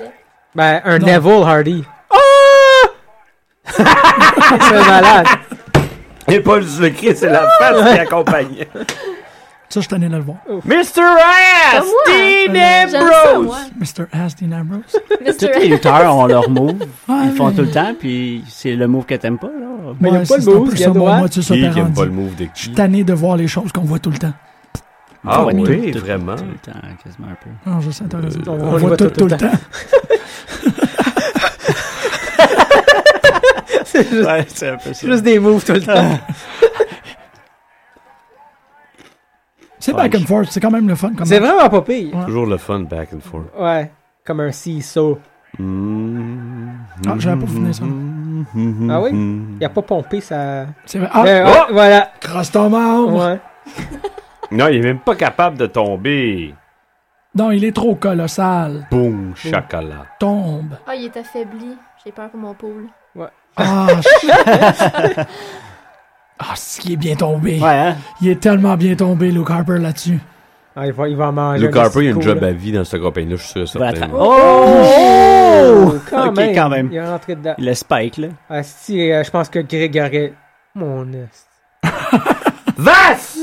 Speaker 4: Ben, un
Speaker 1: Non.
Speaker 4: Neville Hardy. Ah! c'est malade.
Speaker 5: Et pas juste le cri, c'est la face qui accompagne.
Speaker 1: Ça, je tenais à le voir.
Speaker 4: Oh.
Speaker 5: Mr.
Speaker 3: Comme
Speaker 5: Ass!
Speaker 3: moi.
Speaker 5: Dean
Speaker 3: J'aime ça, moi.
Speaker 5: Ambrose!
Speaker 1: Mr. Ass Dean Ambrose.
Speaker 2: Tous
Speaker 3: Mr.
Speaker 2: les lutteurs ont leur move.
Speaker 1: Ouais,
Speaker 2: Ils font
Speaker 1: mais-
Speaker 2: tout le temps, puis c'est le move que t'aimes pas, là.
Speaker 4: Mais il y a
Speaker 1: Ouais,
Speaker 4: pas
Speaker 1: c'est
Speaker 4: le move,
Speaker 1: un peu
Speaker 4: il y a
Speaker 1: ça,
Speaker 4: le
Speaker 1: mon
Speaker 4: droit.
Speaker 1: modus
Speaker 5: Qui qui aime
Speaker 1: operandi.
Speaker 5: pas le move de
Speaker 1: Je suis
Speaker 5: qui?
Speaker 1: tanné de voir les choses qu'on voit tout le temps.
Speaker 5: Ah
Speaker 2: Ouais,
Speaker 5: oui,
Speaker 2: tout- tout-
Speaker 5: vraiment?
Speaker 2: Tout le temps, quasiment un peu.
Speaker 1: Non, je sais, t'as raison.
Speaker 5: Euh,
Speaker 1: on, voit, tout, tout le temps.
Speaker 4: C'est juste,
Speaker 2: Ouais, c'est un peu ça.
Speaker 4: juste des moves tout le temps.
Speaker 1: C'est back and forth, c'est quand même le fun. Comme
Speaker 4: C'est vraiment pas pire.
Speaker 1: Ouais.
Speaker 5: Toujours le fun back and forth.
Speaker 4: Ouais. Comme un seesaw.
Speaker 5: Mm-hmm.
Speaker 1: Ah, j'avais pas fini
Speaker 4: Mm-hmm.
Speaker 1: ça.
Speaker 4: Ah oui? Il a pas pompé sa...
Speaker 1: C'est vrai. Ah, Oh!
Speaker 4: Ben, ouais, voilà.
Speaker 1: crosse ton membre.
Speaker 4: Ouais.
Speaker 5: Non, il est même pas capable de tomber.
Speaker 1: Non, il est trop colossal.
Speaker 5: Boum, chocolat.
Speaker 1: Tombe.
Speaker 3: Ah, il est affaibli. J'ai peur pour mon pôle.
Speaker 1: Ah, je- Ah, si, il est bien tombé.
Speaker 2: Ouais, hein?
Speaker 1: Il est tellement bien tombé, Luke Harper, là-dessus.
Speaker 4: Ah, il va, il va en manger.
Speaker 5: Luke
Speaker 4: un
Speaker 5: Harper, il a une
Speaker 4: petit
Speaker 5: job
Speaker 4: coup, là.
Speaker 5: à vie dans cette compagnie-là, je suis sûr et
Speaker 2: Va
Speaker 5: certain.
Speaker 2: attraper. Oh!
Speaker 4: Quand,
Speaker 2: Ok,
Speaker 4: même.
Speaker 2: quand même.
Speaker 4: Il est rentré dedans.
Speaker 2: Le spike, là.
Speaker 4: Ah, si, euh, je pense que Greg aurait... Mon est.
Speaker 5: Vas!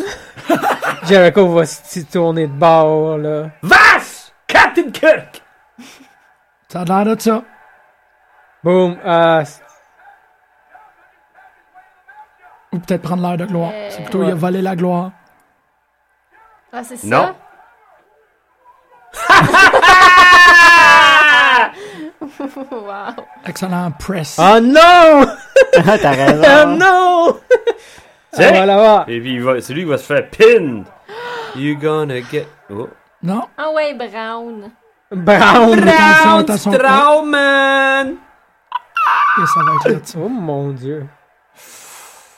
Speaker 4: Jericho va se tourner de bord, là.
Speaker 5: Vas! Captain Kirk!
Speaker 1: Ça a l'air de ça.
Speaker 4: Boom. Ah, c'est-
Speaker 1: Ou peut-être prendre l'air de gloire.
Speaker 3: Euh,
Speaker 1: C'est plutôt, il a
Speaker 4: ouais.
Speaker 1: volé la gloire.
Speaker 3: Ah, c'est ça?
Speaker 5: Non.
Speaker 2: Oh,
Speaker 3: wow.
Speaker 1: Excellent press.
Speaker 4: Oh non!
Speaker 2: Ah, T'as
Speaker 4: Oh
Speaker 2: raison.
Speaker 4: non!
Speaker 5: Tiens.
Speaker 4: On va l'avoir.
Speaker 5: Et puis il va- c'est lui qui va se faire pin! You gonna get. Oh.
Speaker 1: Non?
Speaker 3: Ah ouais, Brown.
Speaker 4: Brown!
Speaker 1: Attention, attention.
Speaker 5: Strowman!
Speaker 1: Et ça va être là-dessus.
Speaker 4: Oh mon dieu.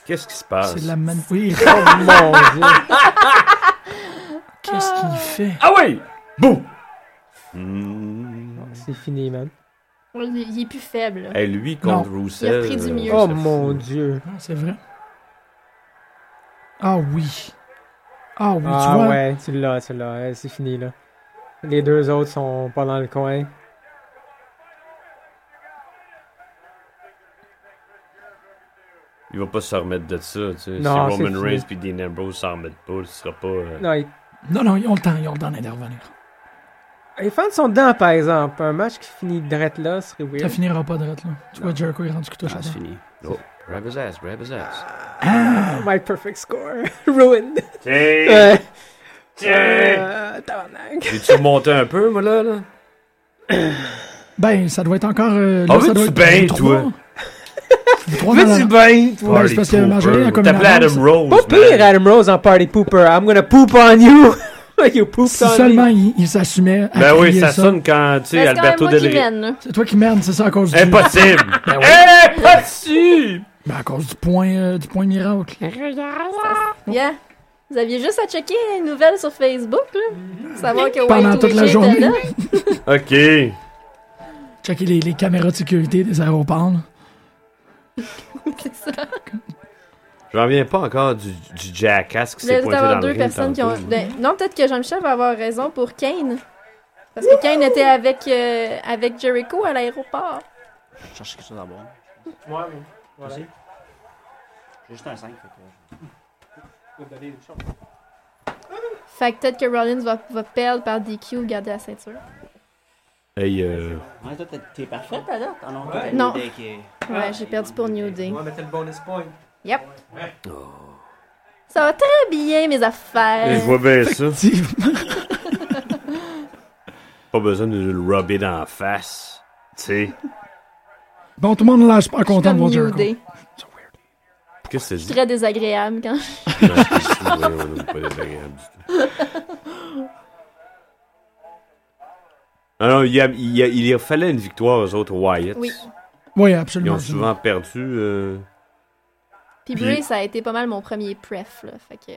Speaker 5: Qu'est-ce qui se passe?
Speaker 1: C'est de la man... Oui,
Speaker 4: Oh mon dieu.
Speaker 1: qu'est-ce qu'il fait?
Speaker 5: Ah oui! Boum!
Speaker 4: C'est fini, man.
Speaker 3: Il il est plus faible.
Speaker 5: Et lui contre Rusev.
Speaker 3: Il a pris du mieux.
Speaker 5: euh,
Speaker 4: Oh
Speaker 5: c'est
Speaker 4: mon
Speaker 5: fou.
Speaker 4: dieu.
Speaker 1: Ah, c'est vrai. Ah oui. Ah oui, tu
Speaker 4: Ah
Speaker 1: vois.
Speaker 4: ouais, tu l'as, tu l'as. Ouais, C'est fini là. Les deux autres sont pas dans le coin.
Speaker 5: Il va pas se remettre de ça, tu sais.
Speaker 4: Non,
Speaker 5: si
Speaker 4: c'est
Speaker 5: Roman
Speaker 4: fini.
Speaker 5: Reigns puis Dean Ambrose s'en remettent pas, ce sera pas. euh,
Speaker 4: Non, ils-
Speaker 1: Non, non, ils ont le temps, ils ont le temps d'intervenir.
Speaker 4: les fans sont dedans par exemple. Un match qui finit direct là serait
Speaker 1: Ça
Speaker 4: weird.
Speaker 1: finira pas de là. Tu vois, Jericho est rendu que toi,
Speaker 2: Ah, c'est fini.
Speaker 5: Oh, grab his ass, grab his ass.
Speaker 4: My perfect score. Ruined.
Speaker 5: Tiens!
Speaker 4: Ouais.
Speaker 5: Tiens!
Speaker 4: Euh, tabarnak.
Speaker 5: J'ai-tu monté un peu, moi, là? là?
Speaker 1: Ben, ça doit être encore. Euh,
Speaker 5: Ah,
Speaker 1: là, ça
Speaker 5: veux-tu
Speaker 1: doit être
Speaker 5: bien,
Speaker 1: trois.
Speaker 5: toi?
Speaker 1: Trois dans la-
Speaker 5: bien,
Speaker 1: Ben, c'est parce que Marjorie a commis
Speaker 5: T'appelais
Speaker 1: la
Speaker 5: Adam
Speaker 1: danse.
Speaker 5: Rose.
Speaker 4: Pas pire, Adam Rose en party pooper. I'm gonna poop on you. you pooped
Speaker 1: Si
Speaker 4: on me.
Speaker 1: seulement il, il s'assumait. à
Speaker 5: Ben oui,
Speaker 1: crier
Speaker 5: ça sonne quand, tu sais,
Speaker 3: Mais c'est quand même
Speaker 5: Alberto
Speaker 3: moi qui
Speaker 5: Del Rio.
Speaker 3: mène. là.
Speaker 1: C'est toi qui merde, c'est ça à
Speaker 5: Eh,
Speaker 1: cause du.
Speaker 5: Impossible!
Speaker 1: Ben oui.
Speaker 5: Impossible!
Speaker 1: Ben, à cause du point, euh, du point miracle.
Speaker 3: Oh. Yeah. Vous aviez juste à checker une nouvelle sur Facebook, là. Savoir que
Speaker 1: Pendant
Speaker 3: Wayne
Speaker 1: toute la
Speaker 3: Twitchy
Speaker 1: journée.
Speaker 3: était là.
Speaker 5: Ok.
Speaker 1: Checker les, les caméras de sécurité des aéroports. là.
Speaker 3: C'est ça.
Speaker 5: J'en viens pas encore du, du jackass qui
Speaker 3: Vous allez
Speaker 5: s'est
Speaker 3: peut-être
Speaker 5: pointé
Speaker 3: avoir
Speaker 5: dans le
Speaker 3: deux
Speaker 5: ring
Speaker 3: personnes qui ont.
Speaker 5: tantôt.
Speaker 3: Ben, non, peut-être que Jean-Michel va avoir raison pour Kane. Parce que Kane était avec, euh, avec Jericho à l'aéroport.
Speaker 2: Je cherche quelque chose à boire. J'ai juste un 5.
Speaker 3: Fait que peut-être que Rollins va, va perdre par DQ ou garder la ceinture.
Speaker 5: Hey, euh,
Speaker 2: Ouais, toi, t'es- t'es parfaite à date. Ah non, toi, t'as
Speaker 3: Non.
Speaker 2: une idée qui est-
Speaker 3: Ouais, j'ai perdu pour New Day.
Speaker 4: mettre le bonus point.
Speaker 3: Yep. Ça va très bien, mes
Speaker 5: je
Speaker 3: affaires.
Speaker 5: vois bien ça.
Speaker 1: Si-
Speaker 5: Pas besoin de le rubber dans la face. Tu sais.
Speaker 1: Bon, tout le monde là, je suis pas
Speaker 3: Je suis
Speaker 1: content de voir
Speaker 3: comme New
Speaker 1: Jericho.
Speaker 3: Day.
Speaker 5: Qu'est-ce que c'est?
Speaker 3: Très désagréable quand
Speaker 5: Non, c'est sous, ouais, on aime pas les variables du tout. Alors, il, y a- il y a- il y fallait une victoire aux autres Wyatts.
Speaker 3: Oui.
Speaker 1: Oui,
Speaker 5: Ils
Speaker 1: absolument.
Speaker 5: ont souvent perdu. euh,
Speaker 3: Puis
Speaker 5: Puis-
Speaker 3: Bray, ça a été pas mal mon premier pref, là. Fait que...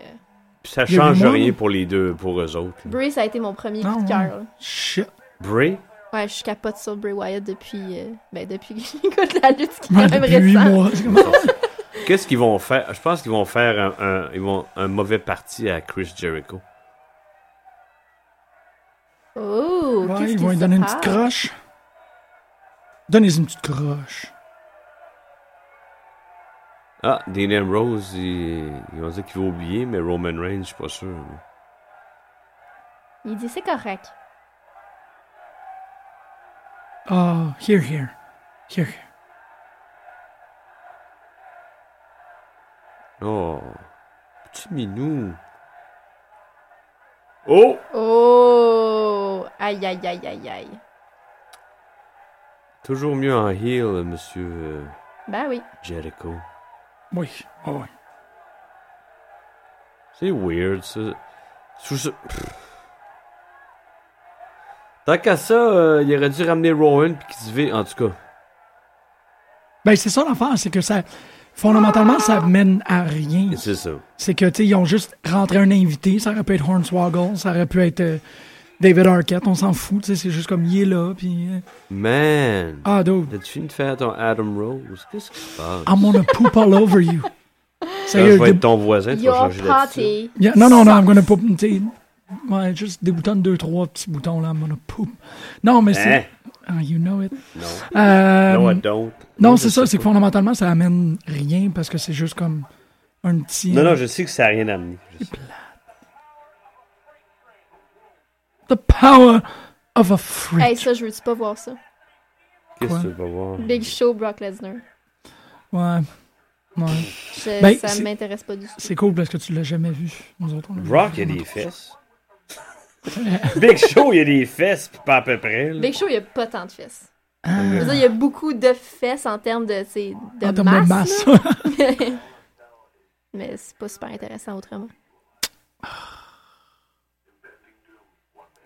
Speaker 5: puis ça
Speaker 1: Il y a
Speaker 5: change
Speaker 1: du monde.
Speaker 5: rien pour les deux, pour eux autres.
Speaker 3: Bray, ça a été mon premier
Speaker 1: Ah,
Speaker 3: coup de cœur, là.
Speaker 1: Shit.
Speaker 5: Bray?
Speaker 3: Ouais, je capote sur Bray Wyatt depuis... euh, Ben, depuis que j'écoute la lutte, ce qui est
Speaker 1: Ouais,
Speaker 3: quand même
Speaker 1: depuis huit
Speaker 3: récent.
Speaker 1: mois. C'est comme-
Speaker 5: Qu'est-ce qu'ils vont faire? Je pense qu'ils vont faire un, un- ils vont, un mauvais parti à Chris Jericho.
Speaker 3: Oh,
Speaker 1: Ouais,
Speaker 3: qu'est-ce
Speaker 1: ils
Speaker 3: qu'il
Speaker 1: vont lui
Speaker 3: se
Speaker 1: donner une petite
Speaker 3: passe?
Speaker 1: croche. Donnez-y une petite croche.
Speaker 5: Ah, Dean Ambrose, ils, ils vont dire qu'il va oublier, mais Roman Reigns, je suis pas sûr.
Speaker 3: Il dit, c'est correct.
Speaker 1: Ah, here, here. Here, here.
Speaker 5: Oh, petit minou. Oh!
Speaker 3: Oh! Aïe, aïe, aïe, aïe, aïe.
Speaker 5: Toujours mieux en heel, monsieur euh,
Speaker 3: Ben oui.
Speaker 5: Jericho.
Speaker 1: Oui, oh, oui.
Speaker 5: C'est weird, ça. Je trouve ça- Pfff. Tant qu'à ça, euh, il aurait dû ramener Rowan puis qu'il se vit, en tout cas.
Speaker 1: Ben, c'est ça l'affaire, c'est que ça. Fondamentalement, ça
Speaker 3: Ah!
Speaker 1: mène à rien.
Speaker 5: Et C'est ça.
Speaker 1: C'est que, tu sais, ils ont juste rentré un invité. Ça aurait pu être Hornswoggle, ça aurait pu être euh, David Arquette, on s'en fout, tu sais, c'est juste comme il est là, puis. euh,
Speaker 5: Man!
Speaker 1: Ah, dude,
Speaker 5: T'as-tu fini de faire ton Adam Rose? Qu'est-ce qui se passe?
Speaker 1: I'm gonna poop all over you.
Speaker 5: Quand je
Speaker 1: Sérieux,
Speaker 5: vais être
Speaker 1: dé-
Speaker 5: ton voisin, tu vas
Speaker 3: Your
Speaker 5: changer d'attitude.
Speaker 3: party.
Speaker 1: Yeah, non, non, non, I'm gonna poop. Tu sais, ouais, juste des boutons, deux, trois petits boutons, là, I'm gonna poop. Non, mais c'est.
Speaker 5: Hein?
Speaker 1: Ah, you know it.
Speaker 5: Non.
Speaker 1: Euh,
Speaker 5: No, I don't.
Speaker 1: Non,
Speaker 5: Je
Speaker 1: c'est ça,
Speaker 5: sais
Speaker 1: c'est que
Speaker 5: pas.
Speaker 1: fondamentalement, ça amène rien parce que c'est juste comme un petit.
Speaker 5: Non, non, je sais que ça n'a rien amené. Je sais.
Speaker 1: The power of a freak.
Speaker 3: Hey, ça, je veux-tu pas voir ça?
Speaker 5: Qu'est-ce
Speaker 1: Quoi?
Speaker 5: que tu vas voir?
Speaker 3: Big Show, Brock Lesnar.
Speaker 1: Ouais. Ouais.
Speaker 3: Je-
Speaker 1: Ben,
Speaker 3: ça
Speaker 1: c'est-
Speaker 3: m'intéresse pas du tout.
Speaker 1: C'est cool parce que tu l'as jamais vu. Nous autres, on l'a
Speaker 5: Brock, il
Speaker 1: vu.
Speaker 5: y a des fesses. Big Show, il y a des fesses, pis pas à peu près. là.
Speaker 3: Big Show, il y a pas tant de fesses.
Speaker 1: Ah,
Speaker 3: Je veux dire, il y a beaucoup de fesses en termes de, tu sais, de
Speaker 1: en termes
Speaker 3: masse.
Speaker 1: de
Speaker 3: là.
Speaker 1: Ah, masse.
Speaker 3: Mais c'est pas super intéressant autrement.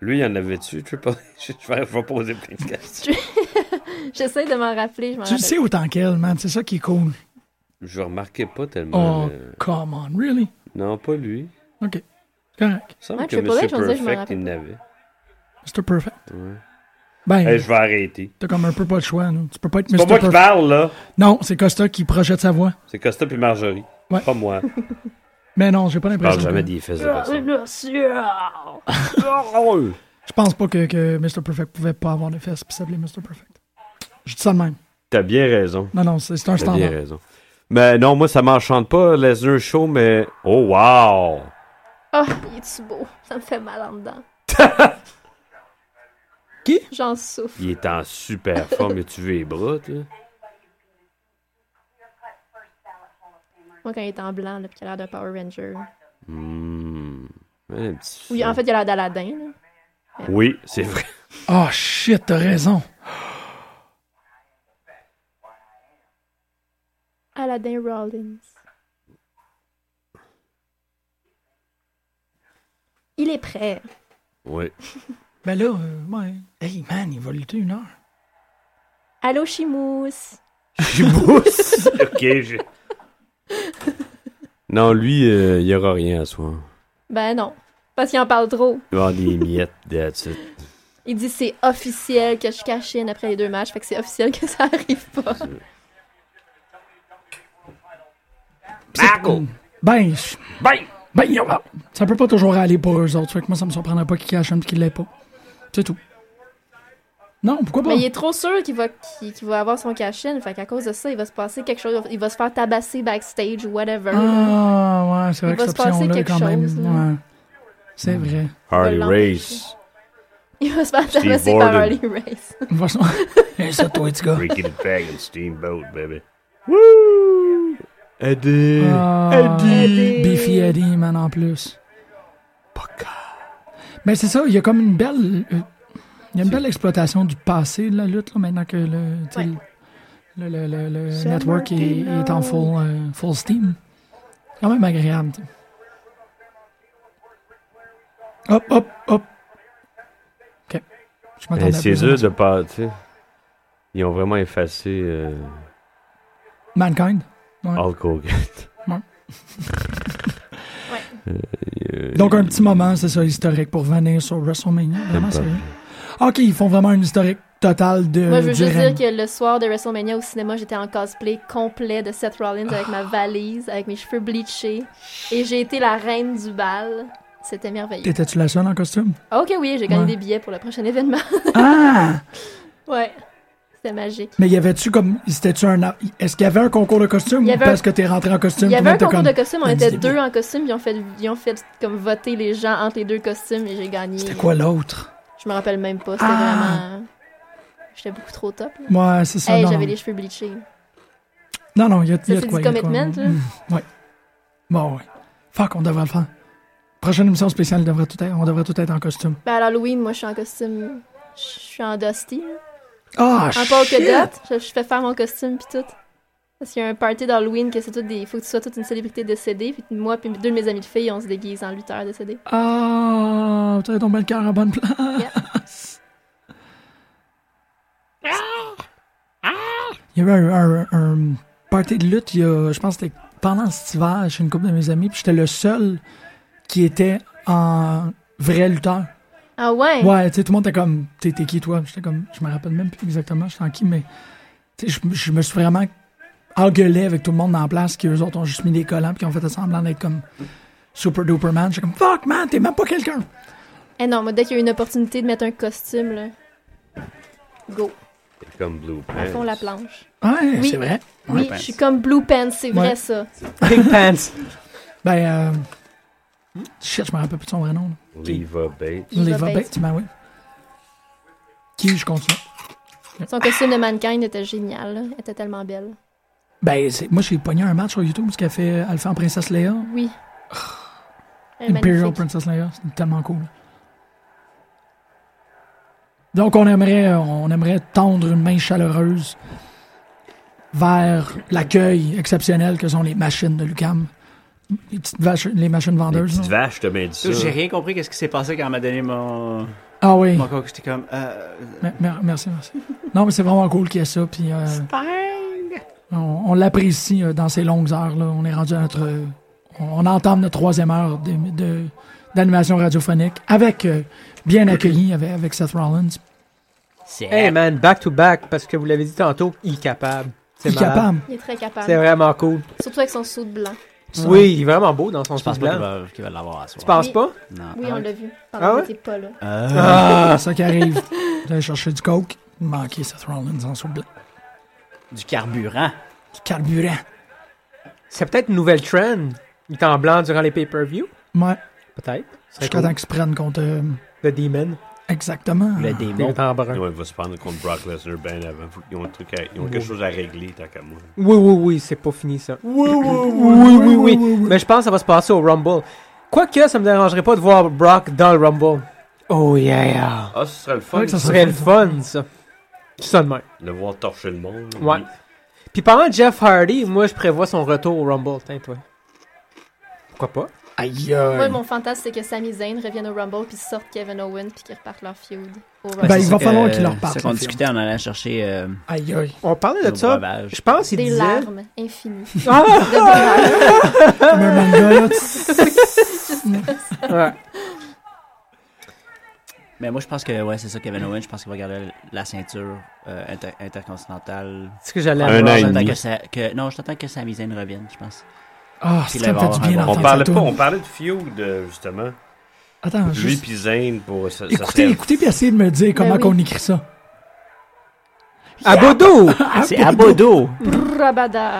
Speaker 5: Lui, il en avait-tu? Triple H? Je vais, je vais poser plein de questions.
Speaker 3: J'essaie de m'en rappeler, je m'en
Speaker 1: tu le
Speaker 3: rappelle.
Speaker 1: sais autant qu'elle, man. C'est ça qui est cool.
Speaker 5: Je remarquais pas tellement.
Speaker 1: Oh,
Speaker 5: euh,
Speaker 1: come on. Really?
Speaker 5: Non, pas lui.
Speaker 1: OK. Correct.
Speaker 5: Il semble
Speaker 3: Ouais,
Speaker 5: que
Speaker 3: Triple H,
Speaker 5: Monsieur
Speaker 3: on dirait que je m'en
Speaker 5: Perfect, il
Speaker 3: rappelle
Speaker 5: n'avait.
Speaker 1: Mr. Perfect.
Speaker 5: Ouais.
Speaker 1: Ben,
Speaker 5: Hey, je vais arrêter.
Speaker 1: t'as comme un peu pas le choix. là. Tu peux pas être
Speaker 5: C'est
Speaker 1: Mr.
Speaker 5: pas moi qui
Speaker 1: Perfect.
Speaker 5: parle, là.
Speaker 1: Non, c'est Costa qui projette sa voix.
Speaker 5: C'est Costa puis Marjorie.
Speaker 1: Ouais.
Speaker 5: Pas moi.
Speaker 1: Mais non, j'ai pas
Speaker 5: Je parle
Speaker 1: l'impression.
Speaker 5: jamais
Speaker 1: que-
Speaker 5: des fesses de personne.
Speaker 1: Je pense pas que, que Mr. Perfect pouvait pas avoir de fesses puis s'appeler Mr. Perfect. Je dis ça de même.
Speaker 5: T'as bien raison.
Speaker 1: Non, non, c'est c'est un
Speaker 5: T'as bien
Speaker 1: standard.
Speaker 5: raison. Mais non, moi, ça m'enchante pas, Lesnar Show, mais. Oh, wow!
Speaker 3: Ah, il est-tu beau? Ça me fait mal en dedans.
Speaker 1: Qui?
Speaker 3: J'en souffre.
Speaker 5: Il est en super forme. Et tu veux les bras, tu
Speaker 3: Moi, quand il est en blanc, là, puis qu'il a l'air d'un Power Ranger.
Speaker 5: Hum. Un petit.
Speaker 3: Oui, en fait, il a l'air d'Aladin, là.
Speaker 5: Oui, c'est vrai.
Speaker 1: Oh shit, t'as raison.
Speaker 3: Aladdin Rollins. Il est prêt.
Speaker 5: Oui.
Speaker 1: Ben là, euh, ouais. Hey man, il va lutter une heure.
Speaker 3: Allô, Chimousse.
Speaker 5: Chibousse! ok, j'ai. Non, lui, euh, il y aura rien à soi.
Speaker 3: Ben non, parce qu'il en parle trop.
Speaker 5: Il va avoir des miettes, that's it.
Speaker 3: Il dit c'est officiel que je cachine après les deux matchs, fait que c'est officiel que ça arrive pas.
Speaker 5: Marco!
Speaker 1: Ben, je-
Speaker 5: Bye!
Speaker 1: ben, yo, ben, ça peut pas toujours aller pour eux autres. Fait que moi, ça me surprendrait pas qu'ils cachent un pis qu'ils l'aient pas. C'est tout. Non, pourquoi pas?
Speaker 3: Mais il est trop sûr qu'il va, qu'il qu'il va avoir son cachine, fait qu'à cause de ça, il va se passer quelque chose. Il va se faire tabasser backstage, whatever.
Speaker 1: Ah, ouais, c'est vrai
Speaker 3: Il
Speaker 1: que
Speaker 3: va
Speaker 1: cette
Speaker 3: se passer
Speaker 1: option-là,
Speaker 3: quelque
Speaker 1: quand
Speaker 3: chose,
Speaker 1: même.
Speaker 3: là.
Speaker 1: ouais. C'est vrai.
Speaker 5: Harley
Speaker 3: l'empêcher.
Speaker 5: Race.
Speaker 3: Il va se faire
Speaker 5: Steve
Speaker 3: tabasser par
Speaker 5: Borden.
Speaker 3: Harley Race.
Speaker 1: On va se- Et ça, toi, tu gars.
Speaker 5: Ricky the Dragon Steamboat, baby. Woo! Eddie!
Speaker 1: Ah, Beefy Eddie, man, en plus. Mais c'est ça, il y a comme une belle. euh, Il y a une belle exploitation du passé de la lutte, là, maintenant que le, tu sais,
Speaker 3: Ouais.
Speaker 1: le, le- le- le
Speaker 7: San
Speaker 1: network est,
Speaker 7: Martino.
Speaker 1: est en full, euh, full steam. C'est quand même agréable. tu sais. Hop, hop, hop. OK. Je
Speaker 5: Mais
Speaker 1: m'attendais à
Speaker 5: C'est
Speaker 1: plus.
Speaker 5: dur de pas. tu sais. Ils ont vraiment effacé euh,
Speaker 1: Mankind. Ouais.
Speaker 5: Hulk Hogan.
Speaker 3: Ouais.
Speaker 5: Euh,
Speaker 1: Donc, un petit moment, c'est ça, historique pour venir sur WrestleMania. Vraiment,
Speaker 5: pas.
Speaker 1: c'est vrai. OK, ils font vraiment un historique total de.
Speaker 3: Moi, je veux
Speaker 1: du
Speaker 3: juste
Speaker 1: règne.
Speaker 3: dire que le soir de WrestleMania au cinéma, j'étais en cosplay complet de Seth Rollins avec ma valise, avec mes cheveux bleachés. Et j'ai été la reine du bal. C'était merveilleux.
Speaker 1: T'étais-tu la seule en costume?
Speaker 3: Ah, ok, oui, j'ai gagné
Speaker 1: Ouais.
Speaker 3: des billets pour le prochain événement.
Speaker 1: ah!
Speaker 3: ouais. C'était magique.
Speaker 1: Mais y avait-tu comme. C'était-tu un. Est-ce qu'il y avait un concours de costume
Speaker 3: Il y
Speaker 1: ou
Speaker 3: avait
Speaker 1: parce
Speaker 3: un-
Speaker 1: que t'es rentré en costume?
Speaker 3: Il y
Speaker 1: tout le
Speaker 3: avait un
Speaker 1: monde était
Speaker 3: concours de costumes, on
Speaker 1: donne-nous
Speaker 3: était
Speaker 1: des
Speaker 3: deux
Speaker 1: billets.
Speaker 3: en costume, ils ont fait, ils ont fait comme voter les gens entre les deux costumes et j'ai gagné.
Speaker 1: C'était quoi l'autre?
Speaker 3: Je me rappelle même pas, c'était
Speaker 1: Ah!
Speaker 3: vraiment. J'étais beaucoup trop top. là.
Speaker 1: Ouais, c'est ça.
Speaker 3: Hey,
Speaker 1: non.
Speaker 3: j'avais les cheveux bleachés.
Speaker 1: Non, non, il y a, y
Speaker 3: Ça,
Speaker 1: a
Speaker 3: c'est
Speaker 1: de
Speaker 3: du
Speaker 1: quoi. y a de quoi.
Speaker 3: commitment, là.
Speaker 1: Mm, ouais. Bon, ouais. Fuck, on devrait le faire. Prochaine émission spéciale, devrait tout être, on devrait tout être en costume.
Speaker 3: Ben, à l'Halloween, moi, je suis en costume. Je suis en Dusty. là.
Speaker 1: Ah,
Speaker 3: En
Speaker 1: shit!
Speaker 3: polka dot, je, je fais faire mon costume pis tout. Parce qu'il y a un party d'Halloween que c'est tout des. Faut que tu sois toute une célébrité décédée. Puis moi puis deux de mes amis de filles, on se déguise en lutteur décédé.
Speaker 1: Ah, t'as tombé le cœur en bonne place. Il y avait un, un- un party de lutte, il y a, je pense que c'était pendant cet hiver chez une couple de mes amis, puis j'étais le seul qui était en vrai lutteur.
Speaker 3: Ah ouais?
Speaker 1: Ouais, tu sais, tout le monde était comme, t'es t'es qui toi? J'étais comme, je me rappelle même plus exactement, j'étais en qui, mais tu sais, je, je me suis vraiment engueulé avec tout le monde dans la place, qui eux autres ont juste mis des collants, puis qui ont fait semblant d'être comme super duper man. J'étais comme, fuck man, t'es même pas quelqu'un!
Speaker 3: Eh non, moi, dès qu'il y a une opportunité de mettre un costume, là. Go.
Speaker 5: C'est comme Blue
Speaker 3: À fond la
Speaker 5: Pants.
Speaker 3: planche.
Speaker 1: Ouais,
Speaker 3: Oui.
Speaker 1: c'est vrai.
Speaker 3: Oui, je suis comme Blue Pants, c'est
Speaker 1: Ouais.
Speaker 3: vrai ça.
Speaker 4: Big Pants.
Speaker 1: Ben, euh, shit, je me rappelle plus de son vrai nom. là.
Speaker 5: Leva Bates.
Speaker 3: Leva
Speaker 1: Leva
Speaker 3: Bates.
Speaker 1: Bates, ben oui. Qui, je continue.
Speaker 3: Son costume de mannequin était génial, là. Elle était tellement belle.
Speaker 1: Ben, c'est- moi, j'ai pogné un match sur YouTube, ce qu'a fait Alpha en Princess Leia.
Speaker 3: Oui. Elle est
Speaker 1: Imperial
Speaker 3: magnifique.
Speaker 1: Princess Leia, c'était tellement cool. Donc, on aimerait, on aimerait tendre une main chaleureuse vers l'accueil exceptionnel que sont les machines de Lucam. Les petites vaches, les machines
Speaker 5: Les
Speaker 1: vendeuses.
Speaker 5: petites
Speaker 1: là.
Speaker 5: vaches, je te mets dit ça.
Speaker 6: J'ai rien compris qu'est-ce qui s'est passé quand elle m'a donné mon.
Speaker 1: Ah oui,
Speaker 6: Mon coke. J'étais comme. euh,
Speaker 1: mer- mer- merci, merci. Non, mais c'est vraiment cool qu'il y ait ça. Puis, euh, on, on l'apprécie euh, dans ces longues heures. Là. On est rendu à notre. euh, on, on entame notre troisième heure de- de- d'animation radiophonique avec euh, bien accueilli avec, avec Seth Rollins.
Speaker 2: C'est
Speaker 4: Hey man, back to back, parce que vous l'avez dit tantôt, incapable. C'est
Speaker 1: Il est
Speaker 4: malade.
Speaker 1: capable.
Speaker 3: Il est très
Speaker 4: C'est
Speaker 3: capable.
Speaker 4: vraiment cool.
Speaker 3: Surtout avec son saut de blanc.
Speaker 4: Oui, il est vraiment beau dans son
Speaker 2: Je pense
Speaker 4: sous
Speaker 2: pas qu'il
Speaker 4: blanc.
Speaker 2: va, qu'il va l'avoir à soir.
Speaker 4: Tu penses
Speaker 3: Oui.
Speaker 4: pas?
Speaker 2: Non.
Speaker 3: Oui,
Speaker 2: Ah
Speaker 3: on
Speaker 2: ouais?
Speaker 3: l'a vu.
Speaker 4: Ah
Speaker 3: Pendant
Speaker 4: ouais? Ah
Speaker 3: que t'étais pas là.
Speaker 2: Euh,
Speaker 1: C'est ça qui arrive. D'aller chercher du coke, manquer Seth Rollins en sous blanc.
Speaker 2: Du carburant.
Speaker 1: Du carburant.
Speaker 4: C'est peut-être une nouvelle trend. Il est en blanc durant les pay-per-view.
Speaker 1: Ouais.
Speaker 4: Peut-être. Ce serait
Speaker 1: Jusqu'à temps
Speaker 4: cool.
Speaker 1: qu'ils se prennent contre. euh,
Speaker 4: The Demon.
Speaker 1: exactement.
Speaker 2: Le
Speaker 4: Il
Speaker 2: démon.
Speaker 4: est en brun.
Speaker 5: Ouais, il euh, va se prendre contre Brock Lesnar bien avant. Faut- Ils ont, un truc à- ils ont quelque chose à régler, tant qu'à moi.
Speaker 4: Oui, oui, oui, c'est pas fini ça.
Speaker 1: Oui, oui,
Speaker 4: Oui, oui, oui. Mais je pense que ça va se passer au Rumble. Quoique, ça me dérangerait pas de voir Brock dans le Rumble. Oh yeah, yeah.
Speaker 5: Ah, ce serait le fun
Speaker 1: Ouais, que ça
Speaker 4: Ce serait le fun, ça. Ça de même.
Speaker 5: de voir torcher le monde. là.
Speaker 4: Ouais. Puis pendant Jeff Hardy, moi, je prévois son retour au Rumble. Tiens, toi. Pourquoi pas?
Speaker 1: Aïe,
Speaker 3: Moi,
Speaker 1: aïe.
Speaker 3: mon fantasme, c'est que Sami Zayn revienne au Rumble puis sorte Kevin Owens puis qu'ils repartent leur feud au Rumble.
Speaker 1: Ben,
Speaker 2: c'est
Speaker 1: il
Speaker 2: ça
Speaker 1: va
Speaker 2: que-
Speaker 1: falloir qu'il leur parle,
Speaker 2: C'est ça qu'on
Speaker 1: le film.
Speaker 2: discutait en allant chercher euh,
Speaker 1: Aïe, aïe.
Speaker 4: On parlait
Speaker 2: nos
Speaker 4: de ça.
Speaker 2: breuvages.
Speaker 4: Je pense qu'il
Speaker 3: Des
Speaker 4: disait...
Speaker 3: larmes infinies.
Speaker 4: Ah!
Speaker 3: De dollars.
Speaker 1: Comme un manga, là. tss.
Speaker 4: Ouais.
Speaker 2: Mais moi, je pense que, ouais, c'est ça, Kevin Owens, je pense qu'il va garder la ceinture euh, inter- intercontinentale.
Speaker 4: C'est ce que j'allais
Speaker 5: Un
Speaker 4: avoir.
Speaker 5: an et
Speaker 4: là.
Speaker 5: demi.
Speaker 2: J'attends que ça- que- non, j'attends que Sami Zayn revienne, je pense.
Speaker 1: Ah,
Speaker 2: Puis
Speaker 1: ça me
Speaker 2: là,
Speaker 1: fait
Speaker 2: il
Speaker 1: du
Speaker 2: va avoir
Speaker 1: bien
Speaker 2: un
Speaker 5: On
Speaker 2: Enfin,
Speaker 1: d'entendre
Speaker 5: parlait
Speaker 1: ça,
Speaker 5: pas,
Speaker 1: toi.
Speaker 5: on parlait de feud, euh, justement.
Speaker 1: Attends,
Speaker 5: Lui
Speaker 1: juste.
Speaker 5: pis Zane pour. Ça, ça
Speaker 1: Écoutez, écoutez, puis essayez de me dire comment
Speaker 3: oui.
Speaker 1: qu'on écrit ça. Ah,
Speaker 4: À Bodo!
Speaker 2: C'est Abodo!
Speaker 3: Rabada.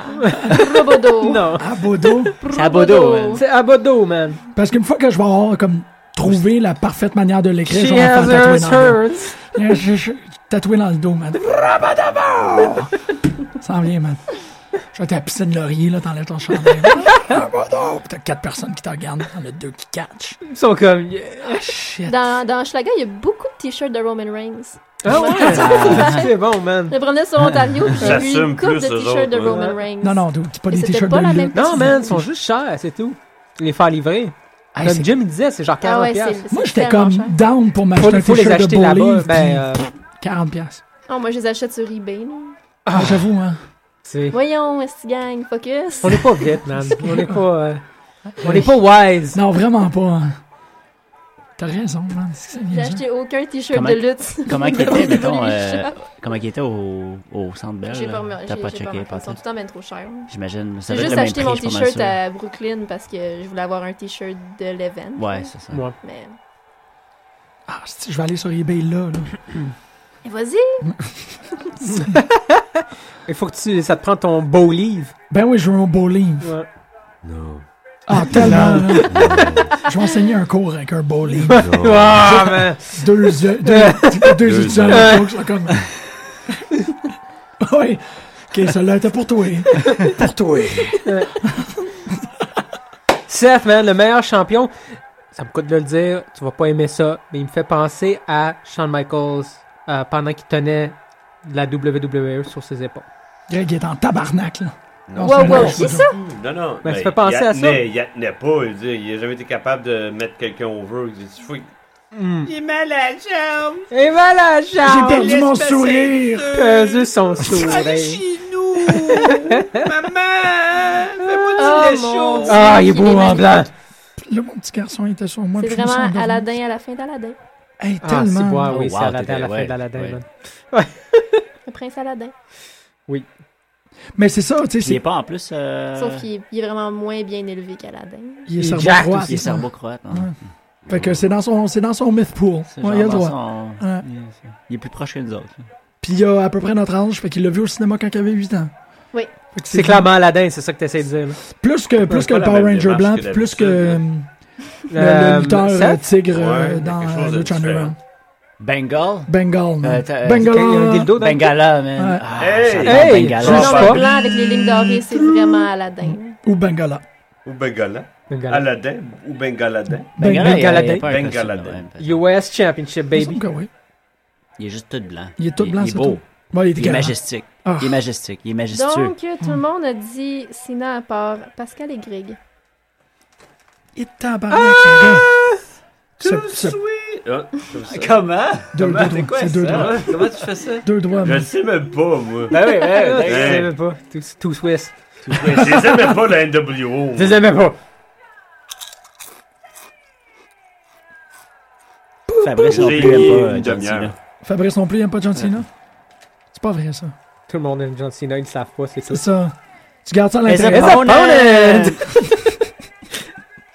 Speaker 3: Robodo.
Speaker 4: Non.
Speaker 1: Ah, Bodo.
Speaker 2: C'est Abodo, man.
Speaker 4: C'est à Bodo, man.
Speaker 1: Parce qu'une fois que je vais avoir comme trouvé la parfaite manière de l'écrire, je vais me faire tatouer dans le dos. Je-
Speaker 4: hers.
Speaker 1: je- je- Tatoué dans le dos, man. Rabadabou! Ça en vient, man. J'étais à la piscine Laurier, là, t'enlèves ton chandail. Rabadabou! Puis T'as quatre personnes qui te regardent, t'en as deux qui catchent.
Speaker 4: Ils sont comme...
Speaker 1: Ah, shit.
Speaker 3: Dans, dans Schlager, il y a beaucoup de t-shirts de Roman Reigns.
Speaker 4: Ah ouais! C'est bon, man.
Speaker 3: Je me promenais sur Ontario, puis j'ai vu
Speaker 5: J'assume
Speaker 3: une coupe
Speaker 5: plus,
Speaker 3: de
Speaker 5: eux
Speaker 3: t-shirts de
Speaker 5: autres,
Speaker 3: Roman
Speaker 4: ouais.
Speaker 3: Reigns.
Speaker 1: Non, non, dude, c'est pas
Speaker 3: Et
Speaker 1: des
Speaker 3: c'était
Speaker 1: t-shirts de
Speaker 3: pas la
Speaker 1: lutte.
Speaker 3: même
Speaker 4: Non, man, ils sont juste chers, c'est tout. Les faire livrer.
Speaker 1: Hey,
Speaker 4: Comme
Speaker 1: c'est-
Speaker 4: Jim il disait, c'est genre 40$.
Speaker 3: Ah ouais, c'est-
Speaker 4: piastres.
Speaker 3: c'est
Speaker 1: moi, j'étais
Speaker 3: tellement
Speaker 1: comme
Speaker 3: cher.
Speaker 1: down pour m'acheter
Speaker 4: faut,
Speaker 1: un
Speaker 4: faut les
Speaker 1: t-shirt de
Speaker 4: acheter là-bas.
Speaker 1: Bully,
Speaker 4: Ben,
Speaker 1: puis
Speaker 4: euh,
Speaker 1: 40 piastres.
Speaker 3: Oh, moi, je les achète sur eBay. là.
Speaker 1: Ah, j'avoue, hein.
Speaker 4: c'est-
Speaker 3: Voyons, est gang, focus.
Speaker 4: On n'est pas vite, man. On n'est pas, euh, on n'est pas wise.
Speaker 1: Non, vraiment pas. hein. T'as raison, man. C'est
Speaker 3: J'ai
Speaker 1: bien ça.
Speaker 3: acheté aucun t-shirt
Speaker 2: Comment-
Speaker 3: de lutte.
Speaker 2: Comment qu'il
Speaker 3: Dans
Speaker 2: était,
Speaker 3: les
Speaker 2: mettons,
Speaker 3: Evolution.
Speaker 2: euh, comment qu'il était au, au centre Bell?
Speaker 3: J'ai
Speaker 2: là?
Speaker 3: pas remarqué.
Speaker 2: T'as
Speaker 3: j'ai-
Speaker 2: pas
Speaker 3: j'ai
Speaker 2: checké,
Speaker 3: remarqué. Ils sont
Speaker 2: peut-être.
Speaker 3: tout le temps bien trop chers.
Speaker 2: J'imagine, ça
Speaker 3: J'ai
Speaker 2: doit être
Speaker 3: juste
Speaker 2: le même prix,
Speaker 3: acheté mon
Speaker 2: je suis pas mal
Speaker 3: t-shirt
Speaker 2: sûr.
Speaker 3: à Brooklyn parce que je voulais avoir un t-shirt de l'event.
Speaker 2: Ouais, c'est ça.
Speaker 4: Ouais.
Speaker 3: Mais...
Speaker 1: Ah, c'est- je vais aller sur eBay là. là.
Speaker 3: Et vas-y!
Speaker 4: Il faut que tu, ça te prend ton beau livre.
Speaker 1: Ben oui, je veux un beau livre.
Speaker 4: Ouais.
Speaker 5: Non.
Speaker 1: Ah, tellement. là. Je vais enseigner un cours avec un beau livre.
Speaker 4: Ah, man.
Speaker 1: Deux, euh, deux, deux
Speaker 5: Deux
Speaker 1: étudiants
Speaker 5: ans.
Speaker 1: là, donc, c'est comme. oui. Ok, celle-là était pour toi. pour toi.
Speaker 4: Seth, man, le meilleur champion. Ça me coûte de le dire, tu vas pas aimer ça, mais il me fait penser à Shawn Michaels euh, pendant qu'il tenait la WWE sur ses épaules.
Speaker 1: Greg est en tabarnak, là.
Speaker 5: Non,
Speaker 1: c'est
Speaker 3: wow,
Speaker 1: pas
Speaker 3: wow,
Speaker 1: vrai.
Speaker 3: qui ça?
Speaker 5: Non, non.
Speaker 4: Ben, ça fait penser
Speaker 5: il
Speaker 4: à ça.
Speaker 5: attenait, Il attenait pas. Il, dit, il a jamais été capable de mettre quelqu'un over. Il dit, Fou,
Speaker 7: J'ai mal à la jambe.
Speaker 4: Et voilà,
Speaker 3: Ah,
Speaker 1: J'ai
Speaker 4: Charles!
Speaker 1: perdu mon
Speaker 7: Laisse passer
Speaker 1: sourire.
Speaker 7: le-
Speaker 4: Perdu son
Speaker 7: Allez
Speaker 4: sourire.
Speaker 7: chez nous. Maman,
Speaker 3: Oh,
Speaker 7: fais-moi du lait
Speaker 3: mon
Speaker 7: chaud.
Speaker 3: Dieu.
Speaker 4: Ah, il est beau
Speaker 3: Il est
Speaker 4: en blanc.
Speaker 1: Là, mon petit garçon il était sur moi.
Speaker 3: C'est
Speaker 1: puis je me suis
Speaker 3: vraiment
Speaker 1: endormi.
Speaker 3: Aladdin à la fin d'Aladdin.
Speaker 1: Hey,
Speaker 4: Ah, c'est
Speaker 1: tellement.
Speaker 4: beau, ah
Speaker 2: Oh,
Speaker 4: oui,
Speaker 2: wow,
Speaker 4: c'est Aladdin,
Speaker 2: t'étais-
Speaker 4: à la fin
Speaker 2: ouais,
Speaker 4: d'Aladdin,
Speaker 2: ouais.
Speaker 4: man.
Speaker 3: Le prince Aladdin.
Speaker 1: Mais c'est ça, tu sais,
Speaker 2: Il est
Speaker 1: c'est-
Speaker 2: pas en plus. euh,
Speaker 3: Sauf qu'il est- il est vraiment moins bien élevé qu'Aladdin.
Speaker 1: il est
Speaker 4: il est
Speaker 1: cerveau
Speaker 4: jack
Speaker 1: droit,
Speaker 2: Il est
Speaker 1: Ah, ça.
Speaker 2: cerveau croate. hein.
Speaker 1: Ouais. Fait que c'est dans son, c'est dans son myth pool.
Speaker 2: C'est genre
Speaker 1: Ouais, il a le
Speaker 2: dans
Speaker 1: droit.
Speaker 2: son-
Speaker 1: Ouais.
Speaker 2: il est- Il est plus proche que nous autres. là.
Speaker 1: Puis il a à peu près notre âge, fait qu'il l'a vu au cinéma quand il avait 8 ans.
Speaker 3: Oui.
Speaker 1: Fait que
Speaker 4: C'est clairement Aladdin, c'est ça que t'essaies de dire. là.
Speaker 1: Plus que, plus
Speaker 5: c'est
Speaker 1: que
Speaker 5: pas
Speaker 1: le
Speaker 5: la
Speaker 1: Power
Speaker 5: même
Speaker 1: Ranger
Speaker 5: démarche
Speaker 1: blanc,
Speaker 5: que
Speaker 1: puis plus que
Speaker 5: d'habitude,
Speaker 1: euh, le,
Speaker 4: Euh,
Speaker 1: le lutteur euh,
Speaker 4: Seth?
Speaker 1: tigre
Speaker 5: Ouais,
Speaker 1: euh,
Speaker 5: il y a
Speaker 1: dans
Speaker 5: quelque chose de
Speaker 1: The Channel.
Speaker 5: différent.
Speaker 2: Bengal?
Speaker 1: Bengal.
Speaker 2: Euh,
Speaker 1: man.
Speaker 2: t'as- euh,
Speaker 1: Bengala.
Speaker 4: Il y a un dildo dans le-
Speaker 2: Bengala, man.
Speaker 1: Ouais.
Speaker 2: Ah,
Speaker 5: Hey!
Speaker 2: j'adore
Speaker 4: Hey!
Speaker 2: Bengala.
Speaker 4: Je
Speaker 3: Le
Speaker 4: sais
Speaker 3: nom
Speaker 4: pas.
Speaker 3: blanc avec les lignes dorées, c'est vraiment Aladdin.
Speaker 1: Ou Bengala.
Speaker 5: Ou Bengaladin.
Speaker 4: Bengala.
Speaker 5: Aladdin ou Bengaladin.
Speaker 2: Bengala, il y a- il y a
Speaker 4: Bengaladin.
Speaker 2: pas un costume,
Speaker 5: Bengaladin.
Speaker 2: ouais, parce que-
Speaker 4: US Championship,
Speaker 1: Il me semble
Speaker 4: baby.
Speaker 1: que oui.
Speaker 2: Il est juste tout blanc.
Speaker 1: Il est tout blanc,
Speaker 2: Il est
Speaker 1: c'est
Speaker 2: beau.
Speaker 1: tout. Ouais, il était
Speaker 2: Il est
Speaker 1: carré.
Speaker 2: majestique.
Speaker 1: Ah.
Speaker 2: Il est majestique. Il est majestueux.
Speaker 3: Donc, tout le monde a dit Sina à part Pascal et Greg.
Speaker 1: Il est tabarnak.
Speaker 2: Ah!
Speaker 1: le gars.
Speaker 5: Too
Speaker 1: Ce- ce-
Speaker 5: sweet. Ah, comme ça.
Speaker 2: Comment?
Speaker 1: Deux, deux
Speaker 5: Comment-
Speaker 1: doigts,
Speaker 5: quoi,
Speaker 1: c'est deux
Speaker 5: ça?
Speaker 1: doigts.
Speaker 5: Comment tu fais ça?
Speaker 1: Deux doigts,
Speaker 5: Je le
Speaker 1: man.
Speaker 5: sais même pas, moi.
Speaker 4: Ben oui, ben oui. Je les
Speaker 5: Hey.
Speaker 4: aimais pas. Tout- Tout Swiss.
Speaker 5: Je les aimais pas, la NWO.
Speaker 4: Je les aimais pas.
Speaker 2: Fabrice, on
Speaker 5: J'ai
Speaker 2: plus
Speaker 5: mis
Speaker 2: aime pas
Speaker 5: une
Speaker 2: euh, John
Speaker 5: demi-heure.
Speaker 2: Cena.
Speaker 1: Fabrice non plus, il aime pas John Cena. C'est pas vrai, ça.
Speaker 4: Tout le monde aime John Cena, ils le savent pas, c'est tout.
Speaker 1: C'est ça. Tu gardes ça à
Speaker 2: Les
Speaker 1: l'intérieur.
Speaker 2: opponents!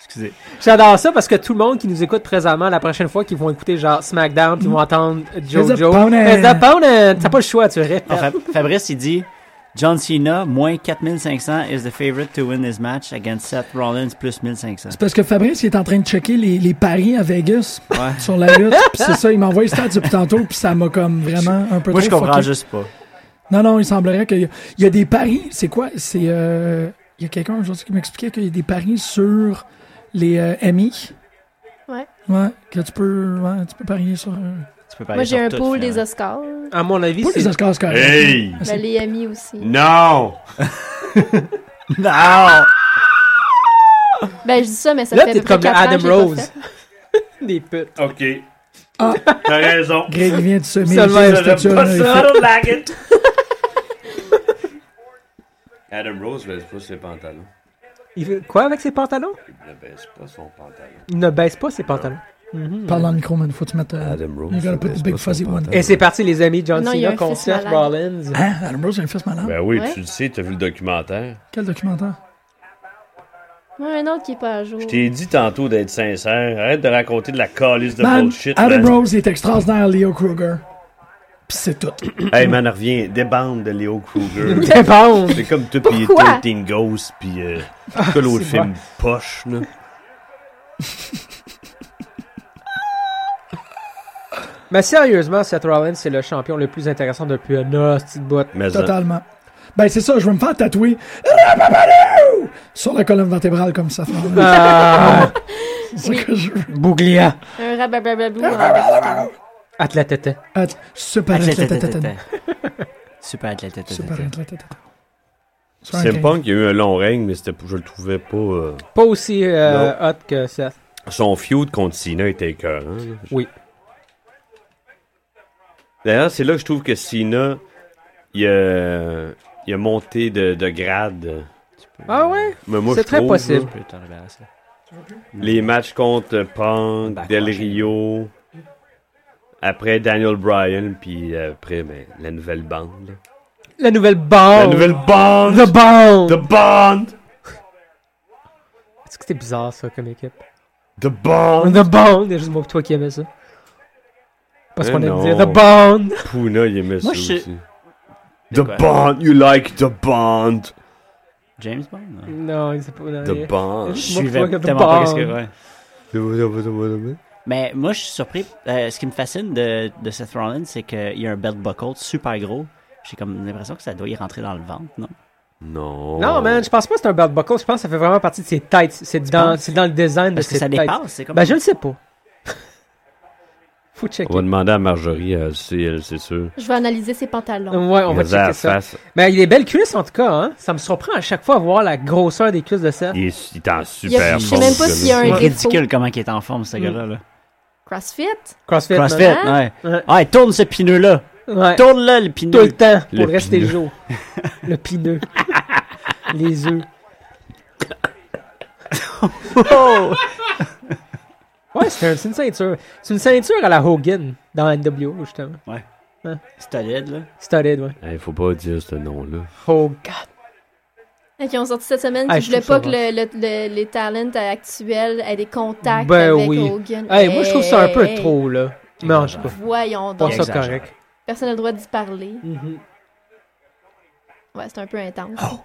Speaker 2: Excusez.
Speaker 4: J'adore ça parce que tout le monde qui nous écoute présentement, la prochaine fois qu'ils vont écouter genre SmackDown, puis ils vont entendre JoJo.
Speaker 1: opponents.
Speaker 4: As the opponent! T'as pas le choix, tu répètes.
Speaker 2: Ah, Fa- Fabrice, il dit John Cena, moins 4500, is the favorite to win this match against Seth Rollins, plus 1500.
Speaker 1: C'est parce que Fabrice, il est en train de checker les, les paris à Vegas
Speaker 2: Ouais.
Speaker 1: sur la lutte. Puis c'est ça, il m'a envoyé ça depuis tantôt, puis ça m'a comme vraiment un peu
Speaker 2: Moi, je
Speaker 1: trop
Speaker 2: comprends
Speaker 1: fucké.
Speaker 2: juste pas.
Speaker 1: Non, non, il semblerait qu'il y, a- il y a des paris. C'est quoi? C'est. euh, il y a quelqu'un aujourd'hui qui m'expliquait qu'il y a des paris sur les euh, MI.
Speaker 3: Ouais.
Speaker 1: Ouais, que tu peux, ouais, tu peux parier sur. euh,
Speaker 2: Tu
Speaker 4: Ben,
Speaker 2: peux
Speaker 3: Moi, j'ai un pool des
Speaker 2: autres.
Speaker 4: hein.
Speaker 3: Oscars.
Speaker 4: À mon avis,
Speaker 1: Pas les
Speaker 4: c'est.
Speaker 1: Oscars, quand même.
Speaker 5: Hey!
Speaker 1: Ah,
Speaker 3: Ben,
Speaker 1: c'est-
Speaker 3: les amis aussi.
Speaker 4: Hmm.
Speaker 5: Non!
Speaker 2: Non!
Speaker 3: Ben, je dis ça, mais ça
Speaker 4: Là,
Speaker 3: fait à
Speaker 4: t'es
Speaker 3: peu près
Speaker 4: comme le
Speaker 3: quatre ans que
Speaker 4: Adam
Speaker 3: j'ai pas
Speaker 4: Rose.
Speaker 3: fait.
Speaker 4: Des putes.
Speaker 5: Ok.
Speaker 1: Ah.
Speaker 5: T'as raison.
Speaker 1: Greg vient de semer
Speaker 4: Seulement,
Speaker 1: les
Speaker 5: Je
Speaker 1: idées
Speaker 5: n'aime
Speaker 1: statues, là,
Speaker 5: pas
Speaker 1: il
Speaker 5: ça,
Speaker 1: fait-
Speaker 5: lag it. Adam Rose ne baisse pas ses pantalons.
Speaker 4: Il veut- Quoi avec ses pantalons?
Speaker 5: Il ne baisse pas son pantalon.
Speaker 4: Il ne baisse pas ses pantalons. Mhm.
Speaker 1: Parle dans le micro, man. Faut que tu mettes. euh,
Speaker 5: Adam Rose.
Speaker 1: You gotta
Speaker 5: ne
Speaker 1: put
Speaker 5: baisse
Speaker 1: the big
Speaker 5: pas son
Speaker 1: fuzzy one.
Speaker 5: pantalon.
Speaker 4: Et c'est parti, les amis. John
Speaker 3: Non, il y a
Speaker 4: Cena
Speaker 3: un
Speaker 4: contre
Speaker 3: fils
Speaker 4: Seth
Speaker 3: malade.
Speaker 4: Rollins.
Speaker 1: Hein? Adam Rose, il a un fils malade.
Speaker 5: Ben oui,
Speaker 3: Ouais.
Speaker 5: tu le sais, t'as vu le documentaire.
Speaker 1: Quel documentaire?
Speaker 3: Ouais, un autre qui est pas à jour.
Speaker 5: Je t'ai dit tantôt d'être sincère. Arrête de raconter de la calice de
Speaker 1: Man, ah,
Speaker 5: bullshit.
Speaker 1: Adam
Speaker 5: man.
Speaker 1: Rose, il est extraordinaire, Leo Kruger. Pis c'est tout.
Speaker 5: Hey man, reviens. Débande de Léo Kruger.
Speaker 4: Dépense!
Speaker 5: C'est comme tout pis
Speaker 3: Pourquoi?
Speaker 5: 13 Ghosts pis euh, que l'autre
Speaker 4: c'est
Speaker 5: film poche là.
Speaker 4: Mais sérieusement, Seth Rollins, c'est le champion le plus intéressant depuis un hostie de boîte.
Speaker 5: Mais en-
Speaker 1: Totalement. Ben, c'est ça, je vais me faire tatouer sur la colonne vertébrale comme ça.
Speaker 4: Ah,
Speaker 1: C'est ça que je veux.
Speaker 4: Bouglia.
Speaker 3: Un rababablou en Mexicain.
Speaker 4: Atlatete.
Speaker 1: Att- Super athlète.
Speaker 2: Super athlète.
Speaker 1: Super athlète. Sur un
Speaker 5: CM
Speaker 1: game.
Speaker 5: Punk, il y a eu un long règne, mais c'était, je le trouvais pas. euh,
Speaker 4: Pas aussi euh, hot que Seth.
Speaker 5: Son feud contre Cena était écœurant. là.
Speaker 4: Oui.
Speaker 5: D'ailleurs, c'est là que je trouve que Cena, il a, il a monté de, de grade.
Speaker 4: Ah ouais?
Speaker 5: Mais moi,
Speaker 4: C'est
Speaker 5: je
Speaker 4: très
Speaker 5: trouve,
Speaker 4: possible.
Speaker 5: là, les matchs contre
Speaker 4: Ben,
Speaker 5: Punk,
Speaker 2: Backlash.
Speaker 5: Del Rio, après Daniel Bryan, puis après ben, la nouvelle bande. là.
Speaker 4: La nouvelle bande!
Speaker 5: La nouvelle bande!
Speaker 4: The bande!
Speaker 5: The Bond!
Speaker 4: Est-ce que c'était bizarre ça comme équipe?
Speaker 5: The Bond!
Speaker 4: The bande! Il y a juste moi et toi qui aimais ça. Parce
Speaker 5: Eh
Speaker 4: qu'on aime
Speaker 5: non.
Speaker 4: dire The bande!
Speaker 5: Puna, il aimait
Speaker 2: Moi,
Speaker 5: ça
Speaker 2: je-
Speaker 5: aussi.
Speaker 2: De
Speaker 5: The
Speaker 2: quoi?
Speaker 5: Bond! You like The Bond!
Speaker 2: James Bond? non?
Speaker 4: Non, c'est pas. non, il-
Speaker 5: The Bond!
Speaker 2: Je
Speaker 4: Moi,
Speaker 2: suivais
Speaker 4: je vois que
Speaker 2: tellement pas
Speaker 4: Bond.
Speaker 2: qu'est-ce que... ouais. Mais moi, je suis surpris. Euh, ce qui me fascine de, de Seth Rollins, c'est qu'il y a un belt buckle super gros. J'ai comme l'impression que ça doit y rentrer dans le ventre, non?
Speaker 5: Non.
Speaker 4: Non, man, je pense pas que c'est un belt buckle. Je pense que ça fait vraiment partie de ses têtes. C'est dans,
Speaker 2: penses?
Speaker 4: c'est dans le design
Speaker 2: Parce
Speaker 4: de
Speaker 2: que
Speaker 4: ses
Speaker 2: ça
Speaker 4: têtes.
Speaker 2: dépasse, c'est comme...
Speaker 4: Ben, je le sais pas. Faut checker.
Speaker 5: On va demander à Marjorie euh, si elle, c'est sûr.
Speaker 3: Je vais analyser ses pantalons.
Speaker 4: Ouais, on va
Speaker 5: Regardez la
Speaker 4: checker ça.
Speaker 5: face.
Speaker 4: Mais il a des belles cuisses en tout cas, hein. Ça me surprend à chaque fois à voir la grosseur des cuisses de Seth.
Speaker 5: Il est, il est
Speaker 3: Il y
Speaker 5: en
Speaker 3: a-
Speaker 5: super
Speaker 3: je sais
Speaker 5: forme,
Speaker 3: même pas
Speaker 5: ce
Speaker 3: s'il y a
Speaker 5: gars-là.
Speaker 3: un
Speaker 2: C'est
Speaker 3: défaut.
Speaker 2: ridicule comment il est en forme, ce
Speaker 4: Mm.
Speaker 2: gars-là. là.
Speaker 3: CrossFit? hein?
Speaker 4: CrossFit. man.
Speaker 2: CrossFit, ouais.
Speaker 4: Ouais.
Speaker 2: Ouais, tourne ce pineux-là.
Speaker 4: Ouais. Tout
Speaker 2: Tourne-là, le
Speaker 4: le
Speaker 2: pineux.
Speaker 4: temps pour
Speaker 5: Le
Speaker 4: le reste des
Speaker 5: pineux.
Speaker 4: jours. le pineux. Les œufs.
Speaker 2: Oh!
Speaker 4: Ouais, c'est un- c'est une ceinture. C'est une ceinture à la Hogan dans NWO, justement.
Speaker 2: Solide, là.
Speaker 4: Studded, ouais.
Speaker 5: Hey, faut pas dire ce nom-là.
Speaker 4: Oh, God.
Speaker 3: Et qui ont sorti cette semaine,
Speaker 4: Ah,
Speaker 3: qui
Speaker 4: je
Speaker 3: voulaient
Speaker 4: trouve ça
Speaker 3: pas que le, le- le- les talents actuels aient des contacts
Speaker 4: Ben
Speaker 3: avec
Speaker 4: oui.
Speaker 3: Hogan.
Speaker 4: Hey, moi, je trouve ça un peu
Speaker 3: Hey,
Speaker 4: trop, là. Mais en tout cas,
Speaker 3: Voyons
Speaker 4: pas
Speaker 3: donc.
Speaker 4: ça
Speaker 2: Exagère.
Speaker 4: correct.
Speaker 3: Personne n'a le droit d'y parler.
Speaker 4: Mhm.
Speaker 3: Ouais, c'est un peu intense.
Speaker 4: Oh.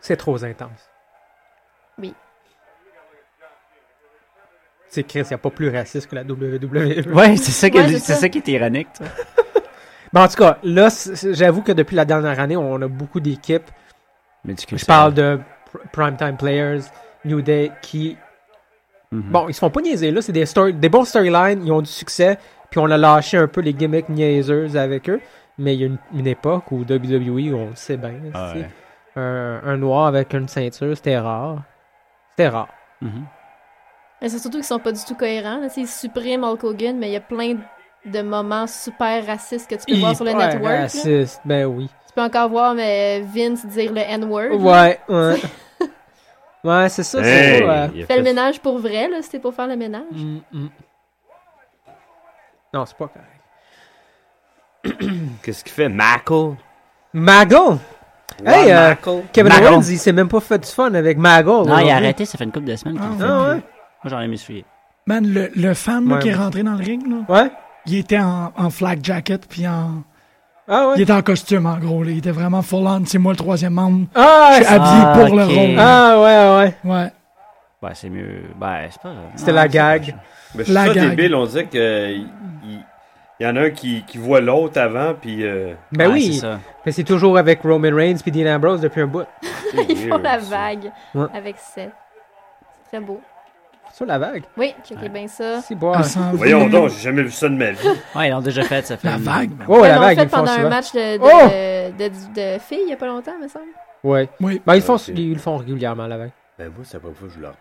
Speaker 4: C'est trop intense.
Speaker 3: Oui.
Speaker 4: C'est Chris, il a pas plus raciste que la E. WWE.
Speaker 2: Ouais, c'est ça, qui-
Speaker 3: Ouais, c'est
Speaker 2: c'est
Speaker 3: ça.
Speaker 2: ça qui est ironique, toi.
Speaker 4: Mais en tout cas, là, c'est- c'est- j'avoue que depuis la dernière année, on a beaucoup d'équipes.
Speaker 2: Mais du coup,
Speaker 4: Je
Speaker 2: ça-
Speaker 4: parle de pr- Primetime Players, New Day, qui...
Speaker 2: Mhm.
Speaker 4: Bon, ils se font pas niaiser, là. C'est des, story- des bons storylines, ils ont du succès, puis on a lâché un peu les gimmicks niaiseuses avec eux. Mais il y a une, une époque où WWE, on le sait bien,
Speaker 2: Ah,
Speaker 4: c'est-
Speaker 2: ouais.
Speaker 4: un, un noir avec une ceinture, c'était rare. C'était rare.
Speaker 2: Mhm.
Speaker 3: Mais c'est surtout qu'ils sont pas du tout cohérents. Là. Tu sais, Ils suppriment Hulk Hogan, mais il y a plein de moments super racistes que tu peux voir sur le
Speaker 4: Hyper
Speaker 3: network. là.
Speaker 4: raciste, ben oui.
Speaker 3: Tu peux encore voir mais Vince dire le N-word. là.
Speaker 4: Ouais, ouais. ouais, c'est ça, c'est euh,
Speaker 5: Hey,
Speaker 4: ça. ouais.
Speaker 5: il a
Speaker 3: Fais le
Speaker 5: fait-
Speaker 3: ménage pour vrai, là, c'était pour faire le ménage.
Speaker 4: Mm, mm. Non, c'est pas correct.
Speaker 5: Qu'est-ce qu'il fait? Mackle?
Speaker 4: Maggle! Hey, euh, Kevin
Speaker 2: Maggle.
Speaker 4: Owens, il s'est même pas fait du fun avec Maggle.
Speaker 2: Non, il
Speaker 4: aujourd'hui.
Speaker 2: a arrêté, ça fait une couple de semaines qu'il
Speaker 1: Ah,
Speaker 2: le fait.
Speaker 4: Ah ouais?
Speaker 2: Moi, j'en ai mis souillé.
Speaker 1: Man, le, le fan là,
Speaker 4: Ouais.
Speaker 1: qui est rentré dans le ring, là,
Speaker 4: Ouais?
Speaker 1: il était en, en flag jacket, puis en...
Speaker 4: Ah
Speaker 1: Il
Speaker 4: ouais?
Speaker 1: était en costume, en gros. là. Il était vraiment full on. C'est moi le troisième membre.
Speaker 4: Ah,
Speaker 1: Je suis
Speaker 4: c'est-
Speaker 1: habillé
Speaker 2: Ah,
Speaker 1: pour
Speaker 2: ok.
Speaker 1: le rôle.
Speaker 4: ah ouais, ouais.
Speaker 1: Ouais.
Speaker 2: Ben, c'est mieux. Ben, c'est pas.
Speaker 4: C'était
Speaker 2: non,
Speaker 4: la
Speaker 2: c'est
Speaker 4: gag.
Speaker 2: pas-
Speaker 5: Mais je
Speaker 1: La
Speaker 5: trouve ça
Speaker 1: gang.
Speaker 5: débile, on dirait que euh, il, il- il y en a un qui, qui voit l'autre avant, puis... euh,
Speaker 4: Ben
Speaker 2: Ouais,
Speaker 4: oui,
Speaker 2: c'est ça.
Speaker 4: mais c'est toujours avec Roman Reigns puis Dean Ambrose depuis un bout.
Speaker 5: c'est
Speaker 3: Ils font
Speaker 5: weird,
Speaker 3: la
Speaker 5: ça.
Speaker 3: vague
Speaker 4: Ouais.
Speaker 3: avec Seth. C'est très beau.
Speaker 4: Sur la vague.
Speaker 3: Oui, checkez bien ça.
Speaker 4: C'est bon.
Speaker 1: Elle s'en
Speaker 5: Voyons
Speaker 1: vient.
Speaker 5: donc, j'ai jamais vu ça de ma vie.
Speaker 2: Ouais, ils l'ont déjà fait, ça fait.
Speaker 1: La
Speaker 2: une-
Speaker 1: vague, man.
Speaker 4: Oh,
Speaker 3: Ils
Speaker 4: la
Speaker 3: l'ont
Speaker 4: vague, ils
Speaker 3: fait
Speaker 4: le font
Speaker 3: pendant un
Speaker 4: souvent.
Speaker 3: match de, de,
Speaker 4: Oh!
Speaker 3: de- de filles il y a pas longtemps, me semble.
Speaker 4: Ouais.
Speaker 1: Oui.
Speaker 4: Ben, ils, font,
Speaker 5: Ok.
Speaker 4: ils le font régulièrement, la vague.
Speaker 5: Ben moi, c'est la première fois que je le remarque.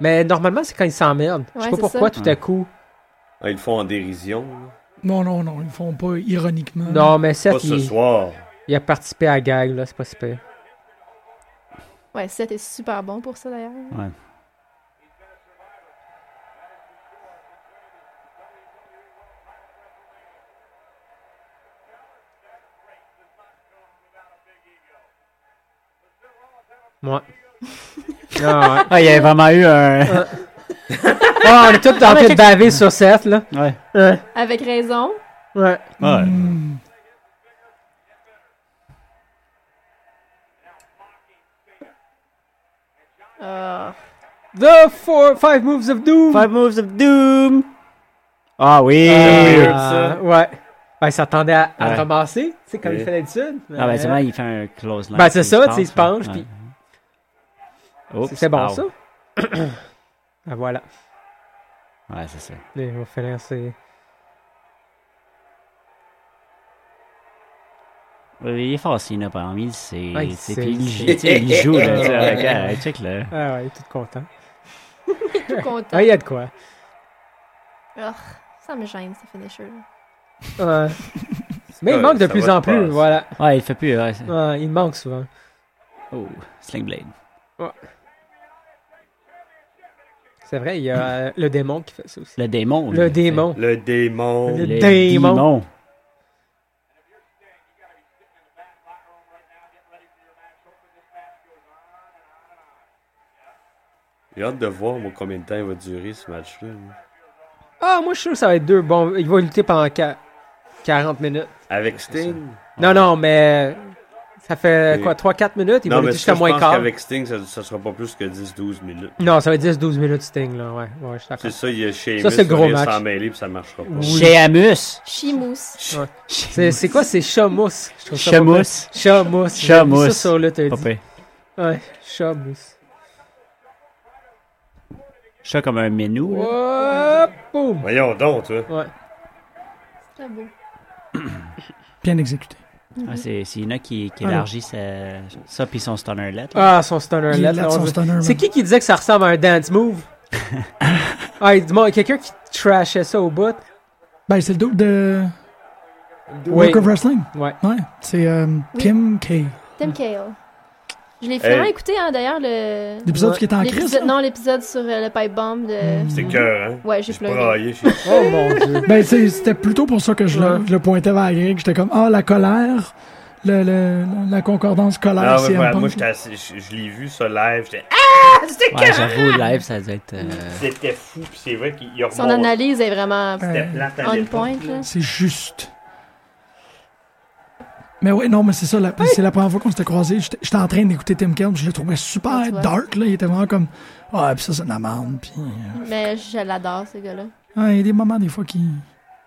Speaker 4: Mais normalement, c'est quand ils s'emmerdent. Je sais
Speaker 3: Ouais,
Speaker 4: pas
Speaker 3: c'est
Speaker 4: pourquoi,
Speaker 2: ça.
Speaker 4: tout à coup.
Speaker 5: Ah, ils le font en dérision. là.
Speaker 1: Non, non, non. Ils le font pas ironiquement.
Speaker 4: Non, mais Seth,
Speaker 5: Pas ce
Speaker 4: il,
Speaker 5: soir.
Speaker 4: il a participé à la gag, là, c'est pas super.
Speaker 3: Ouais, Seth est super bon pour ça d'ailleurs.
Speaker 2: Ouais.
Speaker 4: Moi. ah, ouais.
Speaker 2: Ah, il y avait vraiment eu un.
Speaker 4: Ah, on est tous en train de baver sur Seth, là.
Speaker 2: Ouais.
Speaker 4: Hein,
Speaker 3: Avec raison.
Speaker 4: ouais.
Speaker 2: Ouais.
Speaker 1: Hmm.
Speaker 3: Ah.
Speaker 4: The four, five moves of doom.
Speaker 2: Five moves of doom! Ah oui!
Speaker 5: weird,
Speaker 4: Ah,
Speaker 5: ça.
Speaker 4: ouais. Ben, il s'attendait à, à le
Speaker 2: Ouais.
Speaker 4: ramasser, tu sais, comme
Speaker 5: Oui.
Speaker 4: il fait d'habitude.
Speaker 2: Ah ben
Speaker 4: Euh,
Speaker 2: c'est vrai, il fait un close line.
Speaker 4: Ben, c'est ça, tu sais, il se penche, puis- C'est bon, ça? ah, voilà.
Speaker 2: Ouais, c'est ça.
Speaker 4: Et on va finir, c'est...
Speaker 2: Oui, Il est facile, là, par exemple. Il sait.
Speaker 4: Ouais, il
Speaker 2: il sait,
Speaker 4: sait,
Speaker 2: puis il,
Speaker 4: il
Speaker 2: joue,
Speaker 4: sait.
Speaker 2: tu sais, il joue, là. tu sais, regarde, check, là.
Speaker 4: Ah ouais, il est tout content.
Speaker 3: Tout content.
Speaker 4: Ah, il y a de quoi.
Speaker 3: Ah, ça me gêne, ça fait des cheveux.
Speaker 4: Ouais. Mais il
Speaker 5: Ouais,
Speaker 4: manque de
Speaker 5: ça
Speaker 4: plus
Speaker 5: va,
Speaker 4: en
Speaker 5: je
Speaker 4: plus,
Speaker 5: pense.
Speaker 4: voilà.
Speaker 2: Ouais, il fait plus, ouais. c'est-
Speaker 4: Ouais, il manque souvent.
Speaker 2: Oh, Sling Blade.
Speaker 4: C'est vrai, il y a euh, le démon qui fait ça aussi.
Speaker 2: Le démon.
Speaker 4: Le
Speaker 2: là,
Speaker 4: démon.
Speaker 5: Le démon.
Speaker 4: Le
Speaker 2: Le
Speaker 4: démon.
Speaker 2: démon.
Speaker 5: J'ai hâte de voir moi, combien de temps il va durer ce match-là. moi.
Speaker 4: Ah, moi, je suis sûr que ça va être deux bons. Il va lutter pendant qua- 40 minutes.
Speaker 5: Avec Sting.
Speaker 4: Non, non, mais ça fait
Speaker 5: Et-
Speaker 4: quoi, 3-4 minutes? Il va
Speaker 5: non, mais
Speaker 4: lutter
Speaker 5: ce que
Speaker 4: jusqu'à
Speaker 5: je
Speaker 4: moins
Speaker 5: pense
Speaker 4: quart.
Speaker 5: qu'avec Sting, ça, ça sera pas plus que 10-12 minutes.
Speaker 4: Non, ça va être 10-12 minutes Sting, là. Ouais, ouais, je suis
Speaker 5: C'est
Speaker 4: d'accord.
Speaker 5: ça, il y a Sheamus
Speaker 4: Ça, c'est le
Speaker 5: qui va
Speaker 4: gros
Speaker 5: venir
Speaker 4: match.
Speaker 5: s'en mêler puis ça marchera pas.
Speaker 4: Oui.
Speaker 2: Sheamus.
Speaker 3: Chimousse.
Speaker 4: C'est c'est quoi? C'est Chamous. Je trouve ça pas mal.
Speaker 2: Sheamus.
Speaker 4: Chamous.
Speaker 2: Chamous.
Speaker 4: J'ai vu Ça sur le t'as
Speaker 2: Pas
Speaker 4: dit.
Speaker 2: pire.
Speaker 4: Ouais, Chamous.
Speaker 2: Chat comme un menou. là.
Speaker 4: Hop, boum.
Speaker 5: Voyons donc, toi.
Speaker 4: Ouais.
Speaker 3: C'est très beau.
Speaker 1: Bien exécuté.
Speaker 2: Ah, c'est c'est Ina qui, qui élargit sa- ça puis son stunner lettre.
Speaker 4: Ah, son stunner
Speaker 1: Il
Speaker 4: là.
Speaker 1: est là de son stunner, man.
Speaker 4: C'est qui qui disait que ça ressemble à un dance move? ah, il dit, bon, quelqu'un qui trashait ça au bout.
Speaker 1: Ben, c'est le double de
Speaker 4: Oui.
Speaker 1: Work of Wrestling.
Speaker 4: Ouais.
Speaker 1: Ouais. C'est euh,
Speaker 3: Oui.
Speaker 1: Kim K.
Speaker 3: Tim Kale. Je l'ai finalement
Speaker 5: Hey.
Speaker 3: écouté, hein, d'ailleurs, le.
Speaker 1: L'épisode
Speaker 4: Ouais.
Speaker 1: qui est en crise.
Speaker 3: L'épisode-
Speaker 1: là. Hmm.
Speaker 3: Non, l'épisode sur euh, le pipe bomb de.
Speaker 5: C'est
Speaker 4: Mm-hmm.
Speaker 5: cœur, hein?
Speaker 3: Ouais, j'ai
Speaker 5: J'ai
Speaker 3: pleuré.
Speaker 5: braillé. j'ai-
Speaker 4: Oh mon dieu.
Speaker 1: Ben, c'est- c'était plutôt pour ça que je, le,
Speaker 4: Ouais.
Speaker 1: je le pointais vers Greg. J'étais comme, ah, la colère, le, le- la concordance colère,
Speaker 5: Non, mais
Speaker 1: Bah, c'est
Speaker 5: voilà, Ah, moi, j'étais assez- je, je l'ai vu, ce live. J'étais, Ah,
Speaker 2: Ouais, j'avoue, live, ça doit être. euh,
Speaker 5: c'était fou. Puis c'est vrai qu'il il a
Speaker 3: Son analyse est vraiment
Speaker 1: Euh,
Speaker 5: C'était plate à
Speaker 3: on
Speaker 5: l'époque,
Speaker 3: point,
Speaker 5: là.
Speaker 3: là.
Speaker 1: C'est juste. Mais ouais, non, mais c'est ça. la- C'est la première fois qu'on s'était croisés. J'étais j'étais en train d'écouter Tim Kelm. Je le trouvais super
Speaker 3: Ouais, Ah, tu vois.
Speaker 1: dark. Là. Il était vraiment comme. Ah, puis ça, c'est de la merde. Puis. euh,
Speaker 3: Mais je l'adore, ce gars-là.
Speaker 1: ah, il y a des moments, des fois, qui.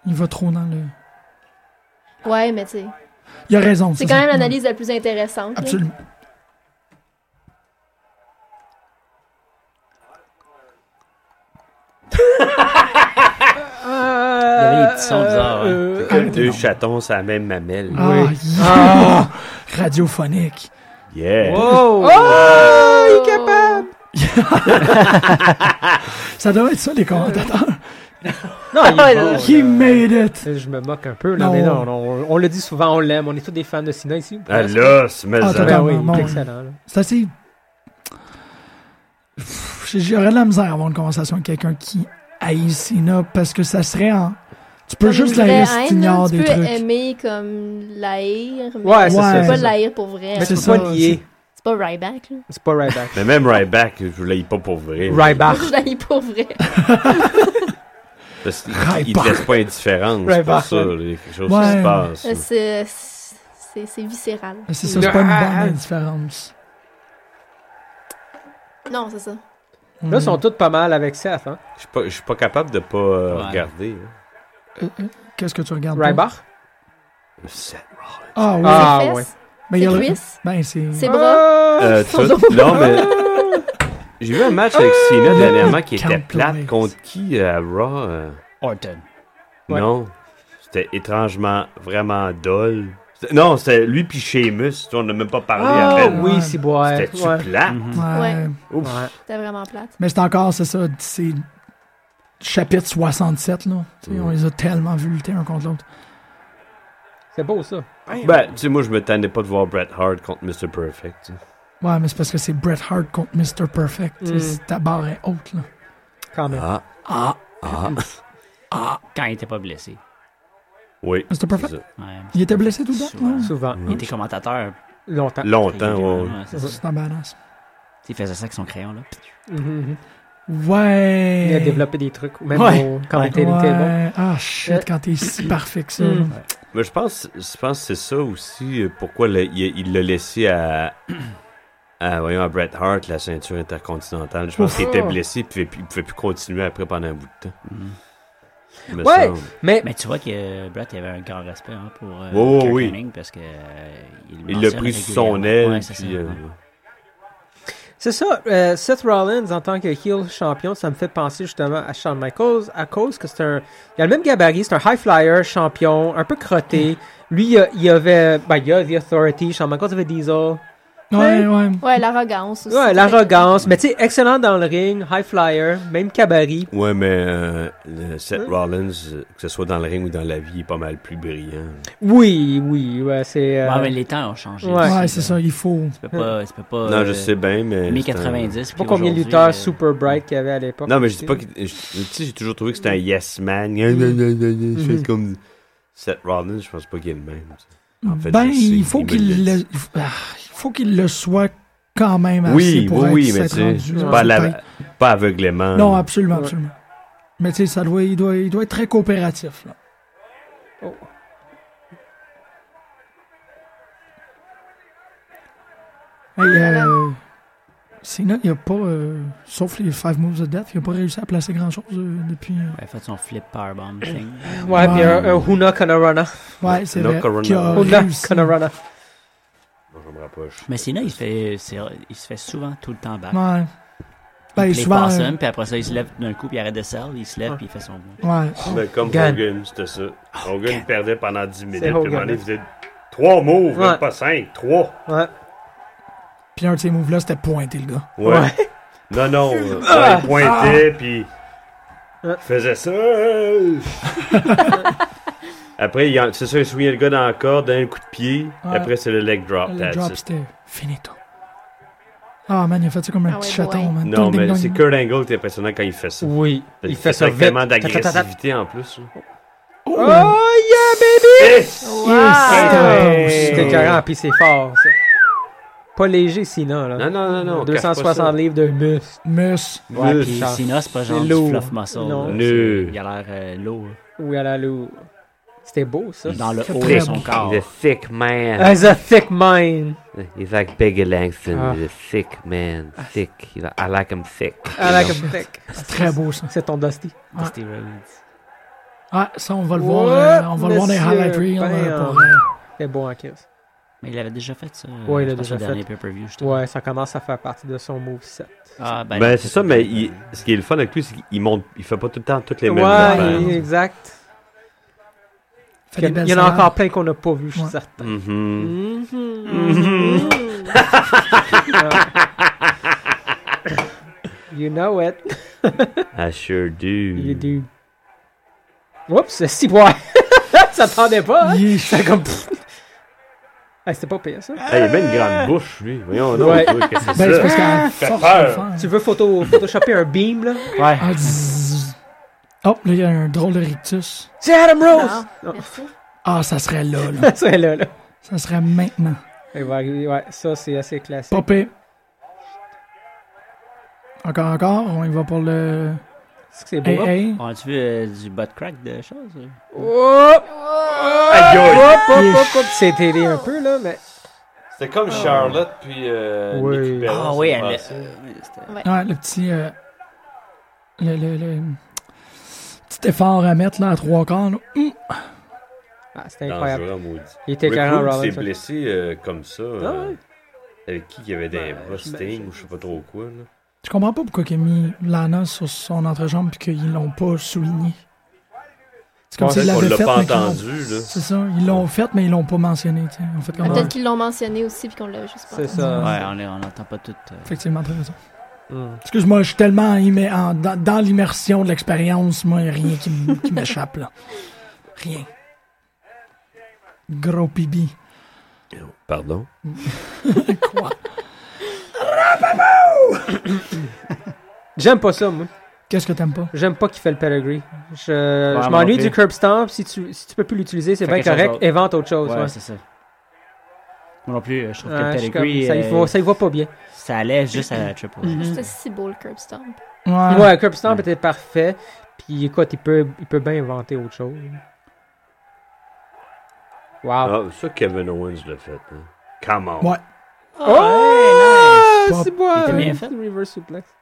Speaker 1: Il va trop dans le.
Speaker 3: Ouais, mais tu sais.
Speaker 1: Il a raison.
Speaker 3: C'est
Speaker 1: ça.
Speaker 3: quand même l'analyse la plus intéressante. là.
Speaker 1: Absolument.
Speaker 2: Il y avait des petits sons bizarres. ouais.
Speaker 4: Euh,
Speaker 5: C'est
Speaker 1: Ah,
Speaker 5: comme
Speaker 1: mais
Speaker 5: deux
Speaker 1: non.
Speaker 5: chatons, c'est la même mamelle.
Speaker 1: Ah,
Speaker 4: Oui. Ah.
Speaker 1: yeah! Radiophonique.
Speaker 5: Yeah.
Speaker 4: Oh!
Speaker 3: Oh!
Speaker 1: Ça doit être ça, les commentateurs.
Speaker 4: Euh, Non, il est bon,
Speaker 1: He
Speaker 4: là.
Speaker 1: made it!
Speaker 4: Je me moque un peu, là,
Speaker 1: Non.
Speaker 4: mais non, non, on, on le dit souvent, on l'aime, on est tous des fans de Sina ici. ou
Speaker 5: Ah
Speaker 4: presque.
Speaker 5: là, c'est mes
Speaker 1: Ah,
Speaker 5: oreilles.
Speaker 1: t'as-
Speaker 4: Ben oui,
Speaker 1: Non,
Speaker 4: il est
Speaker 1: non.
Speaker 4: excellent. là.
Speaker 1: C'est assez. Pff, J'aurais de la misère à avoir une conversation avec quelqu'un qui haït Sina parce que ça serait en. Tu peux
Speaker 3: Comme
Speaker 1: juste
Speaker 3: une
Speaker 1: la
Speaker 3: vraie
Speaker 1: haïr si
Speaker 3: haine,
Speaker 1: tu
Speaker 3: là.
Speaker 1: ignores des
Speaker 3: Tu peux
Speaker 1: trucs.
Speaker 3: aimer comme l'haïr, mais
Speaker 4: Ouais,
Speaker 3: tu
Speaker 4: c'est
Speaker 1: Ouais.
Speaker 4: ça.
Speaker 3: peux
Speaker 4: c'est
Speaker 3: pas
Speaker 4: ça.
Speaker 3: l'haïr pour vrai.
Speaker 4: Mais tu
Speaker 1: C'est
Speaker 4: peux
Speaker 1: ça,
Speaker 4: pas lier.
Speaker 3: C'est pas Ryback, là.
Speaker 4: C'est pas Ryback.
Speaker 5: Mais même Ryback, je l'ai pas pour vrai.
Speaker 4: Ryback.
Speaker 3: Je l'haïs pour vrai.
Speaker 5: Parce qu'il il
Speaker 1: Ryback.
Speaker 5: te laisse pas indifférent. C'est
Speaker 4: Ryback,
Speaker 5: pour ça,
Speaker 4: ouais.
Speaker 5: les choses qui
Speaker 1: Ouais.
Speaker 5: se passent.
Speaker 3: Euh, C'est c'est- c'est viscéral.
Speaker 1: C'est ça, c'est pas une
Speaker 4: Ah.
Speaker 1: bonne indifférence.
Speaker 3: Non, c'est ça.
Speaker 4: Là,
Speaker 1: Hmm.
Speaker 4: ils sont tous pas mal avec Seth, hein.
Speaker 5: Je suis pas- Je suis pas capable de pas euh,
Speaker 2: Ouais.
Speaker 5: regarder. hein.
Speaker 1: Qu'est-ce que tu regardes? pas?
Speaker 4: Ryback. Oh,
Speaker 5: Seth Rollins.
Speaker 1: Ah oui.
Speaker 4: Ah.
Speaker 3: Ses fesses,
Speaker 4: ouais.
Speaker 1: mais il y a
Speaker 3: ses
Speaker 1: le-
Speaker 3: cuisses,
Speaker 1: Ben, c'est.
Speaker 3: ses bras.
Speaker 5: Euh, tout- Non, mais. J'ai vu un match avec
Speaker 4: Oh,
Speaker 5: Cena dernièrement qui était
Speaker 1: Count
Speaker 5: plate
Speaker 1: Lewis.
Speaker 5: contre qui à Raw euh,
Speaker 2: Orton.
Speaker 4: Ouais.
Speaker 5: Non. C'était étrangement vraiment dol. C'était- Non, c'était lui puis Sheamus. Tu vois, On n'a même pas parlé
Speaker 4: Ah
Speaker 5: après.
Speaker 4: oui, c'est boire.
Speaker 5: C'était-tu
Speaker 4: Ouais.
Speaker 5: plat?
Speaker 2: Mm-hmm.
Speaker 1: Ouais.
Speaker 3: Ouais.
Speaker 5: Ouf.
Speaker 4: Ouais.
Speaker 3: C'était vraiment plate.
Speaker 1: Mais c'est encore, c'est ça. C'est. Chapitre 67, là. Tu sais,
Speaker 5: Mm.
Speaker 1: On les a tellement vus lutter un contre l'autre.
Speaker 4: C'est beau, ça.
Speaker 5: Ben, tu sais, moi, je me tannais pas de voir Bret Hart contre Mr. Perfect. tu sais.
Speaker 1: Ouais, mais c'est parce que c'est Bret Hart contre Mr. Perfect. Tu sais,
Speaker 4: Mm.
Speaker 1: c'est- Ta barre est haute, là.
Speaker 4: Quand même.
Speaker 5: Ah,
Speaker 1: Ah!
Speaker 5: ah.
Speaker 2: Quand il était pas blessé.
Speaker 5: Oui.
Speaker 1: Mr.
Speaker 5: c'est
Speaker 1: Perfect?
Speaker 5: ça.
Speaker 2: Ouais.
Speaker 1: Il était blessé tout le temps?
Speaker 2: Souvent.
Speaker 5: Ah.
Speaker 1: Ouais.
Speaker 4: Souvent.
Speaker 5: Mm.
Speaker 2: Il était commentateur.
Speaker 4: Longtemps.
Speaker 5: Longtemps, ouais. ouais.
Speaker 2: c'est ça.
Speaker 1: C'est un badass.
Speaker 2: Il faisait ça avec son crayon, là.
Speaker 4: Mhm, mhm.
Speaker 1: Ouais.
Speaker 4: Il a développé des trucs. ou Même
Speaker 2: Ouais.
Speaker 4: au- quand
Speaker 2: Ouais.
Speaker 4: il était il était bon.
Speaker 1: Ouais. Ah,
Speaker 4: Ouais.
Speaker 1: shit, quand t'es si parfait que ça.
Speaker 4: Mm.
Speaker 1: là.
Speaker 5: Mais je pense, je pense que c'est ça aussi euh, pourquoi le- il il l'a laissé à, à, voyons, à Bret Hart, la ceinture intercontinentale. Je pense qu'il était blessé puis il pouvait plus- il pouvait plus continuer après pendant un bout de temps.
Speaker 2: Mhm.
Speaker 5: Me
Speaker 4: Ouais.
Speaker 5: semble.
Speaker 4: Mais
Speaker 2: Mais tu vois que euh, Brett il avait un grand respect hein, pour euh,
Speaker 5: Oh,
Speaker 2: Kurt
Speaker 5: oui.
Speaker 2: Hennig parce que euh,
Speaker 5: Il l'a pris sous son aile.
Speaker 2: aide
Speaker 5: puis, euh,
Speaker 4: C'est ça, euh, Seth Rollins en tant que heel champion, ça me fait penser justement à Shawn Michaels à cause que c'est un. Il a le même gabarit, c'est un high flyer champion, un peu crotté. Lui, il, a- il avait. Ben, il y a The Authority, Shawn Michaels avait Diesel.
Speaker 1: Ouais, ouais.
Speaker 3: Ouais, l'arrogance aussi.
Speaker 4: Ouais, l'arrogance, mais tu sais, excellent dans le ring, high flyer, même gabarit.
Speaker 5: Ouais, mais euh, le Seth Rollins, euh, que ce soit dans le ring ou dans la vie, il est pas mal plus brillant.
Speaker 4: Oui, oui, ouais, c'est. euh,
Speaker 2: Ouais, mais les temps ont changé.
Speaker 4: Ouais.
Speaker 1: Ouais,
Speaker 2: aussi,
Speaker 1: c'est
Speaker 2: là.
Speaker 1: ça, il faut.
Speaker 2: Tu peux pas. Tu peux pas
Speaker 5: non,
Speaker 2: euh,
Speaker 5: je sais bien, mais.
Speaker 2: Mai
Speaker 5: c'est un-
Speaker 2: 90.
Speaker 4: Je sais
Speaker 2: puis
Speaker 4: pas combien de
Speaker 2: aujourd'hui,
Speaker 4: lutteurs
Speaker 2: euh,
Speaker 4: super bright qu'il y avait à l'époque.
Speaker 5: Non, mais je dis pas que. je- Tu sais, j'ai toujours trouvé que
Speaker 1: Mm-hmm.
Speaker 5: c'était un yes man. Je fais comme. Seth Rollins, je pense pas qu'il est le même. tu sais. En fait,
Speaker 1: ben,
Speaker 5: je sais,
Speaker 1: il faut
Speaker 5: me
Speaker 1: qu'il
Speaker 5: l'a
Speaker 1: le,
Speaker 5: dit.
Speaker 1: il faut- ah, il faut qu'il le soit quand même assez
Speaker 5: Oui,
Speaker 1: Ben, pour
Speaker 5: oui,
Speaker 1: être-
Speaker 5: oui, mais
Speaker 1: s'être
Speaker 5: tu sais,
Speaker 1: rendu
Speaker 5: c'est
Speaker 1: dans
Speaker 5: pas, à
Speaker 1: le
Speaker 5: la-
Speaker 1: pain.
Speaker 5: pas aveuglément.
Speaker 1: Non, absolument,
Speaker 4: Ouais.
Speaker 1: absolument. Mais tu sais, ça doit, il doit, il doit être très coopératif. Là. Hey, euh, Cena, il a pas, euh, sauf les Five Moves of Death, il a pas réussi à placer grand chose depuis. euh,
Speaker 2: Ouais, fait son flip powerbomb thing.
Speaker 4: Ouais, puis un, un Huna Connorana.
Speaker 1: ouais, c'est
Speaker 5: No
Speaker 1: vrai.
Speaker 5: Corona.
Speaker 1: qu'il a
Speaker 4: Huna
Speaker 1: réussi.
Speaker 4: Connorana.
Speaker 5: Non, je me rapproche.
Speaker 2: Mais Cena, il se fait, c'est- il se fait souvent tout le temps back.
Speaker 1: Ouais. Ben,
Speaker 2: il play
Speaker 1: souvent. euh,
Speaker 2: possum, puis après ça, il se lève d'un coup, puis il arrête de serre, il se lève, puis il fait son.
Speaker 1: ouais.
Speaker 5: Ben, comme
Speaker 4: Hogan.
Speaker 5: Hogan, c'était ça. Hogan
Speaker 2: Hogan.
Speaker 5: perdait pendant 10 minutes. Puis à un
Speaker 4: Hogan.
Speaker 5: moment donné, il faisait 3 moves,
Speaker 4: Ouais.
Speaker 5: même pas 5, 3.
Speaker 4: Ouais.
Speaker 1: Puis un de ces moves-là, c'était pointer le gars.
Speaker 5: Ouais. Non, non, euh, il pointait, puis il faisait ça. Après, il en- c'est ça, il souillait le gars dans la corde, un coup de pied.
Speaker 1: Ouais.
Speaker 5: Après, c'est le leg drop.
Speaker 1: Le
Speaker 5: Oh, that's
Speaker 1: drop,
Speaker 5: it.
Speaker 1: c'était finito. Ah, man, il a fait ça comme un
Speaker 3: Ah
Speaker 1: petit
Speaker 3: ouais,
Speaker 1: chaton,
Speaker 3: boy.
Speaker 1: man.
Speaker 5: Non,
Speaker 1: Ding, ding,
Speaker 5: mais
Speaker 1: dong.
Speaker 5: c'est Kurt Angle qui est impressionnant quand il fait ça.
Speaker 4: Oui, il fait
Speaker 5: fait
Speaker 4: ça vite.
Speaker 5: tellement
Speaker 4: Ta, ta, ta, ta.
Speaker 5: d'agressivité en plus. là.
Speaker 1: Oh,
Speaker 4: Oh yeah, baby!
Speaker 5: Eh!
Speaker 3: Oh! Ah,
Speaker 1: yes,
Speaker 4: C'était
Speaker 1: c'était-
Speaker 4: carré, puis c'est fort, ça. Pas léger, sinon, là.
Speaker 5: Non, non, non, non. cache pas ça.
Speaker 4: 260 livres de muscle.
Speaker 1: Miss.
Speaker 2: Ouais,
Speaker 5: Nul.
Speaker 2: puis
Speaker 4: ça-
Speaker 2: Cena, c'est pas genre
Speaker 4: c'est
Speaker 2: du
Speaker 4: lourd.
Speaker 2: fluff muscle.
Speaker 4: Non.
Speaker 2: là.
Speaker 5: Nul.
Speaker 2: C'est- Il a l'air euh, lourd.
Speaker 4: Oui, à la loue. C'était beau, ça.
Speaker 2: Dans le
Speaker 1: c'est
Speaker 2: haut
Speaker 1: très
Speaker 2: de son
Speaker 1: bon.
Speaker 2: corps.
Speaker 6: He's a thick man.
Speaker 4: As a thick mind.
Speaker 6: He's like Biggie Langston.
Speaker 4: Ah.
Speaker 6: He's a thick man. Thick. He's like- I like him thick.
Speaker 4: I like a thick.
Speaker 1: C'est très beau, ça.
Speaker 4: C'est ton Dusty.
Speaker 1: Ouais.
Speaker 2: Dusty Rhodes.
Speaker 1: Ah, ça, on va le
Speaker 4: What,
Speaker 1: voir. euh, on va le voir dans les
Speaker 4: monsieur?
Speaker 1: highlight reels. euh,
Speaker 4: Ben,
Speaker 1: pour, euh,
Speaker 4: C'était beau en kiss.
Speaker 2: Mais il avait déjà fait ça. euh,
Speaker 4: Ouais, il
Speaker 2: je
Speaker 4: l'a
Speaker 2: pense,
Speaker 4: déjà
Speaker 2: au
Speaker 4: fait.
Speaker 2: dernier pay-per-view, je trouve.
Speaker 4: Ouais, ça commence à faire partie de son moveset.
Speaker 2: Ah, ben,
Speaker 5: Ben, c'est ça, mais il- ce qui est le fun avec lui, c'est qu'il monte, il fait pas tout le temps toutes les mêmes affaires.
Speaker 4: Ouais, exact.
Speaker 1: fait
Speaker 4: Il y,
Speaker 1: des belles
Speaker 4: en a
Speaker 1: salades.
Speaker 4: encore plein qu'on n'a pas vu, je suis
Speaker 1: Ouais.
Speaker 4: certain.
Speaker 5: Mhm.
Speaker 4: Mm-hmm. you know it.
Speaker 5: I sure
Speaker 4: You
Speaker 5: do.
Speaker 4: do. Oups, si, ouais. ça t'attendait pas, hein?
Speaker 1: Yeesh.
Speaker 4: C'était comme. Ah, c'était pas pire, ça.
Speaker 5: Ah, il a bien une grande bouche, lui. Voyons, non,
Speaker 4: Ouais.
Speaker 5: toi, qu'est-ce que
Speaker 1: Ben, c'est
Speaker 5: c'est
Speaker 1: parce qu'à
Speaker 5: ça? Fait
Speaker 1: force de le
Speaker 5: peur.
Speaker 1: faire.
Speaker 4: Tu veux photo, photoshopper un beam, là?
Speaker 2: Ouais.
Speaker 1: Ah, zzz. Oh, là, il y a un drôle de rictus.
Speaker 4: C'est Adam Rose!
Speaker 3: Non, merci.
Speaker 1: Ah, ça serait là, là.
Speaker 4: C'est là, là.
Speaker 1: ça serait maintenant.
Speaker 4: Il va arriver, ouais, ça, c'est assez classique.
Speaker 1: Popé. Encore, encore. On y va pour le...
Speaker 4: Est-ce que c'est beau?
Speaker 1: Hey, hey.
Speaker 2: On a-tu vu euh, du butt crack de choses? euh?
Speaker 4: Oh!
Speaker 5: Aïe, aïe.
Speaker 4: Hop, hop, hop, hop. C'est télé un peu, là, mais.
Speaker 5: C'était comme Charlotte puis euh,
Speaker 4: Ah. Oui.
Speaker 5: Nikki Bella,
Speaker 2: Ah
Speaker 5: ça
Speaker 2: oui,
Speaker 5: me
Speaker 2: elle-
Speaker 5: passait.
Speaker 1: Ouais, le petit... euh, le, le, le petit effort à mettre, là, à trois quarts. là. Hum.
Speaker 4: Ah, c'était incroyable.
Speaker 5: Dangereux, en maudit.
Speaker 4: Il était
Speaker 5: Rick
Speaker 4: carrément
Speaker 5: Rude s'est
Speaker 4: Rollins. ouais.
Speaker 5: blessé euh, comme ça. euh,
Speaker 4: Ah ouais.
Speaker 5: Avec qui il y avait des
Speaker 4: Ben,
Speaker 5: bras,
Speaker 4: j'imagine.
Speaker 5: Sting ou je sais pas trop quoi. Là.
Speaker 1: Je comprends pas pourquoi il a mis Lana sur son entrejambe puis qu'ils l'ont pas souligné. C'est comme
Speaker 4: Ouais,
Speaker 1: s'ils
Speaker 5: on
Speaker 1: l'avaient
Speaker 5: l'a
Speaker 1: fait,
Speaker 5: pas
Speaker 1: mais qu'ils l'ont-
Speaker 5: entendu. Là.
Speaker 1: C'est ça, ils l'ont fait, mais ils l'ont pas mentionné. tu sais. En fait,
Speaker 3: Ah,
Speaker 1: comme euh,
Speaker 3: Peut-être qu'ils l'ont mentionné aussi, puis qu'on l'a juste pas.
Speaker 4: C'est
Speaker 3: entendu.
Speaker 4: ça.
Speaker 2: Ouais, on est- on n'entend pas tout. euh,
Speaker 1: effectivement, très raison.
Speaker 5: Hmm.
Speaker 4: Hum.
Speaker 1: Excuse-moi, je suis tellement immé- en- dans, dans l'immersion de l'expérience, moi, y a rien qui, m- qui m'échappe, là. Rien. Gros pibi.
Speaker 5: Pardon?
Speaker 1: Quoi?
Speaker 4: J'aime pas ça, moi.
Speaker 1: Qu'est-ce que t'aimes pas?
Speaker 4: J'aime pas qu'il fait le pedigree. Je,
Speaker 2: Ouais, moi
Speaker 4: je
Speaker 2: non
Speaker 4: m'ennuie
Speaker 2: plus.
Speaker 4: du curb stomp. Si tu, si tu peux plus l'utiliser, c'est
Speaker 2: Fais
Speaker 4: bien
Speaker 2: quelque chose
Speaker 4: correct.
Speaker 2: d'autre.
Speaker 4: Invente autre chose.
Speaker 2: Ouais,
Speaker 4: ouais.
Speaker 2: c'est ça. Moi non plus, euh, je trouve
Speaker 4: Ouais,
Speaker 2: que
Speaker 4: je suis comme-
Speaker 2: Pedigree,
Speaker 4: ça, Mm-hmm. y
Speaker 2: euh,
Speaker 4: va, ça y va pas bien.
Speaker 2: ça allait juste à Triple H.
Speaker 3: C'était si beau le curb stomp.
Speaker 1: Ouais.
Speaker 4: Ouais, curb stomp était parfait. Puis écoute, il peut, il peut bien inventer autre chose. Wow.
Speaker 5: Ah, ça, Kevin Owens l'a fait. Hein. Come on.
Speaker 1: Ouais.
Speaker 4: Oh,
Speaker 1: nice.
Speaker 4: c'est bon.
Speaker 2: était bien fait. Ah,
Speaker 4: Reverse suplex.
Speaker 2: Son-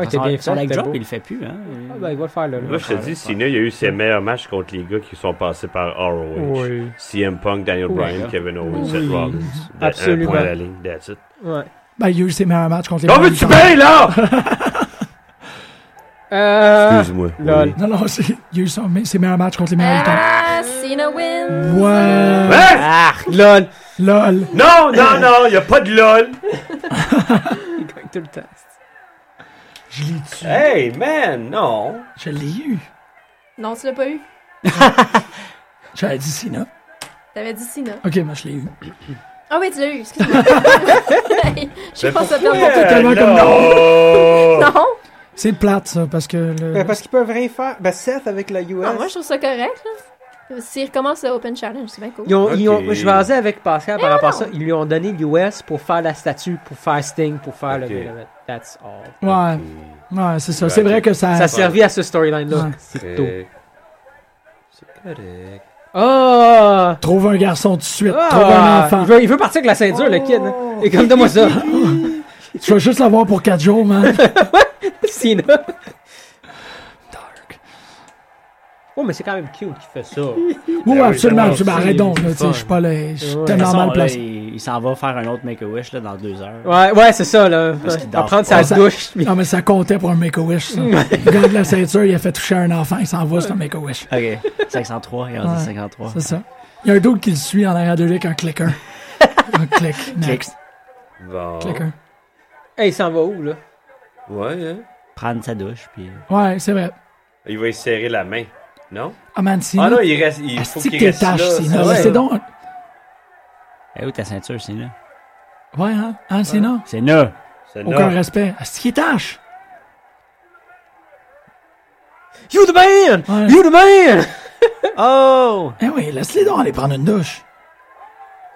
Speaker 4: Ouais, t'es bien
Speaker 2: Son
Speaker 4: fait,
Speaker 2: leg
Speaker 4: t'es
Speaker 2: drop,
Speaker 4: beau.
Speaker 2: il le fait plus, hein.
Speaker 4: Ah, ben, il va le faire là. là.
Speaker 5: Moi, je te dis, Cena, il y a eu ses meilleurs matchs contre les gars qui sont passés par ROH.
Speaker 4: Oui.
Speaker 5: CM Punk, Daniel
Speaker 4: Oui.
Speaker 5: Bryan, Kevin Owens,
Speaker 4: Oui.
Speaker 5: Seth Rollins. De-
Speaker 4: Absolument.
Speaker 5: Un point à la ligne, that's it. Ah.
Speaker 4: Ouais.
Speaker 1: Ben, il a eu ses meilleurs matchs contre les
Speaker 5: Non, mais
Speaker 1: Browns
Speaker 5: tu
Speaker 1: quand-
Speaker 5: payes, là!
Speaker 4: Euh,
Speaker 5: Excuse-moi.
Speaker 4: Lol.
Speaker 5: oui.
Speaker 1: Non, non, c'est- il a eu son- mais ses meilleurs matchs contre les meilleurs lutteurs.
Speaker 3: Ah, Cena wins!
Speaker 1: Ouais.
Speaker 5: Hein?
Speaker 4: Ah. lol.
Speaker 1: LOL.
Speaker 5: Non, non, non, y a pas de lol.
Speaker 4: Il gagne tout le temps.
Speaker 1: Je l'ai tué.
Speaker 5: Hey, man, non.
Speaker 1: Je l'ai eu.
Speaker 3: Non, tu l'as pas eu.
Speaker 1: J'avais dit Sina.
Speaker 3: T'avais dit Cena.
Speaker 1: Ok, moi, je l'ai eu.
Speaker 3: Ah oui, tu l'as eu, excuse-moi. Je pense à perdre
Speaker 1: pourquoi? tellement comme
Speaker 5: non.
Speaker 3: mon Non!
Speaker 1: C'est plate, ça, parce que le...
Speaker 9: Ben, parce qu'ils peuvent rien faire. Ben, Seth avec la US.
Speaker 3: Ah, moi, je trouve ça correct, là. S'il recommence le Open Challenge, c'est bien cool.
Speaker 4: Ils ont, ils ont-
Speaker 5: Ok.
Speaker 4: je jasais avec Pascal par
Speaker 3: Eh,
Speaker 4: rapport à
Speaker 3: non.
Speaker 4: ça. Ils lui ont donné l'US pour faire la statue, pour faire Sting, pour faire le
Speaker 5: Ok.
Speaker 4: main event. That's all.
Speaker 1: Ouais, ouais, c'est ça. Ah, C'est vrai que ça...
Speaker 4: Ça servit à ce storyline-là.
Speaker 1: Ouais.
Speaker 4: C'est tout.
Speaker 5: C'est correct.
Speaker 4: Ah!
Speaker 1: Trouve un garçon tout de suite.
Speaker 4: Ah!
Speaker 1: Trouve un enfant. Oh!
Speaker 4: Il veut, il veut partir avec la ceinture, le kid. hein. Et comme donne-moi ça.
Speaker 1: Tu vas juste l'avoir pour 4 jours, man.
Speaker 5: Ah
Speaker 4: Cena.
Speaker 1: Dark.
Speaker 4: Oh, mais c'est quand même cute qu'il fait ça.
Speaker 1: Oui,
Speaker 5: oui,
Speaker 1: absolument.
Speaker 5: c'est
Speaker 1: absolument.
Speaker 4: bon,
Speaker 1: Arrête
Speaker 4: c'est
Speaker 1: donc, là,
Speaker 4: fun.
Speaker 1: tu sais, je suis pas là. Je suis
Speaker 4: Ouais.
Speaker 2: De toute
Speaker 1: tellement
Speaker 2: façon,
Speaker 1: mal
Speaker 2: là,
Speaker 1: placé.
Speaker 2: il il s'en va faire un autre Make-A-Wish là, dans deux heures.
Speaker 4: Ouais, ouais, c'est ça, là.
Speaker 2: Parce qu'il
Speaker 4: Ouais.
Speaker 2: dort
Speaker 4: Apprendre
Speaker 2: pas.
Speaker 4: sa
Speaker 1: Ça-
Speaker 4: douche. puis-
Speaker 1: Non, mais ça comptait pour un Make-A-Wish, ça. Il gagne la ceinture, il a fait toucher un enfant, il s'en va, c'est un Make-A-Wish.
Speaker 2: Ok. 503, il en
Speaker 1: Ouais.
Speaker 2: dit 53.
Speaker 1: C'est ça. Il y a un d'autre qui le suit en arrière de lui avec un clicker. un click. Next.
Speaker 5: Bon.
Speaker 1: Clicker.
Speaker 4: Hey, il s'en va où, là?
Speaker 5: Ouais, hein.
Speaker 2: Prendre sa douche, puis. euh,
Speaker 1: Ouais, c'est vrai.
Speaker 5: Il va y serrer la main. Non?
Speaker 1: Ah, man, si.
Speaker 5: Ah non, il reste. Il faut
Speaker 1: Asti que
Speaker 5: qu'il
Speaker 1: tes
Speaker 5: reste là.
Speaker 1: tâches, Sina.
Speaker 5: ça,
Speaker 1: là,
Speaker 5: ouais.
Speaker 1: C'est donc.
Speaker 2: Eh oui, ta ceinture, c'est là.
Speaker 1: Ouais, hein? Hein, Sina?
Speaker 2: C'est là.
Speaker 5: C'est
Speaker 1: Aucun
Speaker 5: non.
Speaker 1: respect. Asti qui tâche?
Speaker 4: You the man!
Speaker 1: Ouais.
Speaker 4: You the man!
Speaker 2: Oh!
Speaker 1: Eh oui, laisse-les donc aller prendre une douche.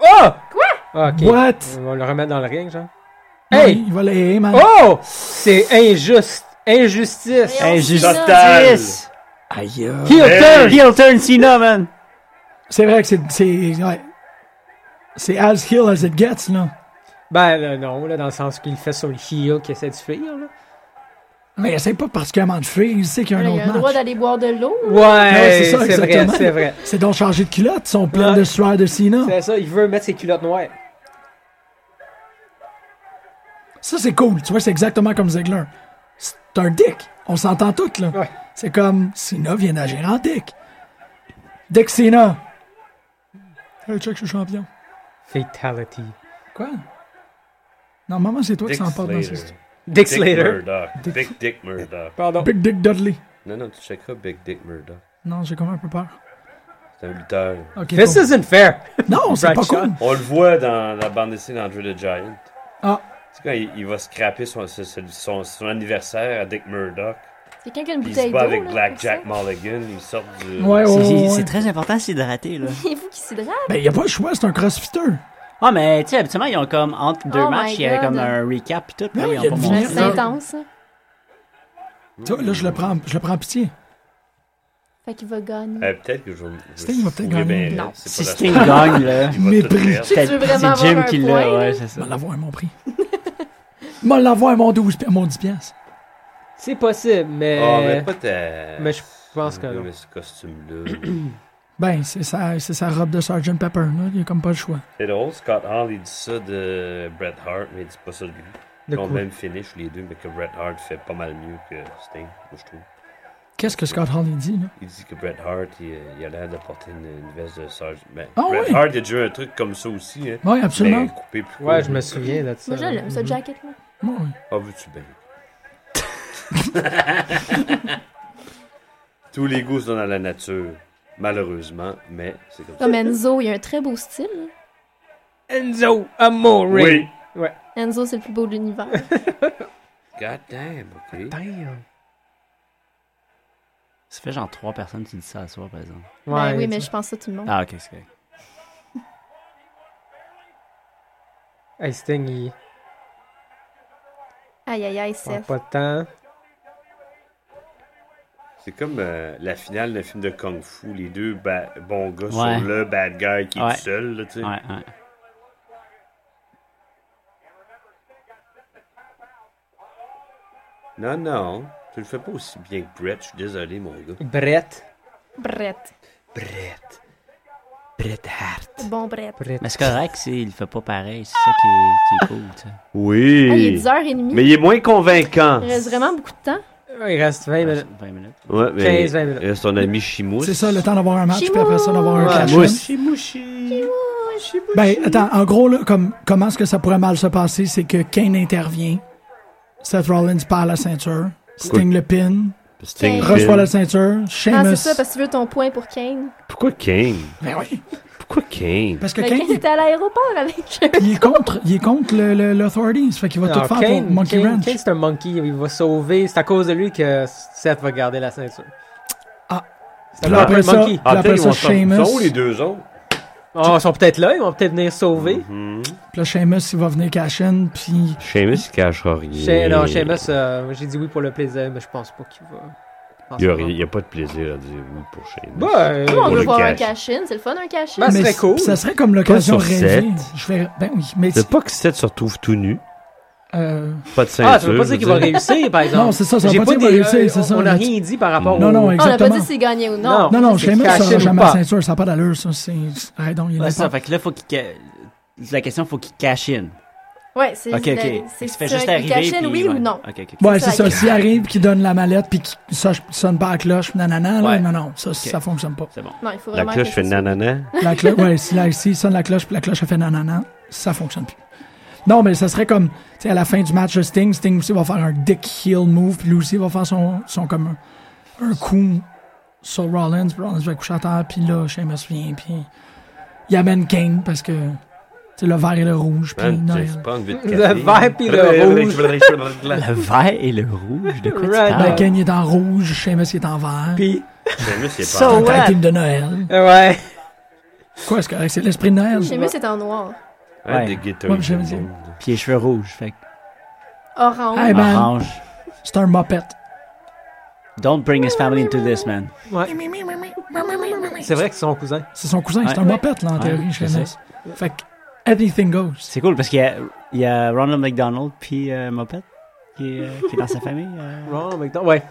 Speaker 4: Oh! Quoi? Ok.
Speaker 1: What?
Speaker 4: On va le remettre dans le ring, genre.
Speaker 1: Non,
Speaker 4: Hey!
Speaker 1: Il va les hey, man.
Speaker 4: Oh! C'est injuste. Injustice.
Speaker 3: Voyons,
Speaker 2: Injustice.
Speaker 3: Cena.
Speaker 5: Total.
Speaker 1: Aïe. euh.
Speaker 4: Heel turn!
Speaker 2: Heel turn Cena, man!
Speaker 1: C'est vrai que c'est. C'est ouais. C'est as hill as it gets, là.
Speaker 4: Ben là, non, là, dans le sens qu'il fait son heel qu'il essaie de fuir, là.
Speaker 1: Mais il essaie pas particulièrement de fuir, il sait qu'il y a un
Speaker 3: Il a
Speaker 1: autre
Speaker 3: le droit
Speaker 1: match.
Speaker 3: d'aller boire de l'eau.
Speaker 1: Ouais,
Speaker 4: Ouais,
Speaker 1: c'est ça,
Speaker 4: c'est vrai,
Speaker 1: exactement.
Speaker 4: c'est vrai.
Speaker 1: C'est donc changer de culotte, son plein
Speaker 4: Ouais.
Speaker 1: de sueur de Cena.
Speaker 4: C'est ça, il veut mettre ses culottes noires.
Speaker 1: Ça, c'est cool. Tu vois, c'est exactement comme Ziggler. C'est un dick. On s'entend toutes, là.
Speaker 4: Ouais.
Speaker 1: C'est comme Cena vient d'agir en dick. Dick Cena. Hey, check, je suis champion.
Speaker 4: Fatality.
Speaker 1: Quoi? Normalement, c'est toi
Speaker 5: Dick
Speaker 1: qui s'en porte dans ce
Speaker 5: Slater.
Speaker 4: Dick
Speaker 5: Dick
Speaker 4: Slater.
Speaker 5: Murdoch.
Speaker 1: Dick-
Speaker 5: Big Dick Murdoch.
Speaker 4: Pardon.
Speaker 1: Big Dick Dudley.
Speaker 5: Non, non, tu checkeras Big Dick Murdoch.
Speaker 1: Non, j'ai quand même un peu peur.
Speaker 5: C'est un lutteur.
Speaker 1: Ok.
Speaker 4: This
Speaker 1: cool.
Speaker 4: isn't fair.
Speaker 1: Non, c'est pas
Speaker 4: Bradshaw.
Speaker 1: cool.
Speaker 5: On le voit dans la bande dessinée d'André the Giant.
Speaker 1: Ah.
Speaker 5: C'est quand il, il va scraper son, son, son- son anniversaire à Dick Murdoch.
Speaker 3: C'est quelqu'un qui a une
Speaker 5: Puis il se
Speaker 3: bouteille d'eau.
Speaker 5: bat avec
Speaker 3: là,
Speaker 5: Black
Speaker 3: pour
Speaker 5: Jack
Speaker 3: ça.
Speaker 5: Mulligan. Il sort du.
Speaker 1: Ouais, ouais,
Speaker 3: Oh,
Speaker 2: C'est-
Speaker 1: ouais.
Speaker 2: C'est c'est
Speaker 1: ouais.
Speaker 2: très important de s'hydrater, là.
Speaker 3: Il faut qu'il s'hydrate.
Speaker 1: Ben, y a pas le choix, c'est un crossfitter.
Speaker 2: Ah, mais tu sais, habituellement, ils ont comme entre deux
Speaker 3: Oh
Speaker 2: matchs,
Speaker 3: my
Speaker 2: il y avait
Speaker 3: God.
Speaker 2: comme un recap pis tout. puis là,
Speaker 1: Oui,
Speaker 2: ils
Speaker 1: il y a
Speaker 2: ont pas
Speaker 1: une
Speaker 2: montré.
Speaker 1: vignette.
Speaker 3: C'est intense. hein.
Speaker 1: Tu vois, là, je le prends, je le prends en pitié.
Speaker 3: Fait qu'il va gagner.
Speaker 5: Euh, peut-être que je vais. je
Speaker 1: Sting va peut-être
Speaker 5: fourrer
Speaker 1: gagner.
Speaker 5: bien là.
Speaker 3: Non.
Speaker 2: Si
Speaker 5: C'est pas la-
Speaker 2: Sting gagne, là.
Speaker 5: Il va tout
Speaker 1: Mépris.
Speaker 5: perdre.
Speaker 3: Tu veux vraiment
Speaker 2: C'est Jim
Speaker 3: avoir un
Speaker 2: qui
Speaker 3: point,
Speaker 2: l'a,
Speaker 3: là?
Speaker 2: ouais, c'est
Speaker 1: Je
Speaker 2: ça.
Speaker 1: vais l'avoir à mon prix. Je vais l'avoir à mon 12 pi- à mon 10 piastres.
Speaker 4: C'est possible, mais.
Speaker 3: Ah,
Speaker 5: Oh, mais pas ta.
Speaker 4: mais je pense que
Speaker 5: Non,
Speaker 4: non.
Speaker 5: mais ce costume-là.
Speaker 1: Ben, c'est sa, c'est sa robe de Sgt. Pepper, là. Il a comme pas le choix.
Speaker 5: C'est drôle, Scott Hall, il dit ça de Bret Hart, mais il dit pas ça de lui.
Speaker 4: De
Speaker 5: Ils ont le
Speaker 4: quoi?
Speaker 5: même finish, les deux, mais que Bret Hart fait pas mal mieux que Sting, moi, je trouve.
Speaker 1: Qu'est-ce que Scott Hall il dit, là?
Speaker 5: Il dit que Bret Hart, il, euh, il a l'air de porter une, une veste de Sarge. Ben,
Speaker 1: Ah
Speaker 5: Bret
Speaker 1: oui?
Speaker 5: Hart, il a déjà un truc comme ça aussi, hein.
Speaker 1: Oui, absolument.
Speaker 5: Mais coupé plus court.
Speaker 4: Ouais, je me souviens là, de ça.
Speaker 3: Moi, je l'aime, ce jacket-là.
Speaker 1: Ouais, ouais.
Speaker 5: Ah, veux-tu bien? Tous les goûts sont dans la nature, malheureusement, mais c'est comme ça.
Speaker 3: Comme Enzo, il a un très beau style. hein.
Speaker 4: Enzo Amore.
Speaker 5: Oui!
Speaker 3: Enzo, c'est le plus beau de l'univers.
Speaker 5: God damn, ok.
Speaker 4: Damn.
Speaker 2: Ça fait genre trois personnes qui disent ça à soi, par exemple.
Speaker 3: Ben oui,
Speaker 4: c'est
Speaker 3: mais
Speaker 4: ça.
Speaker 3: je pense ça tout le monde.
Speaker 2: Ah, ok, c'est correct.
Speaker 4: Hey, Sting, il
Speaker 3: Aïe, aïe, aïe,
Speaker 4: prend
Speaker 3: Seth.
Speaker 4: pas de temps.
Speaker 5: C'est comme euh, la finale d'un film de Kung Fu, les deux ba- bons gars
Speaker 2: Ouais.
Speaker 5: sur le bad guy qui
Speaker 2: Ouais.
Speaker 5: est tout seul, là, tu sais.
Speaker 2: Ouais, ouais.
Speaker 5: Non, non, tu le fais pas aussi bien que Brett, je suis désolé, mon gars.
Speaker 4: Brett.
Speaker 3: Brett.
Speaker 5: Brett.
Speaker 8: Bret Hart.
Speaker 3: Bon, bref.
Speaker 8: Bret.
Speaker 2: Mais c'est correct, c'est- il fait pas pareil. C'est ça qui est, qui est cool, tu sais.
Speaker 5: Oui.
Speaker 3: Ah, il est 10h30.
Speaker 5: mais il est moins convaincant.
Speaker 3: Il reste vraiment beaucoup de temps.
Speaker 4: Il reste 20
Speaker 3: Euh,
Speaker 4: minutes.
Speaker 2: 20 minutes.
Speaker 5: Ouais, mais
Speaker 4: 15, 20 minutes.
Speaker 5: Reste ton ami Chimou.
Speaker 1: C'est ça, le temps d'avoir un match,
Speaker 3: Chimou!
Speaker 1: puis après ça, d'avoir un
Speaker 5: Ouais,
Speaker 1: clash.
Speaker 5: moi
Speaker 1: win.
Speaker 5: aussi.
Speaker 1: Ben, attends, en gros, là, comme, comment est-ce que ça pourrait mal se passer? C'est que Kane intervient, Seth Rollins perd la ceinture, Sting le pin,
Speaker 5: Sting
Speaker 1: reçoit
Speaker 5: Pin.
Speaker 1: la ceinture,
Speaker 3: Ah,
Speaker 1: Sheamus.
Speaker 3: c'est ça, parce que tu veux ton point pour Kane.
Speaker 5: Pourquoi Kane?
Speaker 1: Ben oui,
Speaker 5: Pourquoi Kane?
Speaker 1: parce que
Speaker 3: Mais
Speaker 1: Kane,
Speaker 3: Ben, Kane était à l'aéroport avec eux.
Speaker 1: il, il est contre, il est contre le- le- l'Authority, ça fait qu'il va
Speaker 4: Non,
Speaker 1: tout faire
Speaker 4: Ah, Kane-
Speaker 1: pour Monkey
Speaker 4: Kane-
Speaker 1: Ranch.
Speaker 4: Kane, c'est un monkey. Il va sauver. C'est à cause de lui que Seth va garder la ceinture.
Speaker 1: Ah.
Speaker 4: C'est un
Speaker 1: Là, après
Speaker 4: peu
Speaker 1: ça-
Speaker 4: monkey.
Speaker 1: Ah, après
Speaker 5: ils
Speaker 1: ça,
Speaker 5: vont s'en-
Speaker 1: Sheamus.
Speaker 5: Ils sont où les deux autres?
Speaker 4: Oh, ils sont peut-être là. Ils vont peut-être venir sauver.
Speaker 1: Puis là, Sheamus, il va venir cash in, puis
Speaker 5: Seamus, il cachera rien.
Speaker 4: Chez- Non, Seamus, euh, j'ai dit oui pour le plaisir, mais je pense pas qu'il va. je pense
Speaker 5: Il n'y
Speaker 4: pas.
Speaker 5: a, rien- il y a pas de plaisir à dire oui pour Seamus.
Speaker 4: Bah, euh,
Speaker 3: Nous, on
Speaker 5: Pour
Speaker 3: veut
Speaker 5: le
Speaker 3: voir un
Speaker 5: cash.
Speaker 3: cash-in. C'est le fun, un cash-in.
Speaker 4: Ben, Ça c'est-
Speaker 1: mais
Speaker 4: serait
Speaker 1: c-
Speaker 4: cool.
Speaker 1: ça serait comme l'occasion
Speaker 5: Pas sur
Speaker 1: rêvée.
Speaker 5: sept.
Speaker 1: Je vais, ben oui, mais
Speaker 5: C'est pas que Seth se retrouve tout nu.
Speaker 1: euh,
Speaker 5: Pas de ceinture.
Speaker 4: ah, ça veut pas dire
Speaker 5: je
Speaker 4: qu'il
Speaker 5: veux
Speaker 4: va réussir, par exemple.
Speaker 1: non, c'est ça, ça
Speaker 4: J'ai
Speaker 1: va pas dire
Speaker 4: des-
Speaker 1: qu'il va réussir,
Speaker 4: euh,
Speaker 1: c'est ça.
Speaker 4: On n'a
Speaker 1: là, tu-
Speaker 4: rien dit par rapport
Speaker 1: Non,
Speaker 4: au.
Speaker 1: non,
Speaker 3: Ah, on n'a pas dit
Speaker 1: exactement.
Speaker 3: s'il gagnait ou non.
Speaker 4: Non.
Speaker 1: Non, non,
Speaker 4: c'est
Speaker 1: Sheamus, ça
Speaker 4: caché
Speaker 1: n'a
Speaker 4: ou
Speaker 1: jamais
Speaker 4: pas.
Speaker 1: la ceinture, ça n'a pas d'allure, ça. C'est. Arrête donc, il est
Speaker 2: Ouais, c'est ça,
Speaker 1: pas.
Speaker 2: fait que là, faut qu'il. ca- La question, faut qu'il cash in.
Speaker 3: Ouais, c'est ben,
Speaker 2: Ok, ok.
Speaker 3: c'est-
Speaker 2: Il se fait
Speaker 3: c'est
Speaker 2: juste
Speaker 3: un-
Speaker 2: arriver.
Speaker 3: cash-in,
Speaker 2: puis
Speaker 3: oui
Speaker 2: ouais.
Speaker 3: ou non.
Speaker 2: Ok, ok.
Speaker 1: Ouais,
Speaker 3: ça,
Speaker 1: c'est ça.
Speaker 3: la-
Speaker 1: S'il arrive, qu'il donne la mallette, puis qu'il ça, sonne pas la cloche, nanana, là,
Speaker 2: Ouais.
Speaker 1: non, non, ça, ça fonctionne pas.
Speaker 2: C'est bon.
Speaker 3: Non, il faut
Speaker 5: La
Speaker 3: vraiment.
Speaker 5: cloche
Speaker 3: que
Speaker 5: fait
Speaker 3: ce soit-
Speaker 5: nanana.
Speaker 1: La cloche, ouais, si là, ici, il sonne la cloche, puis la cloche, elle fait nanana, ça fonctionne plus. Non, mais ça serait comme, tu sais, à la fin du match de Sting, Sting aussi va faire un dick heel move, puis lui aussi va faire son, son comme, un, un coup sur Rollins, puis Rollins va coucher à terre, puis là, Sheamus vient, puis il amène Kane, parce que, tu sais, le vert et le rouge, puis
Speaker 5: Man,
Speaker 1: non,
Speaker 5: tu
Speaker 1: il-
Speaker 5: sais, pas envie de
Speaker 4: Le
Speaker 5: café.
Speaker 4: vert puis le
Speaker 5: rouge.
Speaker 2: Le vert et le rouge, de quoi tu
Speaker 4: Right
Speaker 1: Ben,
Speaker 2: parles?
Speaker 4: back.
Speaker 1: Kane il est en rouge, Sheamus il est en vert.
Speaker 4: Puis, Euh,
Speaker 5: Seamus, il est
Speaker 2: Ça,
Speaker 5: pas
Speaker 1: C'est un
Speaker 2: ouais.
Speaker 1: team de Noël.
Speaker 4: ouais.
Speaker 1: Quoi, c'est correct? C'est l'esprit de Noël.
Speaker 3: Sheamus est en noir.
Speaker 5: un
Speaker 2: Ouais.
Speaker 5: des guitaristes
Speaker 1: Ouais, mais j'aime
Speaker 5: du
Speaker 1: ça.
Speaker 5: monde.
Speaker 2: Puis les cheveux rouges, fait que
Speaker 3: Orange.
Speaker 2: Ah,
Speaker 1: Hey, man.
Speaker 2: orange.
Speaker 1: C'est un mopette.
Speaker 2: Don't bring his family into this, man.
Speaker 4: C'est vrai que c'est son cousin.
Speaker 1: C'est son cousin, c'est
Speaker 2: Ouais.
Speaker 1: un mopette, là, en
Speaker 2: Ouais,
Speaker 1: théorie,
Speaker 2: je
Speaker 1: Sheamus. Fait que, anything goes.
Speaker 2: C'est cool parce qu'il y a, il y a Ronald McDonald puis euh, Mopette qui, est, euh, qui est dans sa famille, euh,
Speaker 4: Ron McDonald. Ouais.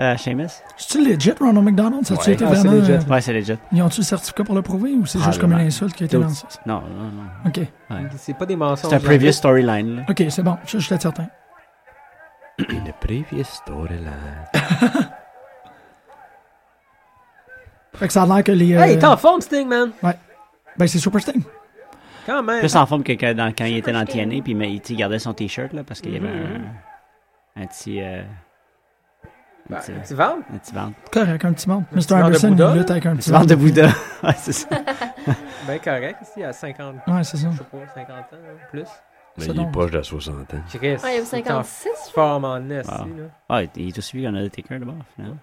Speaker 2: euh, Seamus.
Speaker 1: C'est-tu legit, Ronald McDonald? Ça a-tu
Speaker 2: Ouais.
Speaker 1: été
Speaker 4: Ah, c'est
Speaker 1: vraiment,
Speaker 4: legit.
Speaker 1: euh,
Speaker 2: Ouais, c'est legit.
Speaker 1: Ils ont-tu le certificat pour le prouver ou c'est juste comme une
Speaker 2: Probablement.
Speaker 1: insulte qui a été
Speaker 2: D'autres-
Speaker 1: lancée? ça?
Speaker 2: Non, non, non.
Speaker 1: Ok,
Speaker 4: C'est pas des mensonges.
Speaker 2: C'est un previous storyline. là.
Speaker 1: ok, c'est bon, je j'étais certain.
Speaker 5: In a previous storyline.
Speaker 1: Fait que ça a l'air que les. euh,
Speaker 4: Hey, il est en forme, Sting, man.
Speaker 1: ben, c'est Super Sting.
Speaker 4: Quand même.
Speaker 2: Plus en forme que quand, dans- quand il était dans TNA, puis mais, il tu sais, il gardait son t-shirt là parce qu'il y avait un, un petit. euh,
Speaker 4: Ben,
Speaker 2: petit-
Speaker 4: Tu vends?
Speaker 2: un petit ventre.
Speaker 1: Correct, un petit monde. Mr.
Speaker 4: petit ventre de
Speaker 1: Anderson,
Speaker 4: Bouddha,
Speaker 1: il lutte avec un
Speaker 2: Un
Speaker 1: petit
Speaker 2: petit ventre de
Speaker 1: ventre.
Speaker 2: Bouddha. ouais, c'est ça.
Speaker 4: Ben, correct. Ici, à 50,
Speaker 1: Ouais, c'est ça.
Speaker 4: je sais pas, 50 ans, hein, plus.
Speaker 5: Mais
Speaker 1: C'est
Speaker 5: il est
Speaker 1: donc-
Speaker 5: proche de la 60 ans.
Speaker 4: Chris.
Speaker 3: Ouais, il a
Speaker 4: il est en
Speaker 3: 56.
Speaker 4: forme en est,
Speaker 1: Ah.
Speaker 2: Wow.
Speaker 4: là.
Speaker 2: Ouais, il est aussi vieux qu'on a des quelqu'un de bord, finalement.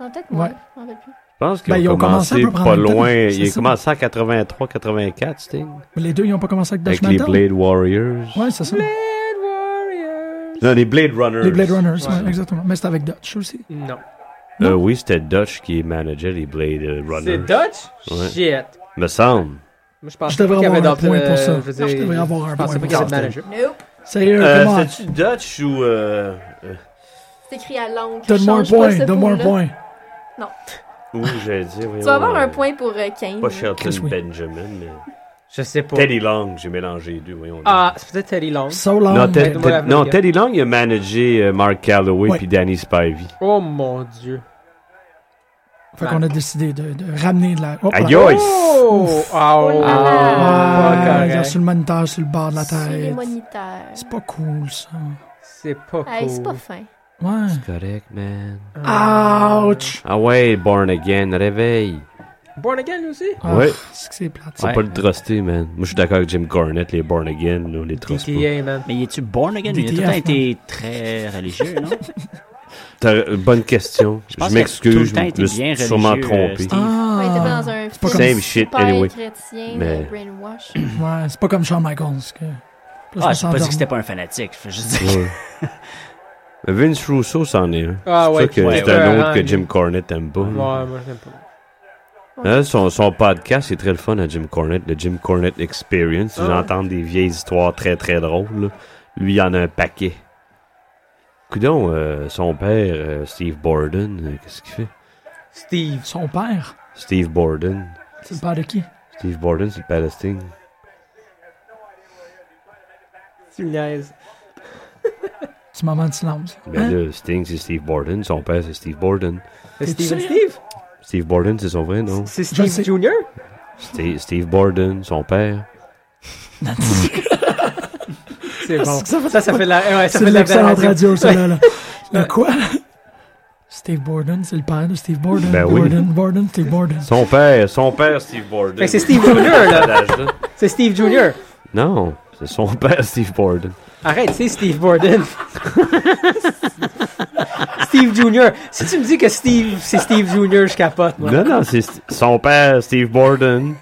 Speaker 3: Non, peut-être moins.
Speaker 1: Ouais.
Speaker 3: Je m'en rappelle plus.
Speaker 5: Je pense qu'ils
Speaker 1: Ben, ils
Speaker 5: ont
Speaker 1: ont commencé à
Speaker 5: commencé
Speaker 1: peu près en
Speaker 5: pas
Speaker 1: même temps.
Speaker 5: loin.
Speaker 1: C'est
Speaker 5: Ils ont
Speaker 1: ça.
Speaker 5: commencé en 83, 84, Sting.
Speaker 1: Mais les deux, ils ont pas commencé avec Dash
Speaker 5: Avec les
Speaker 1: Mantel.
Speaker 5: Blade Warriors.
Speaker 1: Ouais, c'est ça.
Speaker 4: Blade Warriors.
Speaker 5: Non, les Blade Runners.
Speaker 1: Les Blade Runners,
Speaker 4: Ouais.
Speaker 1: ouais, exactement. Mais c'est avec Dutch aussi.
Speaker 4: Non.
Speaker 5: Euh, oui, c'était Dutch qui manageait les Blade euh,
Speaker 4: C'est
Speaker 5: Runners.
Speaker 4: Dutch?
Speaker 5: Ouais.
Speaker 4: Shit.
Speaker 5: Me semble.
Speaker 4: Moi, je pense
Speaker 1: Je devrais
Speaker 4: pas qu'il y avait
Speaker 1: avoir un
Speaker 4: d'emploi.
Speaker 1: point pour ça.
Speaker 4: euh, je veux dire,
Speaker 1: Je devrais avoir un
Speaker 4: je pensais
Speaker 1: point
Speaker 4: pas qu'il y avait
Speaker 1: pour
Speaker 4: de
Speaker 1: ça.
Speaker 4: manager.
Speaker 3: Nope.
Speaker 1: Sérieux,
Speaker 5: Euh,
Speaker 1: comment?
Speaker 5: C'est-tu Dutch ou. euh, euh,
Speaker 3: C'est écrit à l'encre.
Speaker 1: Donne-moi un
Speaker 3: Change pas
Speaker 1: point,
Speaker 3: ce
Speaker 1: donne-moi un
Speaker 3: point-là.
Speaker 1: point.
Speaker 5: Où j'allais dire.
Speaker 3: Tu vas avoir un point pour euh, Kane.
Speaker 5: Pas Shelton
Speaker 1: Chris, oui.
Speaker 5: Benjamin, mais.
Speaker 4: Je sais pas.
Speaker 5: Teddy Long, j'ai mélangé les deux, voyons.
Speaker 4: Ah, c'est peut-être Teddy Long.
Speaker 1: So long.
Speaker 5: Non, Ted-
Speaker 4: Aide-moi
Speaker 5: Ted-
Speaker 4: à venir.
Speaker 5: non, Teddy Long, il a managé euh, Mark Calloway
Speaker 1: Ouais.
Speaker 5: puis Danny Spivey.
Speaker 4: Oh mon dieu.
Speaker 1: Fait qu'on a décidé de, de ramener de la. Hop là.
Speaker 5: Aïe, aïe!
Speaker 4: Oh! Ah, oh,
Speaker 3: là
Speaker 1: Ah,
Speaker 4: pas
Speaker 1: il regarde
Speaker 4: correct.
Speaker 1: sur le moniteur, sur le bord de la
Speaker 3: Sur les
Speaker 1: tête.
Speaker 3: moniteurs.
Speaker 1: C'est pas cool, ça.
Speaker 4: C'est pas
Speaker 3: Hey, c'est pas
Speaker 4: cool.
Speaker 3: fin.
Speaker 1: Ouais.
Speaker 5: Correct, man.
Speaker 1: Ouch!
Speaker 5: Ah ouais, Born Again, réveille.
Speaker 4: Born Again, lui aussi?
Speaker 1: Ah,
Speaker 5: Ouais.
Speaker 1: C'est que c'est plate.
Speaker 5: Faut
Speaker 1: ça.
Speaker 5: pas le truster, man. Moi, je suis d'accord avec Jim Garnett, les Born Again, on les truste pas.
Speaker 4: DTA, man.
Speaker 2: Mais il est-tu er born again? Il a tout
Speaker 1: DTF,
Speaker 2: le temps été très religieux, non?
Speaker 5: T'as- euh, bonne question.
Speaker 2: pense que
Speaker 5: Je
Speaker 2: tout le
Speaker 5: m'excuse, je
Speaker 2: temps était
Speaker 5: me suis
Speaker 2: bien
Speaker 5: sûrement
Speaker 2: religieux, euh,
Speaker 5: trompé.
Speaker 2: Steve.
Speaker 3: Ouais, t'es pas
Speaker 1: Ah!
Speaker 3: dans un
Speaker 1: pas
Speaker 3: film
Speaker 1: comme-
Speaker 5: Same shit,
Speaker 3: super
Speaker 5: anyway.
Speaker 3: chrétien,
Speaker 5: Mais- Hein?
Speaker 3: euh, brainwash.
Speaker 1: Ouais, c'est pas comme Shawn Michaels. Que... Plus on
Speaker 2: Ah, j'ai pas dit
Speaker 1: s'endorme.
Speaker 2: que c'était pas un fanatique. Je fais juste dire.
Speaker 5: Ouais. Mais Vince Russo, c'en est un.
Speaker 4: Ah
Speaker 5: c'est
Speaker 4: ouais,
Speaker 5: ça que
Speaker 4: ouais,
Speaker 5: c'est un
Speaker 4: ouais,
Speaker 5: autre que
Speaker 4: ouais.
Speaker 5: Jim Cornette aime pas.
Speaker 4: Ouais, moi, j'aime pas.
Speaker 3: Ben,
Speaker 5: Hein, son, son podcast est très le fun à Jim Cornette, le Jim Cornette Experience.
Speaker 4: Ah.
Speaker 5: J'entends des vieilles histoires très très drôles. là. Lui, il en a un paquet. Coudon, euh, son père, euh, Steve Borden, euh, qu'est-ce qu'il fait?
Speaker 4: Steve.
Speaker 1: Son père.
Speaker 5: Steve Borden.
Speaker 1: C'est le père de qui?
Speaker 5: Steve Borden, c'est le père de Sting.
Speaker 4: Tu me niaises.
Speaker 1: Petit moment de silence.
Speaker 5: Ben
Speaker 1: Hein?
Speaker 5: là, Sting, c'est Steve Borden. Son père, c'est Steve Borden.
Speaker 4: C'est
Speaker 1: T'es-tu
Speaker 4: Steve,
Speaker 1: sérieux?
Speaker 4: Steve?
Speaker 5: Steve Borden, c'est son vrai nom.
Speaker 4: C'est
Speaker 1: Je sais.
Speaker 4: Steve Junior?
Speaker 5: Steve, Steve Borden, son père.
Speaker 4: C'est bon.
Speaker 1: que ça fait-
Speaker 4: Ça, ça fait de la, ouais,
Speaker 1: C'est
Speaker 4: ça fait
Speaker 1: de
Speaker 4: de la belle
Speaker 1: l'excellente
Speaker 4: radio.
Speaker 1: radio, celle-là. là. Le quoi? Steve Borden, c'est le père de Steve Borden.
Speaker 5: Ben oui.
Speaker 1: Borden, Borden, Steve Borden.
Speaker 5: Son père, son père, Steve Borden.
Speaker 4: Fait que c'est Steve Junior, là.
Speaker 5: là.
Speaker 4: C'est Steve Junior.
Speaker 5: Non, c'est son père, Steve Borden.
Speaker 4: Arrête, c'est Steve Borden. Steve Junior. Si tu me dis que Steve, c'est Steve Junior, je capote, moi.
Speaker 5: Non, non, c'est St- son père, Steve Borden.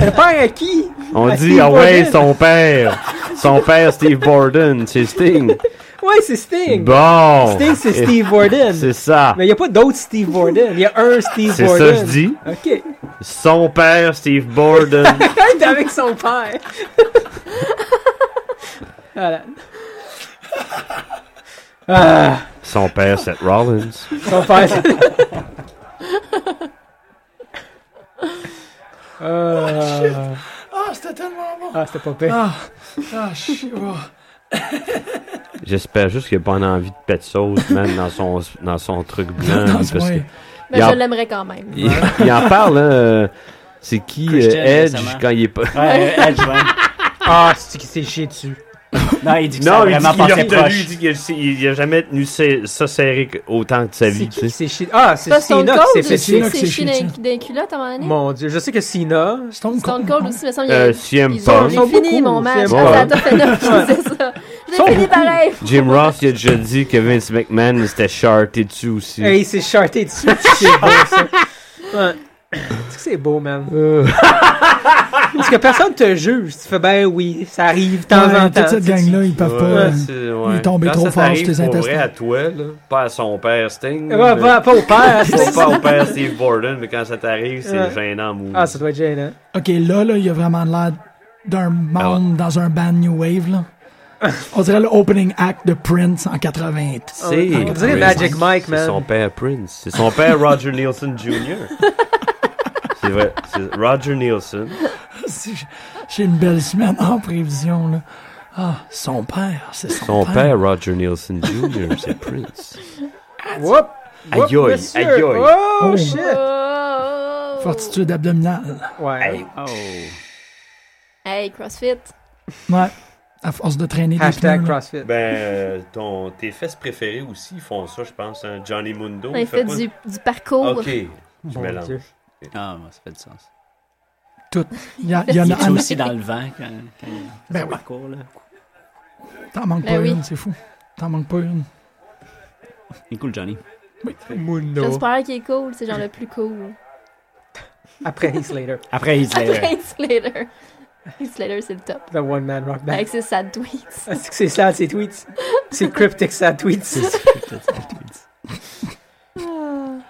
Speaker 4: Le père à qui?
Speaker 5: On
Speaker 4: Ah,
Speaker 5: dit,
Speaker 4: Steve
Speaker 5: ah ouais,
Speaker 4: Borden.
Speaker 5: son père. Son père, Steve Borden, c'est Sting.
Speaker 4: Ouais, c'est Sting.
Speaker 5: Bon.
Speaker 4: Sting, c'est
Speaker 5: Et-
Speaker 4: Steve Borden.
Speaker 5: C'est ça.
Speaker 4: Mais il n'y a pas d'autres Steve Borden. Il y a un Steve
Speaker 5: C'est ça,
Speaker 4: Borden.
Speaker 5: je dis.
Speaker 4: OK.
Speaker 5: Son père, Steve Borden.
Speaker 4: Arrête avec son père. voilà. Ah,
Speaker 5: son père, Seth Rollins.
Speaker 4: son père. Euh,
Speaker 1: Ah, c'était tellement bon!
Speaker 4: ah, c'était pas pire.
Speaker 1: Ah, ah, shit. oh.
Speaker 5: J'espère juste qu'il n'a pas envie de pète sauce, man, dans son, dans son truc blanc.
Speaker 1: Dans
Speaker 5: Ben parce
Speaker 1: ce
Speaker 5: que-
Speaker 1: ouais.
Speaker 3: Mais
Speaker 5: Y'a-
Speaker 3: je l'aimerais quand même.
Speaker 5: il, il en parle, hein. euh, C'est qui euh,
Speaker 2: Christian,
Speaker 5: Edge
Speaker 2: récemment.
Speaker 5: quand il est pas.
Speaker 2: Ouais, euh, Edge, ouais.
Speaker 4: Ah, c'est qui s'est chié dessus.
Speaker 2: Non, il dit que ça a vraiment
Speaker 5: qu'il
Speaker 2: passé
Speaker 5: l'a retenu,
Speaker 2: proche.
Speaker 5: il dit qu'il- il n'a jamais tenu ça ça serré que- autant de sa
Speaker 4: C'est
Speaker 5: vie.
Speaker 4: qui
Speaker 5: tu
Speaker 4: qui
Speaker 5: sais.
Speaker 4: s'est chié Ah, c'est
Speaker 3: Pas Stone
Speaker 4: Cena qui s'est
Speaker 3: Cold
Speaker 4: fait
Speaker 3: aussi,
Speaker 4: chier.
Speaker 1: Cena qui
Speaker 3: c'est
Speaker 1: s'est
Speaker 3: chier
Speaker 1: fait
Speaker 3: d'un d'un culotte à un moment donné.
Speaker 4: Mon dieu, je sais que Cena.
Speaker 1: Stone
Speaker 3: Stone
Speaker 1: Cold.
Speaker 3: Cold aussi, mais ça, il y a-
Speaker 5: Euh, CM
Speaker 3: ils ont
Speaker 5: Punk.
Speaker 4: sont
Speaker 3: j'ai fini
Speaker 4: beaucoup,
Speaker 3: mon match.
Speaker 4: c'est
Speaker 5: bon.
Speaker 3: Ah, ça fait neuf je disais ça. Je
Speaker 4: Sont
Speaker 3: l'ai fini
Speaker 4: beaucoup.
Speaker 3: pareil.
Speaker 5: Jim Ross, il a déjà dit que Vince McMahon il s'était charté dessus aussi.
Speaker 4: Hey, il s'est charté dessus. C'est beau, ça. Ouais. Est-ce que c'est beau, man? Parce que personne te juge. Tu fais, ben oui, ça arrive de temps
Speaker 1: Ouais,
Speaker 4: en temps.
Speaker 1: Toute cette
Speaker 4: Tu sais,
Speaker 1: gang-là, ils peuvent pas. euh, est tombé trop fort sur tes
Speaker 5: C'est vrai
Speaker 1: intestins.
Speaker 5: à toi, là, pas à son père Sting.
Speaker 4: Ouais,
Speaker 5: mais-
Speaker 4: pas, pas au père.
Speaker 5: Faut pas au père Steve Borden, mais quand ça t'arrive, c'est
Speaker 4: Ouais.
Speaker 5: gênant mou.
Speaker 4: ah, ça doit être gênant.
Speaker 1: euh, Ok, là, là, il y a vraiment l'air d'un
Speaker 5: Ah
Speaker 1: monde dans un band New Wave, là. On dirait le opening act de Prince en 88.
Speaker 5: C'est-
Speaker 4: On dirait
Speaker 5: Prince.
Speaker 4: Magic Mike,
Speaker 5: C'est
Speaker 4: man.
Speaker 5: son père Prince. C'est son père Roger Nielsen Jr. c'est vrai. C'est Roger Nielsen.
Speaker 1: Si- J'ai une belle semaine en prévision, là. Ah, son père, c'est son,
Speaker 4: Ah.
Speaker 5: Son père Roger Nielsen Jr. C'est Prince.
Speaker 4: Whoop! whoop,
Speaker 5: Aïe, aïe,
Speaker 4: monsieur.
Speaker 5: aïe, aïe.
Speaker 4: Oh,
Speaker 1: Oh.
Speaker 4: shit!
Speaker 3: Oh.
Speaker 1: Fortitude abdominale.
Speaker 4: Ouais.
Speaker 3: Hey, CrossFit.
Speaker 1: Ouais. À force de traîner des
Speaker 4: Hashtag
Speaker 1: pneus, là.
Speaker 4: CrossFit.
Speaker 5: Ben, euh, ton, tes fesses préférées aussi, ils font ça, je pense. hein. Johnny Mundo.
Speaker 3: Ben, Il fait
Speaker 5: pas-
Speaker 3: du, du parcours.
Speaker 5: Ok. Je
Speaker 4: Mon
Speaker 5: mélange.
Speaker 4: Dieu.
Speaker 2: Ah, ouais, ça fait du sens.
Speaker 1: Il y, a- il y en
Speaker 2: Il
Speaker 1: a
Speaker 2: est
Speaker 1: un.
Speaker 2: aussi dans le vent quand, quand il fait
Speaker 1: Ben
Speaker 2: son
Speaker 1: oui.
Speaker 2: parcours, là.
Speaker 1: T'en manques
Speaker 3: Ben
Speaker 1: pas
Speaker 3: oui.
Speaker 1: une, c'est fou. T'en manques pas une.
Speaker 2: Il est cool, Johnny.
Speaker 4: Mundo.
Speaker 3: J'espère qu'il est cool, c'est genre le plus cool.
Speaker 4: Après Heath Slater.
Speaker 2: Après, il dit...
Speaker 7: euh,
Speaker 3: Après Heath Slater. Heath Slater, c'est le top.
Speaker 4: The One Man Rock Band.
Speaker 3: Avec ses sad tweets.
Speaker 4: Est-ce que c'est ça, ses tweets? C'est cryptic, ça, tweets.
Speaker 2: euh,
Speaker 1: Ah.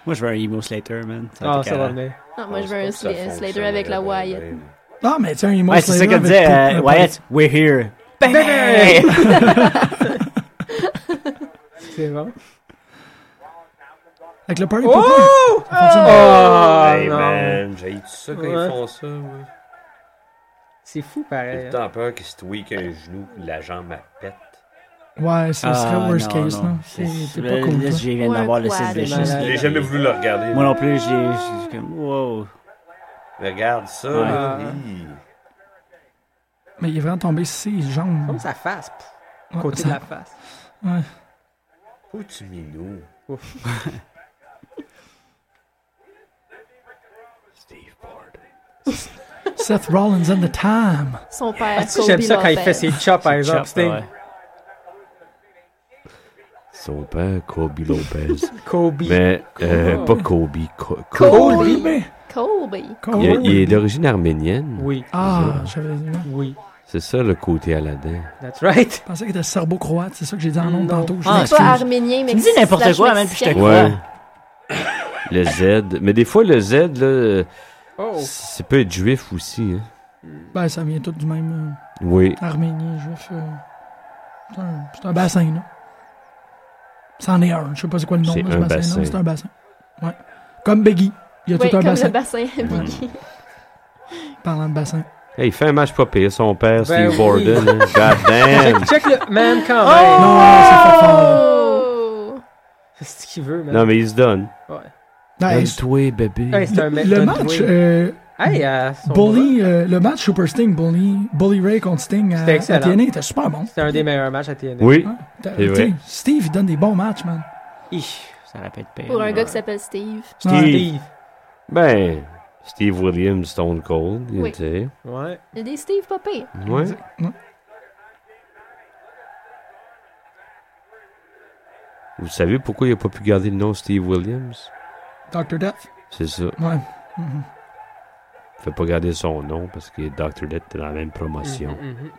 Speaker 2: Moi, je veux un emo Slater, man. Ça va
Speaker 4: Ah,
Speaker 2: être
Speaker 4: ça va
Speaker 2: écœurant.
Speaker 4: venir.
Speaker 3: Non, moi, je veux
Speaker 5: pense
Speaker 3: un
Speaker 5: pas que Ah, ça
Speaker 3: Sla-
Speaker 5: fonctionne,
Speaker 3: Slater avec la
Speaker 5: ben,
Speaker 3: Wyatt.
Speaker 5: ben.
Speaker 1: Ah, mais tiens, il
Speaker 2: Ouais, c'est ça que disait
Speaker 1: er-
Speaker 2: euh, Wyatt. We're here.
Speaker 4: Bang! C'est bon.
Speaker 1: Avec le party
Speaker 4: Oh!
Speaker 1: popper.
Speaker 4: Oh!
Speaker 1: Oh,
Speaker 5: hey
Speaker 4: Ah, non.
Speaker 5: man, j'ai tout ça quand
Speaker 4: Ouais.
Speaker 5: ils font ça. ouais.
Speaker 4: C'est fou,
Speaker 5: J'ai
Speaker 4: pareil. hein.
Speaker 5: tout le temps peur que si tu week un genou, la jambe elle pète.
Speaker 1: Ouais, ça serait
Speaker 2: Ah,
Speaker 1: worst
Speaker 2: non,
Speaker 1: er case,
Speaker 2: non.
Speaker 1: là.
Speaker 2: C'est-
Speaker 1: C'est- T'es
Speaker 2: là,
Speaker 1: pas cool,
Speaker 2: là,
Speaker 1: toi.
Speaker 2: J'ai viens d'avoir le
Speaker 3: Ouais,
Speaker 2: 6 de
Speaker 4: c'est malade.
Speaker 5: J'ai jamais voulu le regarder.
Speaker 2: Moi non plus, j'ai- j'ai j'ai comme... Wow.
Speaker 5: Mais Regarde ça.
Speaker 2: Ouais.
Speaker 5: là.
Speaker 4: Ah.
Speaker 5: Hi.
Speaker 1: Mais il est vraiment tombé ses jambes.
Speaker 4: Comme sa face. pff,
Speaker 1: Ouais,
Speaker 4: Côté
Speaker 1: ça-
Speaker 4: de la face.
Speaker 1: ouais.
Speaker 5: Oh, tu minou. Steve Borden.
Speaker 1: Seth Rollins in the time.
Speaker 3: Son père,
Speaker 4: Ah, tu sais,
Speaker 3: Kobe
Speaker 4: j'aime ça quand il
Speaker 3: Lopez.
Speaker 4: fait ses chops, par exemple.
Speaker 2: Chop,
Speaker 4: Sting.
Speaker 2: ouais.
Speaker 5: Son père, Kobe Lopez.
Speaker 4: Kobe.
Speaker 5: Mais euh, pas Kobe. Co- Kobe.
Speaker 3: Kobe.
Speaker 1: mais-
Speaker 3: Kobe.
Speaker 1: Kobe.
Speaker 5: Il, est- il est d'origine arménienne.
Speaker 4: Oui.
Speaker 1: Ah, j'avais dit. non.
Speaker 4: Oui.
Speaker 5: C'est ça le côté Aladdin.
Speaker 4: That's right.
Speaker 1: Je pensais qu'il était serbo-croate, c'est ça que j'ai dit en nom
Speaker 4: Non.
Speaker 1: tantôt. Je
Speaker 2: Ah,
Speaker 3: Pas
Speaker 1: m'excuse.
Speaker 3: arménien, mais
Speaker 2: Tu me dis n'importe
Speaker 3: slash
Speaker 2: quoi, man, puis je te
Speaker 3: mexicain.
Speaker 5: Ouais. le Z. Mais des fois, le Z, là,
Speaker 4: Oh.
Speaker 5: c'est peut être juif aussi. Hein.
Speaker 1: Ben, ça vient tout du même
Speaker 5: Oui.
Speaker 1: euh, arménien, juif. euh, c'est un- C'est un bassin, là. C'en est un. Je sais pas c'est quoi le nom
Speaker 5: C'est
Speaker 1: de ce
Speaker 5: un
Speaker 1: bassin-là,
Speaker 5: bassin.
Speaker 1: mais c'est un bassin. Ouais. Comme Beggy. Il y a
Speaker 3: Oui,
Speaker 1: tout un
Speaker 3: comme le
Speaker 1: bassin.
Speaker 3: bassin à Biggie.
Speaker 1: parlant de bassin.
Speaker 5: Hey, il fait un match pas pire, son père,
Speaker 4: Ben
Speaker 5: Steve
Speaker 4: oui.
Speaker 5: Borden. hein. God damn!
Speaker 4: Check le man quand même.
Speaker 1: Oh! Non, c'est fait fort.
Speaker 3: Oh!
Speaker 4: C'est ce qu'il veut, man.
Speaker 5: Non, mais il se donne. Hein?
Speaker 1: Non, hey,
Speaker 8: Donne-toi, bébé.
Speaker 4: Hey, c'est un
Speaker 1: le,
Speaker 4: mec
Speaker 1: le
Speaker 4: de
Speaker 1: match,
Speaker 4: doué.
Speaker 1: euh,
Speaker 4: Hey, euh, son-
Speaker 1: Bully, euh, le match Super Sting, Bully, Bully Ray contre Sting à,
Speaker 4: C'était
Speaker 1: à
Speaker 4: excellent.
Speaker 1: TNA était super bon.
Speaker 4: C'était un des meilleurs matchs à TNA.
Speaker 5: Oui.
Speaker 1: Ouais. T'as-
Speaker 5: C'est vrai.
Speaker 1: t'sais, Steve, il donne des bons matchs, man.
Speaker 4: Hi,
Speaker 2: er
Speaker 8: Ça répète pas.
Speaker 3: Pour un gars qui s'appelle Steve.
Speaker 5: Steve.
Speaker 4: Steve.
Speaker 5: Ben, Steve Williams, Stone Cold, il
Speaker 3: Oui.
Speaker 5: était.
Speaker 4: Ouais.
Speaker 3: Il y a des Steve pas pire.
Speaker 5: Ouais.
Speaker 1: Ouais.
Speaker 5: Vous savez pourquoi il n'a pas pu garder le nom Steve Williams?
Speaker 1: Dr. Death.
Speaker 5: C'est ça.
Speaker 1: Ouais. Mhm.
Speaker 5: Il ne fait pas garder son nom parce que Dr. Death était dans la même promotion.
Speaker 4: Mhm, mhm.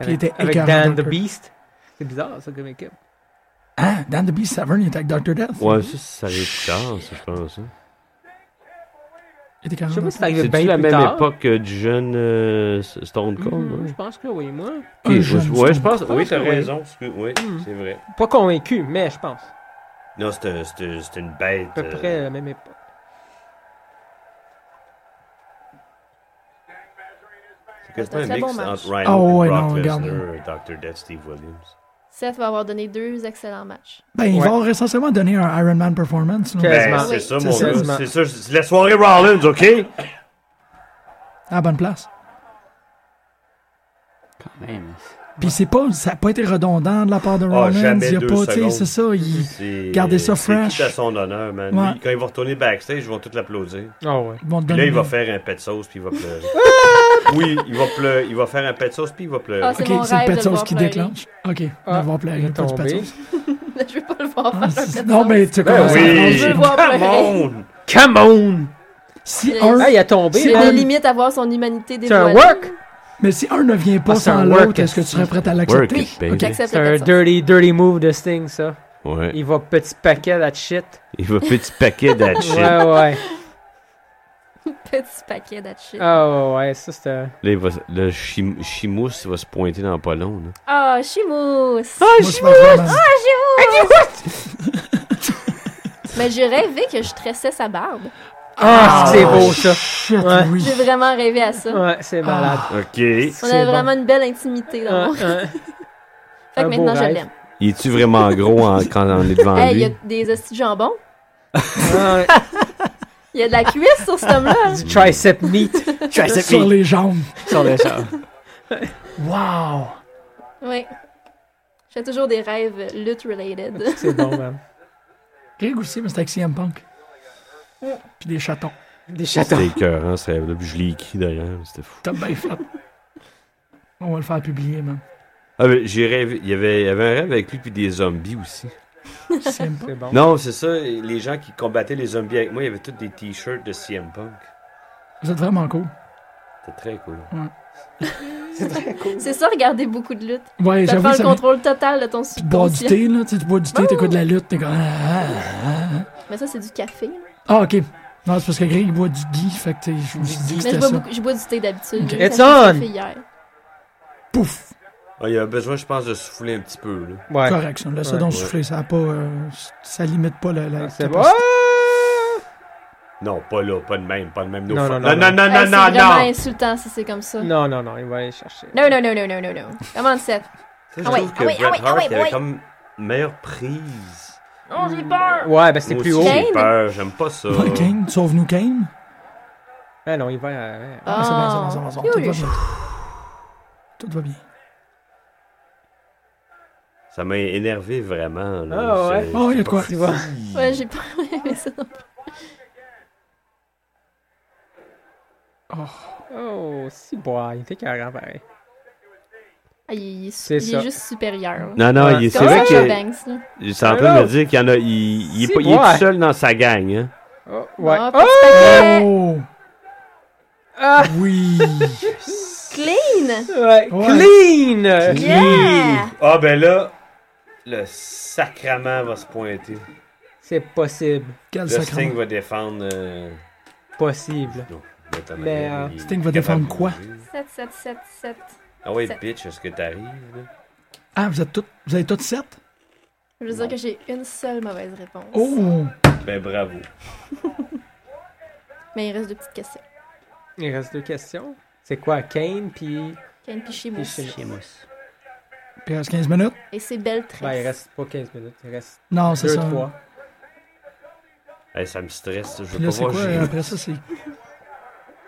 Speaker 1: Puis il était
Speaker 4: Avec
Speaker 1: écœurant,
Speaker 4: Dan the
Speaker 1: Doctor.
Speaker 4: Beast. C'est bizarre, ça, comme équipe.
Speaker 1: Ah, Dan the Beast Savern, il était avec Dr. Death.
Speaker 5: Ouais, ça, ça arrive plus tard, ça, je pense. hein.
Speaker 1: Il était quand
Speaker 4: Je sais
Speaker 1: même
Speaker 4: pas si c'est arrivé bien
Speaker 5: C'est-tu
Speaker 4: plus
Speaker 5: la même
Speaker 4: tard.
Speaker 5: époque que du jeune euh, Stone Cold?
Speaker 4: Mhm,
Speaker 5: ouais?
Speaker 4: Je pense que oui, moi.
Speaker 1: Un
Speaker 5: Ok,
Speaker 1: jeune
Speaker 5: je-
Speaker 1: Stone
Speaker 5: ouais, je pense. Oui,
Speaker 4: Je pense
Speaker 5: t'as
Speaker 4: que oui.
Speaker 5: raison. parce que- Oui,
Speaker 4: Mhm.
Speaker 5: c'est vrai.
Speaker 4: Pas convaincu, mais je pense.
Speaker 5: Non, euh, c'était- c'était c'était une bête.
Speaker 4: À peu
Speaker 5: euh,
Speaker 4: près la même époque.
Speaker 5: c'est quasiment
Speaker 3: C'était un
Speaker 5: un
Speaker 3: très
Speaker 5: mix
Speaker 3: bon
Speaker 5: entre
Speaker 1: Ah
Speaker 5: Rhino,
Speaker 1: ouais, non,
Speaker 5: Brock
Speaker 1: regarde.
Speaker 5: Lesnar, Dr. Death, Steve Williams.
Speaker 3: Seth va avoir donné deux excellents matchs.
Speaker 1: Ben, il
Speaker 4: Ouais.
Speaker 1: va essentiellement donner un Iron Man performance. là.
Speaker 5: Ben,
Speaker 4: Quasiment.
Speaker 5: c'est ça,
Speaker 1: C'est
Speaker 5: mon
Speaker 1: ça.
Speaker 5: gars. C'est ça. C'est la soirée Rollins, OK?
Speaker 1: À la bonne place.
Speaker 2: Quand même.
Speaker 1: Puis c'est pas, ça n'a pas été redondant de la part de
Speaker 5: Ah,
Speaker 1: Rollins.
Speaker 5: jamais
Speaker 1: il y a
Speaker 5: deux
Speaker 1: pas, tu sais,
Speaker 5: secondes.
Speaker 1: c'est ça. Il,
Speaker 5: C'est-
Speaker 1: Gardez ça
Speaker 5: c'est
Speaker 1: fresh.
Speaker 5: tout à son honneur, man.
Speaker 1: Ouais.
Speaker 5: Lui, quand il va retourner backstage, ils vont tout l'applaudir.
Speaker 4: Ah ouais.
Speaker 1: ils vont te
Speaker 5: Puis
Speaker 1: donner
Speaker 5: là, il va
Speaker 1: des-
Speaker 5: faire un pet de sauce, puis il va pleurer. oui, il va pleurer. Il va faire un pet de sauce, puis il va pleurer.
Speaker 3: Ah, c'est mon
Speaker 1: Ok, c'est
Speaker 3: rêve
Speaker 1: le pet
Speaker 3: de
Speaker 1: de
Speaker 3: le
Speaker 1: sauce
Speaker 3: voir
Speaker 1: qui
Speaker 3: pleurer.
Speaker 1: déclenche. Ok, on
Speaker 4: Ah,
Speaker 1: va voir pleurer,
Speaker 4: il est
Speaker 1: pas du pet de
Speaker 4: tombé.
Speaker 1: sauce.
Speaker 3: Je veux pas le voir
Speaker 1: Ah,
Speaker 3: faire un
Speaker 1: c'est-
Speaker 3: pet de
Speaker 1: Non,
Speaker 3: sauce.
Speaker 1: mais tu sais
Speaker 5: Ben
Speaker 1: quoi, ça
Speaker 5: oui!
Speaker 3: Je veux
Speaker 1: change.
Speaker 3: le voir
Speaker 5: Come
Speaker 3: pleurer.
Speaker 5: on!
Speaker 4: Come on!
Speaker 1: Si
Speaker 3: Yes.
Speaker 1: un,
Speaker 4: Hey, il a tombé,
Speaker 1: C'est
Speaker 3: Il
Speaker 1: un-
Speaker 3: a
Speaker 4: man.
Speaker 3: limite à voir son humanité
Speaker 4: C'est un
Speaker 3: dévoilée.
Speaker 4: work!
Speaker 1: mais si un ne vient pas
Speaker 4: Ah, c'est
Speaker 1: sans
Speaker 4: un work,
Speaker 1: l'autre, est-ce que tu serais prêt à
Speaker 5: Work
Speaker 1: l'accepter?
Speaker 5: it, baby.
Speaker 3: J'accepte
Speaker 4: C'est
Speaker 3: le
Speaker 4: un
Speaker 3: pet de sauce.
Speaker 4: dirty, dirty move de Sting, ça.
Speaker 5: Ouais.
Speaker 4: Il va petit paquet, that shit.
Speaker 5: Il va petit paquet that shit.
Speaker 4: Ouais,
Speaker 5: Là,
Speaker 4: ouais.
Speaker 3: Petit paquet that shit.
Speaker 4: Ah ouais, ouais, ça c'était.
Speaker 5: il va, le chim- chimous va se pointer dans pas long. Là.
Speaker 3: Ah, Chimous!
Speaker 4: Ah,
Speaker 1: Moi, je pense vraiment-
Speaker 3: Mais j'ai rêvé que je tressais sa barbe.
Speaker 4: Ah, c'est beau ça!
Speaker 1: Shit,
Speaker 4: Ouais.
Speaker 1: oui.
Speaker 3: J'ai vraiment rêvé à ça.
Speaker 4: Ouais, c'est malade.
Speaker 5: OK.
Speaker 3: On
Speaker 4: Ah, C'est
Speaker 3: avait
Speaker 4: bon.
Speaker 3: vraiment une belle intimité dans
Speaker 4: Ah,
Speaker 3: mon
Speaker 4: ah.
Speaker 3: Fait que
Speaker 4: Un beau
Speaker 3: maintenant, je
Speaker 4: rêve.
Speaker 3: l'aime.
Speaker 5: Il est-tu vraiment gros en- quand on est devant
Speaker 3: Hey, il
Speaker 5: Ah, lui?
Speaker 3: y a des hosties de jambon.
Speaker 4: Ah,
Speaker 3: Il y a de la cuisse sur cet homme-là.
Speaker 4: du tricep meat.
Speaker 1: Sur les jambes.
Speaker 2: Sur le char.
Speaker 1: Wow.
Speaker 3: Oui. J'ai toujours des rêves lutte-related.
Speaker 4: Ah, C'est bon, man.
Speaker 1: Greg aussi, mais c'était avec CM Punk. Puis des chatons.
Speaker 4: Des chatons.
Speaker 5: C'était écœurant, ce rêve-là. Puis je l'ai écrit d'ailleurs. C'était fou.
Speaker 1: T'as bien fait. On va le faire publier, man.
Speaker 5: Ah, mais j'ai rêvé. Il y, avait, il y avait un rêve avec lui, puis des zombies aussi.
Speaker 1: CM Punk.
Speaker 4: C'est bon.
Speaker 5: Non, c'est ça. Les gens qui combattaient les zombies avec moi, il y avait tous des t-shirts de CM Punk.
Speaker 1: Vous êtes vraiment cool.
Speaker 5: C'était très cool.
Speaker 3: C'est ça, regarder beaucoup de lutte.
Speaker 1: Ouais,
Speaker 3: Ça prend
Speaker 1: j'avoue,
Speaker 3: le
Speaker 1: ça vient-
Speaker 3: contrôle total de ton
Speaker 1: Tu bois du
Speaker 3: subconscient.
Speaker 1: thé, là. Tu sais, tu bois du thé, t'écoutes de la lutte, t'es comme. Ah, ah,
Speaker 3: Mais ça, c'est du café. là.
Speaker 1: ah. Ah, ok. Non, c'est parce que Greg, il boit du gui, fait que t'es- je me suis dit que
Speaker 3: Mais je
Speaker 1: c'était
Speaker 3: bois,
Speaker 1: ça.
Speaker 3: beaucoup, je bois du thé d'habitude.
Speaker 1: Ok.
Speaker 3: J'ai
Speaker 4: It's
Speaker 3: fait
Speaker 4: on.
Speaker 3: du café hier.
Speaker 1: Pouf!
Speaker 5: Ah, il y a besoin, je pense, de souffler un petit peu. Là.
Speaker 4: Ouais.
Speaker 1: Correct, ça. Laisse ça
Speaker 4: Ouais.
Speaker 1: donc
Speaker 5: Ouais.
Speaker 1: souffler, ça a pas. euh, ça limite pas la. la
Speaker 4: Ah, C'est bon.
Speaker 1: capacité.
Speaker 5: Non, pas là, pas de même, pas de même.
Speaker 4: Non,
Speaker 5: fa-
Speaker 4: non, non,
Speaker 5: non, non,
Speaker 3: Hey,
Speaker 5: non,
Speaker 3: c'est
Speaker 5: non,
Speaker 3: vraiment
Speaker 5: non.
Speaker 3: insultant si c'est comme ça. Non,
Speaker 4: Non, non, non, il va aller chercher.
Speaker 3: non, non, non, non, non, non. Comment Seth?
Speaker 5: Ça,
Speaker 3: Ah ouais,
Speaker 5: trouve
Speaker 3: ah ouais, ah
Speaker 5: Bret
Speaker 3: ouais, ah
Speaker 5: Hart,
Speaker 3: ouais,
Speaker 5: il avait
Speaker 3: ouais.
Speaker 5: comme meilleure prise.
Speaker 3: Oh, j'ai peur!
Speaker 4: Ouais, ben c'est
Speaker 5: Moi
Speaker 4: plus haut.
Speaker 5: aussi, J'ai
Speaker 3: Kane?
Speaker 5: peur, j'aime pas ça.
Speaker 1: Ouais, Kane, sauve-nous Kane.
Speaker 4: Ah non, il va. euh,
Speaker 1: Ah, c'est bon, c'est bon, c'est bon, c'est bon. Tout va
Speaker 3: Phew.
Speaker 1: bien. Tout va bien.
Speaker 5: Ça m'a énervé vraiment. Là.
Speaker 4: Ah ouais.
Speaker 5: C'est-
Speaker 1: Oh, il y a de quoi.
Speaker 4: Tu vois.
Speaker 3: Ouais, j'ai pas aimé ça non plus.
Speaker 4: Oh, si bois, il était carrément pareil.
Speaker 3: Ah, il est, su-
Speaker 4: C'est
Speaker 3: il est
Speaker 4: ça.
Speaker 3: juste supérieur. là.
Speaker 5: Non, non,
Speaker 4: Ouais.
Speaker 5: il-
Speaker 3: C'est
Speaker 5: c'est
Speaker 3: comme
Speaker 5: vrai
Speaker 3: ça que
Speaker 5: que
Speaker 3: Banks, là.
Speaker 5: il est en train de me dire qu'il y en a. Il, il est,
Speaker 4: C'est
Speaker 5: pas, il est
Speaker 4: moi.
Speaker 5: tout seul dans sa gang. Hein.
Speaker 4: Oh, ouais.
Speaker 3: Ah,
Speaker 4: Oh!
Speaker 3: petit paquet.
Speaker 1: Oh!
Speaker 4: Ah!
Speaker 1: Oui!
Speaker 3: Clean!
Speaker 4: Ouais. Clean!
Speaker 3: Yeah!
Speaker 5: Ah ben là, le sacrament va se pointer.
Speaker 4: C'est possible.
Speaker 1: Quel
Speaker 5: Le
Speaker 1: sacrement.
Speaker 5: Sting va défendre. euh,
Speaker 4: Possible.
Speaker 5: non, il est en
Speaker 4: Mais,
Speaker 5: arrière,
Speaker 4: euh,
Speaker 5: il est
Speaker 1: Ben, Sting va
Speaker 5: capable
Speaker 1: défendre
Speaker 5: de
Speaker 1: quoi?
Speaker 5: bouger.
Speaker 3: 7, 7, 7, 7.
Speaker 5: Ah ouais,
Speaker 3: Sept.
Speaker 5: bitch, est-ce que t'arrives? là?
Speaker 1: Ah, vous êtes toutes. Vous avez toutes sept?
Speaker 3: Je veux dire que j'ai une seule mauvaise réponse.
Speaker 1: Oh!
Speaker 5: Ben bravo.
Speaker 3: Mais il reste deux petites questions.
Speaker 4: Il reste deux questions. C'est quoi, Kane, puis...
Speaker 3: Kane
Speaker 4: puis
Speaker 3: Pichimousse.
Speaker 2: er
Speaker 4: Sheamus?
Speaker 1: Puis il reste 15 minutes.
Speaker 3: Et c'est belle tresse.
Speaker 4: Ben, il reste pas 15 minutes, il reste
Speaker 1: Non, c'est
Speaker 4: 2
Speaker 1: ça.
Speaker 4: 3
Speaker 5: Hey, ça me stresse. Je
Speaker 1: Puis
Speaker 5: veux
Speaker 1: là,
Speaker 5: pas
Speaker 1: c'est
Speaker 5: voir
Speaker 1: quoi? euh,
Speaker 5: Gilles.
Speaker 1: Après ça, c'est...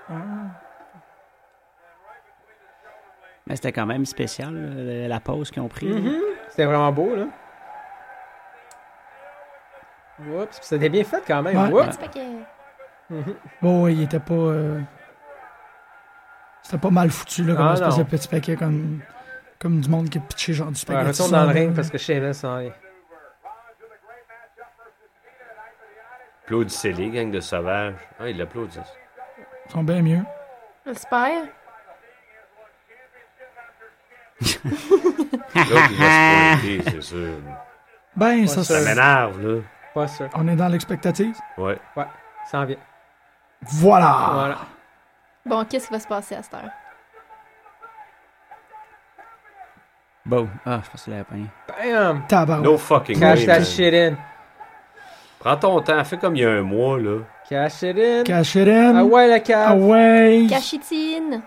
Speaker 1: Ah.
Speaker 2: Mais c'était quand même spécial, euh, la pause qu'ils ont pris.
Speaker 4: C'était vraiment beau, là. Oups, puis c'était bien fait quand même.
Speaker 1: Ouais.
Speaker 4: Oups.
Speaker 3: Petit paquet.
Speaker 4: Mhm.
Speaker 1: Bon, ouais, il était pas... euh, C'était pas mal foutu, là, comme
Speaker 4: Ah,
Speaker 1: une espèce
Speaker 4: non.
Speaker 1: de petit paquet, comme... Comme du monde qui a pitché genre du
Speaker 4: Ouais,
Speaker 1: spaghetti.
Speaker 4: retourne dans le
Speaker 1: sur-
Speaker 4: ring parce que Sheamus hein, s'en est.
Speaker 5: Applaudissez-les, gang de sauvages. Ah, ils l'applaudissent.
Speaker 1: Ils sont bien mieux.
Speaker 3: J'espère.
Speaker 5: L'autre, il va se pointer, c'est sûr.
Speaker 1: Ben,
Speaker 4: Ouais,
Speaker 1: ça,
Speaker 4: ça-
Speaker 5: Ça
Speaker 1: c'est...
Speaker 5: m'énerve, là.
Speaker 4: Pas sûr.
Speaker 1: On est dans l'expectative.
Speaker 5: Ouais.
Speaker 4: S'en vient.
Speaker 1: Voilà!
Speaker 4: Voilà.
Speaker 3: Bon, qu'est-ce qui va se passer à cette heure?
Speaker 2: Bon, ah, je pense qu'il l'avait pogné.
Speaker 4: Bam!
Speaker 1: Tabarouette.
Speaker 5: No fucking
Speaker 4: Cash
Speaker 5: way,
Speaker 4: that
Speaker 5: man.
Speaker 4: shit in.
Speaker 5: Prends ton temps. Fais comme il y a un mois, là.
Speaker 4: Cash it in.
Speaker 1: Cash it in.
Speaker 4: Ah ouais, la
Speaker 1: Ah
Speaker 4: cave.
Speaker 1: ouais.
Speaker 3: Cachitine!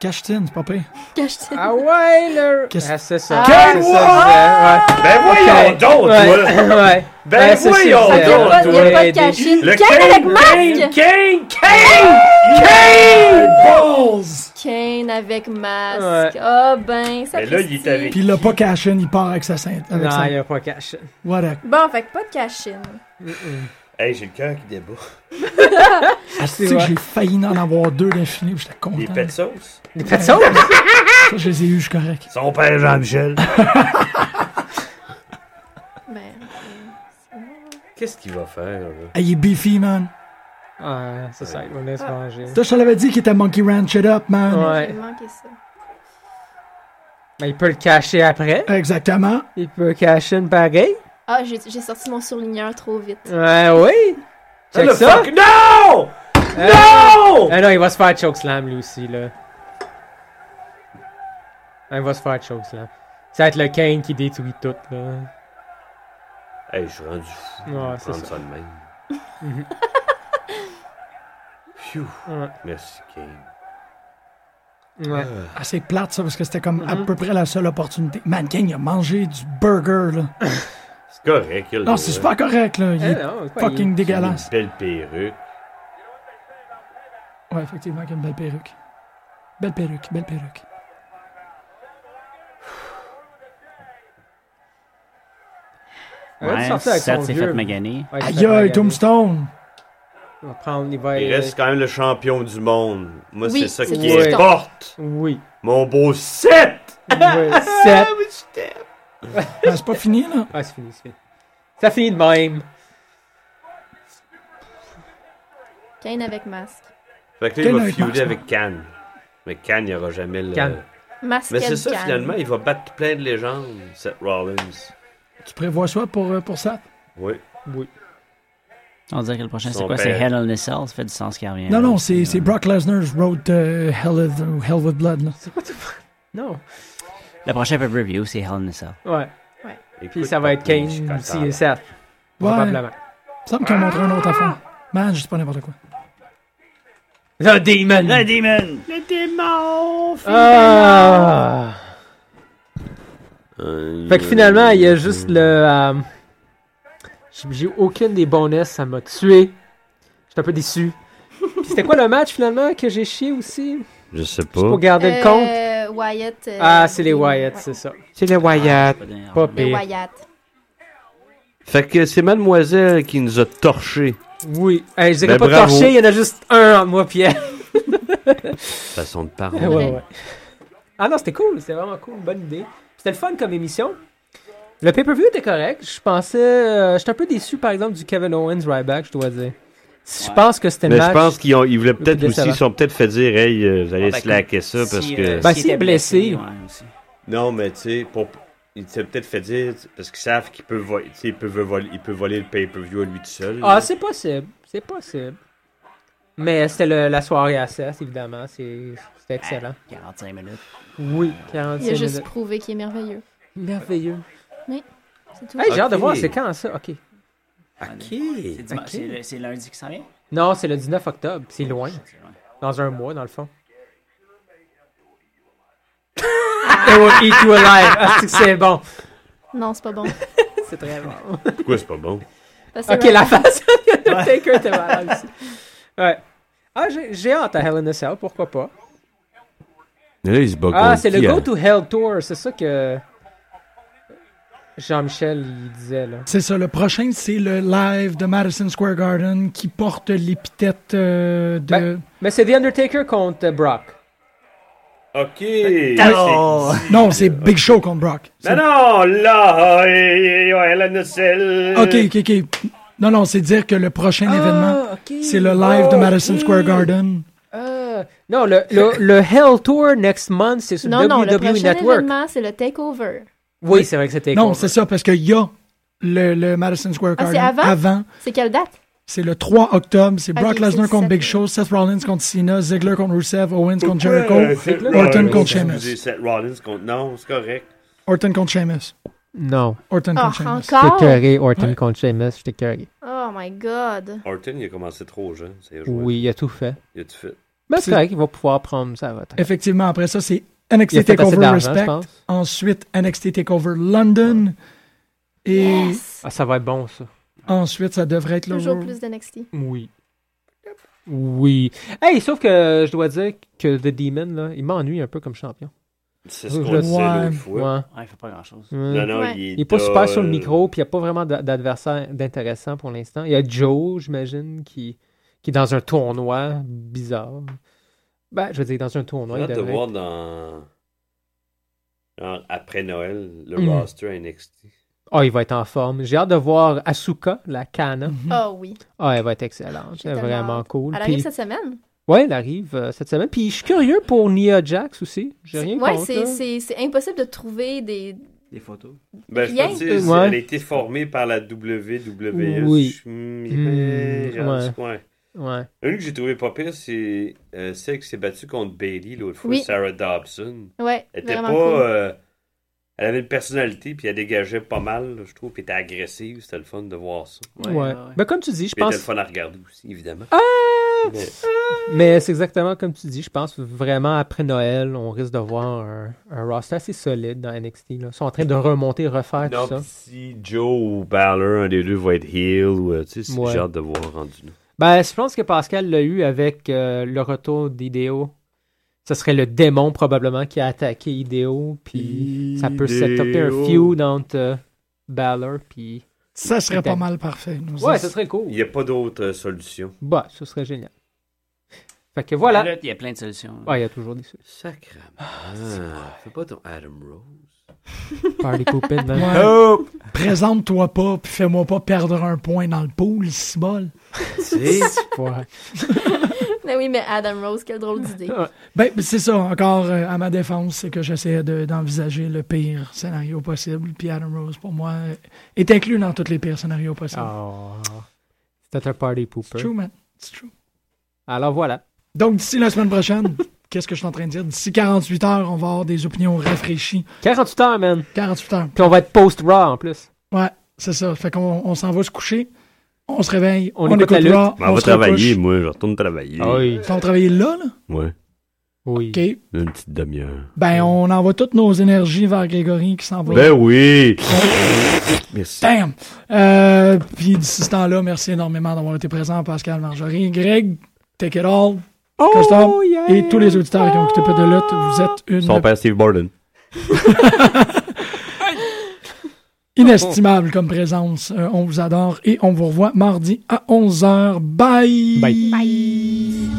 Speaker 1: Cash it in, c'est pas pire.
Speaker 3: Cachitine!
Speaker 4: Ah ouais, le.
Speaker 1: Qu'est-ce-
Speaker 4: Ah, c'est ça.
Speaker 3: Ah!
Speaker 4: C'est ça,
Speaker 5: Ben voyons
Speaker 4: Ok.
Speaker 5: donc,
Speaker 4: c'est- ouais.
Speaker 5: toi!
Speaker 4: Ouais. ouais.
Speaker 5: Ben
Speaker 4: Ouais, c'est
Speaker 5: voyons
Speaker 4: ça,
Speaker 3: Il
Speaker 4: c'est-
Speaker 3: n'y a
Speaker 5: donc,
Speaker 3: pas, y a
Speaker 5: toi!
Speaker 4: Oh, doit
Speaker 3: pas de
Speaker 4: aider.
Speaker 3: cachine!
Speaker 5: Le
Speaker 3: Kane avec
Speaker 5: Kane,
Speaker 3: masque!
Speaker 5: Kane, Kane, Kane!
Speaker 1: Balls!
Speaker 3: Kane avec masque! Ah ben, ça
Speaker 5: Mais là,
Speaker 3: fait
Speaker 5: il est
Speaker 3: si.
Speaker 5: avec-
Speaker 1: Puis il l'a pas cash in, il part avec sa sainte. Avec
Speaker 4: Non,
Speaker 1: sa...
Speaker 4: il n'y a Ah, pas cash.
Speaker 1: What a...
Speaker 3: Bon, fait que pas de cachine.
Speaker 5: Hey, j'ai le cœur qui débat.
Speaker 1: Ah, tu sais que
Speaker 4: vrai.
Speaker 1: j'ai failli en avoir deux d'infini, puis j'étais
Speaker 5: Les
Speaker 1: content.
Speaker 5: pets de sauce.
Speaker 4: Des pets de sauce?
Speaker 1: Ça, je les ai eu, je suis correct.
Speaker 5: Son père Jean-Michel.
Speaker 3: Ben,
Speaker 5: Qu'est-ce qu'il va faire, là?
Speaker 1: Ah, il est beefy, man.
Speaker 4: Ah, c'est ça, il va venir se manger.
Speaker 1: Ça, je te l'avais dit qu'il était Monkey Ranch it up, man.
Speaker 4: Ouais.
Speaker 3: j'ai manqué ça.
Speaker 4: Mais il peut le cacher après.
Speaker 1: Exactement.
Speaker 4: Il peut cacher une pareille.
Speaker 3: Ah, j'ai j'ai sorti mon surligneur trop vite.
Speaker 4: Ouais, oui. Check
Speaker 5: le
Speaker 4: ça.
Speaker 5: fuck- Non!
Speaker 4: Euh,
Speaker 5: Non!
Speaker 4: Ah non, il va se faire chokeslam lui aussi, là. Ah, il va se faire chokeslam. Ça va être le Kane qui détruit tout, là.
Speaker 5: Hey, je suis rendu fou.
Speaker 4: Ouais,
Speaker 5: de prendre
Speaker 4: c'est ça.
Speaker 5: ça de même. Phew.
Speaker 4: Ouais.
Speaker 5: Merci, Kane.
Speaker 4: Ouais.
Speaker 1: Ah, c'est plate, ça, parce que c'était comme à peu près la seule opportunité. Man, King, il a mangé du burger, là.
Speaker 5: C'est correct, il a le
Speaker 1: Non, c'est
Speaker 5: droit.
Speaker 1: super correct, là. Il
Speaker 4: Ah
Speaker 1: est
Speaker 4: non, quoi,
Speaker 1: fucking
Speaker 5: Il a
Speaker 1: dégueulasse.
Speaker 5: Une belle perruque.
Speaker 1: Ouais, effectivement, il a une belle perruque. Belle perruque, belle perruque.
Speaker 4: il- Ouais, il est sorti avec
Speaker 2: Seth
Speaker 4: son
Speaker 2: s'est
Speaker 4: vieux-
Speaker 2: fait maganer.
Speaker 4: Ouais,
Speaker 1: Aïe,
Speaker 4: il s'est fait
Speaker 1: aïe,
Speaker 4: maganer.
Speaker 1: Tombstone!
Speaker 4: Il va prendre, il va...
Speaker 5: Il reste quand même le champion du monde. Moi,
Speaker 3: Oui,
Speaker 5: c'est ça
Speaker 3: c'est
Speaker 5: qui
Speaker 4: du
Speaker 3: carton.
Speaker 5: importe.
Speaker 4: Oui.
Speaker 5: Mon beau set!
Speaker 4: oui. Sept.
Speaker 1: Ben, c'est pas fini, là.
Speaker 4: Ah, c'est fini, c'est fini. Ça finit de même.
Speaker 3: Kane avec masque.
Speaker 5: Fait que là, il
Speaker 1: Quel
Speaker 5: va
Speaker 1: mec, Marc,
Speaker 5: feuder avec Kane. Mais Kane, il n'y aura jamais le.
Speaker 4: Kane.
Speaker 3: Masque
Speaker 5: Mais c'est
Speaker 3: and
Speaker 5: ça,
Speaker 3: Kane.
Speaker 5: finalement, il va battre plein de légendes, Seth Rollins.
Speaker 1: Tu prévois ça pour, euh, pour ça?
Speaker 5: Oui.
Speaker 4: Oui.
Speaker 2: On dirait que le prochain, c'est
Speaker 5: Son
Speaker 2: quoi C'est
Speaker 5: père.
Speaker 2: Hell on a Cell, ça fait du sens qu'il revient.
Speaker 1: Non, non,
Speaker 2: Ouais.
Speaker 1: c'est c'est Brock Lesnar's Road to Hell, with, Hell with Blood, là.
Speaker 4: C'est quoi tu... Non.
Speaker 2: Le prochain pay-per-view, c'est Hell in a Cell.
Speaker 4: Ouais. Puis
Speaker 5: Écoute,
Speaker 4: ça va être
Speaker 5: Tony,
Speaker 4: Kane
Speaker 5: je suis content,
Speaker 4: aussi
Speaker 5: là.
Speaker 4: et Seth. Probablement.
Speaker 1: Il semble qu'on montre un autre affaire. Man, je dis pas n'importe quoi.
Speaker 4: Le Demon!
Speaker 2: Demon
Speaker 4: Ah!
Speaker 5: Euh,
Speaker 4: Fait que finalement, il y a juste le. euh, j'ai- J'ai aucune des bonus, ça m'a tué. J'étais un peu déçu. Puis c'était quoi le match finalement que j'ai chié aussi
Speaker 5: Je sais pas.
Speaker 4: Juste pour garder le compte
Speaker 3: Euh, Wyatt. euh,
Speaker 4: Ah, c'est les
Speaker 3: Dean.
Speaker 4: Wyatt,
Speaker 3: Ouais.
Speaker 4: c'est ça.
Speaker 8: C'est le Wyatt.
Speaker 4: Pas
Speaker 3: Les
Speaker 4: pire.
Speaker 3: Wyatt.
Speaker 5: Fait que c'est mademoiselle qui nous a torché.
Speaker 4: Oui. Hey, je dirais
Speaker 5: Ben,
Speaker 4: pas
Speaker 5: bravo.
Speaker 4: torché, il y en a juste un entre moi, Pierre.
Speaker 5: Façon de
Speaker 4: ouais,
Speaker 5: parler.
Speaker 4: ouais. ouais. Ah non, c'était cool, c'était vraiment cool, bonne idée. C'était le fun comme émission. Le pay-per-view était correct. Je pensais. euh, J'étais un peu déçu par exemple du Kevin Owens Ryback, je dois dire. Je pense que c'était le
Speaker 5: Mais
Speaker 4: match.
Speaker 5: je pense qu'ils ont- ils voulaient peut-être
Speaker 4: Décevant.
Speaker 5: aussi, ils se sont peut-être fait dire, hey, euh, vous allez
Speaker 2: Ah, ben,
Speaker 5: slacker ça parce
Speaker 2: Si,
Speaker 5: que.
Speaker 2: euh,
Speaker 4: Ben,
Speaker 2: s'il
Speaker 4: s'il
Speaker 2: était
Speaker 4: est blessé,
Speaker 2: ouais, aussi.
Speaker 5: Non, mais tu sais, pour... ils s'est peut-être fait dire, t'sais, parce qu'ils savent qu'il peut, vo- t'sais, il peut, vo- voler... il peut voler le pay-per-view à lui tout seul.
Speaker 4: Ah, c'est possible. C'est possible. Mais c'était le- la soirée à 16, évidemment. c'est- C'était excellent.
Speaker 2: 45 minutes.
Speaker 4: Oui,
Speaker 3: Il a
Speaker 4: 46
Speaker 3: juste
Speaker 4: minutes.
Speaker 3: prouvé qu'il est merveilleux.
Speaker 4: Merveilleux.
Speaker 3: C'est tout.
Speaker 4: Hey, j'ai hâte de
Speaker 5: Ok.
Speaker 4: voir, c'est quand ça? Ok.
Speaker 5: Ok.
Speaker 2: C'est dimanche-
Speaker 4: Ok.
Speaker 2: c'est le- C'est lundi qui s'en vient
Speaker 4: Non, c'est le 19 octobre. C'est loin.
Speaker 2: C'est loin.
Speaker 4: Dans un mois, dans le fond. They will eat you alive. Ah, c'est que c'est bon.
Speaker 3: Non, c'est pas bon.
Speaker 4: C'est très bon.
Speaker 5: Pourquoi c'est pas bon?
Speaker 3: Parce que
Speaker 4: Ok,
Speaker 3: Ra-
Speaker 4: la face de Taker était malade aussi. Ouais. Ah, j'ai- j'ai hâte à Hell in a Cell, pourquoi pas.
Speaker 5: Mais là, il se bat
Speaker 4: Ah,
Speaker 5: contre
Speaker 4: c'est le
Speaker 5: qui,
Speaker 4: Go
Speaker 5: hein?
Speaker 4: to Hell Tour, c'est ça que Jean-Michel il disait là.
Speaker 1: C'est ça, le prochain, c'est le live de Madison Square Garden qui porte l'épithète euh, de...
Speaker 4: Ben, Mais c'est The Undertaker contre Brock.
Speaker 5: Ok.
Speaker 2: Alors,
Speaker 1: non, c'est Big Show contre Brock.
Speaker 5: Non, Ben non, là, euh, euh, elle a une selle.
Speaker 3: Euh,
Speaker 1: OK, OK, OK. Non, non, c'est dire que le prochain
Speaker 3: Ah.
Speaker 1: événement, Ah, c'est le live de Madison Square Garden.
Speaker 4: Ah, non, le, le, le Hell Tour next month, c'est sur
Speaker 3: Non, non, le
Speaker 4: WWE
Speaker 3: prochain
Speaker 4: E Network.
Speaker 3: événement, c'est le Takeover.
Speaker 4: Oui, c'est vrai que c'était
Speaker 1: Non, c'est ça, parce qu'il y a le, le Madison Square
Speaker 3: Ah, c'est
Speaker 1: Garden
Speaker 3: avant?
Speaker 1: avant.
Speaker 3: C'est quelle date?
Speaker 1: C'est le 3 octobre. C'est Brock
Speaker 3: c'est
Speaker 1: Lesnar
Speaker 3: le
Speaker 1: contre
Speaker 3: sept.
Speaker 1: Big Show, Seth Rollins contre Cena, Ziggler contre Rusev, Owens contre Jericho,
Speaker 5: Ouais, Seth
Speaker 1: Orton
Speaker 5: Rollins,
Speaker 1: contre Sheamus.
Speaker 5: excusez, Seth Rollins contre... Non, c'est correct.
Speaker 1: Orton contre Sheamus.
Speaker 4: Non,
Speaker 1: Orton
Speaker 3: Oh,
Speaker 1: contre Sheamus.
Speaker 3: encore?
Speaker 4: Orton
Speaker 1: Ouais.
Speaker 4: contre Sheamus, j'étais carré.
Speaker 3: Oh my god.
Speaker 5: Orton, il a commencé trop jeune. Ça y est,
Speaker 4: il a tout fait.
Speaker 5: Il a tout fait.
Speaker 4: Mais
Speaker 1: c'est
Speaker 4: correct, il va pouvoir prendre ça à
Speaker 1: Effectivement, après ça, c'est NXT TakeOver Respect. Ensuite, NXT TakeOver London. Et
Speaker 3: Yes!
Speaker 4: Ah, ça va être bon ça.
Speaker 1: ensuite, ça devrait être le...
Speaker 3: Toujours plus d'NXT.
Speaker 4: Oui. Oui. Hey, sauf que je dois dire que The Demon, là, il m'ennuie un peu comme champion.
Speaker 5: C'est
Speaker 4: Je-
Speaker 5: ce qu'on disait
Speaker 1: Ouais.
Speaker 5: l'autre fois.
Speaker 2: ouais, il fait pas grand-chose.
Speaker 4: Ouais.
Speaker 5: Non, non,
Speaker 3: Ouais.
Speaker 5: il est
Speaker 4: Il est pas super sur le
Speaker 5: dull.
Speaker 4: micro, puis il n'y a pas vraiment d'a- d'adversaire d'intéressant pour l'instant. Il y a Joe, j'imagine, qui, qui est dans un tournoi bizarre. Ben, je veux dire, dans un tournoi.
Speaker 5: J'ai
Speaker 4: il
Speaker 5: hâte de
Speaker 4: devrait-
Speaker 5: voir dans... dans- Après Noël, le
Speaker 4: Mm.
Speaker 5: roster NXT.
Speaker 4: Ah, il va être en forme. J'ai hâte de voir Asuka, la Kana.
Speaker 1: Mhm.
Speaker 3: Oh oui.
Speaker 4: Ah, elle va être excellente.
Speaker 3: J'ai
Speaker 4: Elle est
Speaker 3: tellement
Speaker 4: vraiment
Speaker 3: hâte.
Speaker 4: cool.
Speaker 3: Elle
Speaker 4: Puis-
Speaker 3: arrive cette semaine?
Speaker 4: Ouais, elle arrive euh, cette semaine. Puis je suis curieux pour Nia Jax aussi. J'ai rien
Speaker 3: Ouais,
Speaker 4: contre. hein?
Speaker 3: c'est-
Speaker 4: là.
Speaker 3: c'est c'est impossible de trouver des.
Speaker 2: Des photos.
Speaker 5: Ben, je
Speaker 3: Rien.
Speaker 5: peux dire,
Speaker 4: Ouais.
Speaker 5: elle a été formée par la WWE.
Speaker 4: Oui.
Speaker 5: Hmm,
Speaker 4: Hmm,
Speaker 5: genre,
Speaker 4: ouais.
Speaker 5: ouais.
Speaker 4: Ouais.
Speaker 5: Une que j'ai trouvé pas pire, c'est euh, celle qui s'est battue contre Bailey l'autre fois,
Speaker 3: Oui.
Speaker 5: Sarah Dobson.
Speaker 3: Ouais,
Speaker 5: Elle était
Speaker 3: vraiment
Speaker 5: pas.
Speaker 3: cool.
Speaker 5: euh, elle avait une personnalité, puis elle dégageait pas mal, là, je trouve, puis elle était agressive. C'était le fun de voir ça.
Speaker 4: Ouais. Ben, comme tu dis, je
Speaker 5: Puis elle était le
Speaker 4: pense. Ah!
Speaker 5: fun à regarder aussi, évidemment. Mais-
Speaker 4: Mais c'est exactement comme tu dis, je pense vraiment après Noël, on risque de voir un, un roster assez solide dans NXT. là. Ils sont en train de remonter, refaire
Speaker 5: Non,
Speaker 4: Ah, tout ça.
Speaker 5: pis si Joe ou Balor, un des deux, va être heel, ou, euh, tu sais, c'est-
Speaker 4: Ouais.
Speaker 5: j'ai hâte de voir rendu là.
Speaker 4: Ben, je pense que Pascal l'a eu avec euh, le retour d'Idéo. Ce serait le démon probablement qui a attaqué Idéo, puis ça peut
Speaker 5: Idéo.
Speaker 4: s'étoper un feud entre euh, Balor puis.
Speaker 1: Ça serait pas mal parfait. nous
Speaker 4: Ouais,
Speaker 1: autres.
Speaker 4: ce serait
Speaker 5: Il
Speaker 4: cool.
Speaker 5: n'y a pas d'autre euh, solution.
Speaker 4: Bah, ce serait génial. Fait que voilà.
Speaker 2: il y a plein de solutions.
Speaker 4: Ouais, il y a toujours des
Speaker 5: Sacrement. Fais pas ton Adam Rose. euh,
Speaker 4: party poopin, man.
Speaker 1: Ouais.
Speaker 5: Oh!
Speaker 1: Présente-toi pas, puis fais-moi pas perdre un point dans le pool, si bol.
Speaker 5: C'est
Speaker 4: Ouais.
Speaker 3: Mais Ben oui, mais Adam Rose, quelle drôle d'idée.
Speaker 1: Ben, c'est ça, encore euh, à ma défense, c'est que j'essayais de- d'envisager le pire scénario possible, puis Adam Rose, pour moi, euh, est inclus dans tous les pires scénarios possibles.
Speaker 4: Oh. C'était un party pooper.
Speaker 1: It's true, man. It's true.
Speaker 4: Alors voilà.
Speaker 1: Donc, d'ici la semaine prochaine, qu'est-ce que je suis en train de dire? D'ici 48 heures, on va avoir des opinions rafraîchies.
Speaker 4: 48 heures, man.
Speaker 1: 48 heures.
Speaker 4: Puis on va être post-raw en plus.
Speaker 1: Ouais, c'est ça. Fait qu'on on s'en va se coucher, on se réveille,
Speaker 4: On
Speaker 1: on,
Speaker 4: écoute la
Speaker 1: écoute
Speaker 4: lutte.
Speaker 1: Raw,
Speaker 5: Ben, On va
Speaker 1: se
Speaker 5: travailler,
Speaker 1: recouche.
Speaker 5: moi. Je retourne travailler.
Speaker 4: oui.
Speaker 1: On va travailler là, là?
Speaker 5: Ouais.
Speaker 4: Oui.
Speaker 1: OK.
Speaker 5: Une petite demi-heure.
Speaker 1: Ben, on envoie toutes nos énergies vers Grégory qui s'en va.
Speaker 5: Ben oui! Merci.
Speaker 1: Damn! Euh, puis d'ici ce temps-là, merci énormément d'avoir été présent, Pascal, Marjorie, Greg, Take It All, Custom, et tous les auditeurs qui ont écouté Peu de Lutte, vous êtes
Speaker 5: Son
Speaker 1: une
Speaker 5: père Steve Borden.
Speaker 1: inestimable comme présence. Euh, on vous adore et on vous revoit mardi à 11h. Bye!
Speaker 4: Bye.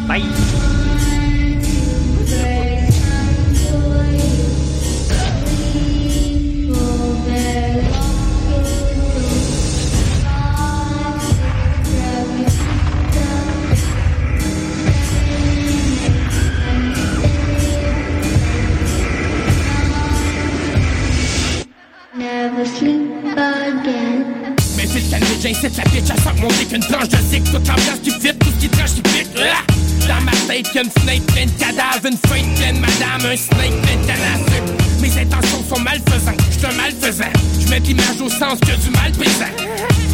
Speaker 10: Never sleep again.
Speaker 7: Mais c'est le canut, j'incite la bitch à s'augmenter qu'une planche de zik Toute l'ambiance qui fit, tout ce qui tranche qui pique Ah! Dans ma tête, y'a une fenêtre pleine de cadavres Une feuille pleine de madame, un snake plein de canne à sucre. Mes intentions sont malfaisantes, j'suis un malfaisant J'mets de l'image au sens que du mal pesant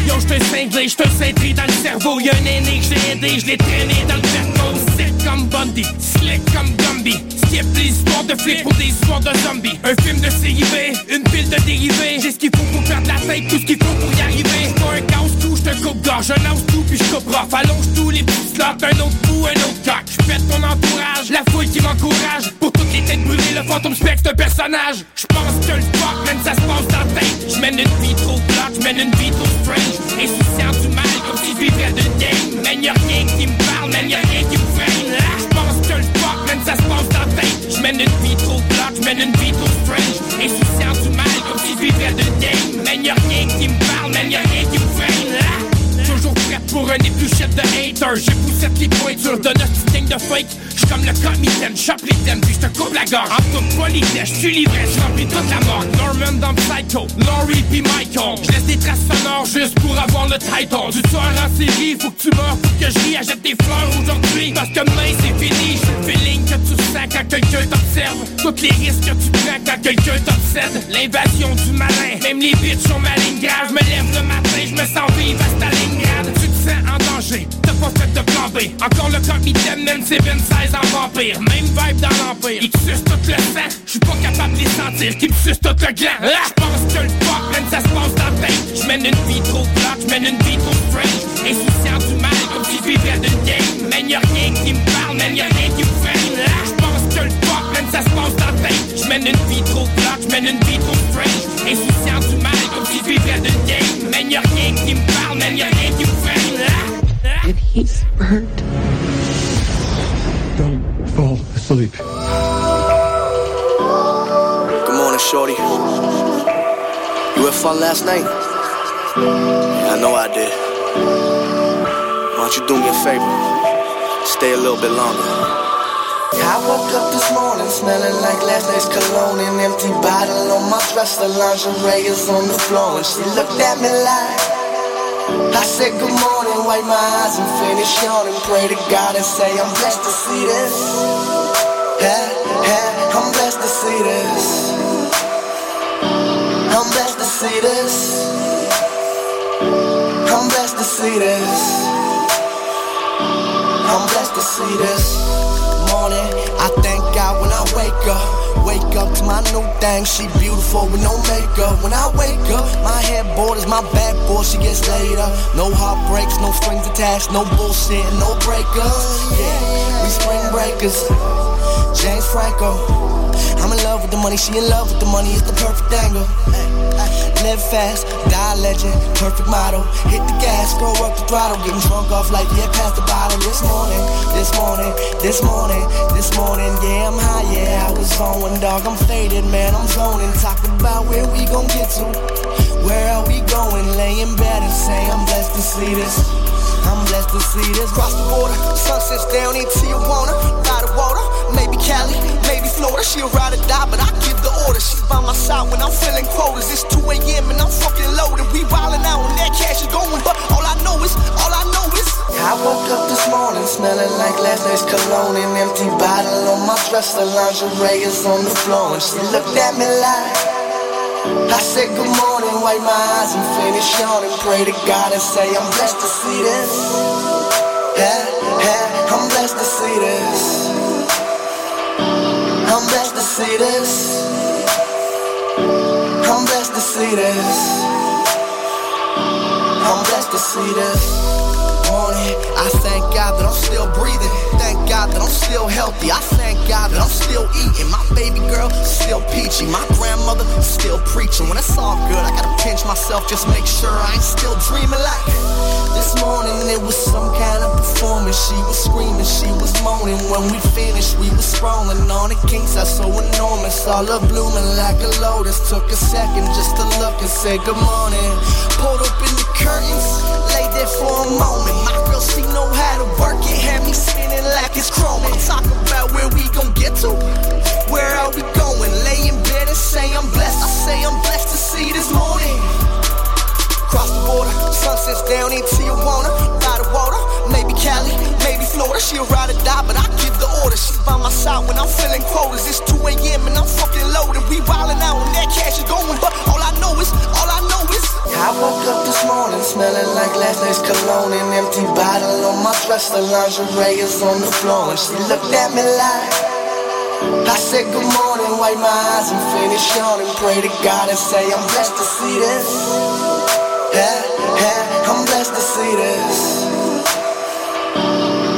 Speaker 7: Yo, j'te cinglé, j'te cintré dans le cerveau Y'a un aîné que j'ai aidé, j'l'ai traîné dans le verre C'est comme Bundy, slick comme Gumby. Skip les histoires de flics pour des histoires de zombies. Un film de CIV, une pile de dérivés. J'ai ce qu'il faut pour perdre la tête, tout ce qu'il faut pour y arriver. J'suis pas un casse tout, j'te coupe gorge, je lance tout puis je coupe rough. Allonge tous les petits slots, un autre coup, un autre coq. J'pète mon entourage, la foule qui m'encourage. Pour toutes les têtes brûlées, le fantôme spectre un personnage. J'pense que le fuck, même ça se passe dans la tête. J'mène une vie trop bloc, j'mène une vie trop strange. Insouciant du mal, comme si je vivais d'une game. Man, y'a rien qui me parle, man, y'a rien qui me freine. Là, j'pense que le fuck, même ça se passe dans la tête. J'mène une vie trop bloc, j'mène une vie trop strange. Insouciant du mal, comme si je vivais d'une game. Man, y'a rien qui me parle, man, y'a rien qui me freine. Là, Toujours prêt pour un épluchette de hater J'ai poussé les pointures de notre petite gang de fake J'suis comme le comitaine, chope les thèmes puis j'te coupe la gorge En toute politesse, j'suis livré, j'remplis toute la mort Norman dans Psycho, Laurie pis Michael J'laisse des traces sonores juste pour avoir le title Du tueur en série, faut que tu meurs pour que j'y achète des fleurs aujourd'hui Parce que demain c'est fini, j'ai le feeling que tu sens quand quelqu'un t'observe Tous les risques que tu prends quand quelqu'un t'obsède L'invasion du malin, même les bitches sont malignes graves Je me lève le matin, je me sens vivre à Stalingrad Tu te sens en danger, t'as pas fait de plan B Encore le capitaine, même c'est 16 en vampire Même vibe dans l'empire, ils te sucent tout le sang Je suis pas capable de les sentir, qu'ils me sucent tout le gland Je pense que le fuck, même ça se passe dans la tête Je mène une vie trop bloc, je mène une vie trop strange Insouciant du mal, comme si je vivais d'une game Man y'a rien qui me parle, man y'a rien qui me freine Je pense que le fuck, même ça se passe dans la tête Je mène une vie trop bloc, je mène une vie trop strange Insouciant du mal, comme si je vivais d'une game Man y'a rien qui me parle, man y'a rien qui me freine
Speaker 10: If he's hurt,
Speaker 11: Don't fall asleep.
Speaker 12: Good morning, Shorty. You had fun last night? Yeah, I know I did. Why don't you do me a favor? Stay a little bit longer.
Speaker 13: I woke up this morning smelling like last night's cologne An empty bottle on my dresser, lingerie is on the floor And she looked at me like I said good morning, wipe my eyes and finish yawning Pray to God and say I'm blessed to see this Yeah, yeah, I'm blessed to see this I'm blessed to see this I'm blessed to see this I'm blessed to see this morning. I thank God when I wake up. Wake up to my new thing. She beautiful with no makeup. When I wake up, my headboard is my backboard. She gets laid up. No heartbreaks, no strings attached, no bullshit, and no breakups. Yeah, we spring breakers. James Franco. I'm in love with the money. She in love with the money. It's the perfect angle. Live fast, die legend, perfect model. Hit the gas, go up the throttle, getting drunk off like yeah, past the bottle. This morning, this morning, this morning, this morning, yeah, I'm high, yeah, I was on dog. I'm faded, man, I'm zoning. Talk about where we gon' get to, where are we going? Lay in bed and say I'm blessed to see this. I'm blessed to see this. Cross the border, sunsets down in Tijuana, by the water, maybe Cali, maybe Florida. She'll ride or die, but I give the order. She's by my side when I'm feeling quotas. It's 2 a.m. and I'm fucking loaded. We wildin' out and that cash is going, but all I know is, all I know is. I woke up this morning smelling like last night's cologne An empty bottle on my dresser, lingerie is on the floor And she looked at me like I said good morning, wipe my eyes and finish yawning Pray to God and say I'm blessed to see this Yeah, yeah, I'm blessed to see this I'm blessed to see this I'm blessed to see this I'm blessed to see this morning. I thank God that I'm still breathing. Thank God that I'm still healthy. I thank God that I'm still eating. My baby girl still peachy. My grandmother still preaching. When it's all good, I gotta pinch myself. Just make sure I ain't still dreaming like this morning. It was some kind of performance. She was screaming, she was moaning. When we finished, we was scrolling on the king size so enormous. All her blooming like a lotus. Took a second just to look and say good morning. Pulled up in the curtains, laid there for a moment. My girl, she know how to work it. Had me spinning like it's chrome. I'm talking about where we gon' get to. Where are we going? Lay in bed and say I'm blessed. I say I'm blessed to see this morning. Cross the border, sunsets down in Tijuana. By the water, maybe Cali, maybe Florida. She'll ride or die, but I give the order. She's by my side when I'm feeling quotas. It's 2 a.m. and I'm fucking loaded. We wildin' out and that cash is going, but all I know is, all I know is. I woke up this morning smelling like last night's cologne. An empty bottle on my dresser, lingerie is on the floor. And she looked at me like, I said good morning, wipe my eyes and finish yawning. Pray to God and say I'm blessed to see this. Yeah, yeah, I'm blessed to see this.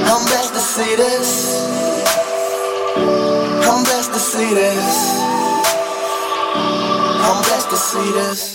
Speaker 13: I'm blessed to see this. I'm blessed to see this. I'm blessed to see this.